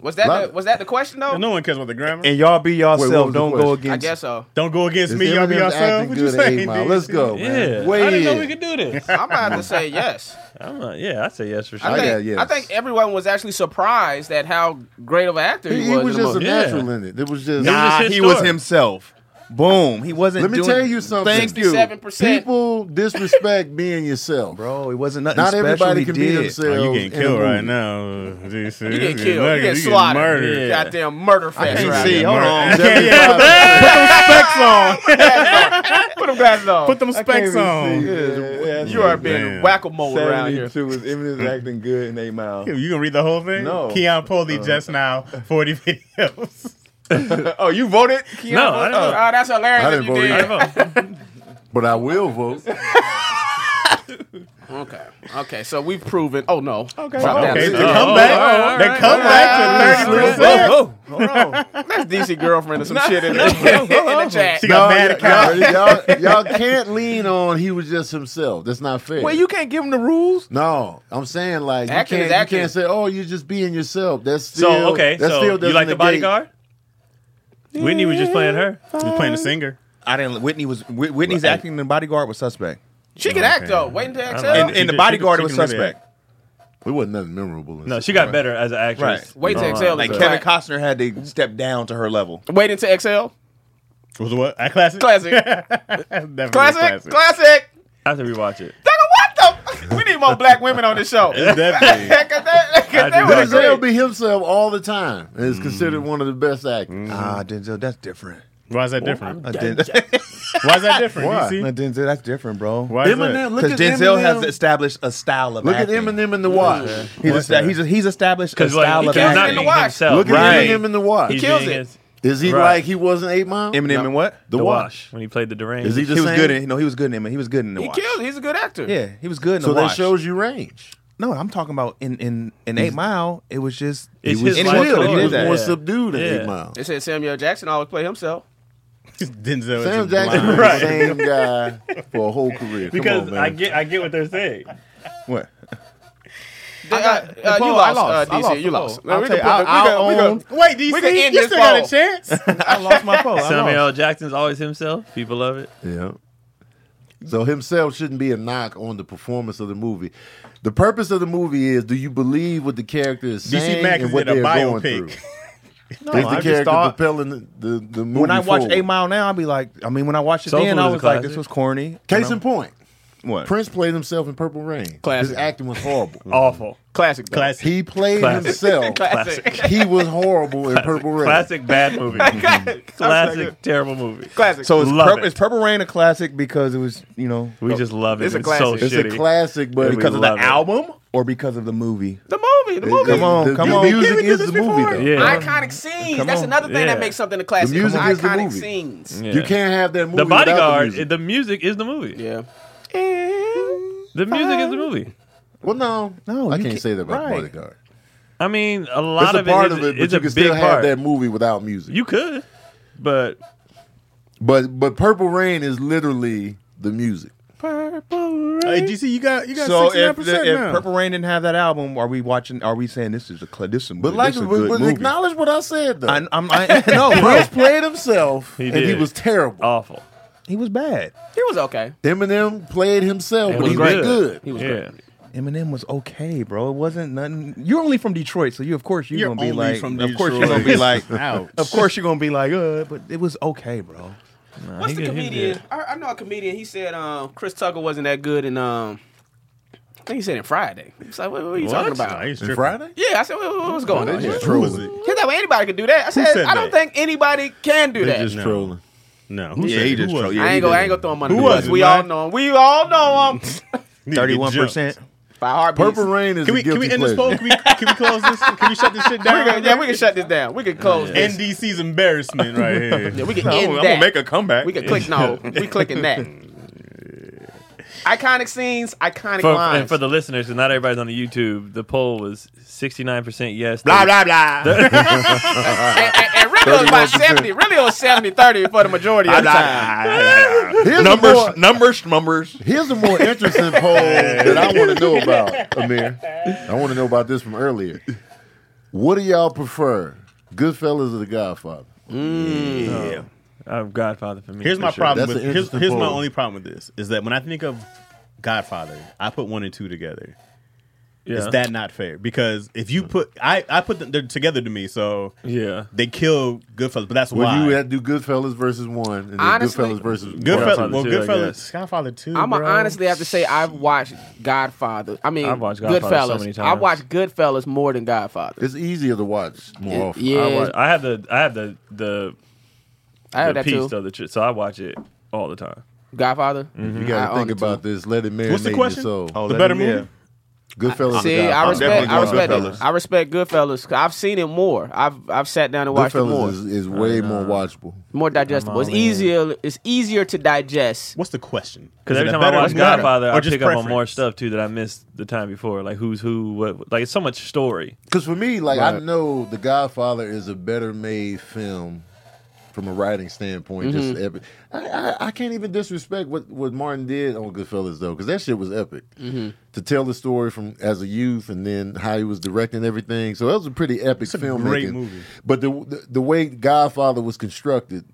[SPEAKER 1] Was that
[SPEAKER 3] Love
[SPEAKER 1] the,
[SPEAKER 3] it.
[SPEAKER 1] was that the question though?
[SPEAKER 5] No one cares about the grammar.
[SPEAKER 2] And y'all be
[SPEAKER 3] Wait, what
[SPEAKER 2] yourself.
[SPEAKER 3] was the
[SPEAKER 2] Don't go
[SPEAKER 3] question?
[SPEAKER 1] I
[SPEAKER 2] against.
[SPEAKER 1] guess so.
[SPEAKER 5] Don't go against
[SPEAKER 3] Is
[SPEAKER 5] me. Y'all be
[SPEAKER 3] Eminem's
[SPEAKER 5] yourself.
[SPEAKER 3] acting
[SPEAKER 5] What you
[SPEAKER 3] good at
[SPEAKER 5] saying?
[SPEAKER 3] Eight Mile? Let's
[SPEAKER 5] dude?
[SPEAKER 3] go, man.
[SPEAKER 4] Yeah. I
[SPEAKER 3] Way
[SPEAKER 4] didn't know
[SPEAKER 3] in.
[SPEAKER 4] we could do this.
[SPEAKER 1] I'm about to say yes.
[SPEAKER 4] I'm not, yeah, I say yes for sure.
[SPEAKER 1] I
[SPEAKER 3] I
[SPEAKER 1] think,
[SPEAKER 3] got yes.
[SPEAKER 1] I think everyone was actually surprised at how great of an actor
[SPEAKER 3] He,
[SPEAKER 1] he,
[SPEAKER 3] he was,
[SPEAKER 1] in the
[SPEAKER 3] just a
[SPEAKER 1] movie.
[SPEAKER 4] Yeah.
[SPEAKER 3] natural in it. It was just.
[SPEAKER 4] Nah,
[SPEAKER 2] Nah,
[SPEAKER 4] his
[SPEAKER 2] he was
[SPEAKER 4] story.
[SPEAKER 2] himself. Boom. He wasn't.
[SPEAKER 3] Let me
[SPEAKER 2] doing-
[SPEAKER 3] thank you something.
[SPEAKER 2] Thank you,
[SPEAKER 1] 67%.
[SPEAKER 3] People disrespect being yourself.
[SPEAKER 2] bro. It wasn't nothing.
[SPEAKER 3] Not
[SPEAKER 2] special
[SPEAKER 3] everybody
[SPEAKER 2] he
[SPEAKER 3] can
[SPEAKER 2] did.
[SPEAKER 3] be themselves.
[SPEAKER 5] Oh, you getting
[SPEAKER 3] in a
[SPEAKER 5] killed right
[SPEAKER 3] movie.
[SPEAKER 5] now. DC.
[SPEAKER 1] You get killed. You get slaughtered.
[SPEAKER 5] murdered.
[SPEAKER 4] Yeah.
[SPEAKER 1] Goddamn murder fest.
[SPEAKER 2] can't
[SPEAKER 1] around
[SPEAKER 2] see.
[SPEAKER 1] here.
[SPEAKER 2] Hold on.
[SPEAKER 1] Put them glasses on.
[SPEAKER 5] Put them specs on.
[SPEAKER 2] Yeah,
[SPEAKER 1] you are being
[SPEAKER 5] Man.
[SPEAKER 1] whack a mole around here.
[SPEAKER 2] Seventy-two is Eminem's acting good in Eight Mile.
[SPEAKER 5] You gonna read the whole thing?
[SPEAKER 2] No.
[SPEAKER 5] Keon Polly just now, 40 videos.
[SPEAKER 2] oh, you voted?
[SPEAKER 4] No, I didn't
[SPEAKER 1] Oh,
[SPEAKER 4] vote.
[SPEAKER 1] that's hilarious.
[SPEAKER 3] I
[SPEAKER 1] if
[SPEAKER 3] didn't
[SPEAKER 1] you
[SPEAKER 3] vote
[SPEAKER 1] did.
[SPEAKER 4] I didn't vote.
[SPEAKER 3] But I will vote.
[SPEAKER 1] Okay. Okay. So we've proven. Oh no. Okay.
[SPEAKER 5] Okay, the
[SPEAKER 4] Oh,
[SPEAKER 5] comeback.
[SPEAKER 4] all right, all
[SPEAKER 5] the
[SPEAKER 4] right,
[SPEAKER 5] comeback
[SPEAKER 1] all
[SPEAKER 5] to
[SPEAKER 1] right.
[SPEAKER 5] 30%.
[SPEAKER 4] Oh, oh.
[SPEAKER 1] That's DC girlfriend or some shit in the, in the chat.
[SPEAKER 5] She got mad at Kyle.
[SPEAKER 3] y'all, y'all, y'all can't lean on he was just himself. That's not fair.
[SPEAKER 2] Well, you can't give him the rules.
[SPEAKER 3] no, I'm saying like you
[SPEAKER 1] Acting is
[SPEAKER 3] can't,
[SPEAKER 1] acting.
[SPEAKER 3] you can't say oh you're just being yourself. That's still
[SPEAKER 4] So, okay.
[SPEAKER 3] That
[SPEAKER 4] So,
[SPEAKER 3] still
[SPEAKER 4] you
[SPEAKER 3] doesn't
[SPEAKER 4] like the
[SPEAKER 3] negate-
[SPEAKER 4] bodyguard? Whitney was just playing her.
[SPEAKER 5] He's playing the singer.
[SPEAKER 2] I didn't. Whitney was Whit- Whitney's acting in the bodyguard was suspect.
[SPEAKER 1] She can act though. Waiting to
[SPEAKER 4] know.
[SPEAKER 1] exhale.
[SPEAKER 2] And,
[SPEAKER 4] she
[SPEAKER 2] and the
[SPEAKER 5] did-
[SPEAKER 2] bodyguard
[SPEAKER 5] she
[SPEAKER 2] was
[SPEAKER 5] can do that.
[SPEAKER 2] suspect.
[SPEAKER 3] It wasn't nothing memorable. in
[SPEAKER 4] No,
[SPEAKER 3] it.
[SPEAKER 4] she got better as an actress.
[SPEAKER 2] Right.
[SPEAKER 1] Wait to
[SPEAKER 4] Oh,
[SPEAKER 1] exhale.
[SPEAKER 2] Like
[SPEAKER 1] Like
[SPEAKER 2] Kevin Costner had to step down to her level.
[SPEAKER 3] Mm.
[SPEAKER 1] Waiting to exhale.
[SPEAKER 5] Was it what? A classic?
[SPEAKER 1] Classic.
[SPEAKER 5] Definitely
[SPEAKER 1] Classic. Classic.
[SPEAKER 4] I have to rewatch it.
[SPEAKER 1] Nigga, what the? We need more black women on this show. Cause
[SPEAKER 5] Definitely.
[SPEAKER 1] they, 'cause they
[SPEAKER 4] do
[SPEAKER 1] would've
[SPEAKER 4] like that.
[SPEAKER 3] Denzel
[SPEAKER 1] agreed.
[SPEAKER 3] be himself all the time and is considered one of the best actors. Uh,
[SPEAKER 2] Ah, Denzel, that's different.
[SPEAKER 5] Why is that different?
[SPEAKER 2] Uh, Denzel,
[SPEAKER 5] Why is that different?
[SPEAKER 3] Why?
[SPEAKER 5] DC?
[SPEAKER 2] No, Denzel, that's different, bro.
[SPEAKER 5] Why is that?
[SPEAKER 3] Eminem, look
[SPEAKER 2] Because
[SPEAKER 3] at
[SPEAKER 2] Denzel
[SPEAKER 3] Eminem.
[SPEAKER 2] has established a style of
[SPEAKER 3] look at
[SPEAKER 2] acting.
[SPEAKER 3] Eminem in the watch.
[SPEAKER 2] He's, esta- he's, he's established a
[SPEAKER 4] Because like,
[SPEAKER 2] style
[SPEAKER 4] he
[SPEAKER 2] of
[SPEAKER 1] not
[SPEAKER 4] can't not
[SPEAKER 1] in the
[SPEAKER 4] being
[SPEAKER 1] watch.
[SPEAKER 2] acting.
[SPEAKER 4] himself.
[SPEAKER 3] Look
[SPEAKER 2] Right.
[SPEAKER 3] at Eminem in the watch.
[SPEAKER 4] He's
[SPEAKER 1] kills
[SPEAKER 4] being
[SPEAKER 1] it.
[SPEAKER 4] his-
[SPEAKER 3] Is he
[SPEAKER 4] Right.
[SPEAKER 3] like he wasn't Eight Mile?
[SPEAKER 2] Eminem and what?
[SPEAKER 3] The,
[SPEAKER 4] the
[SPEAKER 3] watch.
[SPEAKER 4] wash when he played the deranged.
[SPEAKER 3] Is he the
[SPEAKER 2] He was
[SPEAKER 3] same?
[SPEAKER 2] good in. No, he was good in. He was good in the
[SPEAKER 1] He
[SPEAKER 2] watch.
[SPEAKER 1] kills. He's a good actor.
[SPEAKER 2] Yeah, he was good in
[SPEAKER 3] so
[SPEAKER 2] the
[SPEAKER 3] that
[SPEAKER 2] watch.
[SPEAKER 3] shows you range.
[SPEAKER 2] No, I'm talking about in in in Eight Mile. It was just
[SPEAKER 4] It's
[SPEAKER 2] he was
[SPEAKER 4] his
[SPEAKER 2] chill.
[SPEAKER 4] life.
[SPEAKER 2] He
[SPEAKER 3] He
[SPEAKER 4] did
[SPEAKER 3] was
[SPEAKER 2] that.
[SPEAKER 3] more
[SPEAKER 4] Yeah.
[SPEAKER 3] subdued in
[SPEAKER 4] Yeah.
[SPEAKER 3] Eight Mile.
[SPEAKER 1] They said Samuel Jackson always play himself.
[SPEAKER 5] Denzel is
[SPEAKER 3] Sam
[SPEAKER 5] just
[SPEAKER 3] Jackson
[SPEAKER 5] blind.
[SPEAKER 3] was the same guy for a whole career. Come
[SPEAKER 4] because
[SPEAKER 3] on, man.
[SPEAKER 4] I get I get what they're saying.
[SPEAKER 2] What?
[SPEAKER 1] Uh, uh, you
[SPEAKER 2] Paul, I
[SPEAKER 1] lost,
[SPEAKER 2] lost.
[SPEAKER 1] uh,
[SPEAKER 2] I
[SPEAKER 1] DC.
[SPEAKER 2] lost
[SPEAKER 1] you
[SPEAKER 2] the
[SPEAKER 1] lost.
[SPEAKER 2] poll. I'll
[SPEAKER 1] we
[SPEAKER 2] tell
[SPEAKER 1] can
[SPEAKER 2] you,
[SPEAKER 1] put the- we
[SPEAKER 2] I- I
[SPEAKER 1] can- we can-
[SPEAKER 2] own-
[SPEAKER 5] Wait,
[SPEAKER 1] We can
[SPEAKER 5] DC,
[SPEAKER 1] end
[SPEAKER 5] you
[SPEAKER 1] this
[SPEAKER 5] still got a
[SPEAKER 1] ball.
[SPEAKER 5] chance.
[SPEAKER 2] I lost my phone. I
[SPEAKER 4] Samuel
[SPEAKER 2] lost.
[SPEAKER 4] L. Jackson's always himself. People love it.
[SPEAKER 3] Yeah. So himself shouldn't be a knock on the performance of the movie. The purpose of the movie is: Do you believe what the character is
[SPEAKER 5] DC
[SPEAKER 3] saying
[SPEAKER 5] Mack
[SPEAKER 3] and
[SPEAKER 5] is
[SPEAKER 3] what
[SPEAKER 5] in
[SPEAKER 3] they're
[SPEAKER 5] a
[SPEAKER 3] going through?
[SPEAKER 5] biopic.
[SPEAKER 2] No,
[SPEAKER 3] is the
[SPEAKER 2] I just
[SPEAKER 3] character
[SPEAKER 2] thought-
[SPEAKER 3] propelling the, the, the movie
[SPEAKER 2] when I watch
[SPEAKER 3] forward?
[SPEAKER 2] Eight Mile now, I'll be like, I mean, when I watched it
[SPEAKER 4] Soul Food
[SPEAKER 2] then, I
[SPEAKER 4] is a
[SPEAKER 2] was like,
[SPEAKER 4] classic.
[SPEAKER 2] this was corny.
[SPEAKER 3] Case
[SPEAKER 2] You
[SPEAKER 3] in point,
[SPEAKER 2] know? what? Oh.
[SPEAKER 3] Prince played himself in Purple Rain.
[SPEAKER 1] Classic.
[SPEAKER 3] His acting was horrible.
[SPEAKER 4] Awful.
[SPEAKER 1] Classic. though.
[SPEAKER 5] Classic.
[SPEAKER 3] He played
[SPEAKER 4] Classic.
[SPEAKER 3] himself.
[SPEAKER 1] Classic.
[SPEAKER 3] He was horrible in Purple Rain.
[SPEAKER 4] Classic bad movie.
[SPEAKER 1] Classic.
[SPEAKER 4] Classic terrible movie.
[SPEAKER 1] Classic.
[SPEAKER 2] So is,
[SPEAKER 4] Love
[SPEAKER 2] Purp-
[SPEAKER 4] it.
[SPEAKER 2] is Purple Rain a classic because it was, you know,
[SPEAKER 4] We just love it.
[SPEAKER 1] It's
[SPEAKER 4] It's,
[SPEAKER 1] a
[SPEAKER 4] so
[SPEAKER 1] classic.
[SPEAKER 3] It's
[SPEAKER 4] shitty.
[SPEAKER 3] a classic, but
[SPEAKER 4] We
[SPEAKER 2] because of the
[SPEAKER 4] love it.
[SPEAKER 2] album or because of the movie?
[SPEAKER 1] the movie. The movie.
[SPEAKER 2] Come on,
[SPEAKER 3] the,
[SPEAKER 2] come
[SPEAKER 3] the
[SPEAKER 2] on.
[SPEAKER 3] music
[SPEAKER 5] Did we do
[SPEAKER 3] is
[SPEAKER 5] this
[SPEAKER 3] the movie,
[SPEAKER 5] before?
[SPEAKER 3] though.
[SPEAKER 4] Yeah.
[SPEAKER 1] Iconic scenes.
[SPEAKER 2] Come
[SPEAKER 1] That's
[SPEAKER 2] on.
[SPEAKER 1] another thing
[SPEAKER 4] Yeah.
[SPEAKER 1] that makes something a classic.
[SPEAKER 3] The music
[SPEAKER 1] Iconic
[SPEAKER 3] is the movie. Mm.
[SPEAKER 1] scenes.
[SPEAKER 4] Yeah.
[SPEAKER 3] You can't have that movie.
[SPEAKER 4] the
[SPEAKER 3] without
[SPEAKER 4] bodyguard.
[SPEAKER 3] music.
[SPEAKER 4] The music is the movie.
[SPEAKER 1] Yeah.
[SPEAKER 4] The music is the movie.
[SPEAKER 3] Well, no,
[SPEAKER 2] No,
[SPEAKER 3] I
[SPEAKER 2] you
[SPEAKER 3] can't,
[SPEAKER 2] can't-
[SPEAKER 3] say that about
[SPEAKER 2] right.
[SPEAKER 3] the bodyguard.
[SPEAKER 4] I mean, a
[SPEAKER 3] it's
[SPEAKER 4] lot
[SPEAKER 3] a
[SPEAKER 4] of
[SPEAKER 3] part
[SPEAKER 4] it is
[SPEAKER 3] of it, but
[SPEAKER 4] it's
[SPEAKER 3] you
[SPEAKER 4] a
[SPEAKER 3] can
[SPEAKER 4] big
[SPEAKER 3] still have
[SPEAKER 4] part.
[SPEAKER 3] that movie without music.
[SPEAKER 4] You could, but
[SPEAKER 3] but but Purple Rain is literally the music.
[SPEAKER 5] Hey, DC, you got you got
[SPEAKER 2] So
[SPEAKER 5] sixty nine
[SPEAKER 2] if,
[SPEAKER 5] percent
[SPEAKER 2] the, if
[SPEAKER 5] now.
[SPEAKER 2] Purple Rain didn't have that album, are we watching? Are we saying this is a cl- this is
[SPEAKER 3] But like,
[SPEAKER 2] this is a
[SPEAKER 3] but,
[SPEAKER 2] good
[SPEAKER 3] but
[SPEAKER 2] movie?
[SPEAKER 3] acknowledge what I said though.
[SPEAKER 2] I, I'm, I, no,
[SPEAKER 3] Prince played himself,
[SPEAKER 4] He
[SPEAKER 3] and he
[SPEAKER 4] did.
[SPEAKER 3] was terrible.
[SPEAKER 4] awful.
[SPEAKER 2] he was bad.
[SPEAKER 1] He was okay.
[SPEAKER 3] Eminem played himself,
[SPEAKER 4] It
[SPEAKER 3] but
[SPEAKER 4] was
[SPEAKER 3] he was
[SPEAKER 4] great.
[SPEAKER 3] good.
[SPEAKER 1] He was
[SPEAKER 4] yeah.
[SPEAKER 1] great.
[SPEAKER 2] Eminem was okay, bro. It wasn't nothing. You're only from Detroit, so you of course you're,
[SPEAKER 5] You're
[SPEAKER 2] gonna be
[SPEAKER 5] only
[SPEAKER 2] like,
[SPEAKER 5] from
[SPEAKER 2] of course you're
[SPEAKER 5] Detroit.
[SPEAKER 2] gonna be like,
[SPEAKER 5] Ouch.
[SPEAKER 2] of course you're gonna be like, uh, but it was okay, bro.
[SPEAKER 4] Nah,
[SPEAKER 1] What's
[SPEAKER 4] he
[SPEAKER 1] the
[SPEAKER 4] good, he
[SPEAKER 1] comedian?
[SPEAKER 4] good.
[SPEAKER 1] I, I know a comedian. He said um, Chris Tucker wasn't that good, and um, I think he said it Friday. He was like, "What, what are you talking
[SPEAKER 5] Nah,
[SPEAKER 1] about?"
[SPEAKER 5] he's
[SPEAKER 3] And
[SPEAKER 5] tripping.
[SPEAKER 3] Friday,
[SPEAKER 1] Yeah, I said, what, what- "What's going on?"
[SPEAKER 3] they
[SPEAKER 1] here?"
[SPEAKER 3] just
[SPEAKER 5] Who was it?
[SPEAKER 3] trolling.
[SPEAKER 1] He's like, well, anybody could do that. I said,
[SPEAKER 5] said
[SPEAKER 1] I don't
[SPEAKER 5] that?
[SPEAKER 1] think anybody can do that.
[SPEAKER 3] Just
[SPEAKER 5] No.
[SPEAKER 3] trolling.
[SPEAKER 5] No, who
[SPEAKER 2] Yeah,
[SPEAKER 5] said
[SPEAKER 2] he
[SPEAKER 5] it?
[SPEAKER 2] just
[SPEAKER 5] Who was
[SPEAKER 2] troll-
[SPEAKER 5] it?
[SPEAKER 2] yeah.
[SPEAKER 1] I ain't gonna, I ain't gonna throw him under
[SPEAKER 5] Who
[SPEAKER 1] the
[SPEAKER 5] was
[SPEAKER 1] bus.
[SPEAKER 5] it,
[SPEAKER 1] We
[SPEAKER 5] man?
[SPEAKER 1] all know him. We all know him
[SPEAKER 5] Need to get
[SPEAKER 2] Thirty-one percent.
[SPEAKER 1] by heartbeats.
[SPEAKER 3] Purple Rain is a
[SPEAKER 5] Can we can we
[SPEAKER 3] guilty
[SPEAKER 5] end this poll?
[SPEAKER 3] pleasure.
[SPEAKER 5] Can we can we close this? Can we shut this shit
[SPEAKER 1] We
[SPEAKER 5] down?
[SPEAKER 1] can, yeah, we can shut this down. We can close this.
[SPEAKER 5] NDC's embarrassment right here.
[SPEAKER 1] Yeah, we can
[SPEAKER 2] I'm,
[SPEAKER 1] end
[SPEAKER 2] gonna- I'm
[SPEAKER 1] that.
[SPEAKER 2] gonna make a comeback.
[SPEAKER 1] we can click no. We clicking that. Iconic scenes, iconic
[SPEAKER 4] For,
[SPEAKER 1] lines.
[SPEAKER 4] and for the listeners, and not everybody's on the YouTube, the poll was 69% yes.
[SPEAKER 2] blah blah blah.
[SPEAKER 1] and, and- and really it was about 70. Really it was 70 30 for the majority of the
[SPEAKER 3] Ah,
[SPEAKER 1] time.
[SPEAKER 2] Ah,
[SPEAKER 3] Here's the
[SPEAKER 2] numbers,
[SPEAKER 3] more-
[SPEAKER 2] numbers, numbers.
[SPEAKER 3] Here's a more interesting poll that I want to know about, Amir. I want to know about this from earlier. What do y'all prefer, Goodfellas or The Godfather?
[SPEAKER 5] Yeah.
[SPEAKER 4] I'm Uh, Godfather for me.
[SPEAKER 5] Here's my
[SPEAKER 4] for sure.
[SPEAKER 5] problem
[SPEAKER 3] That's
[SPEAKER 5] with
[SPEAKER 3] an
[SPEAKER 5] here's,
[SPEAKER 3] interesting
[SPEAKER 5] here's my
[SPEAKER 3] poll.
[SPEAKER 5] only problem with this is that when I think of Godfather, I put one and two together. Is
[SPEAKER 4] Yeah.
[SPEAKER 5] that not fair? Because if you put I I put them they're together to me, so
[SPEAKER 4] Yeah.
[SPEAKER 5] they kill Goodfellas, but that's
[SPEAKER 3] Well,
[SPEAKER 5] why
[SPEAKER 3] you had to do Goodfellas versus one, and then
[SPEAKER 1] Honestly,
[SPEAKER 3] Goodfellas versus
[SPEAKER 5] Goodfellas.
[SPEAKER 4] Godfather
[SPEAKER 5] Well,
[SPEAKER 4] two, I
[SPEAKER 5] Goodfellas,
[SPEAKER 4] guess.
[SPEAKER 5] Godfather two.
[SPEAKER 1] I'm gonna
[SPEAKER 5] bro.
[SPEAKER 1] honestly have to say I've watched Godfather. I mean,
[SPEAKER 4] I've watched Godfather so
[SPEAKER 1] Goodfellas.
[SPEAKER 4] many
[SPEAKER 1] I've
[SPEAKER 4] times.
[SPEAKER 1] watched Goodfellas more than Godfather.
[SPEAKER 3] It's easier to watch more often.
[SPEAKER 1] yeah,
[SPEAKER 4] I, watch, I have the I have the the,
[SPEAKER 1] I heard
[SPEAKER 4] the
[SPEAKER 1] that too.
[SPEAKER 4] piece though, the tr- so I watch it all the time.
[SPEAKER 1] Godfather.
[SPEAKER 4] Mm-hmm.
[SPEAKER 3] You
[SPEAKER 1] I
[SPEAKER 3] got to
[SPEAKER 1] own
[SPEAKER 3] think
[SPEAKER 1] it, too.
[SPEAKER 3] about this. Let it marinate
[SPEAKER 5] What's the
[SPEAKER 3] in
[SPEAKER 5] question?
[SPEAKER 3] your soul.
[SPEAKER 2] Oh,
[SPEAKER 5] The
[SPEAKER 2] that-
[SPEAKER 5] better
[SPEAKER 2] yeah.
[SPEAKER 5] movie?
[SPEAKER 3] Goodfellas. or
[SPEAKER 1] See, I
[SPEAKER 3] Godfather?
[SPEAKER 1] respect, I
[SPEAKER 2] definitely
[SPEAKER 1] respect,
[SPEAKER 2] going
[SPEAKER 1] it.
[SPEAKER 2] Goodfellas.
[SPEAKER 1] I respect Goodfellas. I've seen it more. I've I've sat down and watched it more.
[SPEAKER 3] Goodfellas is, is way more watchable.
[SPEAKER 1] more digestible. It's
[SPEAKER 4] all in.
[SPEAKER 1] easier. It's easier to digest.
[SPEAKER 5] What's the question?
[SPEAKER 4] Because
[SPEAKER 5] Is
[SPEAKER 4] every
[SPEAKER 5] it a
[SPEAKER 4] time I
[SPEAKER 5] better
[SPEAKER 4] watch
[SPEAKER 5] movie or
[SPEAKER 4] Godfather, I
[SPEAKER 5] just
[SPEAKER 4] pick up on more
[SPEAKER 5] preference?
[SPEAKER 4] stuff too that I missed the time before, like who's who, what. Like it's so much story.
[SPEAKER 3] Because for me, like I
[SPEAKER 1] Right.
[SPEAKER 3] know The Godfather is a better made film from a writing standpoint. Just
[SPEAKER 5] Mm-hmm.
[SPEAKER 3] epic. I, I, I can't even disrespect what, what Martin did on Goodfellas though, because that shit was epic.
[SPEAKER 5] Mm-hmm.
[SPEAKER 3] To tell the story from as a youth and then how he was directing everything, so that was a pretty epic
[SPEAKER 5] a
[SPEAKER 3] film.
[SPEAKER 5] great movie.
[SPEAKER 3] But the, the the way Godfather was constructed,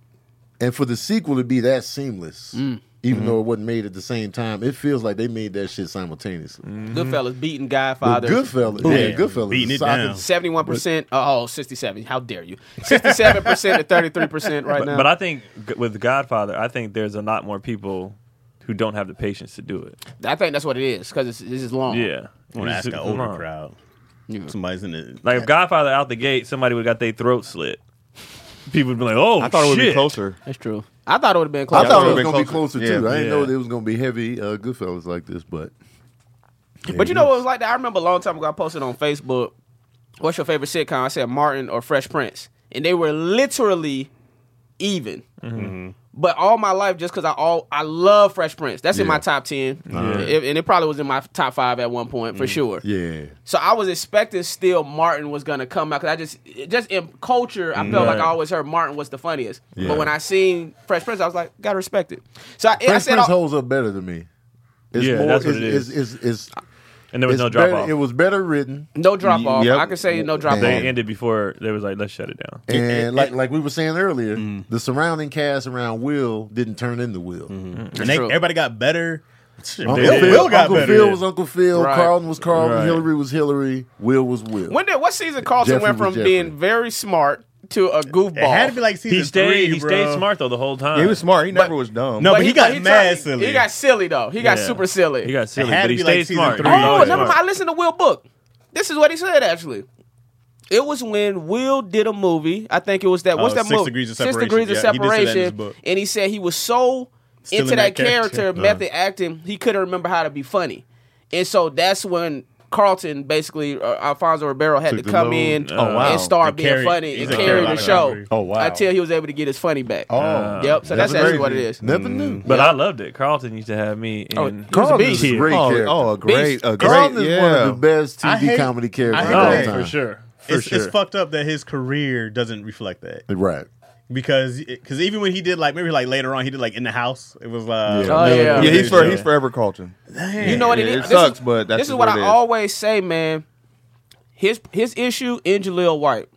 [SPEAKER 3] and for the sequel to be that seamless.
[SPEAKER 5] Mm.
[SPEAKER 3] Even
[SPEAKER 5] Mm-hmm.
[SPEAKER 3] though it wasn't made at the same time, it feels like they made that shit simultaneously.
[SPEAKER 5] Mm.
[SPEAKER 4] Mm-hmm.
[SPEAKER 1] Goodfellas beating
[SPEAKER 3] But
[SPEAKER 1] Godfather.
[SPEAKER 3] Goodfellas,
[SPEAKER 5] Yeah.
[SPEAKER 3] yeah, Goodfellas,
[SPEAKER 5] Beating it
[SPEAKER 3] sock and
[SPEAKER 5] down.
[SPEAKER 1] 71%. Oh, 67. How dare you? 67% to 33% right
[SPEAKER 4] But,
[SPEAKER 1] now.
[SPEAKER 4] but I think g- with Godfather, I think there's a lot more people who don't have the patience to do it.
[SPEAKER 1] I, think that's what it is because this is long.
[SPEAKER 4] Yeah,
[SPEAKER 5] I want to ask
[SPEAKER 4] It's
[SPEAKER 5] an
[SPEAKER 4] super
[SPEAKER 5] older
[SPEAKER 4] long.
[SPEAKER 5] crowd.
[SPEAKER 1] Yeah.
[SPEAKER 5] Somebody's in it.
[SPEAKER 4] Like if Godfather out the gate, somebody would got their throat slit. People would be like, "Oh,
[SPEAKER 2] I thought it would be
[SPEAKER 4] shit."
[SPEAKER 2] closer.
[SPEAKER 1] That's true. I thought it would have been close.
[SPEAKER 3] I thought it
[SPEAKER 2] would've
[SPEAKER 3] was
[SPEAKER 2] been
[SPEAKER 3] gonna be
[SPEAKER 2] closer.
[SPEAKER 3] closer too.
[SPEAKER 2] Yeah.
[SPEAKER 3] I didn't
[SPEAKER 4] Yeah.
[SPEAKER 3] know that it was gonna be heavy uh, Goodfellas like this, but
[SPEAKER 1] but you know what was like that? I remember a long time ago, I posted on Facebook, What's your favorite
[SPEAKER 3] Mm-hmm.
[SPEAKER 1] sitcom? I said Martin or Fresh Prince. And they were literally even. But all my life, just because I all I love Fresh Prince. That's in
[SPEAKER 3] Yeah.
[SPEAKER 1] my top 10 It- and it probably was in my top five at one point for sure.
[SPEAKER 3] Mm. Yeah.
[SPEAKER 1] So I was expecting still Martin was gonna come out because I just it- just in culture I felt like I always heard Martin was the funniest.
[SPEAKER 3] Yeah.
[SPEAKER 1] But when I seen Fresh Prince, I was like, gotta respect it. So I, I
[SPEAKER 3] Fresh
[SPEAKER 1] said,
[SPEAKER 3] Prince
[SPEAKER 1] all-
[SPEAKER 3] holds up better than me. It's
[SPEAKER 4] Yeah, that's what
[SPEAKER 3] it's,
[SPEAKER 4] it is.
[SPEAKER 3] It's, it's, it's,
[SPEAKER 4] and there was
[SPEAKER 3] it's
[SPEAKER 4] no drop
[SPEAKER 3] better-
[SPEAKER 4] off.
[SPEAKER 3] It was better written.
[SPEAKER 1] no drop off.
[SPEAKER 2] Yep.
[SPEAKER 1] I can say no drop
[SPEAKER 4] they
[SPEAKER 3] Yeah.
[SPEAKER 1] off.
[SPEAKER 4] ended before they was like, let's shut it down.
[SPEAKER 3] And like like we were saying earlier, the surrounding cast around Will didn't turn into Will.
[SPEAKER 5] And they,
[SPEAKER 1] True.
[SPEAKER 5] everybody got better. Shit,
[SPEAKER 3] Uncle,
[SPEAKER 5] Will,
[SPEAKER 3] Phil,
[SPEAKER 5] Will got
[SPEAKER 3] Uncle
[SPEAKER 5] better.
[SPEAKER 3] Phil was Uncle Phil,
[SPEAKER 1] Right.
[SPEAKER 3] Carlton was Carlton,
[SPEAKER 4] Right.
[SPEAKER 3] Hillary was Hillary, Will was Will.
[SPEAKER 1] When did what season Carlton
[SPEAKER 3] Jeffrey
[SPEAKER 1] went
[SPEAKER 3] was
[SPEAKER 1] from
[SPEAKER 3] Jeffrey.
[SPEAKER 1] being very smart to a goofball?
[SPEAKER 5] it had to be like season
[SPEAKER 4] He stayed.
[SPEAKER 5] three,
[SPEAKER 4] he
[SPEAKER 5] bro.
[SPEAKER 4] stayed smart though the whole time.
[SPEAKER 2] he was smart. He never was dumb.
[SPEAKER 5] No, Uh, but, he, got mad
[SPEAKER 1] turned-
[SPEAKER 5] silly.
[SPEAKER 1] He got silly though. He got
[SPEAKER 4] Yeah.
[SPEAKER 1] super silly.
[SPEAKER 4] He got silly,
[SPEAKER 5] had to
[SPEAKER 4] but he
[SPEAKER 5] be, like,
[SPEAKER 4] stayed
[SPEAKER 5] season
[SPEAKER 4] smart.
[SPEAKER 5] three.
[SPEAKER 4] He was
[SPEAKER 1] Oh,
[SPEAKER 4] always
[SPEAKER 1] never mind.
[SPEAKER 4] smart.
[SPEAKER 1] I listened to Will Book. This is what he said actually. It was when Will did a movie. I think it was that. What's
[SPEAKER 5] Oh,
[SPEAKER 1] that
[SPEAKER 5] Six
[SPEAKER 1] movie?
[SPEAKER 5] Degrees of
[SPEAKER 1] Six
[SPEAKER 5] Separation.
[SPEAKER 1] Degrees of
[SPEAKER 5] Yeah, he did say that in his
[SPEAKER 1] Separation.
[SPEAKER 5] book.
[SPEAKER 1] and he said he was so
[SPEAKER 5] Still
[SPEAKER 1] into
[SPEAKER 5] in
[SPEAKER 1] that,
[SPEAKER 5] that
[SPEAKER 1] character,
[SPEAKER 5] character. Uh-huh.
[SPEAKER 1] method acting, he couldn't remember how to be funny. And so that's when Carlton basically, uh, Alfonso Ribeiro had
[SPEAKER 2] Took
[SPEAKER 1] to
[SPEAKER 2] the
[SPEAKER 1] come
[SPEAKER 2] load.
[SPEAKER 1] in
[SPEAKER 2] Oh, wow.
[SPEAKER 1] and start
[SPEAKER 5] And
[SPEAKER 1] being
[SPEAKER 5] carry-
[SPEAKER 1] funny
[SPEAKER 5] he's
[SPEAKER 1] and
[SPEAKER 5] a
[SPEAKER 1] carry the
[SPEAKER 5] Carolina
[SPEAKER 1] show
[SPEAKER 5] Reaper.
[SPEAKER 2] Oh, wow.
[SPEAKER 1] until he was able to get his funny back.
[SPEAKER 2] Oh,
[SPEAKER 1] Yep. So that's
[SPEAKER 2] That's
[SPEAKER 1] actually what it
[SPEAKER 2] crazy.
[SPEAKER 1] is.
[SPEAKER 3] Never knew.
[SPEAKER 4] But I loved it. Carlton used to have me. In,
[SPEAKER 1] Oh,
[SPEAKER 3] Carlton
[SPEAKER 1] He's a
[SPEAKER 3] is
[SPEAKER 1] beast.
[SPEAKER 3] a great
[SPEAKER 2] oh,
[SPEAKER 3] character.
[SPEAKER 2] oh, a great, a great,
[SPEAKER 3] Carlton is
[SPEAKER 2] yeah.
[SPEAKER 3] one of the best TV
[SPEAKER 5] I hate-
[SPEAKER 3] comedy characters
[SPEAKER 5] I
[SPEAKER 3] of
[SPEAKER 5] hate
[SPEAKER 3] all
[SPEAKER 5] that.
[SPEAKER 3] time.
[SPEAKER 5] For
[SPEAKER 4] sure.
[SPEAKER 5] it's, it's fucked up that his career doesn't reflect that
[SPEAKER 3] Right.
[SPEAKER 5] because because even when he did like maybe like later on he did like in the house it was like
[SPEAKER 1] Oh, yeah.
[SPEAKER 2] yeah, he's, for,
[SPEAKER 5] for
[SPEAKER 2] he's forever Carlton.
[SPEAKER 1] You know what it
[SPEAKER 2] Yeah,
[SPEAKER 1] is?
[SPEAKER 2] it
[SPEAKER 1] This
[SPEAKER 2] sucks,
[SPEAKER 1] is-
[SPEAKER 2] but that's
[SPEAKER 1] this is
[SPEAKER 2] just
[SPEAKER 1] what,
[SPEAKER 2] what
[SPEAKER 1] I
[SPEAKER 2] it is.
[SPEAKER 1] always say, man. His his issue in Jaleel White.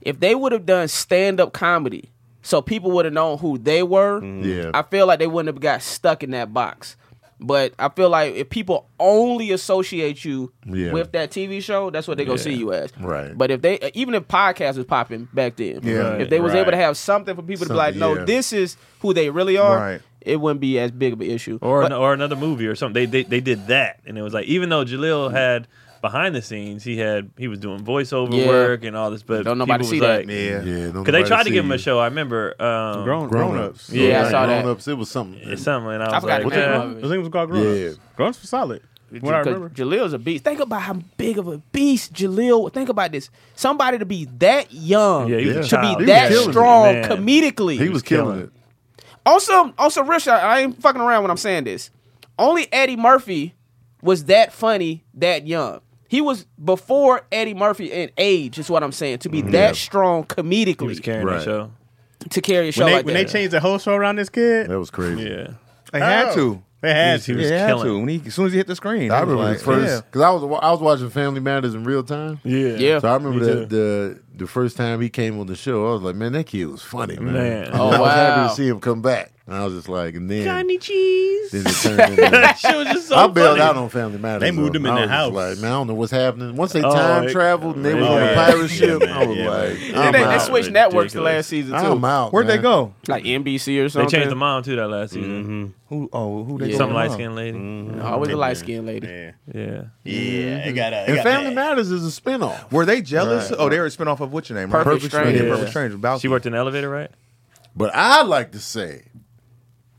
[SPEAKER 1] If they would have done stand up comedy, so people would have known who they were.
[SPEAKER 2] Mm-hmm.
[SPEAKER 3] Yeah.
[SPEAKER 1] I feel like they wouldn't have got stuck in that box. But I feel like if people only associate you
[SPEAKER 3] Yeah.
[SPEAKER 1] with that TV show, that's what they're gonna see you as.
[SPEAKER 3] Right.
[SPEAKER 1] But if they even if podcast was popping back then,
[SPEAKER 3] Yeah.
[SPEAKER 1] if they was
[SPEAKER 5] Right.
[SPEAKER 1] able to have something for people to be
[SPEAKER 3] Something,
[SPEAKER 1] like, no,
[SPEAKER 3] yeah.
[SPEAKER 1] this is who they really are,
[SPEAKER 2] Right.
[SPEAKER 1] it wouldn't be as big of an issue.
[SPEAKER 4] or
[SPEAKER 1] But-
[SPEAKER 4] an, or another movie or something. They, they they did that, and it was like even though
[SPEAKER 5] Mm.
[SPEAKER 4] Jalil had behind the scenes, he had he was doing voiceover
[SPEAKER 1] Yeah.
[SPEAKER 4] work and all this, but
[SPEAKER 1] Don't nobody
[SPEAKER 4] people
[SPEAKER 1] see that.
[SPEAKER 4] was like,
[SPEAKER 3] Yeah. Because
[SPEAKER 4] Because they tried to give him a show. I remember um,
[SPEAKER 5] grown grown ups
[SPEAKER 4] Yeah, I
[SPEAKER 1] saw that.
[SPEAKER 3] Grown ups, it was something.
[SPEAKER 4] or something. And I
[SPEAKER 1] I
[SPEAKER 4] was
[SPEAKER 1] forgot
[SPEAKER 4] like,
[SPEAKER 1] the name
[SPEAKER 4] "Nah."
[SPEAKER 1] of it.
[SPEAKER 5] I think it was called grown ups
[SPEAKER 3] Yeah.
[SPEAKER 5] grown ups were solid from what I
[SPEAKER 1] Because
[SPEAKER 5] remember
[SPEAKER 1] Jaleel's a beast. Think about how big of a beast Jaleel. Think about this. Somebody to be that young,
[SPEAKER 4] yeah, he was
[SPEAKER 3] Yeah.
[SPEAKER 4] a
[SPEAKER 1] to be
[SPEAKER 4] child.
[SPEAKER 3] He was
[SPEAKER 1] that
[SPEAKER 3] killing it,
[SPEAKER 1] strong
[SPEAKER 4] man.
[SPEAKER 1] comedically.
[SPEAKER 3] He was killing it.
[SPEAKER 1] also also Rich. I, I ain't fucking around when I'm saying this. Only Eddie Murphy was that funny that young. He was before Eddie Murphy in age, is what I'm saying. To be that strong
[SPEAKER 4] Mm-hmm. He
[SPEAKER 1] comedically
[SPEAKER 4] was carrying
[SPEAKER 3] Right.
[SPEAKER 4] the show.
[SPEAKER 1] to carry a show
[SPEAKER 5] when they
[SPEAKER 1] like
[SPEAKER 5] when
[SPEAKER 1] that.
[SPEAKER 5] they changed the whole show around this kid
[SPEAKER 3] That was crazy.
[SPEAKER 4] Yeah,
[SPEAKER 2] They had
[SPEAKER 5] Oh.
[SPEAKER 2] to.
[SPEAKER 5] they had
[SPEAKER 4] he
[SPEAKER 5] to
[SPEAKER 4] was
[SPEAKER 2] They had
[SPEAKER 4] killing.
[SPEAKER 2] to. When he, as soon as he hit the screen,
[SPEAKER 3] I
[SPEAKER 2] it was
[SPEAKER 3] remember
[SPEAKER 2] like,
[SPEAKER 3] the first
[SPEAKER 2] yeah.
[SPEAKER 3] because I was wa- I was watching Family Matters in real time.
[SPEAKER 4] Yeah,
[SPEAKER 1] yeah.
[SPEAKER 3] So I remember
[SPEAKER 4] Me
[SPEAKER 3] that the the first time he came on the show, I was like, man, that kid was funny, man.
[SPEAKER 4] Man.
[SPEAKER 3] And
[SPEAKER 1] Oh,
[SPEAKER 3] I was happy
[SPEAKER 1] wow.
[SPEAKER 3] to see him come back. And I was just like, and then,
[SPEAKER 4] cheese.
[SPEAKER 3] then it turned into-
[SPEAKER 4] She was just so
[SPEAKER 3] I bailed
[SPEAKER 4] funny.
[SPEAKER 3] out on Family Matters.
[SPEAKER 5] They moved
[SPEAKER 3] though.
[SPEAKER 5] him in
[SPEAKER 3] I
[SPEAKER 5] the
[SPEAKER 3] was just
[SPEAKER 5] house.
[SPEAKER 3] Like, man, I don't know what's happening. Once they
[SPEAKER 4] Oh,
[SPEAKER 3] time
[SPEAKER 4] it-
[SPEAKER 3] traveled and they was
[SPEAKER 4] Oh,
[SPEAKER 3] on a
[SPEAKER 4] yeah.
[SPEAKER 3] pirate ship,
[SPEAKER 5] Yeah,
[SPEAKER 3] I was
[SPEAKER 5] yeah.
[SPEAKER 3] like,
[SPEAKER 1] And
[SPEAKER 3] I'm
[SPEAKER 1] they, they
[SPEAKER 3] out.
[SPEAKER 1] switched networks the
[SPEAKER 4] Ridiculous.
[SPEAKER 1] last season too,
[SPEAKER 3] I'm out.
[SPEAKER 2] Where'd they
[SPEAKER 3] man.
[SPEAKER 2] go?
[SPEAKER 1] like NBC or
[SPEAKER 4] They
[SPEAKER 1] something.
[SPEAKER 4] changed the mom too that last season.
[SPEAKER 2] Who? Oh, who
[SPEAKER 1] Mm-hmm.
[SPEAKER 2] they?
[SPEAKER 1] Yeah. Mm-hmm.
[SPEAKER 4] Some
[SPEAKER 2] going
[SPEAKER 4] light
[SPEAKER 2] on?
[SPEAKER 4] skinned lady.
[SPEAKER 1] Always a light skinned lady.
[SPEAKER 5] yeah
[SPEAKER 4] Yeah.
[SPEAKER 5] yeah it got uh, it
[SPEAKER 3] And
[SPEAKER 5] got
[SPEAKER 3] Family
[SPEAKER 5] bad.
[SPEAKER 3] Matters is a spinoff.
[SPEAKER 2] Were they jealous? Oh, they were a spinoff of what's your name?
[SPEAKER 1] Perfect
[SPEAKER 2] right?
[SPEAKER 1] Strangers.
[SPEAKER 2] Yeah,
[SPEAKER 4] Yeah.
[SPEAKER 2] Perfect Strangers. Balky.
[SPEAKER 4] She worked in the elevator, right?
[SPEAKER 3] But I like to say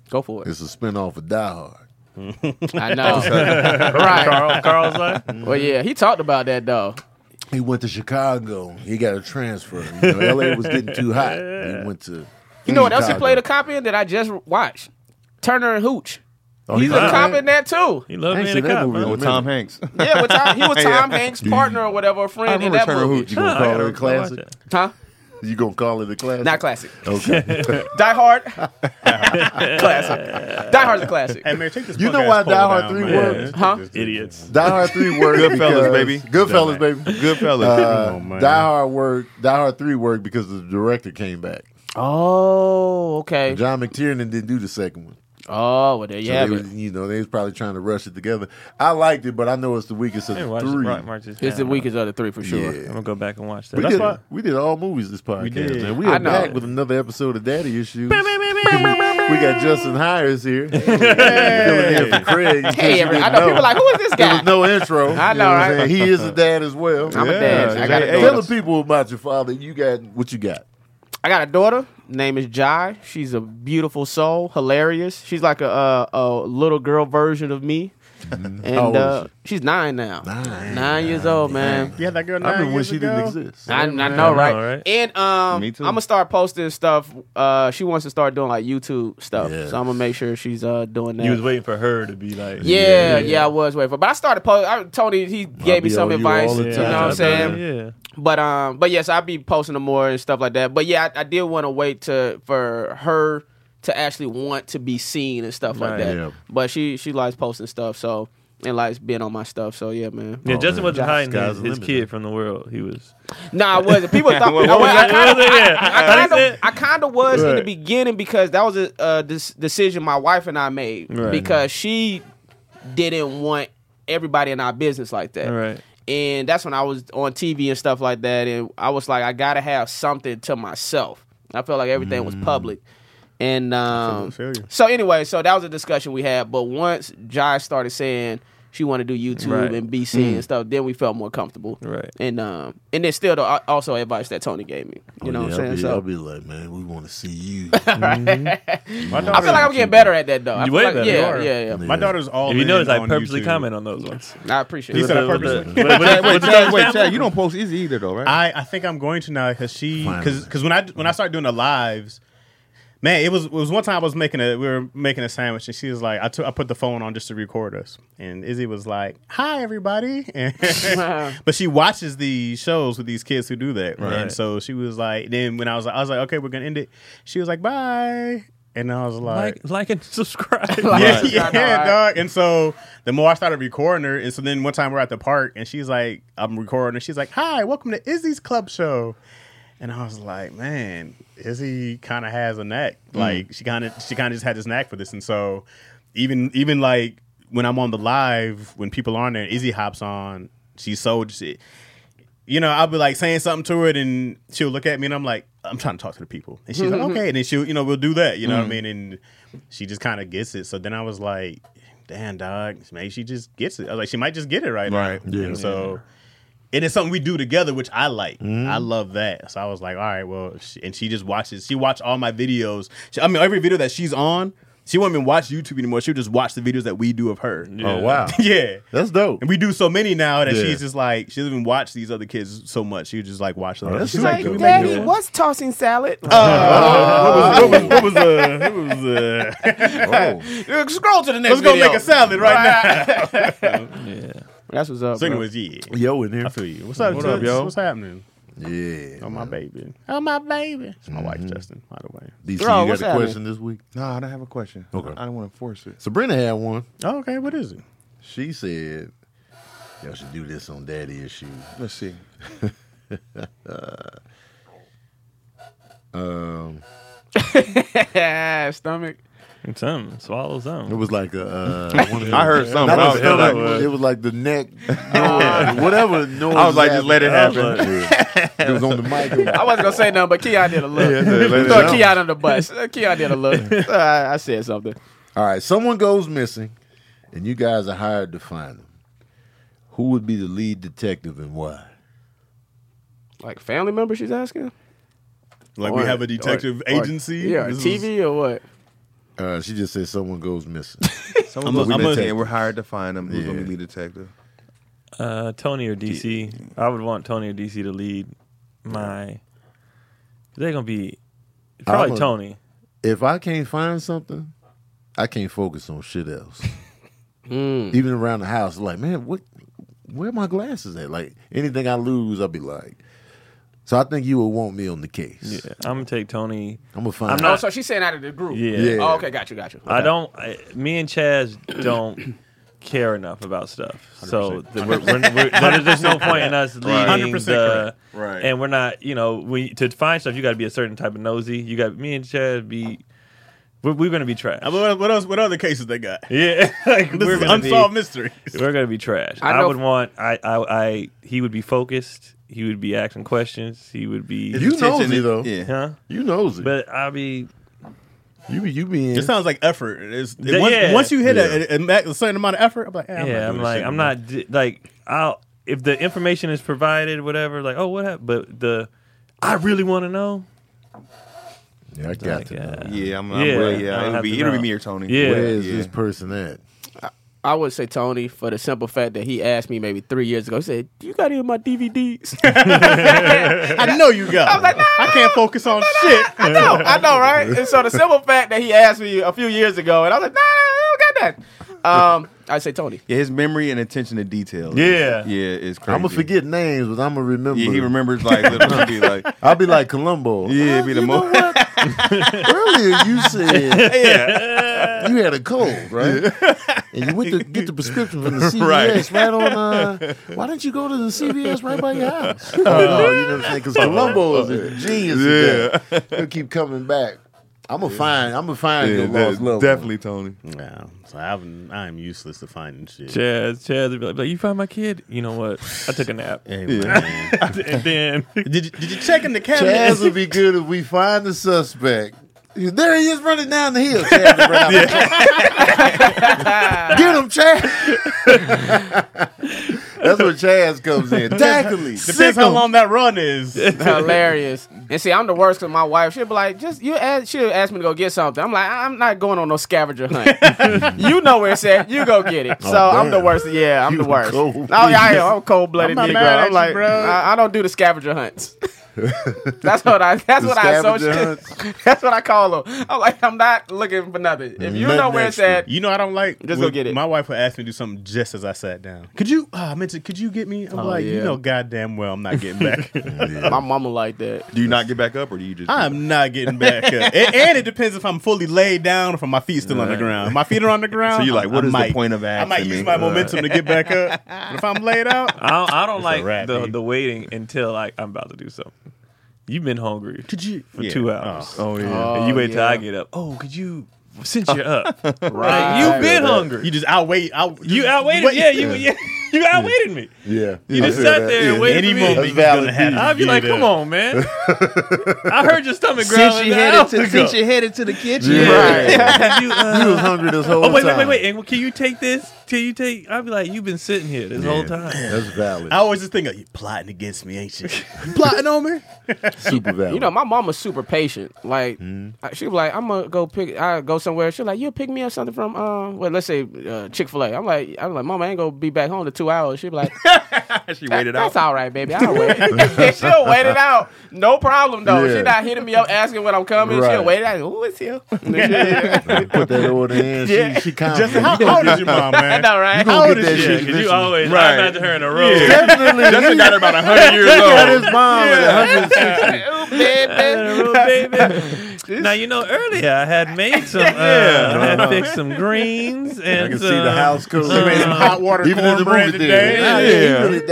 [SPEAKER 1] Go for it.
[SPEAKER 3] it's a spinoff of Die Hard.
[SPEAKER 1] I know. right.
[SPEAKER 4] Carl, Carl's like,
[SPEAKER 1] Well, yeah, he talked about that though.
[SPEAKER 3] He went to Chicago. He got a transfer. You know, LA was getting too hot. He went to.
[SPEAKER 1] You know what else he played a cop in that I just watched? Turner and Hooch.
[SPEAKER 3] Oh,
[SPEAKER 1] He's a
[SPEAKER 4] played-
[SPEAKER 1] cop in that too.
[SPEAKER 4] he loved
[SPEAKER 3] I ain't
[SPEAKER 4] being a
[SPEAKER 3] seen that
[SPEAKER 4] cop.
[SPEAKER 3] movie
[SPEAKER 4] huh?
[SPEAKER 3] in a
[SPEAKER 2] with Tom Hanks.
[SPEAKER 1] Yeah, with Tom, he was Tom Hanks' partner or whatever, a
[SPEAKER 2] I
[SPEAKER 1] friend in
[SPEAKER 2] remember
[SPEAKER 1] that
[SPEAKER 2] Turner
[SPEAKER 1] movie.
[SPEAKER 2] Hooch.
[SPEAKER 3] You gonna
[SPEAKER 4] Huh, I
[SPEAKER 3] call
[SPEAKER 4] gotta
[SPEAKER 3] it a
[SPEAKER 4] go watch
[SPEAKER 3] classic?
[SPEAKER 4] that.
[SPEAKER 1] Huh?
[SPEAKER 3] You gonna call it a classic?
[SPEAKER 1] Not classic.
[SPEAKER 3] Okay.
[SPEAKER 1] Die Hard. classic. Die Hard's a classic.
[SPEAKER 5] hey man take this
[SPEAKER 3] You know
[SPEAKER 5] punk
[SPEAKER 3] why
[SPEAKER 5] ass
[SPEAKER 3] Die
[SPEAKER 5] pole
[SPEAKER 3] Hard
[SPEAKER 5] down,
[SPEAKER 3] 3
[SPEAKER 5] man.
[SPEAKER 3] works?
[SPEAKER 1] Huh?
[SPEAKER 4] Idiots.
[SPEAKER 3] Die Hard Three worked.
[SPEAKER 2] Goodfellas,
[SPEAKER 3] because-
[SPEAKER 2] baby.
[SPEAKER 3] Goodfellas, baby.
[SPEAKER 2] Good fellas.
[SPEAKER 3] Uh,
[SPEAKER 5] Oh, man.
[SPEAKER 3] Die Hard worked. Die Hard Three worked because the director came back.
[SPEAKER 1] Oh, okay.
[SPEAKER 3] John McTiernan didn't do the second one.
[SPEAKER 1] Oh, well, there you
[SPEAKER 3] So
[SPEAKER 1] have
[SPEAKER 3] they
[SPEAKER 1] it.
[SPEAKER 3] was, you know, they was probably trying to rush it together. I liked it, but I know it's the weakest of
[SPEAKER 4] I ain't
[SPEAKER 3] the
[SPEAKER 4] watched
[SPEAKER 3] three.
[SPEAKER 4] Rock March this
[SPEAKER 1] It's the
[SPEAKER 4] time.
[SPEAKER 1] weakest of the three for sure.
[SPEAKER 4] I'm gonna go back and watch that.
[SPEAKER 3] We
[SPEAKER 4] That's
[SPEAKER 3] did,
[SPEAKER 4] why.
[SPEAKER 3] we did all movies this podcast,
[SPEAKER 5] did.
[SPEAKER 3] man. We
[SPEAKER 1] I
[SPEAKER 3] are
[SPEAKER 1] know.
[SPEAKER 3] back with another episode of Daddy Issues. we got Justin Hires here. Filling in for Craig. in case
[SPEAKER 1] Hey,
[SPEAKER 3] you
[SPEAKER 1] every, I
[SPEAKER 3] didn't
[SPEAKER 1] know people like, who is this
[SPEAKER 3] There
[SPEAKER 1] guy?
[SPEAKER 3] was no intro.
[SPEAKER 1] I know,
[SPEAKER 3] You what I'm
[SPEAKER 1] right?
[SPEAKER 3] saying? He is a dad as well.
[SPEAKER 1] I'm a dad. I got a
[SPEAKER 3] Tell
[SPEAKER 1] daughter.
[SPEAKER 3] the people about your father. You got what you got.
[SPEAKER 1] I got a daughter. Name is Jai. She's a beautiful soul, hilarious. She's like a a, a little girl version of me. And
[SPEAKER 3] old is
[SPEAKER 1] uh,
[SPEAKER 3] she?
[SPEAKER 1] she's nine now.
[SPEAKER 3] Nine.
[SPEAKER 1] years old, man.
[SPEAKER 5] Yeah, that girl.
[SPEAKER 3] I
[SPEAKER 5] Nine
[SPEAKER 3] remember when
[SPEAKER 5] years
[SPEAKER 3] she
[SPEAKER 5] ago.
[SPEAKER 3] didn't exist.
[SPEAKER 1] I, I know, right?
[SPEAKER 4] right?
[SPEAKER 1] And um,
[SPEAKER 2] Me too.
[SPEAKER 1] I'm gonna start posting stuff. Uh, she wants to start doing like YouTube stuff,
[SPEAKER 3] Yes.
[SPEAKER 1] so I'm gonna make sure she's uh doing that.
[SPEAKER 4] You was waiting for her to be like,
[SPEAKER 1] yeah, yeah, I was waiting for. But I started posting. I, Tony, he gave me
[SPEAKER 3] be
[SPEAKER 1] some
[SPEAKER 3] on you
[SPEAKER 1] advice.
[SPEAKER 3] all
[SPEAKER 1] You,
[SPEAKER 3] the
[SPEAKER 1] know
[SPEAKER 3] time,
[SPEAKER 1] what I'm saying?
[SPEAKER 4] Yeah.
[SPEAKER 1] But um, but yes, I'll be posting them more and stuff like that. But yeah, I, I did want to wait to for her to actually want to be seen and stuff like
[SPEAKER 4] Right.
[SPEAKER 1] that.
[SPEAKER 3] Yeah.
[SPEAKER 1] But she she likes posting stuff, so and likes being on my stuff. So yeah, man.
[SPEAKER 4] Yeah, Justin wasn't hiding
[SPEAKER 3] Sky's
[SPEAKER 4] his,
[SPEAKER 3] the
[SPEAKER 4] his
[SPEAKER 3] limit,
[SPEAKER 4] kid from the world. He was.
[SPEAKER 1] Nah, I wasn't. People thought I, was- I
[SPEAKER 4] What
[SPEAKER 1] kinda,
[SPEAKER 4] was it?
[SPEAKER 1] I
[SPEAKER 4] Yeah. How'd he say
[SPEAKER 1] kinda,
[SPEAKER 4] it?
[SPEAKER 1] I kinda was in the
[SPEAKER 4] Right.
[SPEAKER 1] beginning because that was a uh, this decision my wife and I made
[SPEAKER 4] Right.
[SPEAKER 1] because she didn't want everybody in our business like that.
[SPEAKER 4] Right.
[SPEAKER 1] And that's when I was on TV and stuff like that. And I was like, I gotta have something to myself. I felt like everything was public. And um,
[SPEAKER 5] feel you.
[SPEAKER 1] so anyway, so that was a discussion we had. But once Jai started saying she wanted to do YouTube
[SPEAKER 4] Right.
[SPEAKER 1] and BC and stuff, then we felt more comfortable.
[SPEAKER 4] Right.
[SPEAKER 1] And um, and then still the, also advice that Tony gave me. You know
[SPEAKER 3] Oh, yeah,
[SPEAKER 1] what
[SPEAKER 3] I'll
[SPEAKER 1] I'm saying?
[SPEAKER 3] Be, I'll
[SPEAKER 1] So
[SPEAKER 3] be like, man, we want to see you.
[SPEAKER 5] My
[SPEAKER 1] I feel like I'm getting better at that though. I
[SPEAKER 4] You
[SPEAKER 1] feel
[SPEAKER 4] way
[SPEAKER 1] like,
[SPEAKER 4] better.
[SPEAKER 1] Yeah,
[SPEAKER 4] You are.
[SPEAKER 1] yeah, yeah,
[SPEAKER 5] My daughter's all.
[SPEAKER 4] If you
[SPEAKER 5] in
[SPEAKER 4] notice, I
[SPEAKER 5] on
[SPEAKER 4] purposely
[SPEAKER 5] YouTube.
[SPEAKER 4] comment on those ones.
[SPEAKER 1] I appreciate
[SPEAKER 5] He
[SPEAKER 1] it.
[SPEAKER 5] said I
[SPEAKER 4] With the-
[SPEAKER 5] purposely.
[SPEAKER 4] with- with-
[SPEAKER 2] Wait,
[SPEAKER 4] with the-
[SPEAKER 2] Chad, wait, Chad, you don't post Izzy either though, right?
[SPEAKER 5] I, I think I'm going to now because she because when I when I started doing the lives, man, it was it was one time I was making a we were making a sandwich and she was like I took I put the phone on just to record us and Izzy was like hi everybody, And- but she watches these shows with these kids who do that and
[SPEAKER 4] Right.
[SPEAKER 5] so she was like then when I was like I was like okay we're gonna end it she was like bye and I was
[SPEAKER 4] Like, like, and subscribe.
[SPEAKER 5] yeah,
[SPEAKER 1] Right.
[SPEAKER 5] yeah,
[SPEAKER 1] I know, right?
[SPEAKER 5] dog. And so the more I started recording her, and so then one time we're at the park, and she's like, I'm recording, and she's like, Hi, welcome to Izzy's Club Show. And I was like, man, Izzy kind of has a knack. Like she kind of she kind of just had this knack for this. And so even even like when I'm on the live, when people are on there, Izzy hops on. She's so she, you know, I'll be like saying something to her, and she'll look at me, and I'm like, I'm trying to talk to the people, and she's like, okay, and then she'll, you know, we'll do that, you know what I mean, and she just kind of gets it. So then I was like, damn, dog, maybe she just gets it. I was like, she might just get it right,
[SPEAKER 2] Right.
[SPEAKER 5] now. And so, and it's something we do together, which I like. I love that. So I was like, all right, well, she, and she just watches. She watched all my videos. She, I mean, every video that she's on, she won't even watch YouTube anymore. She'll just watch the videos that we do of her.
[SPEAKER 3] Oh wow,
[SPEAKER 5] yeah.
[SPEAKER 3] that's dope.
[SPEAKER 5] And we do so many now that
[SPEAKER 3] Yeah.
[SPEAKER 5] she's just like she doesn't even watch these other kids so much. She just like watch them.
[SPEAKER 3] that's
[SPEAKER 5] she's
[SPEAKER 3] like
[SPEAKER 5] like,
[SPEAKER 3] dope.
[SPEAKER 5] what
[SPEAKER 3] Daddy,
[SPEAKER 1] what's tossing salad?
[SPEAKER 5] was what was what was uh, what was uh,
[SPEAKER 3] Oh,
[SPEAKER 1] scroll to the next.
[SPEAKER 5] let's go
[SPEAKER 1] video.
[SPEAKER 5] make a salad right now.
[SPEAKER 1] That's what's up.
[SPEAKER 5] So
[SPEAKER 1] bro.
[SPEAKER 5] anyways, yeah.
[SPEAKER 3] yo, in here.
[SPEAKER 5] I feel you. What's up,
[SPEAKER 2] What
[SPEAKER 5] what
[SPEAKER 2] up, yo?
[SPEAKER 5] What's happening?
[SPEAKER 3] Yeah,
[SPEAKER 5] Oh my baby. Oh my baby. It's my wife, Justin. By the way.
[SPEAKER 3] DC,
[SPEAKER 1] Bro,
[SPEAKER 3] you
[SPEAKER 1] what's
[SPEAKER 3] got a
[SPEAKER 1] happening?
[SPEAKER 3] question this week?
[SPEAKER 2] no, I don't have a question.
[SPEAKER 3] Okay.
[SPEAKER 2] I don't want to force it.
[SPEAKER 3] Sabrina had one.
[SPEAKER 5] Oh, okay. What is it?
[SPEAKER 3] She said, "Y'all should do this on Daddy issue."
[SPEAKER 2] Let's see.
[SPEAKER 3] Um,
[SPEAKER 1] stomach.
[SPEAKER 4] Something. Swallow
[SPEAKER 3] It
[SPEAKER 4] something.
[SPEAKER 3] was like a. Uh, one of
[SPEAKER 2] I
[SPEAKER 3] the-
[SPEAKER 2] heard something.
[SPEAKER 3] Not
[SPEAKER 2] I
[SPEAKER 3] the
[SPEAKER 2] was,
[SPEAKER 3] stomach,
[SPEAKER 2] like,
[SPEAKER 3] it was like the neck, noise, whatever noise.
[SPEAKER 2] I was like, just let it
[SPEAKER 3] happened.
[SPEAKER 2] happen.
[SPEAKER 3] Yeah. it was on the mic.
[SPEAKER 1] I wasn't gonna say nothing, but Keon did a look.
[SPEAKER 2] Yeah, let it
[SPEAKER 1] Throw
[SPEAKER 2] out.
[SPEAKER 1] Keon on the bus. Uh, Keon did a look. Uh, I, I said something.
[SPEAKER 3] All right, someone goes missing, and you guys are hired to find them. Who would be the lead detective and why?
[SPEAKER 1] Like family member, she's asking.
[SPEAKER 5] Like
[SPEAKER 1] Or-
[SPEAKER 5] we have
[SPEAKER 1] or-
[SPEAKER 5] a detective
[SPEAKER 1] or-
[SPEAKER 5] agency.
[SPEAKER 1] yeah, or
[SPEAKER 5] This is-
[SPEAKER 1] TV or what?
[SPEAKER 3] Uh, she just said someone goes missing.
[SPEAKER 2] Someone
[SPEAKER 5] I'm a-
[SPEAKER 2] goes
[SPEAKER 5] I'm a-
[SPEAKER 2] missing and we're hired to find him. Who's going to
[SPEAKER 3] Yeah.
[SPEAKER 2] be lead detective?
[SPEAKER 4] Uh, Tony or DC. I would want Tony or DC to lead my. They're gonna be probably
[SPEAKER 3] I'm a-
[SPEAKER 4] Tony.
[SPEAKER 3] if I can't find something, I can't focus on shit else. Even around the house, like, man, what? Where my glasses at? Like anything I lose, I'll be like. So I think you would want me on the case.
[SPEAKER 4] Yeah, I'm gonna take Tony.
[SPEAKER 3] I'm gonna find.
[SPEAKER 4] I'm
[SPEAKER 1] Oh,
[SPEAKER 4] not-
[SPEAKER 1] so she's saying out of the group.
[SPEAKER 4] Yeah.
[SPEAKER 3] Yeah.
[SPEAKER 1] Oh, okay, got you, got you.
[SPEAKER 4] I don't. I, me and Chaz don't care enough about stuff. So th- we're, we're, we're, there- there's no point in us leading
[SPEAKER 5] 100%
[SPEAKER 4] the.
[SPEAKER 2] Right.
[SPEAKER 4] And we're not. You know, we to find stuff. You got to be a certain type of nosy. You got me and Chaz be. We're, we're gonna be trash.
[SPEAKER 5] Uh, What what else? What other cases they got?
[SPEAKER 4] yeah, like
[SPEAKER 5] This
[SPEAKER 4] we're
[SPEAKER 5] is
[SPEAKER 4] gonna
[SPEAKER 5] unsolved
[SPEAKER 4] be,
[SPEAKER 5] mystery.
[SPEAKER 4] We're gonna be trash.
[SPEAKER 1] I
[SPEAKER 4] I,
[SPEAKER 1] know-
[SPEAKER 4] would want. I, I. I. He would be focused. He would be asking questions. He would be.
[SPEAKER 3] You know
[SPEAKER 2] Attention
[SPEAKER 3] me
[SPEAKER 2] is-
[SPEAKER 3] though.
[SPEAKER 2] Yeah.
[SPEAKER 4] huh?
[SPEAKER 3] You knows it.
[SPEAKER 4] But I'll be.
[SPEAKER 3] you be you be in.
[SPEAKER 5] It sounds like effort. It's, it-
[SPEAKER 4] Yeah.
[SPEAKER 5] once, once you hit
[SPEAKER 3] Yeah.
[SPEAKER 5] a- a, a, certain amount of effort, I'm like, eh, I'm
[SPEAKER 4] yeah,
[SPEAKER 5] not
[SPEAKER 4] I'm
[SPEAKER 5] doing
[SPEAKER 4] like, I'm not di- like, I'll if the information is provided, whatever, like, oh, what happened? But the, I really want to know.
[SPEAKER 3] Yeah, I got to know.
[SPEAKER 4] Yeah.
[SPEAKER 2] uh, Yeah, I'm, I'm
[SPEAKER 4] Yeah,
[SPEAKER 2] really, yeah.
[SPEAKER 4] I have
[SPEAKER 2] It'll
[SPEAKER 4] to
[SPEAKER 2] be, it'll be
[SPEAKER 4] know.
[SPEAKER 2] me or Tony.
[SPEAKER 4] Yeah.
[SPEAKER 3] Where is
[SPEAKER 2] Yeah.
[SPEAKER 3] this person at?
[SPEAKER 1] I would say Tony for the simple fact that he asked me maybe three years ago. He said, "Do you got any of my DVDs?"
[SPEAKER 5] I know you got. I
[SPEAKER 1] like,
[SPEAKER 5] I can't focus on shit.
[SPEAKER 1] I know, I know, right? And so the simple fact that he asked me a few years ago, and I was like, "Nah, I don't got that." Um, I say Tony.
[SPEAKER 2] Yeah, his memory and attention to detail. is-
[SPEAKER 4] Yeah.
[SPEAKER 2] yeah, is crazy.
[SPEAKER 3] I'm gonna forget names, but I'm gonna remember.
[SPEAKER 2] Yeah, he remembers like little be like,
[SPEAKER 3] I'll be like Columbo.
[SPEAKER 2] yeah, be the
[SPEAKER 3] You know
[SPEAKER 2] most.
[SPEAKER 3] what? Earlier you said you had a cold, right? And you went to get the prescription from the CVS right, on. Uh, why didn't you go to the CVS right by your house? Oh, no, you know what I'm saying? Because Columbo is a genius. Yeah. He'll keep coming back. I'm gonna find. I'm gonna find
[SPEAKER 2] Yeah,
[SPEAKER 3] your lost
[SPEAKER 2] that-
[SPEAKER 3] love.
[SPEAKER 2] definitely Tony.
[SPEAKER 5] Yeah, so I'm I'm useless to finding shit.
[SPEAKER 4] Chaz, Chaz would be like, "You find my kid? You know what? I took a nap,
[SPEAKER 5] Hey,
[SPEAKER 2] Yeah.
[SPEAKER 5] man.
[SPEAKER 4] and then
[SPEAKER 5] did, you- did you check in the cabinet?
[SPEAKER 3] Chaz would be good if we find the suspect. There he is running down the hill. Chaz is running down the- Get him, Chaz. That's where Chaz comes in. Tackle him.
[SPEAKER 5] Depends how long that run is.
[SPEAKER 1] hilarious. And see, I'm the worst because my wife she'll be like, just you ask, she'll ask me to go get something. I'm like, I'm not going on no scavenger hunt. you know where it's at. You go get it. So I'm the
[SPEAKER 3] Oh, damn.
[SPEAKER 1] worst. Yeah, I'm
[SPEAKER 3] You
[SPEAKER 1] the worst. No,
[SPEAKER 3] cold.
[SPEAKER 1] yeah, I am. I'm cold
[SPEAKER 5] I'm
[SPEAKER 1] blooded
[SPEAKER 5] not
[SPEAKER 1] nigga.
[SPEAKER 5] mad at
[SPEAKER 1] I'm
[SPEAKER 5] you,
[SPEAKER 1] like,
[SPEAKER 5] bro.
[SPEAKER 1] I, I don't do the scavenger hunts. that's what I. That's
[SPEAKER 3] The
[SPEAKER 1] what I
[SPEAKER 3] scavenger
[SPEAKER 1] associate. That's what I call them. I'm like, I'm not looking for nothing. If you
[SPEAKER 3] Nothing
[SPEAKER 1] know where it's
[SPEAKER 3] extra.
[SPEAKER 1] at,
[SPEAKER 5] You know I don't like.
[SPEAKER 1] Just
[SPEAKER 5] when
[SPEAKER 1] go get it.
[SPEAKER 5] My wife would ask me to do something just as I sat down. Could you? ah, I meant to. Could you get me? I'm like,
[SPEAKER 1] yeah.
[SPEAKER 5] you know, goddamn well, I'm not getting back.
[SPEAKER 1] my mama like that.
[SPEAKER 2] Do you not get back up, or do you just?
[SPEAKER 5] I'm not getting back. up. and, and it depends if I'm fully laid down or if my feet still on the ground. If my feet are on the ground.
[SPEAKER 2] So you're like,
[SPEAKER 5] I-
[SPEAKER 2] what
[SPEAKER 5] I
[SPEAKER 2] is the
[SPEAKER 5] might-
[SPEAKER 2] point of
[SPEAKER 5] I might
[SPEAKER 2] asking
[SPEAKER 5] use
[SPEAKER 2] me?
[SPEAKER 5] my
[SPEAKER 3] Uh.
[SPEAKER 2] Right.
[SPEAKER 5] momentum to get back up. But if I'm laid out,
[SPEAKER 4] I don't, I don't like
[SPEAKER 5] wrap,
[SPEAKER 4] the
[SPEAKER 5] baby.
[SPEAKER 4] the waiting until like I'm about to do something. You've been hungry
[SPEAKER 5] could you?
[SPEAKER 4] for two hours.
[SPEAKER 2] oh yeah.
[SPEAKER 3] Uh,
[SPEAKER 4] and you wait till
[SPEAKER 1] yeah.
[SPEAKER 4] I get up. Oh, could you since you're up? right.
[SPEAKER 1] Right.
[SPEAKER 4] you've been
[SPEAKER 5] Oh.
[SPEAKER 4] hungry.
[SPEAKER 5] You just outweigh. Out,
[SPEAKER 4] You outwaited. Yeah, you yeah, you outwaited me.
[SPEAKER 3] Yeah.
[SPEAKER 4] You just sat there and waited
[SPEAKER 5] Any
[SPEAKER 4] for me.
[SPEAKER 5] moment
[SPEAKER 3] That's
[SPEAKER 5] you're
[SPEAKER 3] valid
[SPEAKER 5] gonna have. to
[SPEAKER 4] I'd be
[SPEAKER 5] get
[SPEAKER 4] like,
[SPEAKER 5] up.
[SPEAKER 4] "Come on, man! I heard your stomach
[SPEAKER 3] Since
[SPEAKER 4] growling
[SPEAKER 3] you
[SPEAKER 4] an
[SPEAKER 3] headed
[SPEAKER 4] hour
[SPEAKER 3] to,
[SPEAKER 4] ago.
[SPEAKER 3] since you headed to the kitchen,
[SPEAKER 1] Right.
[SPEAKER 4] Can you, uh,
[SPEAKER 3] you was hungry this whole
[SPEAKER 4] oh wait, wait,
[SPEAKER 3] time.
[SPEAKER 4] wait, wait! And can you take this? Can you take? I'd be like, "You've been sitting here this whole time."
[SPEAKER 3] That's valid.
[SPEAKER 5] I always just think, of, you plotting against me, ain't you? You plotting on me?
[SPEAKER 3] Super valid.
[SPEAKER 1] You know, my mama's super patient. Like
[SPEAKER 4] Hmm.
[SPEAKER 1] I- she was like, I'm gonna go pick. I go somewhere. She like, you'll pick me up something from um, well, let's say uh, Chick Fil A. I'm like, I'm like, Mama, I ain't gonna be back home in two hours. She be like,
[SPEAKER 2] she waited out.
[SPEAKER 1] that's all right, baby. I'll wait. She'll wait it out. No problem though.
[SPEAKER 3] Yeah.
[SPEAKER 1] She not hitting me up asking when I'm coming.
[SPEAKER 3] Right.
[SPEAKER 1] She'll wait it out. Who is here?
[SPEAKER 3] put that order in.
[SPEAKER 1] Yeah.
[SPEAKER 3] She, she confident.
[SPEAKER 5] Justin, how old is your mom,
[SPEAKER 1] I
[SPEAKER 5] man?
[SPEAKER 1] know,
[SPEAKER 3] You
[SPEAKER 1] right?
[SPEAKER 3] gonna
[SPEAKER 5] How
[SPEAKER 3] get
[SPEAKER 5] old is
[SPEAKER 3] that
[SPEAKER 5] she?
[SPEAKER 4] Yeah,
[SPEAKER 3] shit
[SPEAKER 4] 'cause you
[SPEAKER 3] eventually.
[SPEAKER 4] always
[SPEAKER 2] Right.
[SPEAKER 4] I imagine her in a row.
[SPEAKER 3] Definitely.
[SPEAKER 2] Justin
[SPEAKER 3] he
[SPEAKER 2] got about hundred years
[SPEAKER 3] got
[SPEAKER 2] old.
[SPEAKER 3] his mom at 160.
[SPEAKER 1] Oh, baby.
[SPEAKER 4] Oh, baby. now you know earlier I had made some, uh, I had fixed some greens and
[SPEAKER 3] I can
[SPEAKER 4] some,
[SPEAKER 3] see the house cool.
[SPEAKER 4] She made some
[SPEAKER 5] hot water
[SPEAKER 3] Even in the
[SPEAKER 5] cornbread
[SPEAKER 3] movie
[SPEAKER 5] today.
[SPEAKER 3] theater. Nah,
[SPEAKER 2] Yeah.
[SPEAKER 3] He really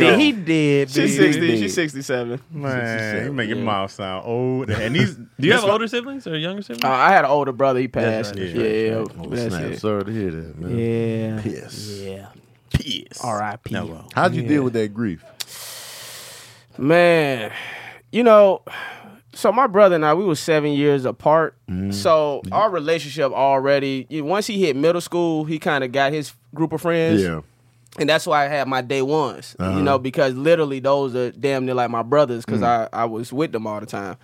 [SPEAKER 4] Yeah, he did.
[SPEAKER 1] She's
[SPEAKER 4] baby.
[SPEAKER 1] 60. She's 67.
[SPEAKER 5] Man, you make your mom sound old. And these,
[SPEAKER 4] Do you have older siblings or younger siblings?
[SPEAKER 1] Uh, I had an older brother. He passed.
[SPEAKER 4] right, that's
[SPEAKER 1] yeah,
[SPEAKER 3] Oh,
[SPEAKER 1] that's
[SPEAKER 3] snap.
[SPEAKER 1] it.
[SPEAKER 3] Sorry to hear that, man.
[SPEAKER 1] Yeah.
[SPEAKER 3] Yes.
[SPEAKER 1] Yeah.
[SPEAKER 5] Piss.
[SPEAKER 1] R.I.P.
[SPEAKER 5] No, well.
[SPEAKER 3] How'd you deal with that grief?
[SPEAKER 1] Man, you know, so my brother and I, we were seven years apart.
[SPEAKER 4] Mm-hmm.
[SPEAKER 1] So our relationship already, you- once he hit middle school, he kind of got his group of friends.
[SPEAKER 3] Yeah.
[SPEAKER 1] And that's why I had my day ones, you know, because literally those are damn near like my brothers because I, I was with them all the time.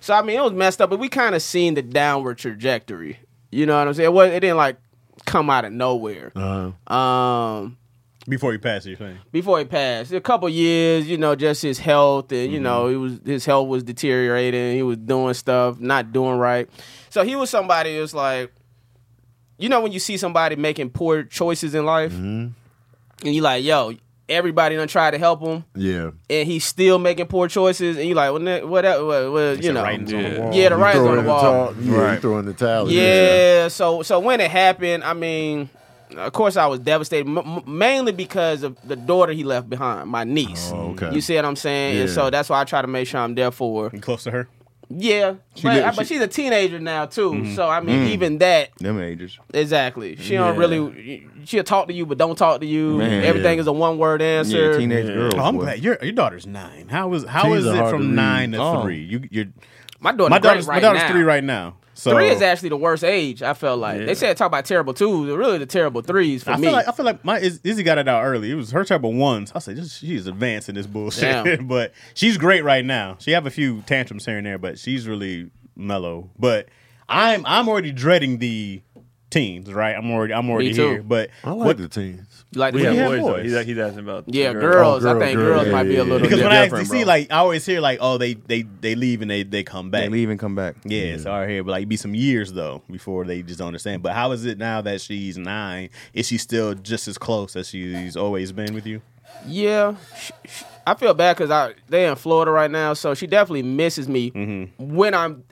[SPEAKER 1] So, I mean, it was messed up, but we kind of seen the downward trajectory. You know what I'm saying? It, wasn't, it didn't like come out of nowhere.
[SPEAKER 3] Uh,
[SPEAKER 1] Um,
[SPEAKER 5] Before you pass, you're saying.
[SPEAKER 1] before he passed. A couple years, you know, just his health and you know, it was his health was deteriorating. He was doing stuff, not doing right. So he was somebody that's like you know when you see somebody making poor choices in life and you like, yo, everybody done tried to help him
[SPEAKER 3] yeah.
[SPEAKER 1] and he's still making poor choices and you like, well, ne- whatever, well, well, you know.
[SPEAKER 5] writing's on the wall.
[SPEAKER 1] Yeah, the
[SPEAKER 3] You
[SPEAKER 1] writing's
[SPEAKER 3] throw
[SPEAKER 1] on
[SPEAKER 3] in
[SPEAKER 1] the wall.
[SPEAKER 3] towel- Yeah, you throw in the towel.
[SPEAKER 1] Yeah. So so when it happened, I mean, of course I was devastated, m- m- mainly because of the daughter he left behind, my niece.
[SPEAKER 3] Oh, okay.
[SPEAKER 1] You see what I'm saying? And
[SPEAKER 3] Yeah.
[SPEAKER 1] so that's why I try to make sure I'm there for her.
[SPEAKER 5] You close to her?
[SPEAKER 1] Yeah, but,
[SPEAKER 2] did-
[SPEAKER 1] but
[SPEAKER 2] she-
[SPEAKER 1] she's a teenager now too. So I mean, even that
[SPEAKER 2] Them ages.
[SPEAKER 1] exactly. She don't
[SPEAKER 4] Yeah.
[SPEAKER 1] really. She'll talk to you, but don't talk to you.
[SPEAKER 2] Man.
[SPEAKER 1] Everything is a one word answer.
[SPEAKER 2] Yeah, teenage
[SPEAKER 4] Yeah.
[SPEAKER 2] girls.
[SPEAKER 5] Oh, I'm
[SPEAKER 2] boy.
[SPEAKER 5] glad your your daughter's nine. How is how
[SPEAKER 3] She's
[SPEAKER 5] is
[SPEAKER 3] a
[SPEAKER 5] it
[SPEAKER 3] hard to
[SPEAKER 5] from
[SPEAKER 3] read.
[SPEAKER 5] nine to
[SPEAKER 2] Oh.
[SPEAKER 5] three? You you're
[SPEAKER 1] my daughter,
[SPEAKER 5] my daughter's
[SPEAKER 1] right
[SPEAKER 5] my daughter's
[SPEAKER 1] now.
[SPEAKER 5] three right now. So
[SPEAKER 1] Three is actually the worst age. I felt like
[SPEAKER 4] Yeah.
[SPEAKER 1] they said talk about terrible twos, but really the terrible threes for
[SPEAKER 5] I
[SPEAKER 1] me.
[SPEAKER 5] feel like I feel like my Iz- Izzy got it out early. It was her type of ones. I said just, she's advancing this bullshit,
[SPEAKER 1] Damn.
[SPEAKER 5] but she's great right now. She have a few tantrums here and there, but she's really mellow. But I'm I'm already dreading the teens, right? I'm already I'm already
[SPEAKER 1] too.
[SPEAKER 5] here. But
[SPEAKER 3] I like
[SPEAKER 5] what-
[SPEAKER 3] the teens.
[SPEAKER 1] like
[SPEAKER 4] We have
[SPEAKER 5] have
[SPEAKER 4] boys. Oh, though.
[SPEAKER 5] boys.
[SPEAKER 4] He's, he's asking about the
[SPEAKER 1] yeah,
[SPEAKER 4] girls.
[SPEAKER 1] girls.
[SPEAKER 3] girl,
[SPEAKER 1] I think
[SPEAKER 3] girl,
[SPEAKER 1] girls
[SPEAKER 3] yeah,
[SPEAKER 1] might be
[SPEAKER 3] yeah,
[SPEAKER 1] a little
[SPEAKER 5] because
[SPEAKER 1] bit-
[SPEAKER 5] when I ask
[SPEAKER 2] different,
[SPEAKER 5] DC,
[SPEAKER 2] bro.
[SPEAKER 5] like I always hear like oh they they they leave and they they come back.
[SPEAKER 2] They leave and come back.
[SPEAKER 5] Yeah, it's all right here, but like it'd be some years though before they just don't understand. But how is it now that she's nine? Is she still just as close as she's always been with you?
[SPEAKER 1] Yeah, sh- sh- I feel bad because I they in Florida right now, so she definitely misses me when I'm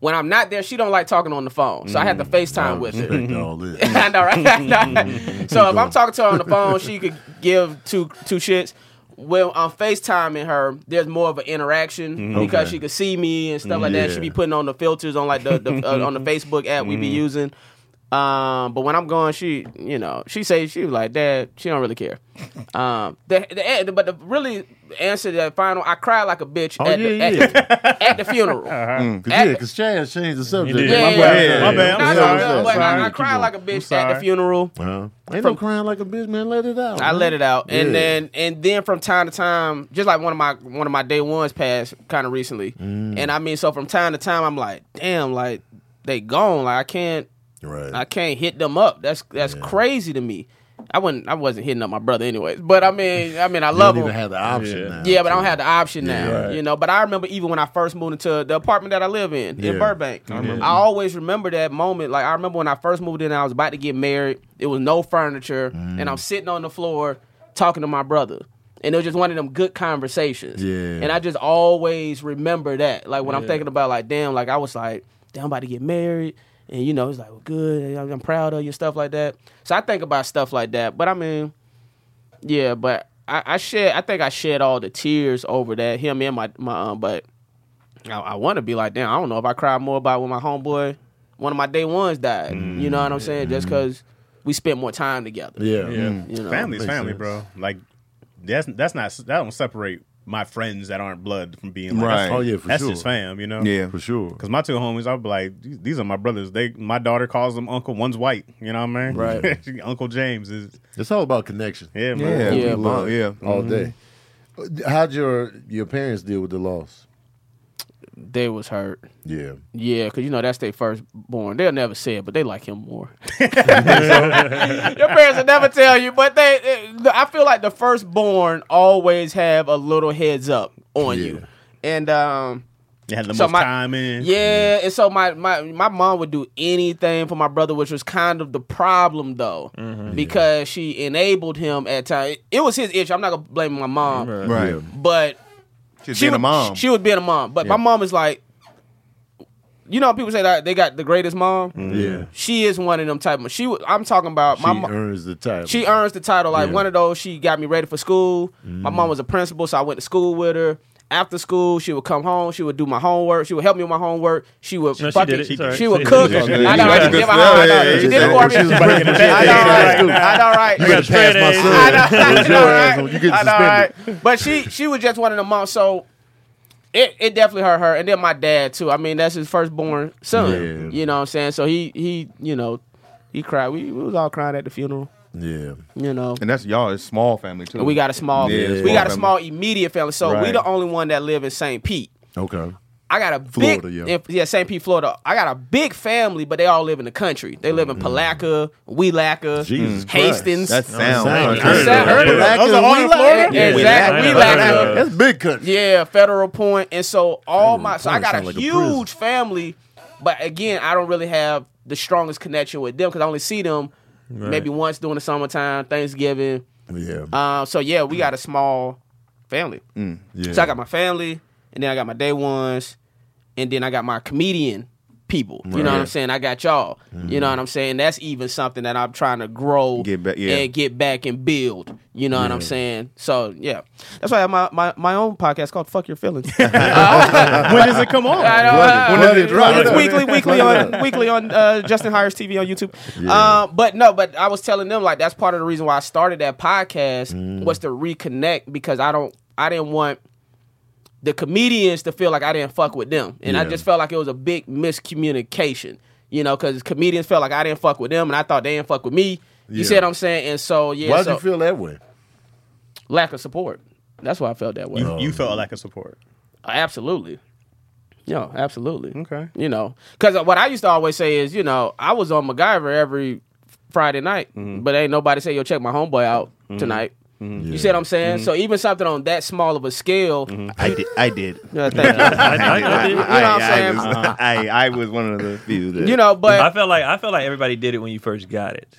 [SPEAKER 1] when I'm not there. She don't like talking on the phone, so I have to Facetime with her.
[SPEAKER 3] Respect all this. Mm-hmm.
[SPEAKER 1] I know, right? so if I'm talking to her on the phone, she could give two two shits. When I'm FaceTiming her, there's more of an interaction because she could see me and stuff like that. She be
[SPEAKER 3] Mm-hmm. Yeah. Mm-hmm.
[SPEAKER 1] putting on the filters on like the, the uh, on the Facebook app we be using. Um, but when I'm gone, she you know she say she was like dad. She don't really care. Um, the, the, eh, but the really answer to that final, I cried like a bitch at, the,
[SPEAKER 3] Oh, yeah, Uh-huh.
[SPEAKER 1] at, the- at the funeral.
[SPEAKER 3] Hmm. Yeah, because Chaz changed the subject.
[SPEAKER 4] did.
[SPEAKER 1] Yeah,
[SPEAKER 4] My
[SPEAKER 1] yeah,
[SPEAKER 4] bad,
[SPEAKER 1] yeah.
[SPEAKER 4] my
[SPEAKER 5] I'm
[SPEAKER 4] bad.
[SPEAKER 1] No, no,
[SPEAKER 5] sorry.
[SPEAKER 1] no,
[SPEAKER 5] I'm
[SPEAKER 1] but I, I
[SPEAKER 5] sorry.
[SPEAKER 1] cried like a bitch at the funeral.
[SPEAKER 3] Huh? Ain't no crying like a bitch, man. Let it out.
[SPEAKER 1] I
[SPEAKER 3] man.
[SPEAKER 1] let it out, and
[SPEAKER 3] Yeah.
[SPEAKER 1] then and then from time to time, just like one of my one of my day ones passed kind of recently, and I mean, so from time to time, I'm like, damn, like they gone, like I can't,
[SPEAKER 3] Right.
[SPEAKER 1] I can't hit them up. That's that's crazy to me. I wouldn't, I wasn't hitting up my brother anyways, but I mean, I mean, I
[SPEAKER 3] you
[SPEAKER 1] love
[SPEAKER 3] don't
[SPEAKER 1] him.
[SPEAKER 3] even have the option
[SPEAKER 4] Yeah.
[SPEAKER 3] now.
[SPEAKER 1] yeah, but I don't have the option now,
[SPEAKER 3] right.
[SPEAKER 1] you know. But I remember even when I first moved into the apartment that I live in in
[SPEAKER 3] Yeah.
[SPEAKER 1] Burbank, I, always remember that moment. Like I remember when I first moved in, I was about to get married. It was no furniture, and I'm sitting on the floor talking to my brother, and it was just one of them good conversations.
[SPEAKER 3] Yeah.
[SPEAKER 1] and I just always remember that. Like when I'm thinking about, like, damn, like I was like, damn, I'm about to get married. And you know, it's like, well, good. I'm I'm proud of you, stuff like that. So I think about stuff like that. But I mean, yeah, but I, I shed. I think I shed all the tears over that him and my my. Um, but I, I want to be like, damn. I don't know if I cried more about when my homeboy, one of my day ones died. you know what I'm saying? Just because we spent more time together.
[SPEAKER 3] Yeah.
[SPEAKER 1] You know?
[SPEAKER 5] Family's
[SPEAKER 3] makes
[SPEAKER 5] family,
[SPEAKER 3] sense.
[SPEAKER 5] bro. Like that's that's not that don't separate my friends that aren't blood from being like,
[SPEAKER 2] Right.
[SPEAKER 5] That's,
[SPEAKER 3] Oh, yeah, for
[SPEAKER 5] that's
[SPEAKER 3] sure.
[SPEAKER 5] just fam, you know.
[SPEAKER 2] Yeah.
[SPEAKER 3] For sure.
[SPEAKER 5] Cause my two homies, I'd be like, these these are my brothers. They, my daughter calls them uncle. One's white. You know what I mean?
[SPEAKER 3] Right.
[SPEAKER 5] uncle James is,
[SPEAKER 3] It's all about connection.
[SPEAKER 5] yeah, man.
[SPEAKER 2] Yeah.
[SPEAKER 1] Yeah, Mm-hmm.
[SPEAKER 2] we love- yeah.
[SPEAKER 3] All day. How'd your your parents deal with the loss?
[SPEAKER 1] They was hurt.
[SPEAKER 3] Yeah.
[SPEAKER 1] Yeah, because you know that's their firstborn. They'll never say it, but they like him more. Your parents will never tell you, but they. it- I feel like the firstborn always have a little heads up on you, and um.
[SPEAKER 5] They had the
[SPEAKER 1] So
[SPEAKER 5] most
[SPEAKER 1] my-
[SPEAKER 5] time in.
[SPEAKER 1] Yeah, and so my, my my mom would do anything for my brother, which was kind of the problem though, because she enabled him at times. It was his issue. I'm not gonna blame my mom,
[SPEAKER 2] Right.
[SPEAKER 1] but
[SPEAKER 2] She's
[SPEAKER 1] she
[SPEAKER 2] being
[SPEAKER 1] would,
[SPEAKER 2] a mom.
[SPEAKER 1] She would be a mom, but my mom is like, you know, people say that they got the greatest mom.
[SPEAKER 3] Yeah.
[SPEAKER 1] She is one of them type. Of, she, would- I'm talking about
[SPEAKER 3] Mm. She
[SPEAKER 1] my mom.
[SPEAKER 3] earns the title.
[SPEAKER 1] She earns the title. Like
[SPEAKER 3] Yeah. Mm.
[SPEAKER 1] one of those, she got me ready for school. My mom was a principal, so I went to school with her. After school, she would come home. She would do my homework. She would help me with my homework. She would
[SPEAKER 4] No, she
[SPEAKER 1] fucking.
[SPEAKER 4] did it.
[SPEAKER 1] She,
[SPEAKER 4] It's all right.
[SPEAKER 1] would
[SPEAKER 4] She-
[SPEAKER 1] cook.
[SPEAKER 4] Yeah,
[SPEAKER 1] I
[SPEAKER 4] she
[SPEAKER 1] know.
[SPEAKER 4] did it.
[SPEAKER 1] I
[SPEAKER 2] Yeah,
[SPEAKER 1] didn't
[SPEAKER 2] good
[SPEAKER 1] give a
[SPEAKER 2] stuff.
[SPEAKER 1] high. I
[SPEAKER 2] Yeah,
[SPEAKER 1] know.
[SPEAKER 2] yeah,
[SPEAKER 1] She did
[SPEAKER 2] yeah.
[SPEAKER 1] it for
[SPEAKER 3] She was
[SPEAKER 1] me.
[SPEAKER 3] breaking the
[SPEAKER 1] I know, right?
[SPEAKER 3] School.
[SPEAKER 1] I know, right?
[SPEAKER 3] You gotta
[SPEAKER 4] straight
[SPEAKER 3] pass my
[SPEAKER 4] A's.
[SPEAKER 3] son.
[SPEAKER 1] I know,
[SPEAKER 3] With
[SPEAKER 1] I know,
[SPEAKER 3] your ass
[SPEAKER 1] right?
[SPEAKER 3] on, you get
[SPEAKER 1] I know,
[SPEAKER 3] suspended.
[SPEAKER 1] right? But she she was just one of the moms. So it, it definitely hurt her. And then my dad too. I mean, that's his firstborn son.
[SPEAKER 3] Yeah.
[SPEAKER 1] You know what I'm saying? So he he you know he cried. We, we was all crying at the funeral.
[SPEAKER 3] Yeah.
[SPEAKER 1] You know.
[SPEAKER 2] And that's y'all. It's small family too.
[SPEAKER 1] And we got a small,
[SPEAKER 2] Yeah,
[SPEAKER 1] we
[SPEAKER 2] small
[SPEAKER 1] got a
[SPEAKER 2] family.
[SPEAKER 1] small immediate family. So we
[SPEAKER 2] Right.
[SPEAKER 1] the only one that live in St. Pete.
[SPEAKER 3] Okay.
[SPEAKER 1] I got a
[SPEAKER 3] Florida,
[SPEAKER 1] big,
[SPEAKER 3] yeah.
[SPEAKER 1] yeah, St. Pete, Florida. I got a big family, but they all live in the country. They live in Palaca, Weelacca,
[SPEAKER 3] Jesus
[SPEAKER 1] Hastings.
[SPEAKER 2] That sound.
[SPEAKER 3] sound
[SPEAKER 2] Yeah.
[SPEAKER 3] good.
[SPEAKER 1] Sound-
[SPEAKER 4] Heard it.
[SPEAKER 3] Black
[SPEAKER 5] Those
[SPEAKER 3] and
[SPEAKER 5] are all in
[SPEAKER 3] white.
[SPEAKER 5] Florida?
[SPEAKER 3] Yeah.
[SPEAKER 1] Exactly.
[SPEAKER 4] Yeah.
[SPEAKER 1] We lack
[SPEAKER 4] Yeah.
[SPEAKER 1] of-
[SPEAKER 3] That's big country.
[SPEAKER 1] Yeah, Federal Point. And so all
[SPEAKER 3] Federal
[SPEAKER 1] my so I
[SPEAKER 3] Point
[SPEAKER 1] got a
[SPEAKER 3] sound like a prison.
[SPEAKER 1] huge family, but again, I don't really have the strongest connection with them because I only see them maybe once during the summertime, Thanksgiving.
[SPEAKER 3] Yeah.
[SPEAKER 1] Uh, so yeah, we got a small family.
[SPEAKER 3] yeah.
[SPEAKER 1] So I got my family, and then I got my day ones, and then I got my comedian people. You know what I'm saying? I got y'all. You
[SPEAKER 3] Mm-hmm.
[SPEAKER 1] know what I'm saying? That's even something that I'm trying to grow
[SPEAKER 2] Get back- yeah.
[SPEAKER 1] and get back and build. You know what I'm saying? So yeah, that's why I have my, my, my own podcast called "Fuck Your Feelings."
[SPEAKER 5] when does it come on?
[SPEAKER 1] I don't- uh,
[SPEAKER 3] Plug it,
[SPEAKER 1] it's
[SPEAKER 3] plug it up.
[SPEAKER 1] weekly, weekly
[SPEAKER 3] Plug it
[SPEAKER 1] on weekly on uh, Justin Hires TV on YouTube. Uh, but no, but I was telling them like that's part of the reason why I
[SPEAKER 3] Mm.
[SPEAKER 1] started that podcast was to reconnect because I don't, I didn't want the comedians to feel like I didn't fuck with them, and I
[SPEAKER 3] Yeah.
[SPEAKER 1] just felt like it was a big miscommunication. You know, because comedians felt like I didn't fuck with them, and I thought they didn't fuck with me. You
[SPEAKER 3] Yeah.
[SPEAKER 1] see what I'm saying? And so yeah,
[SPEAKER 3] Why would
[SPEAKER 1] so-
[SPEAKER 3] you feel that way?
[SPEAKER 1] lack of support. That's why I felt that way. Uh,
[SPEAKER 5] You,
[SPEAKER 3] Oh.
[SPEAKER 5] you felt a lack of support.
[SPEAKER 1] Absolutely. Yeah, absolutely.
[SPEAKER 5] Okay.
[SPEAKER 1] You know, because what I used to always say is, you know, I was on MacGyver every Friday night,
[SPEAKER 3] Mm-hmm.
[SPEAKER 1] but ain't nobody say, yo, check my homeboy out tonight. You see what I'm saying?
[SPEAKER 3] Mm-hmm.
[SPEAKER 1] So even something on that small of a scale,
[SPEAKER 2] I did. I did.
[SPEAKER 1] Yeah, thank you.
[SPEAKER 4] I, I- I did.
[SPEAKER 1] know what I'm
[SPEAKER 2] I,
[SPEAKER 1] saying?
[SPEAKER 2] was, I, I was one of the few. That,
[SPEAKER 1] you know,
[SPEAKER 4] I
[SPEAKER 1] but
[SPEAKER 4] felt like I felt like everybody did it when you first got it,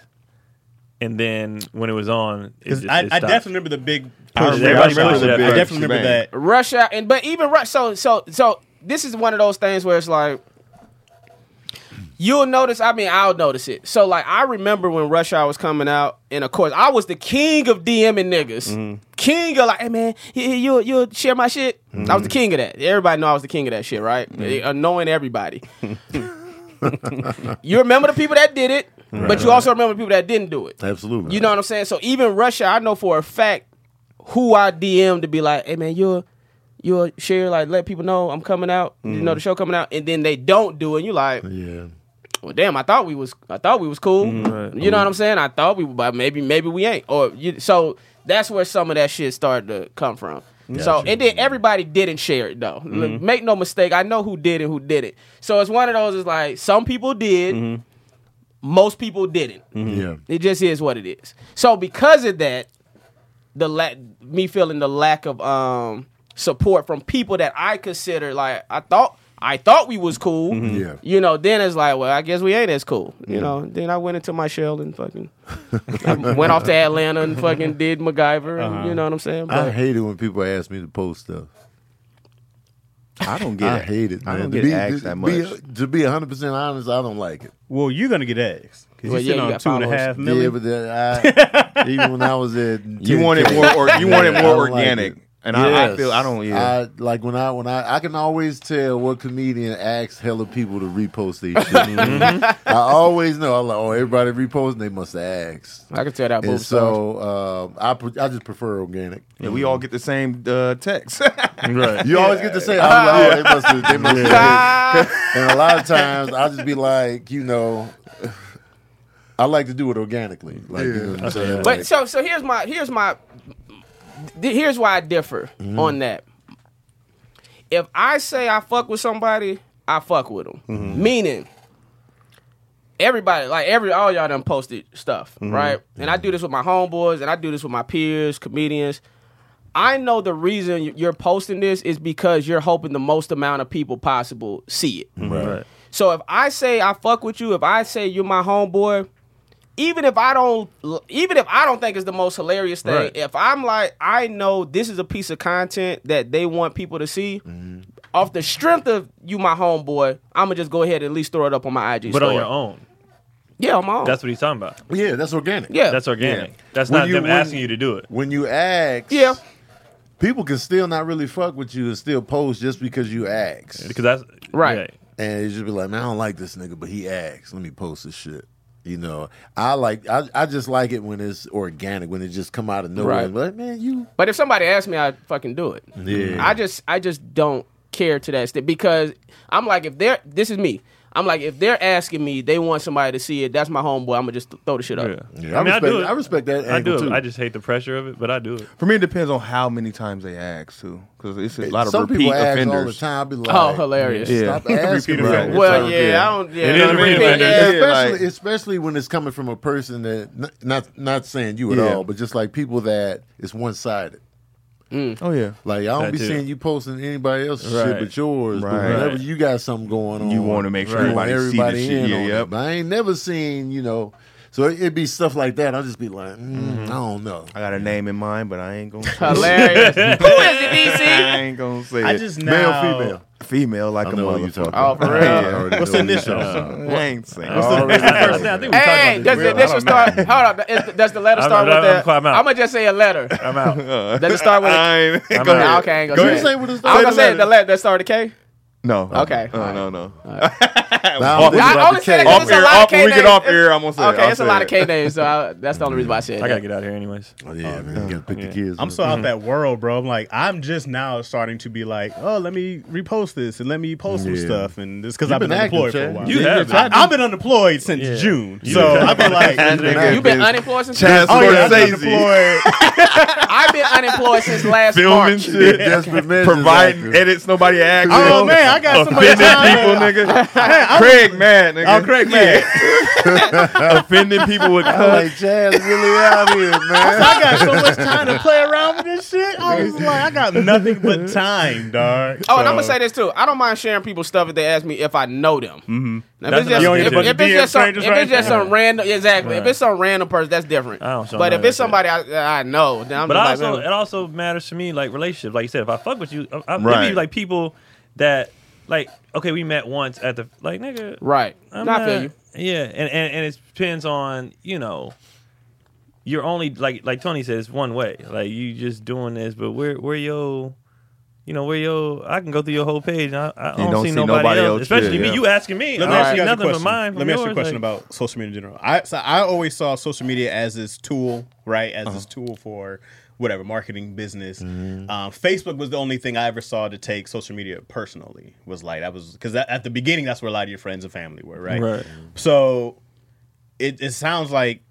[SPEAKER 4] and then when it was on, it
[SPEAKER 5] Because
[SPEAKER 4] just,
[SPEAKER 5] I,
[SPEAKER 4] it
[SPEAKER 5] I
[SPEAKER 4] stopped.
[SPEAKER 5] definitely remember the big.
[SPEAKER 4] I
[SPEAKER 5] push.
[SPEAKER 4] remember- I remember
[SPEAKER 5] I
[SPEAKER 4] that push,
[SPEAKER 5] definitely
[SPEAKER 2] man.
[SPEAKER 5] remember that.
[SPEAKER 1] rush out and but even rush. So so so this is one of those things where it's like you'll notice. I mean, I'll notice it. So like I remember when Rush Hour was coming out, and of course I was the king of DMing niggas, king of like, hey man, you you you share my shit. I was the king of that. Everybody know I was the king of that shit, right? Annoying everybody. you remember the people that did it, but you also remember the people that didn't do it.
[SPEAKER 3] Absolutely.
[SPEAKER 1] You know what I'm saying? So even Russia, I know for a fact who I DM to be like, hey man, you'll you'll share, like let people know I'm coming out, you know, the show coming out, and then they don't do it, and you like,
[SPEAKER 3] Yeah.
[SPEAKER 1] well damn, I thought we was I thought we was cool. You know what I'm saying? I thought we but maybe maybe we ain't. Or you, so that's where some of that shit started to come from. So and then everybody didn't share it though. Look, make no mistake, I know who did and who didn't. So it's one of those is like some people did, most people didn't.
[SPEAKER 3] Yeah.
[SPEAKER 1] It just is what it is. So because of that, the la- me feeling the lack of um support from people that I consider like I thought I thought we was cool.
[SPEAKER 3] Mm-hmm. Yeah.
[SPEAKER 1] Mm-hmm. You know, then it's like, well, I guess we ain't as cool. You know, then I went into my shell and fucking I went off to Atlanta and fucking did MacGyver. And, You know what I'm saying?
[SPEAKER 3] Uh-huh. I
[SPEAKER 1] But
[SPEAKER 3] hate it when people ask me to post stuff.
[SPEAKER 2] I don't get.
[SPEAKER 3] I
[SPEAKER 2] it.
[SPEAKER 3] hate it. Man.
[SPEAKER 2] I don't
[SPEAKER 3] To
[SPEAKER 2] get
[SPEAKER 3] be,
[SPEAKER 2] asked
[SPEAKER 3] to
[SPEAKER 2] that
[SPEAKER 3] be-
[SPEAKER 2] much.
[SPEAKER 3] to be 100 percent honest, I don't like it.
[SPEAKER 5] Well, you're gonna get asked because
[SPEAKER 1] Well, yeah,
[SPEAKER 5] you're
[SPEAKER 1] you
[SPEAKER 5] sitting
[SPEAKER 1] got
[SPEAKER 5] on two and a
[SPEAKER 1] followers.
[SPEAKER 5] half
[SPEAKER 3] Yeah,
[SPEAKER 5] million.
[SPEAKER 3] but that I, even when I was at,
[SPEAKER 2] You want it more. Or, you want it
[SPEAKER 3] I
[SPEAKER 2] more
[SPEAKER 3] don't like
[SPEAKER 2] organic.
[SPEAKER 3] it.
[SPEAKER 2] And I, I
[SPEAKER 3] Yes.
[SPEAKER 2] feel I don't. Yeah.
[SPEAKER 3] I- like when I when I I can always tell what comedian asks hella people to repost their shit.
[SPEAKER 2] Mm-hmm.
[SPEAKER 3] I always know. I'm like, oh, everybody reposting, they must have asked.
[SPEAKER 1] I can tell that
[SPEAKER 3] And
[SPEAKER 1] movie.
[SPEAKER 3] so um, I pre- I just prefer organic.
[SPEAKER 2] yeah, we all get the same uh, text.
[SPEAKER 4] Right.
[SPEAKER 3] You always get to say, I'm like, oh, they must have, they must have. And a lot of times I just be like, you know, I like to do it organically. Like, you know what I'm saying?
[SPEAKER 1] But so so here's my here's my th- here's why I differ on that. If I say I fuck with somebody, I fuck with them. Meaning everybody like every all y'all done posted stuff, right? And I do this with my homeboys and I do this with my peers, comedians. I know the reason y- you're posting this is because you're hoping the most amount of people possible see it.
[SPEAKER 4] Right.
[SPEAKER 1] So if I say I fuck with you, if I say you're my homeboy, even if I don't, even if I don't think it's the most hilarious thing,
[SPEAKER 4] Right.
[SPEAKER 1] if I'm like, I know this is a piece of content that they want people to see.
[SPEAKER 4] Mm-hmm.
[SPEAKER 1] Off the strength of you, my homeboy, I'm gonna just go ahead and at least throw it up on my IG.
[SPEAKER 4] But on
[SPEAKER 1] story.
[SPEAKER 4] your own.
[SPEAKER 1] yeah, on my own.
[SPEAKER 4] That's what he's talking about.
[SPEAKER 3] yeah, that's organic.
[SPEAKER 1] yeah,
[SPEAKER 4] That's organic.
[SPEAKER 2] Yeah.
[SPEAKER 4] That's
[SPEAKER 3] When
[SPEAKER 4] not
[SPEAKER 3] you-
[SPEAKER 4] them
[SPEAKER 3] when-
[SPEAKER 4] asking you to do it.
[SPEAKER 3] When you ask,
[SPEAKER 1] yeah.
[SPEAKER 3] people can still not really fuck with you and still post just because you ask.
[SPEAKER 4] Because that's
[SPEAKER 1] Right.
[SPEAKER 4] yeah.
[SPEAKER 3] And you just be like, man, I don't like this nigga, but he asked. Let me post this shit. You know, I like, I, I just like it when it's organic, when it just come out of nowhere.
[SPEAKER 1] Right.
[SPEAKER 3] I'm Like, man, you.
[SPEAKER 1] But if somebody asked me, I'd fucking do it.
[SPEAKER 3] Yeah.
[SPEAKER 1] I just I just don't care to that extent because I'm like if they're this is me. I'm like if they're asking me, they want somebody to see it. That's my homeboy. I'm gonna just throw the shit up.
[SPEAKER 4] Yeah.
[SPEAKER 3] Yeah, I, respect, I respect that.
[SPEAKER 4] I do
[SPEAKER 3] angle
[SPEAKER 4] it.
[SPEAKER 3] Too.
[SPEAKER 4] I just hate the pressure of it, but I do it.
[SPEAKER 2] For me, it depends on how many times they ask too, because it's a lot of
[SPEAKER 3] Some
[SPEAKER 2] repeat
[SPEAKER 3] people ask
[SPEAKER 2] offenders.
[SPEAKER 3] all the time. I be like,
[SPEAKER 1] Oh, hilarious.
[SPEAKER 3] Stop asking.
[SPEAKER 2] Repeat
[SPEAKER 3] bro.
[SPEAKER 2] offenders.
[SPEAKER 1] Well,
[SPEAKER 2] It's
[SPEAKER 1] yeah,
[SPEAKER 2] all- yeah.
[SPEAKER 1] I don't. Yeah,
[SPEAKER 4] It is
[SPEAKER 1] I don't
[SPEAKER 4] real,
[SPEAKER 1] think-
[SPEAKER 4] man.
[SPEAKER 1] yeah.
[SPEAKER 2] Yeah,
[SPEAKER 3] especially,
[SPEAKER 2] like-
[SPEAKER 3] especially when it's coming from a person that n- not not saying you at
[SPEAKER 2] Yeah.
[SPEAKER 3] all, but just like people that it's one sided.
[SPEAKER 2] Oh yeah.
[SPEAKER 3] Like I don't
[SPEAKER 4] That
[SPEAKER 3] be
[SPEAKER 4] too.
[SPEAKER 3] seeing you posting anybody else's shit
[SPEAKER 4] Right.
[SPEAKER 3] but yours. But
[SPEAKER 2] Right.
[SPEAKER 3] whenever you got something going on,
[SPEAKER 2] You wanna make sure
[SPEAKER 3] you want
[SPEAKER 2] everybody see the
[SPEAKER 3] in
[SPEAKER 2] shit. Yeah,
[SPEAKER 3] on
[SPEAKER 2] yep.
[SPEAKER 3] it. But I ain't never seen you know. So it- it'd be stuff like that. I'll just be like,
[SPEAKER 2] Mm-hmm.
[SPEAKER 3] mm, I don't know.
[SPEAKER 2] I got a name in mind, but I ain't gonna. Say
[SPEAKER 1] Hilarious. Who is it, DC?
[SPEAKER 2] I ain't gonna say
[SPEAKER 5] I
[SPEAKER 2] it.
[SPEAKER 5] just
[SPEAKER 3] Male,
[SPEAKER 5] now.
[SPEAKER 3] female.
[SPEAKER 2] female like
[SPEAKER 3] I
[SPEAKER 2] a
[SPEAKER 3] know what you're
[SPEAKER 2] motherfucker.
[SPEAKER 3] talking.
[SPEAKER 1] Oh,
[SPEAKER 3] about.
[SPEAKER 1] for
[SPEAKER 3] I
[SPEAKER 1] real?
[SPEAKER 3] already
[SPEAKER 5] What's
[SPEAKER 3] know
[SPEAKER 5] the
[SPEAKER 3] what you're
[SPEAKER 5] initial?
[SPEAKER 3] talking about.
[SPEAKER 2] I ain't saying.
[SPEAKER 4] I, I think we talked
[SPEAKER 1] Hey, does
[SPEAKER 4] about this.
[SPEAKER 1] the initial start? Hold on. Is, does the letter
[SPEAKER 4] I'm-
[SPEAKER 1] start
[SPEAKER 4] I'm-
[SPEAKER 1] with
[SPEAKER 4] I'm-
[SPEAKER 1] the?
[SPEAKER 4] I'm out.
[SPEAKER 1] I'm gonna just say a letter.
[SPEAKER 4] I'm out.
[SPEAKER 1] Does it start with? a-
[SPEAKER 2] I'm,
[SPEAKER 4] I'm
[SPEAKER 1] Nah,
[SPEAKER 4] out.
[SPEAKER 1] okay, I ain't
[SPEAKER 3] Go
[SPEAKER 1] gonna
[SPEAKER 3] ahead.
[SPEAKER 1] say.
[SPEAKER 3] Say
[SPEAKER 1] it.
[SPEAKER 3] what it
[SPEAKER 1] I'm
[SPEAKER 3] start-
[SPEAKER 1] gonna
[SPEAKER 3] say
[SPEAKER 1] say
[SPEAKER 3] the
[SPEAKER 1] the letter that started K.
[SPEAKER 2] No.
[SPEAKER 1] Okay.
[SPEAKER 2] No, no, no.
[SPEAKER 3] Now I'm
[SPEAKER 2] Off-
[SPEAKER 3] thinking
[SPEAKER 1] I
[SPEAKER 3] about the
[SPEAKER 1] only said that
[SPEAKER 3] cake.
[SPEAKER 1] 'cause
[SPEAKER 2] Off
[SPEAKER 1] it's a
[SPEAKER 2] air.
[SPEAKER 1] lot of
[SPEAKER 2] Off
[SPEAKER 1] K
[SPEAKER 2] when we get
[SPEAKER 1] names.
[SPEAKER 2] off air, I'm gonna say. it.
[SPEAKER 1] Okay,
[SPEAKER 2] I'll
[SPEAKER 1] it's a
[SPEAKER 2] say
[SPEAKER 1] lot of
[SPEAKER 2] it.
[SPEAKER 1] K names, so I, that's the only reason why I said.
[SPEAKER 4] I gotta
[SPEAKER 1] that.
[SPEAKER 4] get out of here anyways.
[SPEAKER 3] Oh, yeah, man, you gotta pick the kids.
[SPEAKER 5] I'm so out that world, bro. I'm like, I'm just now starting to be like, oh, let me repost this and let me post some
[SPEAKER 3] Yeah.
[SPEAKER 5] stuff, and this because
[SPEAKER 3] You've
[SPEAKER 5] I've been,
[SPEAKER 3] been active,
[SPEAKER 5] unemployed for a
[SPEAKER 3] Chad.
[SPEAKER 5] while.
[SPEAKER 4] You have
[SPEAKER 5] I, I've been unemployed since
[SPEAKER 4] Yeah.
[SPEAKER 5] June,
[SPEAKER 4] You
[SPEAKER 5] so
[SPEAKER 4] have.
[SPEAKER 5] I've been like,
[SPEAKER 1] You been
[SPEAKER 2] This
[SPEAKER 1] unemployed since
[SPEAKER 2] Chad
[SPEAKER 5] oh yeah, I've been
[SPEAKER 2] Scorsese
[SPEAKER 5] unemployed.
[SPEAKER 1] I've been unemployed since last
[SPEAKER 2] filming
[SPEAKER 1] March.
[SPEAKER 2] shit,
[SPEAKER 3] Desperate measures
[SPEAKER 2] providing
[SPEAKER 3] actor.
[SPEAKER 2] edits nobody asked.
[SPEAKER 5] oh
[SPEAKER 2] for.
[SPEAKER 5] man, I got somebody.
[SPEAKER 2] offended people,
[SPEAKER 5] time.
[SPEAKER 2] nigga. Craig mad, nigga.
[SPEAKER 5] Oh, Craig mad.
[SPEAKER 2] Yeah. offending people with
[SPEAKER 3] I'm
[SPEAKER 2] cuss.
[SPEAKER 3] like, Chaz really out here, man.
[SPEAKER 5] I got so much time to play around with this shit. I was like, I got nothing but time, dog.
[SPEAKER 1] Oh, and I'm gonna
[SPEAKER 5] So-
[SPEAKER 1] say this too. I don't mind sharing people's stuff if they ask me if I know them. Mm-hmm. If
[SPEAKER 4] That's
[SPEAKER 1] it's just,
[SPEAKER 4] another
[SPEAKER 1] if,
[SPEAKER 4] thing.
[SPEAKER 1] if it's
[SPEAKER 5] DM
[SPEAKER 1] just some, if
[SPEAKER 5] strangers
[SPEAKER 1] it's
[SPEAKER 5] right
[SPEAKER 1] just some random, exactly. If
[SPEAKER 4] Right.
[SPEAKER 1] it's some random person, that's different.
[SPEAKER 4] I don't show
[SPEAKER 1] But
[SPEAKER 4] none
[SPEAKER 1] if
[SPEAKER 4] of
[SPEAKER 1] it's
[SPEAKER 4] that
[SPEAKER 1] somebody I, I know, then I'm
[SPEAKER 4] But
[SPEAKER 1] just
[SPEAKER 4] also,
[SPEAKER 1] like, mm,
[SPEAKER 4] it also matters to me, like relationships. Like you said, if I fuck with you, I, I, there
[SPEAKER 2] Right.
[SPEAKER 4] be like people that, like, okay, we met once at the like, nigga,
[SPEAKER 1] right?
[SPEAKER 4] I'm
[SPEAKER 1] Nah, I feel you.
[SPEAKER 4] Yeah, and, and and it depends on you know. You're only like like Tony says one way. Like you just doing this, but where where your you know where your I can go through your whole page. And I, I don't, see, nobody, else, especially
[SPEAKER 2] shit,
[SPEAKER 4] me.
[SPEAKER 2] yeah.
[SPEAKER 4] You asking
[SPEAKER 5] Let
[SPEAKER 4] me?
[SPEAKER 5] me
[SPEAKER 4] I don't
[SPEAKER 5] ask you
[SPEAKER 4] see
[SPEAKER 5] guys a
[SPEAKER 4] nothing but
[SPEAKER 5] question.
[SPEAKER 4] mine. from
[SPEAKER 5] Let me ask you a
[SPEAKER 4] yours,
[SPEAKER 5] question
[SPEAKER 4] like-
[SPEAKER 5] about social media in general. I so I always saw social media as this tool, right? As this tool for whatever marketing, business. Um, Facebook was the only thing I ever saw to take social media personally. Was like that was because at the beginning that's where a lot of your friends and family were, right?
[SPEAKER 4] Right.
[SPEAKER 5] So it it sounds like.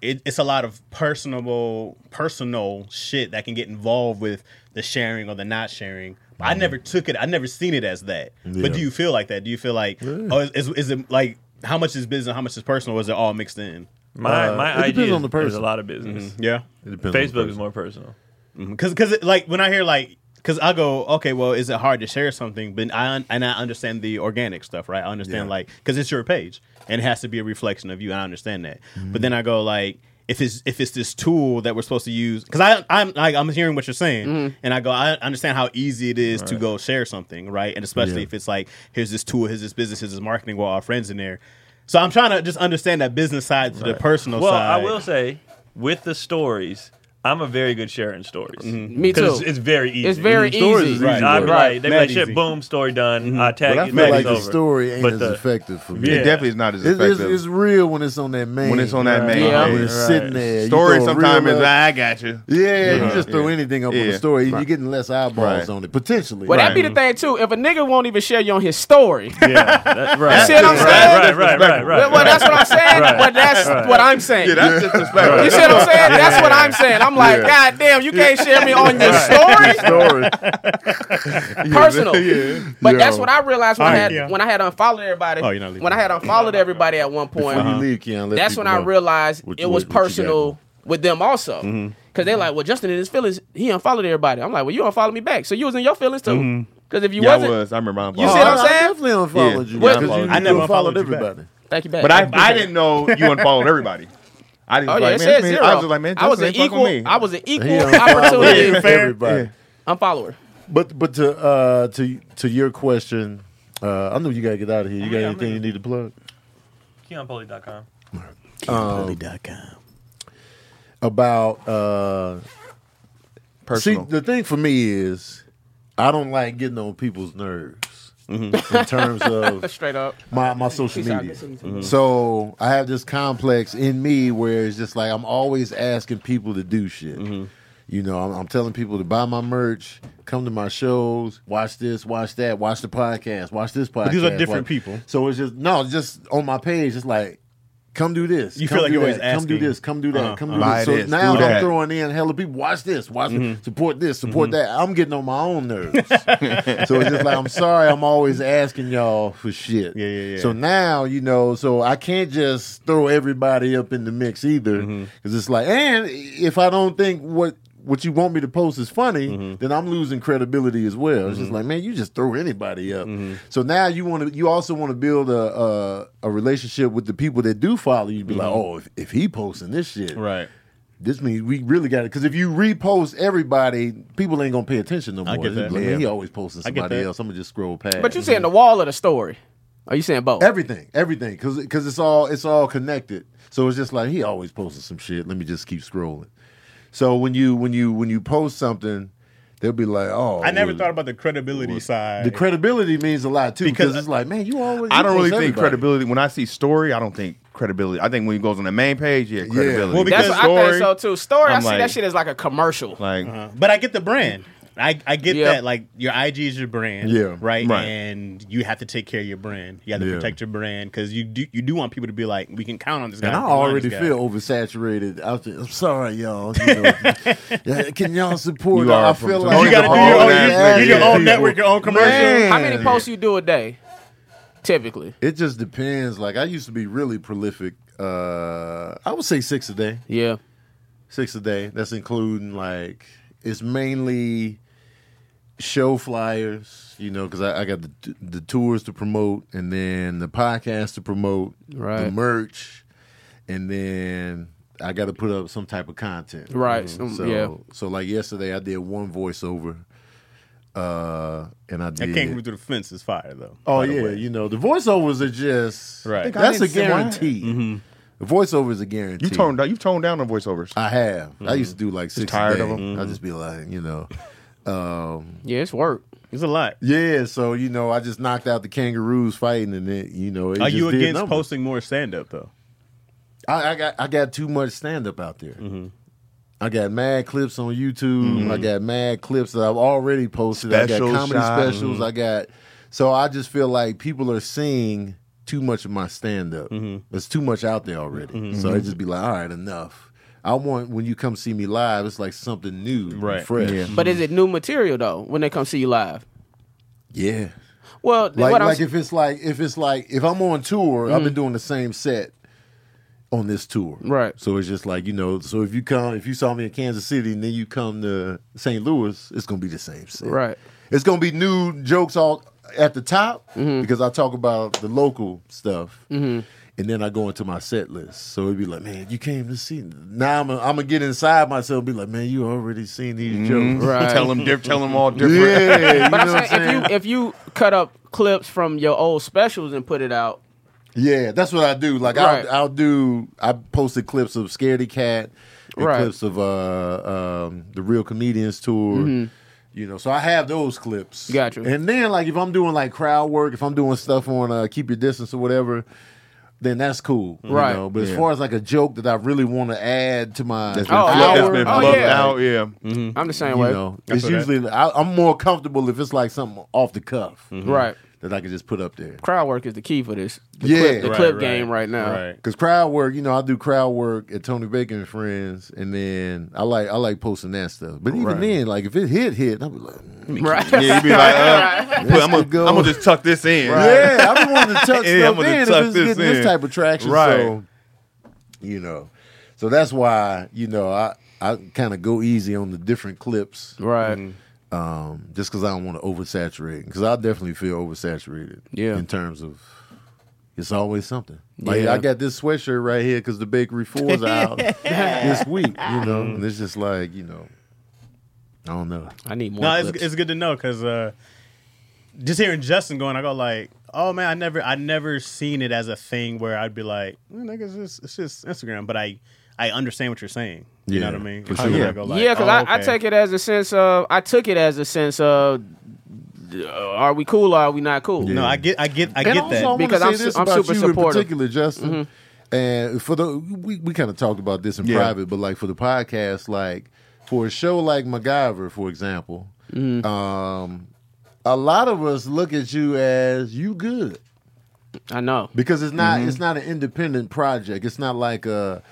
[SPEAKER 5] It, it's a lot of personable, personal shit that can get involved with the sharing or the not sharing. I never took it. I never seen it as that. But do you feel like that? Do you feel like oh, is, is, is it like how much is business, how much is personal, or is it all mixed in?
[SPEAKER 4] my
[SPEAKER 3] Uh,
[SPEAKER 4] my
[SPEAKER 3] it
[SPEAKER 4] IG
[SPEAKER 3] depends
[SPEAKER 4] is,
[SPEAKER 3] on the
[SPEAKER 4] is a
[SPEAKER 3] person.
[SPEAKER 4] lot of business.
[SPEAKER 5] Yeah,
[SPEAKER 3] It depends on the
[SPEAKER 4] Facebook is
[SPEAKER 3] person.
[SPEAKER 4] more personal.
[SPEAKER 5] because because like when I hear like because I go okay, well, is it hard to share something? But I un- and I understand the organic stuff, right? I understand
[SPEAKER 3] Yeah.
[SPEAKER 5] like because it's your page and it has to be a reflection of you. And I understand that.
[SPEAKER 3] Mm-hmm.
[SPEAKER 5] But then I go like. If it's if it's this tool that we're supposed to use, because I I'm like I'm hearing what you're saying,
[SPEAKER 4] Mm-hmm.
[SPEAKER 5] and I go I understand how easy it is to go share something, right? And especially
[SPEAKER 3] Yeah.
[SPEAKER 5] if it's like here's this tool, here's this business, here's this marketing, with our friends in there. So I'm trying to just understand that business side to the personal
[SPEAKER 4] Well,
[SPEAKER 5] side.
[SPEAKER 4] I will say, with the stories, I'm a very good sharing stories.
[SPEAKER 3] Mm-hmm.
[SPEAKER 1] Me
[SPEAKER 4] 'Cause It's,
[SPEAKER 1] too.
[SPEAKER 4] it's very easy. Mm-hmm.
[SPEAKER 1] It's very
[SPEAKER 4] Stories
[SPEAKER 1] easy.
[SPEAKER 4] is
[SPEAKER 5] Right.
[SPEAKER 4] I'd be
[SPEAKER 1] Right.
[SPEAKER 4] like, they
[SPEAKER 5] Mad
[SPEAKER 4] like, shit,
[SPEAKER 5] easy.
[SPEAKER 4] boom, story done. I
[SPEAKER 3] But
[SPEAKER 4] tag
[SPEAKER 3] Mm-hmm. I
[SPEAKER 4] it,
[SPEAKER 3] feel
[SPEAKER 4] it's
[SPEAKER 3] like the
[SPEAKER 4] over.
[SPEAKER 3] story ain't
[SPEAKER 4] But
[SPEAKER 3] as
[SPEAKER 4] the-
[SPEAKER 3] effective for me.
[SPEAKER 4] Yeah.
[SPEAKER 2] It definitely is not as
[SPEAKER 3] It's, it's,
[SPEAKER 2] effective.
[SPEAKER 3] it's real when it's on that main.
[SPEAKER 2] when it's on that main
[SPEAKER 1] Yeah.
[SPEAKER 2] page.
[SPEAKER 3] When it's
[SPEAKER 4] Right.
[SPEAKER 3] sitting there. you
[SPEAKER 2] story
[SPEAKER 3] throw a
[SPEAKER 2] sometimes
[SPEAKER 3] reel
[SPEAKER 2] is
[SPEAKER 3] up.
[SPEAKER 2] I got you.
[SPEAKER 3] Yeah, you just throw anything up on
[SPEAKER 2] Yeah.
[SPEAKER 3] the story. You're
[SPEAKER 2] Right.
[SPEAKER 3] getting less eyeballs
[SPEAKER 2] Right.
[SPEAKER 3] on it, potentially.
[SPEAKER 1] Well, that'd be the thing too. If a nigga won't even share you on his story,
[SPEAKER 4] Yeah, that, right.
[SPEAKER 1] see what I'm
[SPEAKER 4] right,
[SPEAKER 1] saying?
[SPEAKER 4] Right, right, right, right.
[SPEAKER 1] well, that's what I'm saying.
[SPEAKER 4] Right.
[SPEAKER 1] But that's
[SPEAKER 4] Right.
[SPEAKER 1] what I'm saying.
[SPEAKER 2] Yeah, that's disrespectful.
[SPEAKER 1] you see what I'm saying? That's what I'm saying. I'm like, God damn, you can't share me on your story,
[SPEAKER 3] story.
[SPEAKER 1] personal.
[SPEAKER 2] yeah.
[SPEAKER 1] But
[SPEAKER 3] Yo.
[SPEAKER 1] that's what I realized when I
[SPEAKER 5] Alright,
[SPEAKER 1] had
[SPEAKER 5] yeah.
[SPEAKER 1] when I had unfollowed everybody.
[SPEAKER 5] Oh, you're not leaving.
[SPEAKER 1] when I had unfollowed everybody at one point,
[SPEAKER 3] Before
[SPEAKER 4] Uh-huh.
[SPEAKER 3] you leave, Keon, let
[SPEAKER 1] that's
[SPEAKER 3] people
[SPEAKER 1] when I
[SPEAKER 3] know.
[SPEAKER 1] realized
[SPEAKER 3] what-
[SPEAKER 1] it was
[SPEAKER 3] what- what you got
[SPEAKER 1] personal
[SPEAKER 3] going.
[SPEAKER 1] with them also.
[SPEAKER 2] Mm-hmm.
[SPEAKER 1] Cause they're like, well, Justin in his feelings, he unfollowed everybody. I'm like, well, you unfollowed me back, so you was in your feelings too. Because if you
[SPEAKER 2] Mm-hmm. Yeah, I
[SPEAKER 1] wasn't,
[SPEAKER 2] was. I remember. I'm
[SPEAKER 1] You
[SPEAKER 2] following.
[SPEAKER 1] see what I'm
[SPEAKER 3] I-
[SPEAKER 1] saying?
[SPEAKER 3] I definitely unfollowed
[SPEAKER 2] Yeah.
[SPEAKER 3] you.
[SPEAKER 2] Yeah, I
[SPEAKER 3] 'cause
[SPEAKER 2] followed
[SPEAKER 3] you,
[SPEAKER 2] you. I
[SPEAKER 5] never
[SPEAKER 3] you
[SPEAKER 5] unfollowed you back.
[SPEAKER 3] everybody.
[SPEAKER 1] thank you back.
[SPEAKER 2] But I, I didn't know you unfollowed everybody. I just
[SPEAKER 1] Oh
[SPEAKER 2] was
[SPEAKER 1] yeah,
[SPEAKER 2] like,
[SPEAKER 1] it
[SPEAKER 2] man,
[SPEAKER 1] says
[SPEAKER 2] man,
[SPEAKER 1] zero.
[SPEAKER 2] I was just like, man,
[SPEAKER 1] I was
[SPEAKER 2] Justin
[SPEAKER 1] an
[SPEAKER 2] ain't fucking
[SPEAKER 1] equal.
[SPEAKER 2] with me.
[SPEAKER 1] I was an
[SPEAKER 3] He
[SPEAKER 1] equal
[SPEAKER 3] unfollowed
[SPEAKER 1] opportunity
[SPEAKER 3] everybody.
[SPEAKER 1] unfollower.
[SPEAKER 3] But but to uh, to to your question, uh, I know you gotta get out of here. You got
[SPEAKER 4] Yeah, I'm
[SPEAKER 3] anything you
[SPEAKER 4] leaving.
[SPEAKER 3] need to plug?
[SPEAKER 4] KeonPoly.com.
[SPEAKER 3] about uh
[SPEAKER 2] Personal.
[SPEAKER 3] see the thing for me is i don't like getting on people's nerves in terms of
[SPEAKER 1] Straight up.
[SPEAKER 3] my, my social
[SPEAKER 1] Peace out.
[SPEAKER 3] media
[SPEAKER 1] Good seeing you,
[SPEAKER 5] Mm-hmm.
[SPEAKER 1] too.
[SPEAKER 3] so i have this complex in me where it's just like i'm always asking people to do shit
[SPEAKER 5] Mm-hmm.
[SPEAKER 3] you know I'm, I'm telling people to buy my merch come to my shows watch this watch that watch the podcast watch this podcast
[SPEAKER 5] these are different
[SPEAKER 3] watch-
[SPEAKER 5] people.
[SPEAKER 3] so it's just no just on my page it's like come do this
[SPEAKER 5] You
[SPEAKER 3] come
[SPEAKER 5] feel like
[SPEAKER 3] do
[SPEAKER 5] you're always
[SPEAKER 3] that, come do
[SPEAKER 5] asking.
[SPEAKER 3] this come do that
[SPEAKER 5] Uh-huh.
[SPEAKER 3] come do
[SPEAKER 2] Buy
[SPEAKER 3] this so
[SPEAKER 2] this,
[SPEAKER 3] now
[SPEAKER 2] do
[SPEAKER 3] i'm
[SPEAKER 2] that.
[SPEAKER 3] throwing throwing in hella people. Watch this, watch
[SPEAKER 5] Mm-hmm.
[SPEAKER 3] this, support this, support that. I'm getting on my own nerves. so it's just like I'm sorry, I'm always asking y'all for shit.
[SPEAKER 5] Yeah, yeah, yeah.
[SPEAKER 3] So now you know, so I can't just throw everybody up in the mix either, because
[SPEAKER 5] Mm-hmm.
[SPEAKER 3] it's like, and if I don't think what. What you want me to post is funny,
[SPEAKER 5] Mm-hmm.
[SPEAKER 3] then I'm losing credibility as well. It's just like, man, you just throw anybody up.
[SPEAKER 5] Mm-hmm.
[SPEAKER 3] So now you want to, you also want to build a, a a relationship with the people that do follow you. Be like, oh, if, if he posting this shit,
[SPEAKER 5] Mm-hmm. right.
[SPEAKER 3] this means we really got it because if you repost everybody, people ain't gonna pay attention no more.
[SPEAKER 5] get that.
[SPEAKER 3] They be Like, "Man, He always posting
[SPEAKER 5] I get
[SPEAKER 3] somebody
[SPEAKER 5] that.
[SPEAKER 3] else. I'm gonna just scroll past.
[SPEAKER 1] But you saying the wall of the story? Are you saying both?
[SPEAKER 3] everything, everything, because it's all it's all connected. So it's just like he always posting some shit. Let me just keep scrolling. So when you when you when you post something, They'll be like, oh,
[SPEAKER 5] I never
[SPEAKER 3] well,
[SPEAKER 5] thought about the credibility side.
[SPEAKER 3] The credibility means a lot too because
[SPEAKER 5] Because-
[SPEAKER 3] it's like, man, you always.
[SPEAKER 2] I don't
[SPEAKER 3] you
[SPEAKER 2] really
[SPEAKER 3] post
[SPEAKER 2] think
[SPEAKER 3] everybody.
[SPEAKER 2] credibility. When I see story, I don't think credibility. I think when it goes on the main page, yeah, credibility.
[SPEAKER 5] Well,
[SPEAKER 1] That's
[SPEAKER 5] because
[SPEAKER 1] what I think so too. Story, i
[SPEAKER 2] I'm
[SPEAKER 1] see
[SPEAKER 2] like-
[SPEAKER 1] that shit as like a commercial.
[SPEAKER 2] like
[SPEAKER 5] Uh, but I get the brand. I, I get
[SPEAKER 1] Yeah.
[SPEAKER 5] that. Like your IG is your brand.
[SPEAKER 3] Yeah.
[SPEAKER 5] Right?
[SPEAKER 2] Right.
[SPEAKER 5] And you have to take care of your brand. You have to
[SPEAKER 3] Yeah.
[SPEAKER 5] protect your brand because you do you do want people to be like, we can count on this guy.
[SPEAKER 3] And I
[SPEAKER 5] we can rely on
[SPEAKER 3] already
[SPEAKER 5] this guy.
[SPEAKER 3] feel oversaturated. I was- I'm sorry, y'all. You know, Yeah, can y'all support?
[SPEAKER 2] You
[SPEAKER 3] her? I
[SPEAKER 2] are
[SPEAKER 3] feel
[SPEAKER 2] from
[SPEAKER 3] like
[SPEAKER 5] You gotta do
[SPEAKER 2] Oh,
[SPEAKER 5] your own,
[SPEAKER 2] yeah,
[SPEAKER 5] you, you do
[SPEAKER 2] yeah.
[SPEAKER 5] your own network, your own commercial.
[SPEAKER 2] Man.
[SPEAKER 1] How many posts you do a day? Typically.
[SPEAKER 3] It just depends. Like I used to be really prolific. Uh, I would say six a day.
[SPEAKER 1] Yeah.
[SPEAKER 3] Six a day. That's including like it's mainly show flyers. You know, because I, I got the the tours to promote, and then the podcast to promote, the
[SPEAKER 1] Right.
[SPEAKER 3] merch, and then I got to put up some type of content.
[SPEAKER 1] Right.
[SPEAKER 3] Mhm.
[SPEAKER 1] Some-
[SPEAKER 3] So
[SPEAKER 1] yeah.
[SPEAKER 3] so like yesterday, I did one voiceover, uh, and I
[SPEAKER 5] That
[SPEAKER 3] did.
[SPEAKER 5] kangaroo through the fence is fire though.
[SPEAKER 3] Oh
[SPEAKER 5] by the
[SPEAKER 3] yeah,
[SPEAKER 5] way.
[SPEAKER 3] you know the voiceovers are just
[SPEAKER 5] Right. I think I
[SPEAKER 3] That's a
[SPEAKER 2] didn't see why.
[SPEAKER 3] guarantee.
[SPEAKER 1] Mm-hmm.
[SPEAKER 3] The voiceovers a guarantee.
[SPEAKER 2] you toned down. You've toned down the voiceovers.
[SPEAKER 3] I have. I used to do like six.
[SPEAKER 2] tired
[SPEAKER 3] a
[SPEAKER 2] of Mm-hmm.
[SPEAKER 3] day.
[SPEAKER 2] them?
[SPEAKER 3] I'll just be like, you know, um,
[SPEAKER 1] Yeah, it's work.
[SPEAKER 5] It's a lot.
[SPEAKER 3] yeah. So you know, I just knocked out the kangaroos fighting, and it, you know, it
[SPEAKER 5] Are
[SPEAKER 3] just
[SPEAKER 5] you
[SPEAKER 3] did
[SPEAKER 5] against
[SPEAKER 3] numbers.
[SPEAKER 5] posting more stand up though?
[SPEAKER 3] I, I got I got too much stand up out there.
[SPEAKER 2] Mm-hmm.
[SPEAKER 3] I got mad clips on YouTube. I got mad clips that I've already posted. I
[SPEAKER 2] Special
[SPEAKER 3] got comedy
[SPEAKER 2] shot. Mm-hmm.
[SPEAKER 3] specials. I got so I just feel like people are seeing too much of my stand up.
[SPEAKER 2] Mm-hmm.
[SPEAKER 3] There's too much out there already. So it just be like, all right, enough. I want when you come see me live, it's like something new, and
[SPEAKER 5] Right.
[SPEAKER 3] Fresh,
[SPEAKER 2] Yeah.
[SPEAKER 1] But is it new material though when they come see you live?
[SPEAKER 3] yeah.
[SPEAKER 1] Well,
[SPEAKER 3] Like,
[SPEAKER 1] what I'm Mm.
[SPEAKER 3] like if it's like if it's like if I'm on tour, I've been doing the same set on this tour,
[SPEAKER 1] Right.
[SPEAKER 3] So it's just like you know. So if you come, if you saw me in Kansas City and then you come to St. Louis, it's gonna be the same set,
[SPEAKER 1] Right.
[SPEAKER 3] It's gonna be new jokes all at the top
[SPEAKER 1] Mm-hmm.
[SPEAKER 3] because I talk about the local stuff. And then I go into my set list, so it'd be like, man, you came to see. Now I'm, I'm gonna get inside myself, and be like, man, you already seen these jokes,
[SPEAKER 1] Mm-hmm. Right.
[SPEAKER 2] Tell them, diff, tell them all different.
[SPEAKER 3] Yeah, you
[SPEAKER 1] But
[SPEAKER 3] know what
[SPEAKER 1] I'm
[SPEAKER 3] I'm
[SPEAKER 1] saying,
[SPEAKER 3] saying?
[SPEAKER 1] if you if you cut up clips from your old specials and put it out,
[SPEAKER 3] Yeah, that's what I do. Like
[SPEAKER 1] Right.
[SPEAKER 3] I'll, I'll do. I posted clips of Scaredy Cat, and
[SPEAKER 1] Right.
[SPEAKER 3] clips of uh, um, the Real Comedians tour. You know, so I have those clips.
[SPEAKER 1] Mm-hmm. Gotcha.
[SPEAKER 3] And then, like, if I'm doing like crowd work, if I'm doing stuff on uh, Keep Your Distance or whatever, then that's cool. you
[SPEAKER 1] Right.
[SPEAKER 3] know? But as
[SPEAKER 2] Yeah.
[SPEAKER 3] far as like a joke that I really want to add to my
[SPEAKER 2] That's been,
[SPEAKER 1] Oh,
[SPEAKER 2] flubbed- that's
[SPEAKER 1] yeah.
[SPEAKER 2] been
[SPEAKER 1] Oh,
[SPEAKER 2] flubbed
[SPEAKER 1] yeah.
[SPEAKER 2] out. Yeah.
[SPEAKER 1] I'm the same
[SPEAKER 3] you
[SPEAKER 1] way.
[SPEAKER 3] know, it's usually I, I'm more comfortable if it's like something off the cuff
[SPEAKER 2] Mm-hmm.
[SPEAKER 1] Right.
[SPEAKER 3] that I can just put up there.
[SPEAKER 1] Crowd work is the key for this. The
[SPEAKER 3] Yeah.
[SPEAKER 1] clip, the
[SPEAKER 3] Right,
[SPEAKER 1] clip game right now.
[SPEAKER 5] Right.
[SPEAKER 3] Cause crowd work, you know, I do crowd work at Tony Baker and Friends, and then I like I like posting that stuff. But even
[SPEAKER 2] Right.
[SPEAKER 3] then, like if it hit, hit, I'll be like, mm.
[SPEAKER 1] Right.
[SPEAKER 2] Yeah, you'd be like, uh, but I'm
[SPEAKER 3] Let's go.
[SPEAKER 2] gonna, I'm gonna just tuck this in.
[SPEAKER 3] yeah, I've been wanting to tuck
[SPEAKER 2] Yeah, I'm
[SPEAKER 3] stuff
[SPEAKER 2] gonna
[SPEAKER 3] in if
[SPEAKER 2] tuck
[SPEAKER 3] it's
[SPEAKER 2] this
[SPEAKER 3] getting this
[SPEAKER 2] in.
[SPEAKER 3] type of traction.
[SPEAKER 2] Right.
[SPEAKER 3] So, you know, so that's why you know I I kind of go easy on the different clips,
[SPEAKER 1] Right.
[SPEAKER 3] um, just because I don't want to oversaturate. Because I definitely feel oversaturated.
[SPEAKER 1] Yeah.
[SPEAKER 3] In terms of, it's always something. Like
[SPEAKER 1] Yeah.
[SPEAKER 3] I got this sweatshirt right here because the bakery fours out this week. You know, and it's just like you know, I don't know.
[SPEAKER 1] I need more.
[SPEAKER 5] No, it's,
[SPEAKER 1] clips.
[SPEAKER 5] it's good to know because uh, just hearing Justin going, I go like, oh man, I never, I never seen it as a thing where I'd be like, "Eh, nigga, it's just, it's just Instagram. But I, I understand what you're saying. You know
[SPEAKER 3] Yeah,
[SPEAKER 5] what I mean?
[SPEAKER 3] for
[SPEAKER 5] So
[SPEAKER 3] sure.
[SPEAKER 5] I go like,
[SPEAKER 1] yeah, because
[SPEAKER 5] oh,
[SPEAKER 1] I, I
[SPEAKER 5] okay.
[SPEAKER 1] take it as a sense of I took it as a sense of uh, are we cool or are we not cool?
[SPEAKER 5] No, I get, I get, I
[SPEAKER 3] and
[SPEAKER 5] get
[SPEAKER 3] also, I
[SPEAKER 5] that.
[SPEAKER 3] want
[SPEAKER 1] Because
[SPEAKER 3] to
[SPEAKER 1] I'm
[SPEAKER 3] say
[SPEAKER 1] su-
[SPEAKER 3] this
[SPEAKER 1] I'm
[SPEAKER 3] about
[SPEAKER 1] super
[SPEAKER 3] you
[SPEAKER 1] supportive. Mm-hmm.
[SPEAKER 3] in particular, Justin. And for the we, we kind of talked about this in
[SPEAKER 2] Yeah.
[SPEAKER 3] private, but like for the podcast, like for a show like MacGyver, for example,
[SPEAKER 1] Mm-hmm.
[SPEAKER 3] um, a lot of us look at you as you good
[SPEAKER 1] I know.
[SPEAKER 3] because it's not it's not an independent project. It's not like a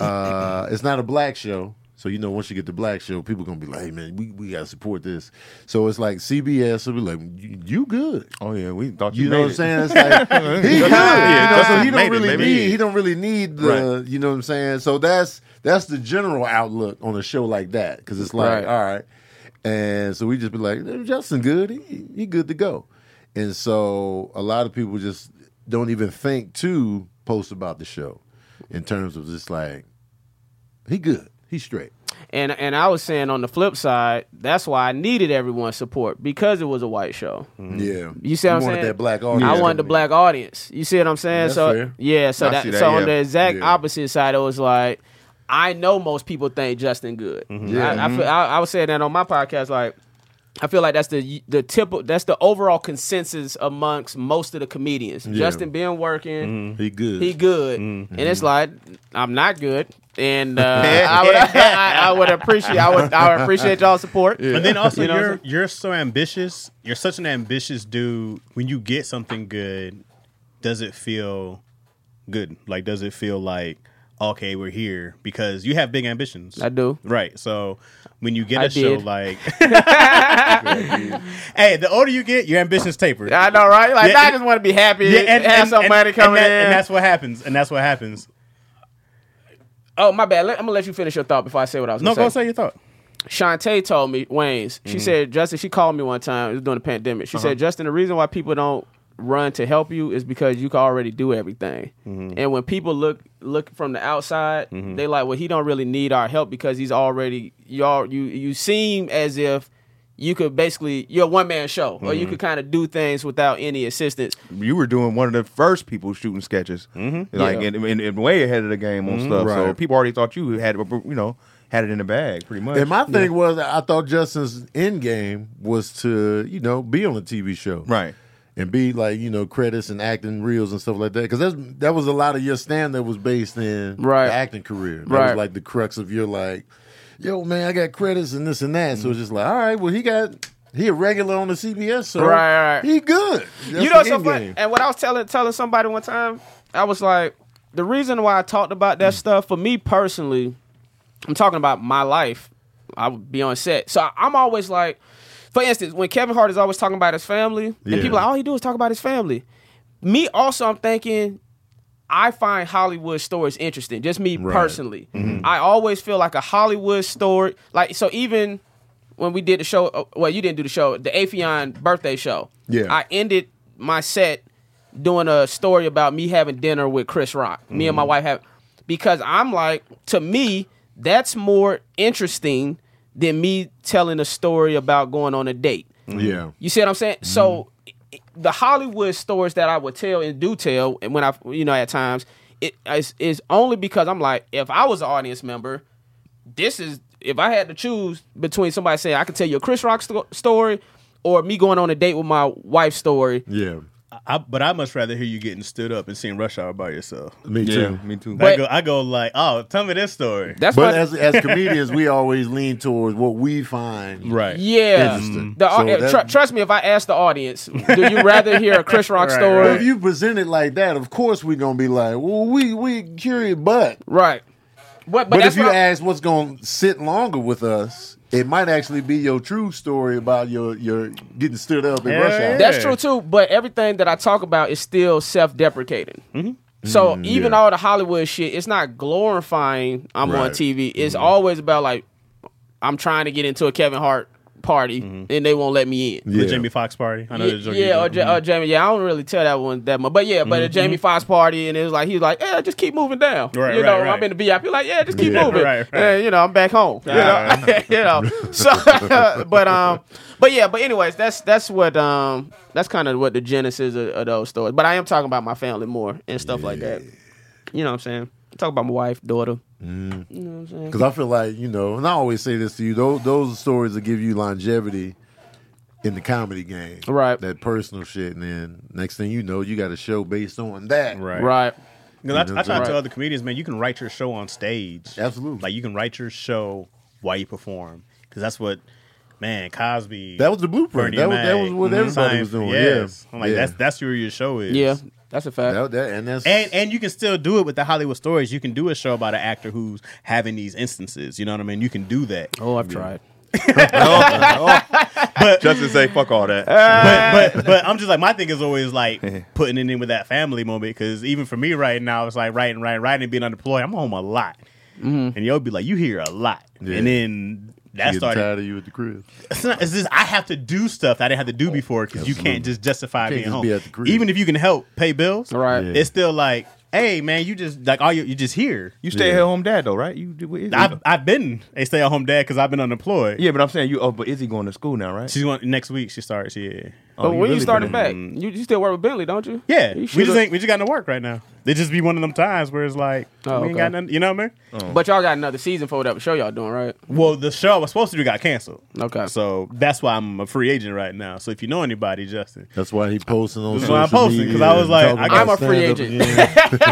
[SPEAKER 3] uh, it's not a black show. So you know, once you get the black show, people gonna be like, "Hey man, we, we gotta support this." So it's like CBS will be like, "You you good?"
[SPEAKER 2] Oh yeah, we thought you,
[SPEAKER 3] You know what I'm
[SPEAKER 2] made it.
[SPEAKER 3] saying? It's like he good.
[SPEAKER 2] Yeah,
[SPEAKER 3] you know, so
[SPEAKER 2] Justin
[SPEAKER 3] he don't
[SPEAKER 2] made it,
[SPEAKER 3] really
[SPEAKER 2] baby.
[SPEAKER 3] need he don't really need the you know what I'm saying. So that's that's the general outlook on a show like that because it's like
[SPEAKER 1] Right.
[SPEAKER 3] all right, and so we just be like "Eh, Justin good, he, he good to go, and so a lot of people just don't even think to post about the show in terms of just like he good, he straight.
[SPEAKER 1] And and I was saying on the flip side, that's why I needed everyone's support because it was a white show.
[SPEAKER 3] Yeah,
[SPEAKER 1] Mm-hmm. You see what I'm
[SPEAKER 3] wanted
[SPEAKER 1] saying?
[SPEAKER 3] that black audience.
[SPEAKER 1] I wanted the black audience. You see what I'm saying?
[SPEAKER 3] That's
[SPEAKER 1] so
[SPEAKER 3] fair.
[SPEAKER 1] yeah, so
[SPEAKER 2] I
[SPEAKER 1] that,
[SPEAKER 2] see that,
[SPEAKER 1] so
[SPEAKER 2] yeah.
[SPEAKER 1] on the exact
[SPEAKER 3] Yeah.
[SPEAKER 1] opposite side, it was like
[SPEAKER 2] Mm-hmm.
[SPEAKER 1] I know most people think Justin good. I, I, feel, I, I was saying that on my podcast, like I feel like that's the the tip. That's the overall consensus amongst most of the comedians. Justin been working.
[SPEAKER 3] He
[SPEAKER 2] Mm-hmm.
[SPEAKER 3] good.
[SPEAKER 1] He good, and it's like I'm not good, and uh, I, would, I, I would appreciate I would I would appreciate y'all support.
[SPEAKER 5] But then also,
[SPEAKER 1] You
[SPEAKER 5] you
[SPEAKER 1] know what I'm
[SPEAKER 5] are you're so ambitious. You're such an ambitious dude. When you get something good, does it feel good? Like, does it feel like okay, we're here because you have big ambitions.
[SPEAKER 1] I do.
[SPEAKER 5] Right. So when you get
[SPEAKER 1] I
[SPEAKER 5] a show
[SPEAKER 1] did.
[SPEAKER 5] like, hey, the older you get, your ambitions taper.
[SPEAKER 1] I know, right? Like
[SPEAKER 5] Yeah,
[SPEAKER 1] I
[SPEAKER 5] and-
[SPEAKER 1] just want to be happy,
[SPEAKER 5] Yeah,
[SPEAKER 1] and, have some money coming
[SPEAKER 5] and that-
[SPEAKER 1] in.
[SPEAKER 5] and that's what happens. And that's what happens.
[SPEAKER 1] oh, my bad. Let- I'm gonna let you finish your thought before I say what I was.
[SPEAKER 5] No,
[SPEAKER 1] gonna
[SPEAKER 5] go say Mm-hmm. your thought.
[SPEAKER 1] Shantae told me, Waynes, she said, Justin, she called me one time, it was during the pandemic. She
[SPEAKER 5] Uh-huh.
[SPEAKER 1] said, Justin, the reason why people don't run to help you is because you can already do everything.
[SPEAKER 5] Mm-hmm.
[SPEAKER 1] And when people look look from the outside, they like, well, he don't really need our help because he's already y'all you you seem as if you could basically you're a one man show or
[SPEAKER 5] Mm-hmm.
[SPEAKER 1] you could kind of do things without any assistance.
[SPEAKER 2] you were doing one of the first people shooting sketches, like
[SPEAKER 1] Yeah.
[SPEAKER 2] and, and, and way ahead of the game on stuff. So
[SPEAKER 3] Right.
[SPEAKER 2] people already thought you had, you know, had it in the bag, pretty much.
[SPEAKER 3] And my thing was, I thought Justin's end game was to, you know, be on a TV show,
[SPEAKER 2] Right.
[SPEAKER 3] And be like, you know, credits and acting reels and stuff like that, because that's that was a lot of your stand that was based in
[SPEAKER 1] Right.
[SPEAKER 3] the acting career. That
[SPEAKER 1] Right.
[SPEAKER 3] was like the crux of your like, yo, man, I got credits and this and that. So it's just like, all right, well, he got he a regular on the CBS, so
[SPEAKER 1] Right, right.
[SPEAKER 3] he good. That's
[SPEAKER 1] you know
[SPEAKER 3] the
[SPEAKER 1] what's so
[SPEAKER 3] end
[SPEAKER 1] funny?
[SPEAKER 3] game.
[SPEAKER 1] And what I was telling telling somebody one time, I was like, the reason why I talked about
[SPEAKER 3] Mm.
[SPEAKER 1] that stuff for me personally, I'm talking about my life. I would be on set, so I, I'm always like, for instance, when Kevin Hart is always talking about his family, and people are like all he do is talk about his family. Me also, I'm thinking. I find Hollywood stories interesting, just me personally.
[SPEAKER 3] Mm-hmm.
[SPEAKER 1] I always feel like a Hollywood story, like so. Even when we did the show, uh, well, you didn't do the show, the Afion birthday show.
[SPEAKER 3] Yeah.
[SPEAKER 1] I ended my set doing a story about me having dinner with Chris Rock. Me and my wife have because I'm like to me that's more interesting than me telling a story about going on a date.
[SPEAKER 3] Mm-hmm. yeah.
[SPEAKER 1] You see what I'm saying?
[SPEAKER 3] Mm-hmm.
[SPEAKER 1] So i- the Hollywood stories that I would tell and do tell, and when I, you know, at times, it is is only because I'm like, if I was an audience member, this is if I had to choose between somebody saying I could tell you a Chris Rock sto- story or me going on a date with my wife's story.
[SPEAKER 3] Yeah,
[SPEAKER 5] I, but I much rather hear you getting stood up and seeing Rush Hour by yourself.
[SPEAKER 3] me
[SPEAKER 2] Yeah,
[SPEAKER 3] too.
[SPEAKER 2] me too.
[SPEAKER 5] I go, I go like, oh, tell me this story.
[SPEAKER 1] That's
[SPEAKER 3] But
[SPEAKER 1] my-
[SPEAKER 3] as as comedians, we always lean towards what we find
[SPEAKER 5] right.
[SPEAKER 1] yeah.
[SPEAKER 3] Interesting.
[SPEAKER 1] The, au-
[SPEAKER 3] So that-
[SPEAKER 1] tr- trust me, if I ask the audience, do you rather hear a Chris Rock
[SPEAKER 5] Right,
[SPEAKER 1] story?
[SPEAKER 3] But if you present it like that, of course we're gonna be like, well, we we curious, but
[SPEAKER 1] Right. But, but,
[SPEAKER 3] but,
[SPEAKER 1] that's
[SPEAKER 3] if you
[SPEAKER 1] what I-
[SPEAKER 3] ask what's gonna sit longer with us, it might actually be your true story about your your getting stood up in
[SPEAKER 5] Hell
[SPEAKER 3] rush hour.
[SPEAKER 5] yeah.
[SPEAKER 1] That's true too, but everything that I talk about is still self-deprecating. So even all the Hollywood shit, it's not glorifying I'm on
[SPEAKER 3] Right.
[SPEAKER 1] TV. It's always about like I'm trying to get into a Kevin Hart party and they won't let me in.
[SPEAKER 5] The
[SPEAKER 3] Yeah.
[SPEAKER 5] Jamie Foxx party. I know
[SPEAKER 1] Yeah,
[SPEAKER 5] there's a-
[SPEAKER 1] yeah, or, Ja- or Jamie. Yeah, I don't really tell that one that much, but yeah,
[SPEAKER 5] Mm-hmm,
[SPEAKER 1] but a Jamie Foxx party, and it was like he was like, "Yeah, just keep moving down."
[SPEAKER 5] Right,
[SPEAKER 1] you
[SPEAKER 5] right,
[SPEAKER 1] know,
[SPEAKER 5] right.
[SPEAKER 1] I'm in the VIP, like, "Yeah, just keep
[SPEAKER 5] Yeah.
[SPEAKER 1] moving."
[SPEAKER 5] Right, Ah. right.
[SPEAKER 1] And, you know, I'm back home. You know, you know. So, but um, but yeah, but anyways, that's that's what um, that's kind of what the genesis of, of those stories. But I am talking about my family more and stuff like that. You know what I'm saying? Talk about my wife, daughter.
[SPEAKER 3] Because I feel like you know, and I always say this to you: those those stories that give you longevity in the comedy game,
[SPEAKER 1] Right.
[SPEAKER 3] That personal shit, and then next thing you know, you got a show based on that,
[SPEAKER 5] Right.
[SPEAKER 1] Right.
[SPEAKER 5] 'Cause I, I try to
[SPEAKER 1] Right.
[SPEAKER 5] tell other comedians, man, you can write your show on stage.
[SPEAKER 3] Absolutely.
[SPEAKER 5] Like you can write your show while you perform, because that's what, man, Cosby.
[SPEAKER 3] That was the blueprint.
[SPEAKER 5] Bernie
[SPEAKER 3] That was, that
[SPEAKER 5] Mac,
[SPEAKER 3] was what
[SPEAKER 5] mhm,
[SPEAKER 3] everybody was
[SPEAKER 5] Seinfeld,
[SPEAKER 3] doing.
[SPEAKER 5] yes.
[SPEAKER 3] Yeah,
[SPEAKER 5] I'm like
[SPEAKER 3] yeah.
[SPEAKER 5] that's that's where your show is.
[SPEAKER 1] Yeah, that's a fact.
[SPEAKER 3] That- that- and that's
[SPEAKER 5] And and you can still do it with the Hollywood stories. You can do a show about an actor who's having these instances. You know what I mean? You can do that.
[SPEAKER 1] oh, I've tried.
[SPEAKER 2] Justin say, "Fuck all that."
[SPEAKER 5] but, but but I'm just like my thing is always like putting it in with that family moment because even for me right now it's like writing writing writing and being unemployed I'm home a lot
[SPEAKER 1] Mm-hmm.
[SPEAKER 5] and you'll be like you hear a lot
[SPEAKER 3] Yeah.
[SPEAKER 5] and then that
[SPEAKER 3] getting
[SPEAKER 5] started
[SPEAKER 3] tired of you at the crib.
[SPEAKER 5] it's, not, it's just I have to do stuff that I didn't have to do before because you can't just justify
[SPEAKER 3] Oh, Can't
[SPEAKER 5] being
[SPEAKER 3] just
[SPEAKER 5] home
[SPEAKER 3] be at the crib.
[SPEAKER 5] even if you can help pay bills
[SPEAKER 1] Right.
[SPEAKER 3] Yeah.
[SPEAKER 5] it's still like hey man you just like all you you just here
[SPEAKER 2] you stay
[SPEAKER 3] Yeah.
[SPEAKER 2] at home, dad, though, right? You do. what is it?
[SPEAKER 5] I've I've been a stay at home dad because I've been unemployed
[SPEAKER 2] yeah, but I'm saying you. Oh, but is he going to school now, right? Oh,
[SPEAKER 5] She's going next week. She starts. Yeah,
[SPEAKER 1] But
[SPEAKER 2] you
[SPEAKER 1] when you
[SPEAKER 2] really
[SPEAKER 1] started
[SPEAKER 2] finna-
[SPEAKER 1] back, you, you still work with Bentley, don't you?
[SPEAKER 5] Yeah,
[SPEAKER 1] You
[SPEAKER 5] we
[SPEAKER 1] should've-
[SPEAKER 5] just ain't, we just got no work right now. It just be one of them times where it's like
[SPEAKER 1] Oh,
[SPEAKER 5] we ain't
[SPEAKER 1] okay.
[SPEAKER 5] got nothing. You know what I mean?
[SPEAKER 1] But y'all got another season for whatever show y'all doing, right?
[SPEAKER 5] Well, the show I was supposed to do got canceled.
[SPEAKER 1] Okay.
[SPEAKER 5] So that's why I'm a free agent right now. So if you know anybody, Justin,
[SPEAKER 3] That's why he posting on
[SPEAKER 5] That's
[SPEAKER 3] social
[SPEAKER 5] why I'm posting, 'cause
[SPEAKER 3] media
[SPEAKER 5] I
[SPEAKER 1] uh,
[SPEAKER 5] was like,
[SPEAKER 3] talking
[SPEAKER 5] I-
[SPEAKER 1] I'm
[SPEAKER 3] about
[SPEAKER 1] a free
[SPEAKER 3] stand-up
[SPEAKER 1] agent.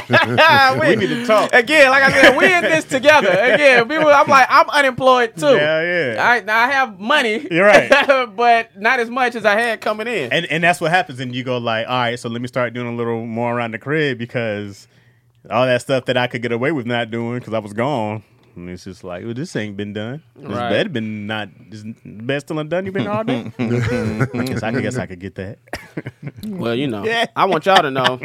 [SPEAKER 3] again.
[SPEAKER 1] we need to talk again. Like I said, we in this together again. People, I'm like, I'm unemployed too.
[SPEAKER 5] Yeah, yeah.
[SPEAKER 1] I now I have money.
[SPEAKER 5] You're right.
[SPEAKER 1] but not as much as I had coming in.
[SPEAKER 5] and and that's what happens. And you go like, all right, so let me start doing a little more around the crib because all that stuff that I could get away with not doing because I was gone. And it's just like, well, this ain't been done. This
[SPEAKER 1] Right.
[SPEAKER 5] bed been not, this bed still undone. You been all day. I guess I guess I could get that.
[SPEAKER 1] Well, you know, I want y'all to know.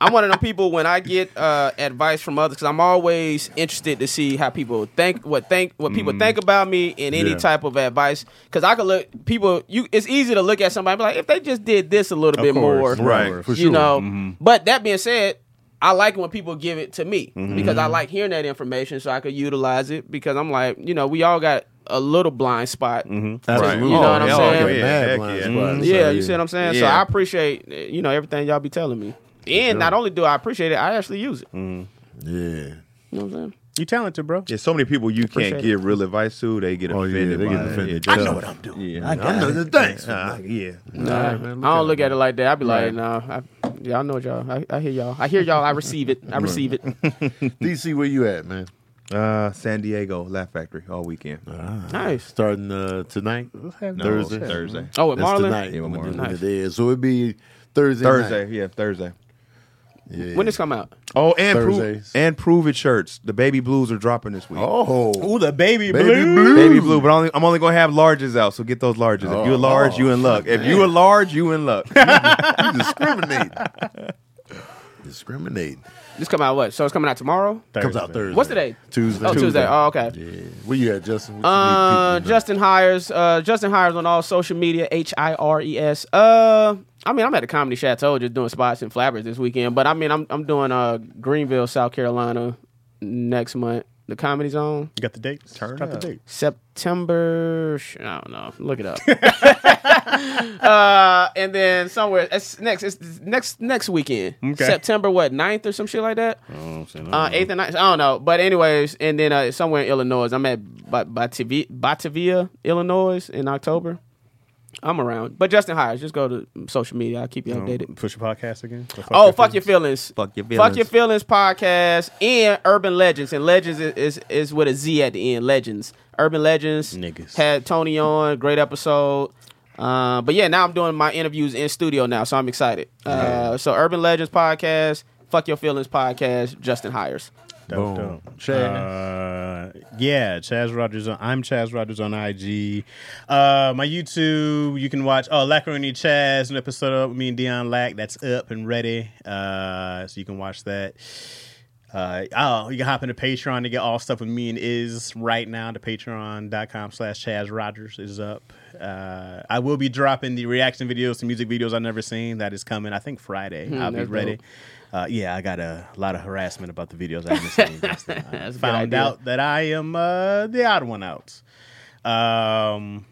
[SPEAKER 1] I'm one of them people when I get uh, advice from others because I'm always interested to see how people think, what think, what people think about me, in any
[SPEAKER 3] Mm-hmm. Yeah.
[SPEAKER 1] type of advice. Because I could look people. You, it's easy to look at somebody and be like if they just did this a little bit
[SPEAKER 5] course,
[SPEAKER 1] more,
[SPEAKER 2] Right.
[SPEAKER 3] For
[SPEAKER 1] You
[SPEAKER 3] sure. Mm-hmm.
[SPEAKER 1] know, but that being said, I like it when people give it to me
[SPEAKER 3] Mm-hmm.
[SPEAKER 1] because I like hearing that information so I could utilize it because I'm like, you know, we all got a little blind spot.
[SPEAKER 3] Mm-hmm. Absolutely.
[SPEAKER 1] You know what I'm
[SPEAKER 2] yeah,
[SPEAKER 1] saying? Mm-hmm.
[SPEAKER 2] oh,
[SPEAKER 3] Mad
[SPEAKER 2] yeah, heck
[SPEAKER 3] blind
[SPEAKER 2] yeah.
[SPEAKER 3] spot. So,
[SPEAKER 1] Yeah, you see what I'm saying? So
[SPEAKER 2] Yeah.
[SPEAKER 1] I appreciate uh, you know everything y'all be telling me. And not only do I appreciate it, I actually use it.
[SPEAKER 3] Yeah.
[SPEAKER 1] You know what I'm saying?
[SPEAKER 5] You talented, bro.
[SPEAKER 2] Yeah, so many people you
[SPEAKER 1] Appreciate
[SPEAKER 2] can't
[SPEAKER 1] it.
[SPEAKER 2] give real advice to. They get
[SPEAKER 3] Oh, yeah,
[SPEAKER 2] offended.
[SPEAKER 3] they
[SPEAKER 2] by
[SPEAKER 3] get
[SPEAKER 2] it.
[SPEAKER 3] offended.
[SPEAKER 2] Yeah,
[SPEAKER 3] I know
[SPEAKER 2] just-
[SPEAKER 3] what
[SPEAKER 2] I'm doing.
[SPEAKER 3] I
[SPEAKER 2] Yeah,
[SPEAKER 3] know the thanks. yeah.
[SPEAKER 1] Nah, I don't look at it like that. I be like, nah, I, y'all know y'all. I, I hear y'all. I hear y'all. I receive it. I receive it.
[SPEAKER 3] DC, where you at, man?
[SPEAKER 2] uh, San Diego Laugh Factory all weekend.
[SPEAKER 1] nice.
[SPEAKER 3] Starting uh, tonight,
[SPEAKER 2] No,
[SPEAKER 3] Thursday.
[SPEAKER 2] Thursday,
[SPEAKER 1] Oh, with
[SPEAKER 3] That's
[SPEAKER 1] Marlon.
[SPEAKER 3] tonight.
[SPEAKER 2] Yeah,
[SPEAKER 3] when
[SPEAKER 2] Marlon.
[SPEAKER 3] it- when
[SPEAKER 1] Nice.
[SPEAKER 3] it is. So it'd be Thursday.
[SPEAKER 2] Thursday. Yeah, Thursday.
[SPEAKER 3] Night. Yeah.
[SPEAKER 1] When this come out?
[SPEAKER 2] Oh, and prove
[SPEAKER 3] Thursdays.
[SPEAKER 2] and prove it shirts. The baby blues are dropping this week.
[SPEAKER 3] Oh.
[SPEAKER 5] Ooh, the baby,
[SPEAKER 3] Baby
[SPEAKER 5] blue.
[SPEAKER 3] blue.
[SPEAKER 2] Baby blue, but only, I'm only gonna have larges out, so get those larges.
[SPEAKER 3] Oh.
[SPEAKER 2] if you're large, you in luck. If you are large, you in luck.
[SPEAKER 3] You discriminate. discriminate.
[SPEAKER 1] This come out what? So it's coming out tomorrow.
[SPEAKER 3] Comes out Thursday.
[SPEAKER 1] What's today?
[SPEAKER 3] Tuesday.
[SPEAKER 1] Oh, Tuesday. Oh, okay.
[SPEAKER 3] Yeah. Where you at, Justin? What you
[SPEAKER 1] Uh,
[SPEAKER 3] need people to know?
[SPEAKER 1] Justin hires. Uh, Justin hires on all social media. H I R E S. Uh, I mean, I'm at the Comedy Chateau just doing spots and flabbers this weekend. But I mean, I'm I'm doing uh Greenville, South Carolina, next month. The Comedy Zone,
[SPEAKER 5] You got the dates. Turn Drop the date.
[SPEAKER 1] September. sh- I don't know. Look it up. uh, and then somewhere it's next. It's next next weekend.
[SPEAKER 5] Okay.
[SPEAKER 1] September what 9th or some shit like that. Uh, eighth and ninth. I don't know, but anyways, and then uh, somewhere in Illinois, I'm at Bat- Batavi- Batavia, Illinois, in October. I'm around, but Justin Hires. Just go to social media. I'll keep you updated.
[SPEAKER 5] Push your podcast again. Or
[SPEAKER 1] Oh, fuck your feelings.
[SPEAKER 2] Fuck your
[SPEAKER 1] Fuck your feelings podcast and Urban Legends. And Legends is, is, is with a Z at the end. Legends. Urban Legends.
[SPEAKER 5] Niggas.
[SPEAKER 1] Had Tony on. Great episode. Uh, but yeah, now I'm doing my interviews in studio now, so I'm excited. Uh, so Urban Legends podcast, Fuck Your Feelings podcast, Justin Hires.
[SPEAKER 3] Boom.
[SPEAKER 5] Dope, dope.
[SPEAKER 3] Chaz.
[SPEAKER 5] Uh, yeah, Chaz Rogers. On, I'm Chaz Rogers on IG. Uh, my YouTube, you can watch oh Lacroony Chaz, an episode of me and Dion Lack. That's up and ready. Uh, so you can watch that. Uh, oh, you can hop into Patreon to get all stuff with me and Iz right now. The patreon.com slash Chaz Rogers is up. Uh, I will be dropping the reaction videos to music videos I've never seen. That is coming, I think, Friday. I'll
[SPEAKER 1] Hmm,
[SPEAKER 5] be
[SPEAKER 1] that's
[SPEAKER 5] ready. Uh, yeah, I got a lot of harassment about the videos I haven't seen. That's the- I
[SPEAKER 1] That's a good
[SPEAKER 5] found
[SPEAKER 1] idea.
[SPEAKER 5] out that I am uh, the odd one out. Um,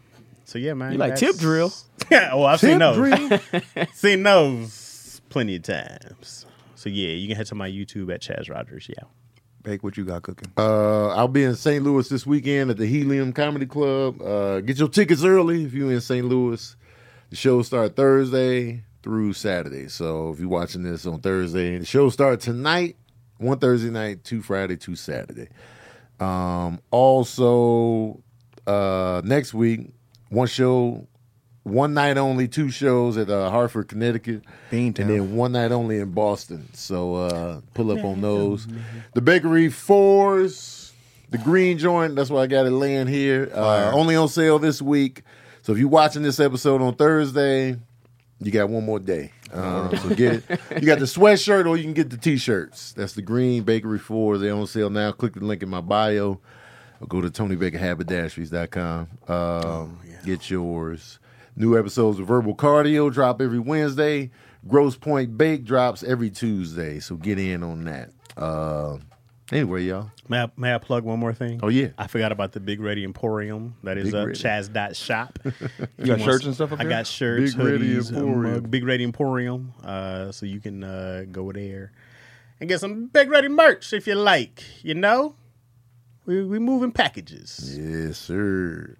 [SPEAKER 5] so, yeah, man.
[SPEAKER 1] You like
[SPEAKER 5] that's-
[SPEAKER 1] tip drill?
[SPEAKER 5] Yeah, oh, I've seen
[SPEAKER 3] Tip
[SPEAKER 5] those
[SPEAKER 3] drill?
[SPEAKER 5] seen those plenty of times. So yeah, you can head to my YouTube at Chaz Rogers. Yeah.
[SPEAKER 2] Bake what you got cooking.
[SPEAKER 3] Uh, I'll be in St. Louis this weekend at the Helium Comedy Club. Uh, get your tickets early if you're in St. Louis. The shows start Thursday through Saturday. So if you're watching this on Thursday, the shows start tonight, one Thursday night, two Friday, two Saturday. Um, also, uh, next week, one show, one night only, two shows at uh, Hartford, Connecticut,
[SPEAKER 2] Beantown.
[SPEAKER 3] and then one night only in Boston. So uh, pull up on those. The Bakery Fours, the Green Joint. That's why I got it laying here. Uh, only on sale this week. So if you're watching this episode on Thursday, you got one more day. Um, so get it. You got the sweatshirt or you can get the t-shirts. That's the Green Bakery Fours. They on sale now. Click the link in my bio. Or go to TonyBakerHaberdasheries.com. Um, Get yours. New episodes of Verbal Cardio drop every Wednesday. Gross Point Bake drops every Tuesday. So get in on that. Uh, Anyway, y'all.
[SPEAKER 5] May I, may I plug one more thing?
[SPEAKER 3] Oh, yeah.
[SPEAKER 5] I forgot about the Big Ready Emporium. That is
[SPEAKER 3] Big
[SPEAKER 5] up
[SPEAKER 3] Reddy.
[SPEAKER 5] Chaz dot shop. you
[SPEAKER 2] got shirts and stuff up
[SPEAKER 5] I
[SPEAKER 2] there?
[SPEAKER 5] got shirts,
[SPEAKER 3] Big Reddy
[SPEAKER 5] hoodies, a mug.
[SPEAKER 3] Emporium.
[SPEAKER 5] Big Ready Emporium. Uh, so you can uh, go there and get some Big Ready merch if you like. You know, we we moving packages.
[SPEAKER 3] Yes, sir.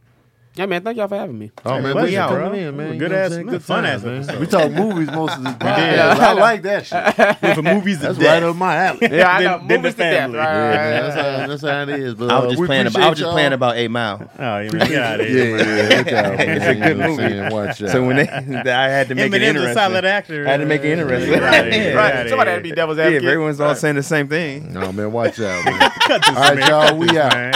[SPEAKER 1] Yeah, man. Thank y'all for having me.
[SPEAKER 3] Oh man,
[SPEAKER 5] pleasure,
[SPEAKER 3] we out.
[SPEAKER 5] bro.
[SPEAKER 3] In, man.
[SPEAKER 5] Good
[SPEAKER 3] You know what I'm
[SPEAKER 5] ass-
[SPEAKER 3] saying?
[SPEAKER 5] good fun ass
[SPEAKER 3] times,
[SPEAKER 5] episode.
[SPEAKER 3] We talk movies most of this.
[SPEAKER 5] did.
[SPEAKER 3] podcast. I like that shit.
[SPEAKER 5] With the movies,
[SPEAKER 3] That's
[SPEAKER 5] death.
[SPEAKER 3] right up my alley.
[SPEAKER 1] Yeah, I
[SPEAKER 5] Then-
[SPEAKER 1] know.
[SPEAKER 5] then the
[SPEAKER 1] Movies to death.
[SPEAKER 5] family.
[SPEAKER 1] Right,
[SPEAKER 3] Yeah,
[SPEAKER 1] right,
[SPEAKER 3] man,
[SPEAKER 1] right.
[SPEAKER 3] that's how, that's how it is. But,
[SPEAKER 2] I
[SPEAKER 3] uh,
[SPEAKER 2] was just
[SPEAKER 3] we
[SPEAKER 2] playing. About, I
[SPEAKER 3] appreciate
[SPEAKER 2] was just
[SPEAKER 3] y'all.
[SPEAKER 2] playing about Eight Mile.
[SPEAKER 5] Oh, yeah, man. Got it.
[SPEAKER 3] Yeah, yeah, look out, man.
[SPEAKER 2] It's a good
[SPEAKER 3] You know what I'm
[SPEAKER 2] movie.
[SPEAKER 3] saying? Watch out.
[SPEAKER 2] So when they, I had to make it
[SPEAKER 5] Eminem's a
[SPEAKER 2] interesting.
[SPEAKER 5] solid actor.
[SPEAKER 2] I had to make it
[SPEAKER 5] Uh,
[SPEAKER 2] interesting.
[SPEAKER 5] get outta here, get
[SPEAKER 1] right.
[SPEAKER 5] outta
[SPEAKER 1] Somebody had
[SPEAKER 5] here.
[SPEAKER 1] to be devil's
[SPEAKER 2] yeah,
[SPEAKER 1] advocate.
[SPEAKER 2] if everyone's all saying the same thing.
[SPEAKER 3] no man, watch out. Man. All right,
[SPEAKER 5] man.
[SPEAKER 3] y'all, we out.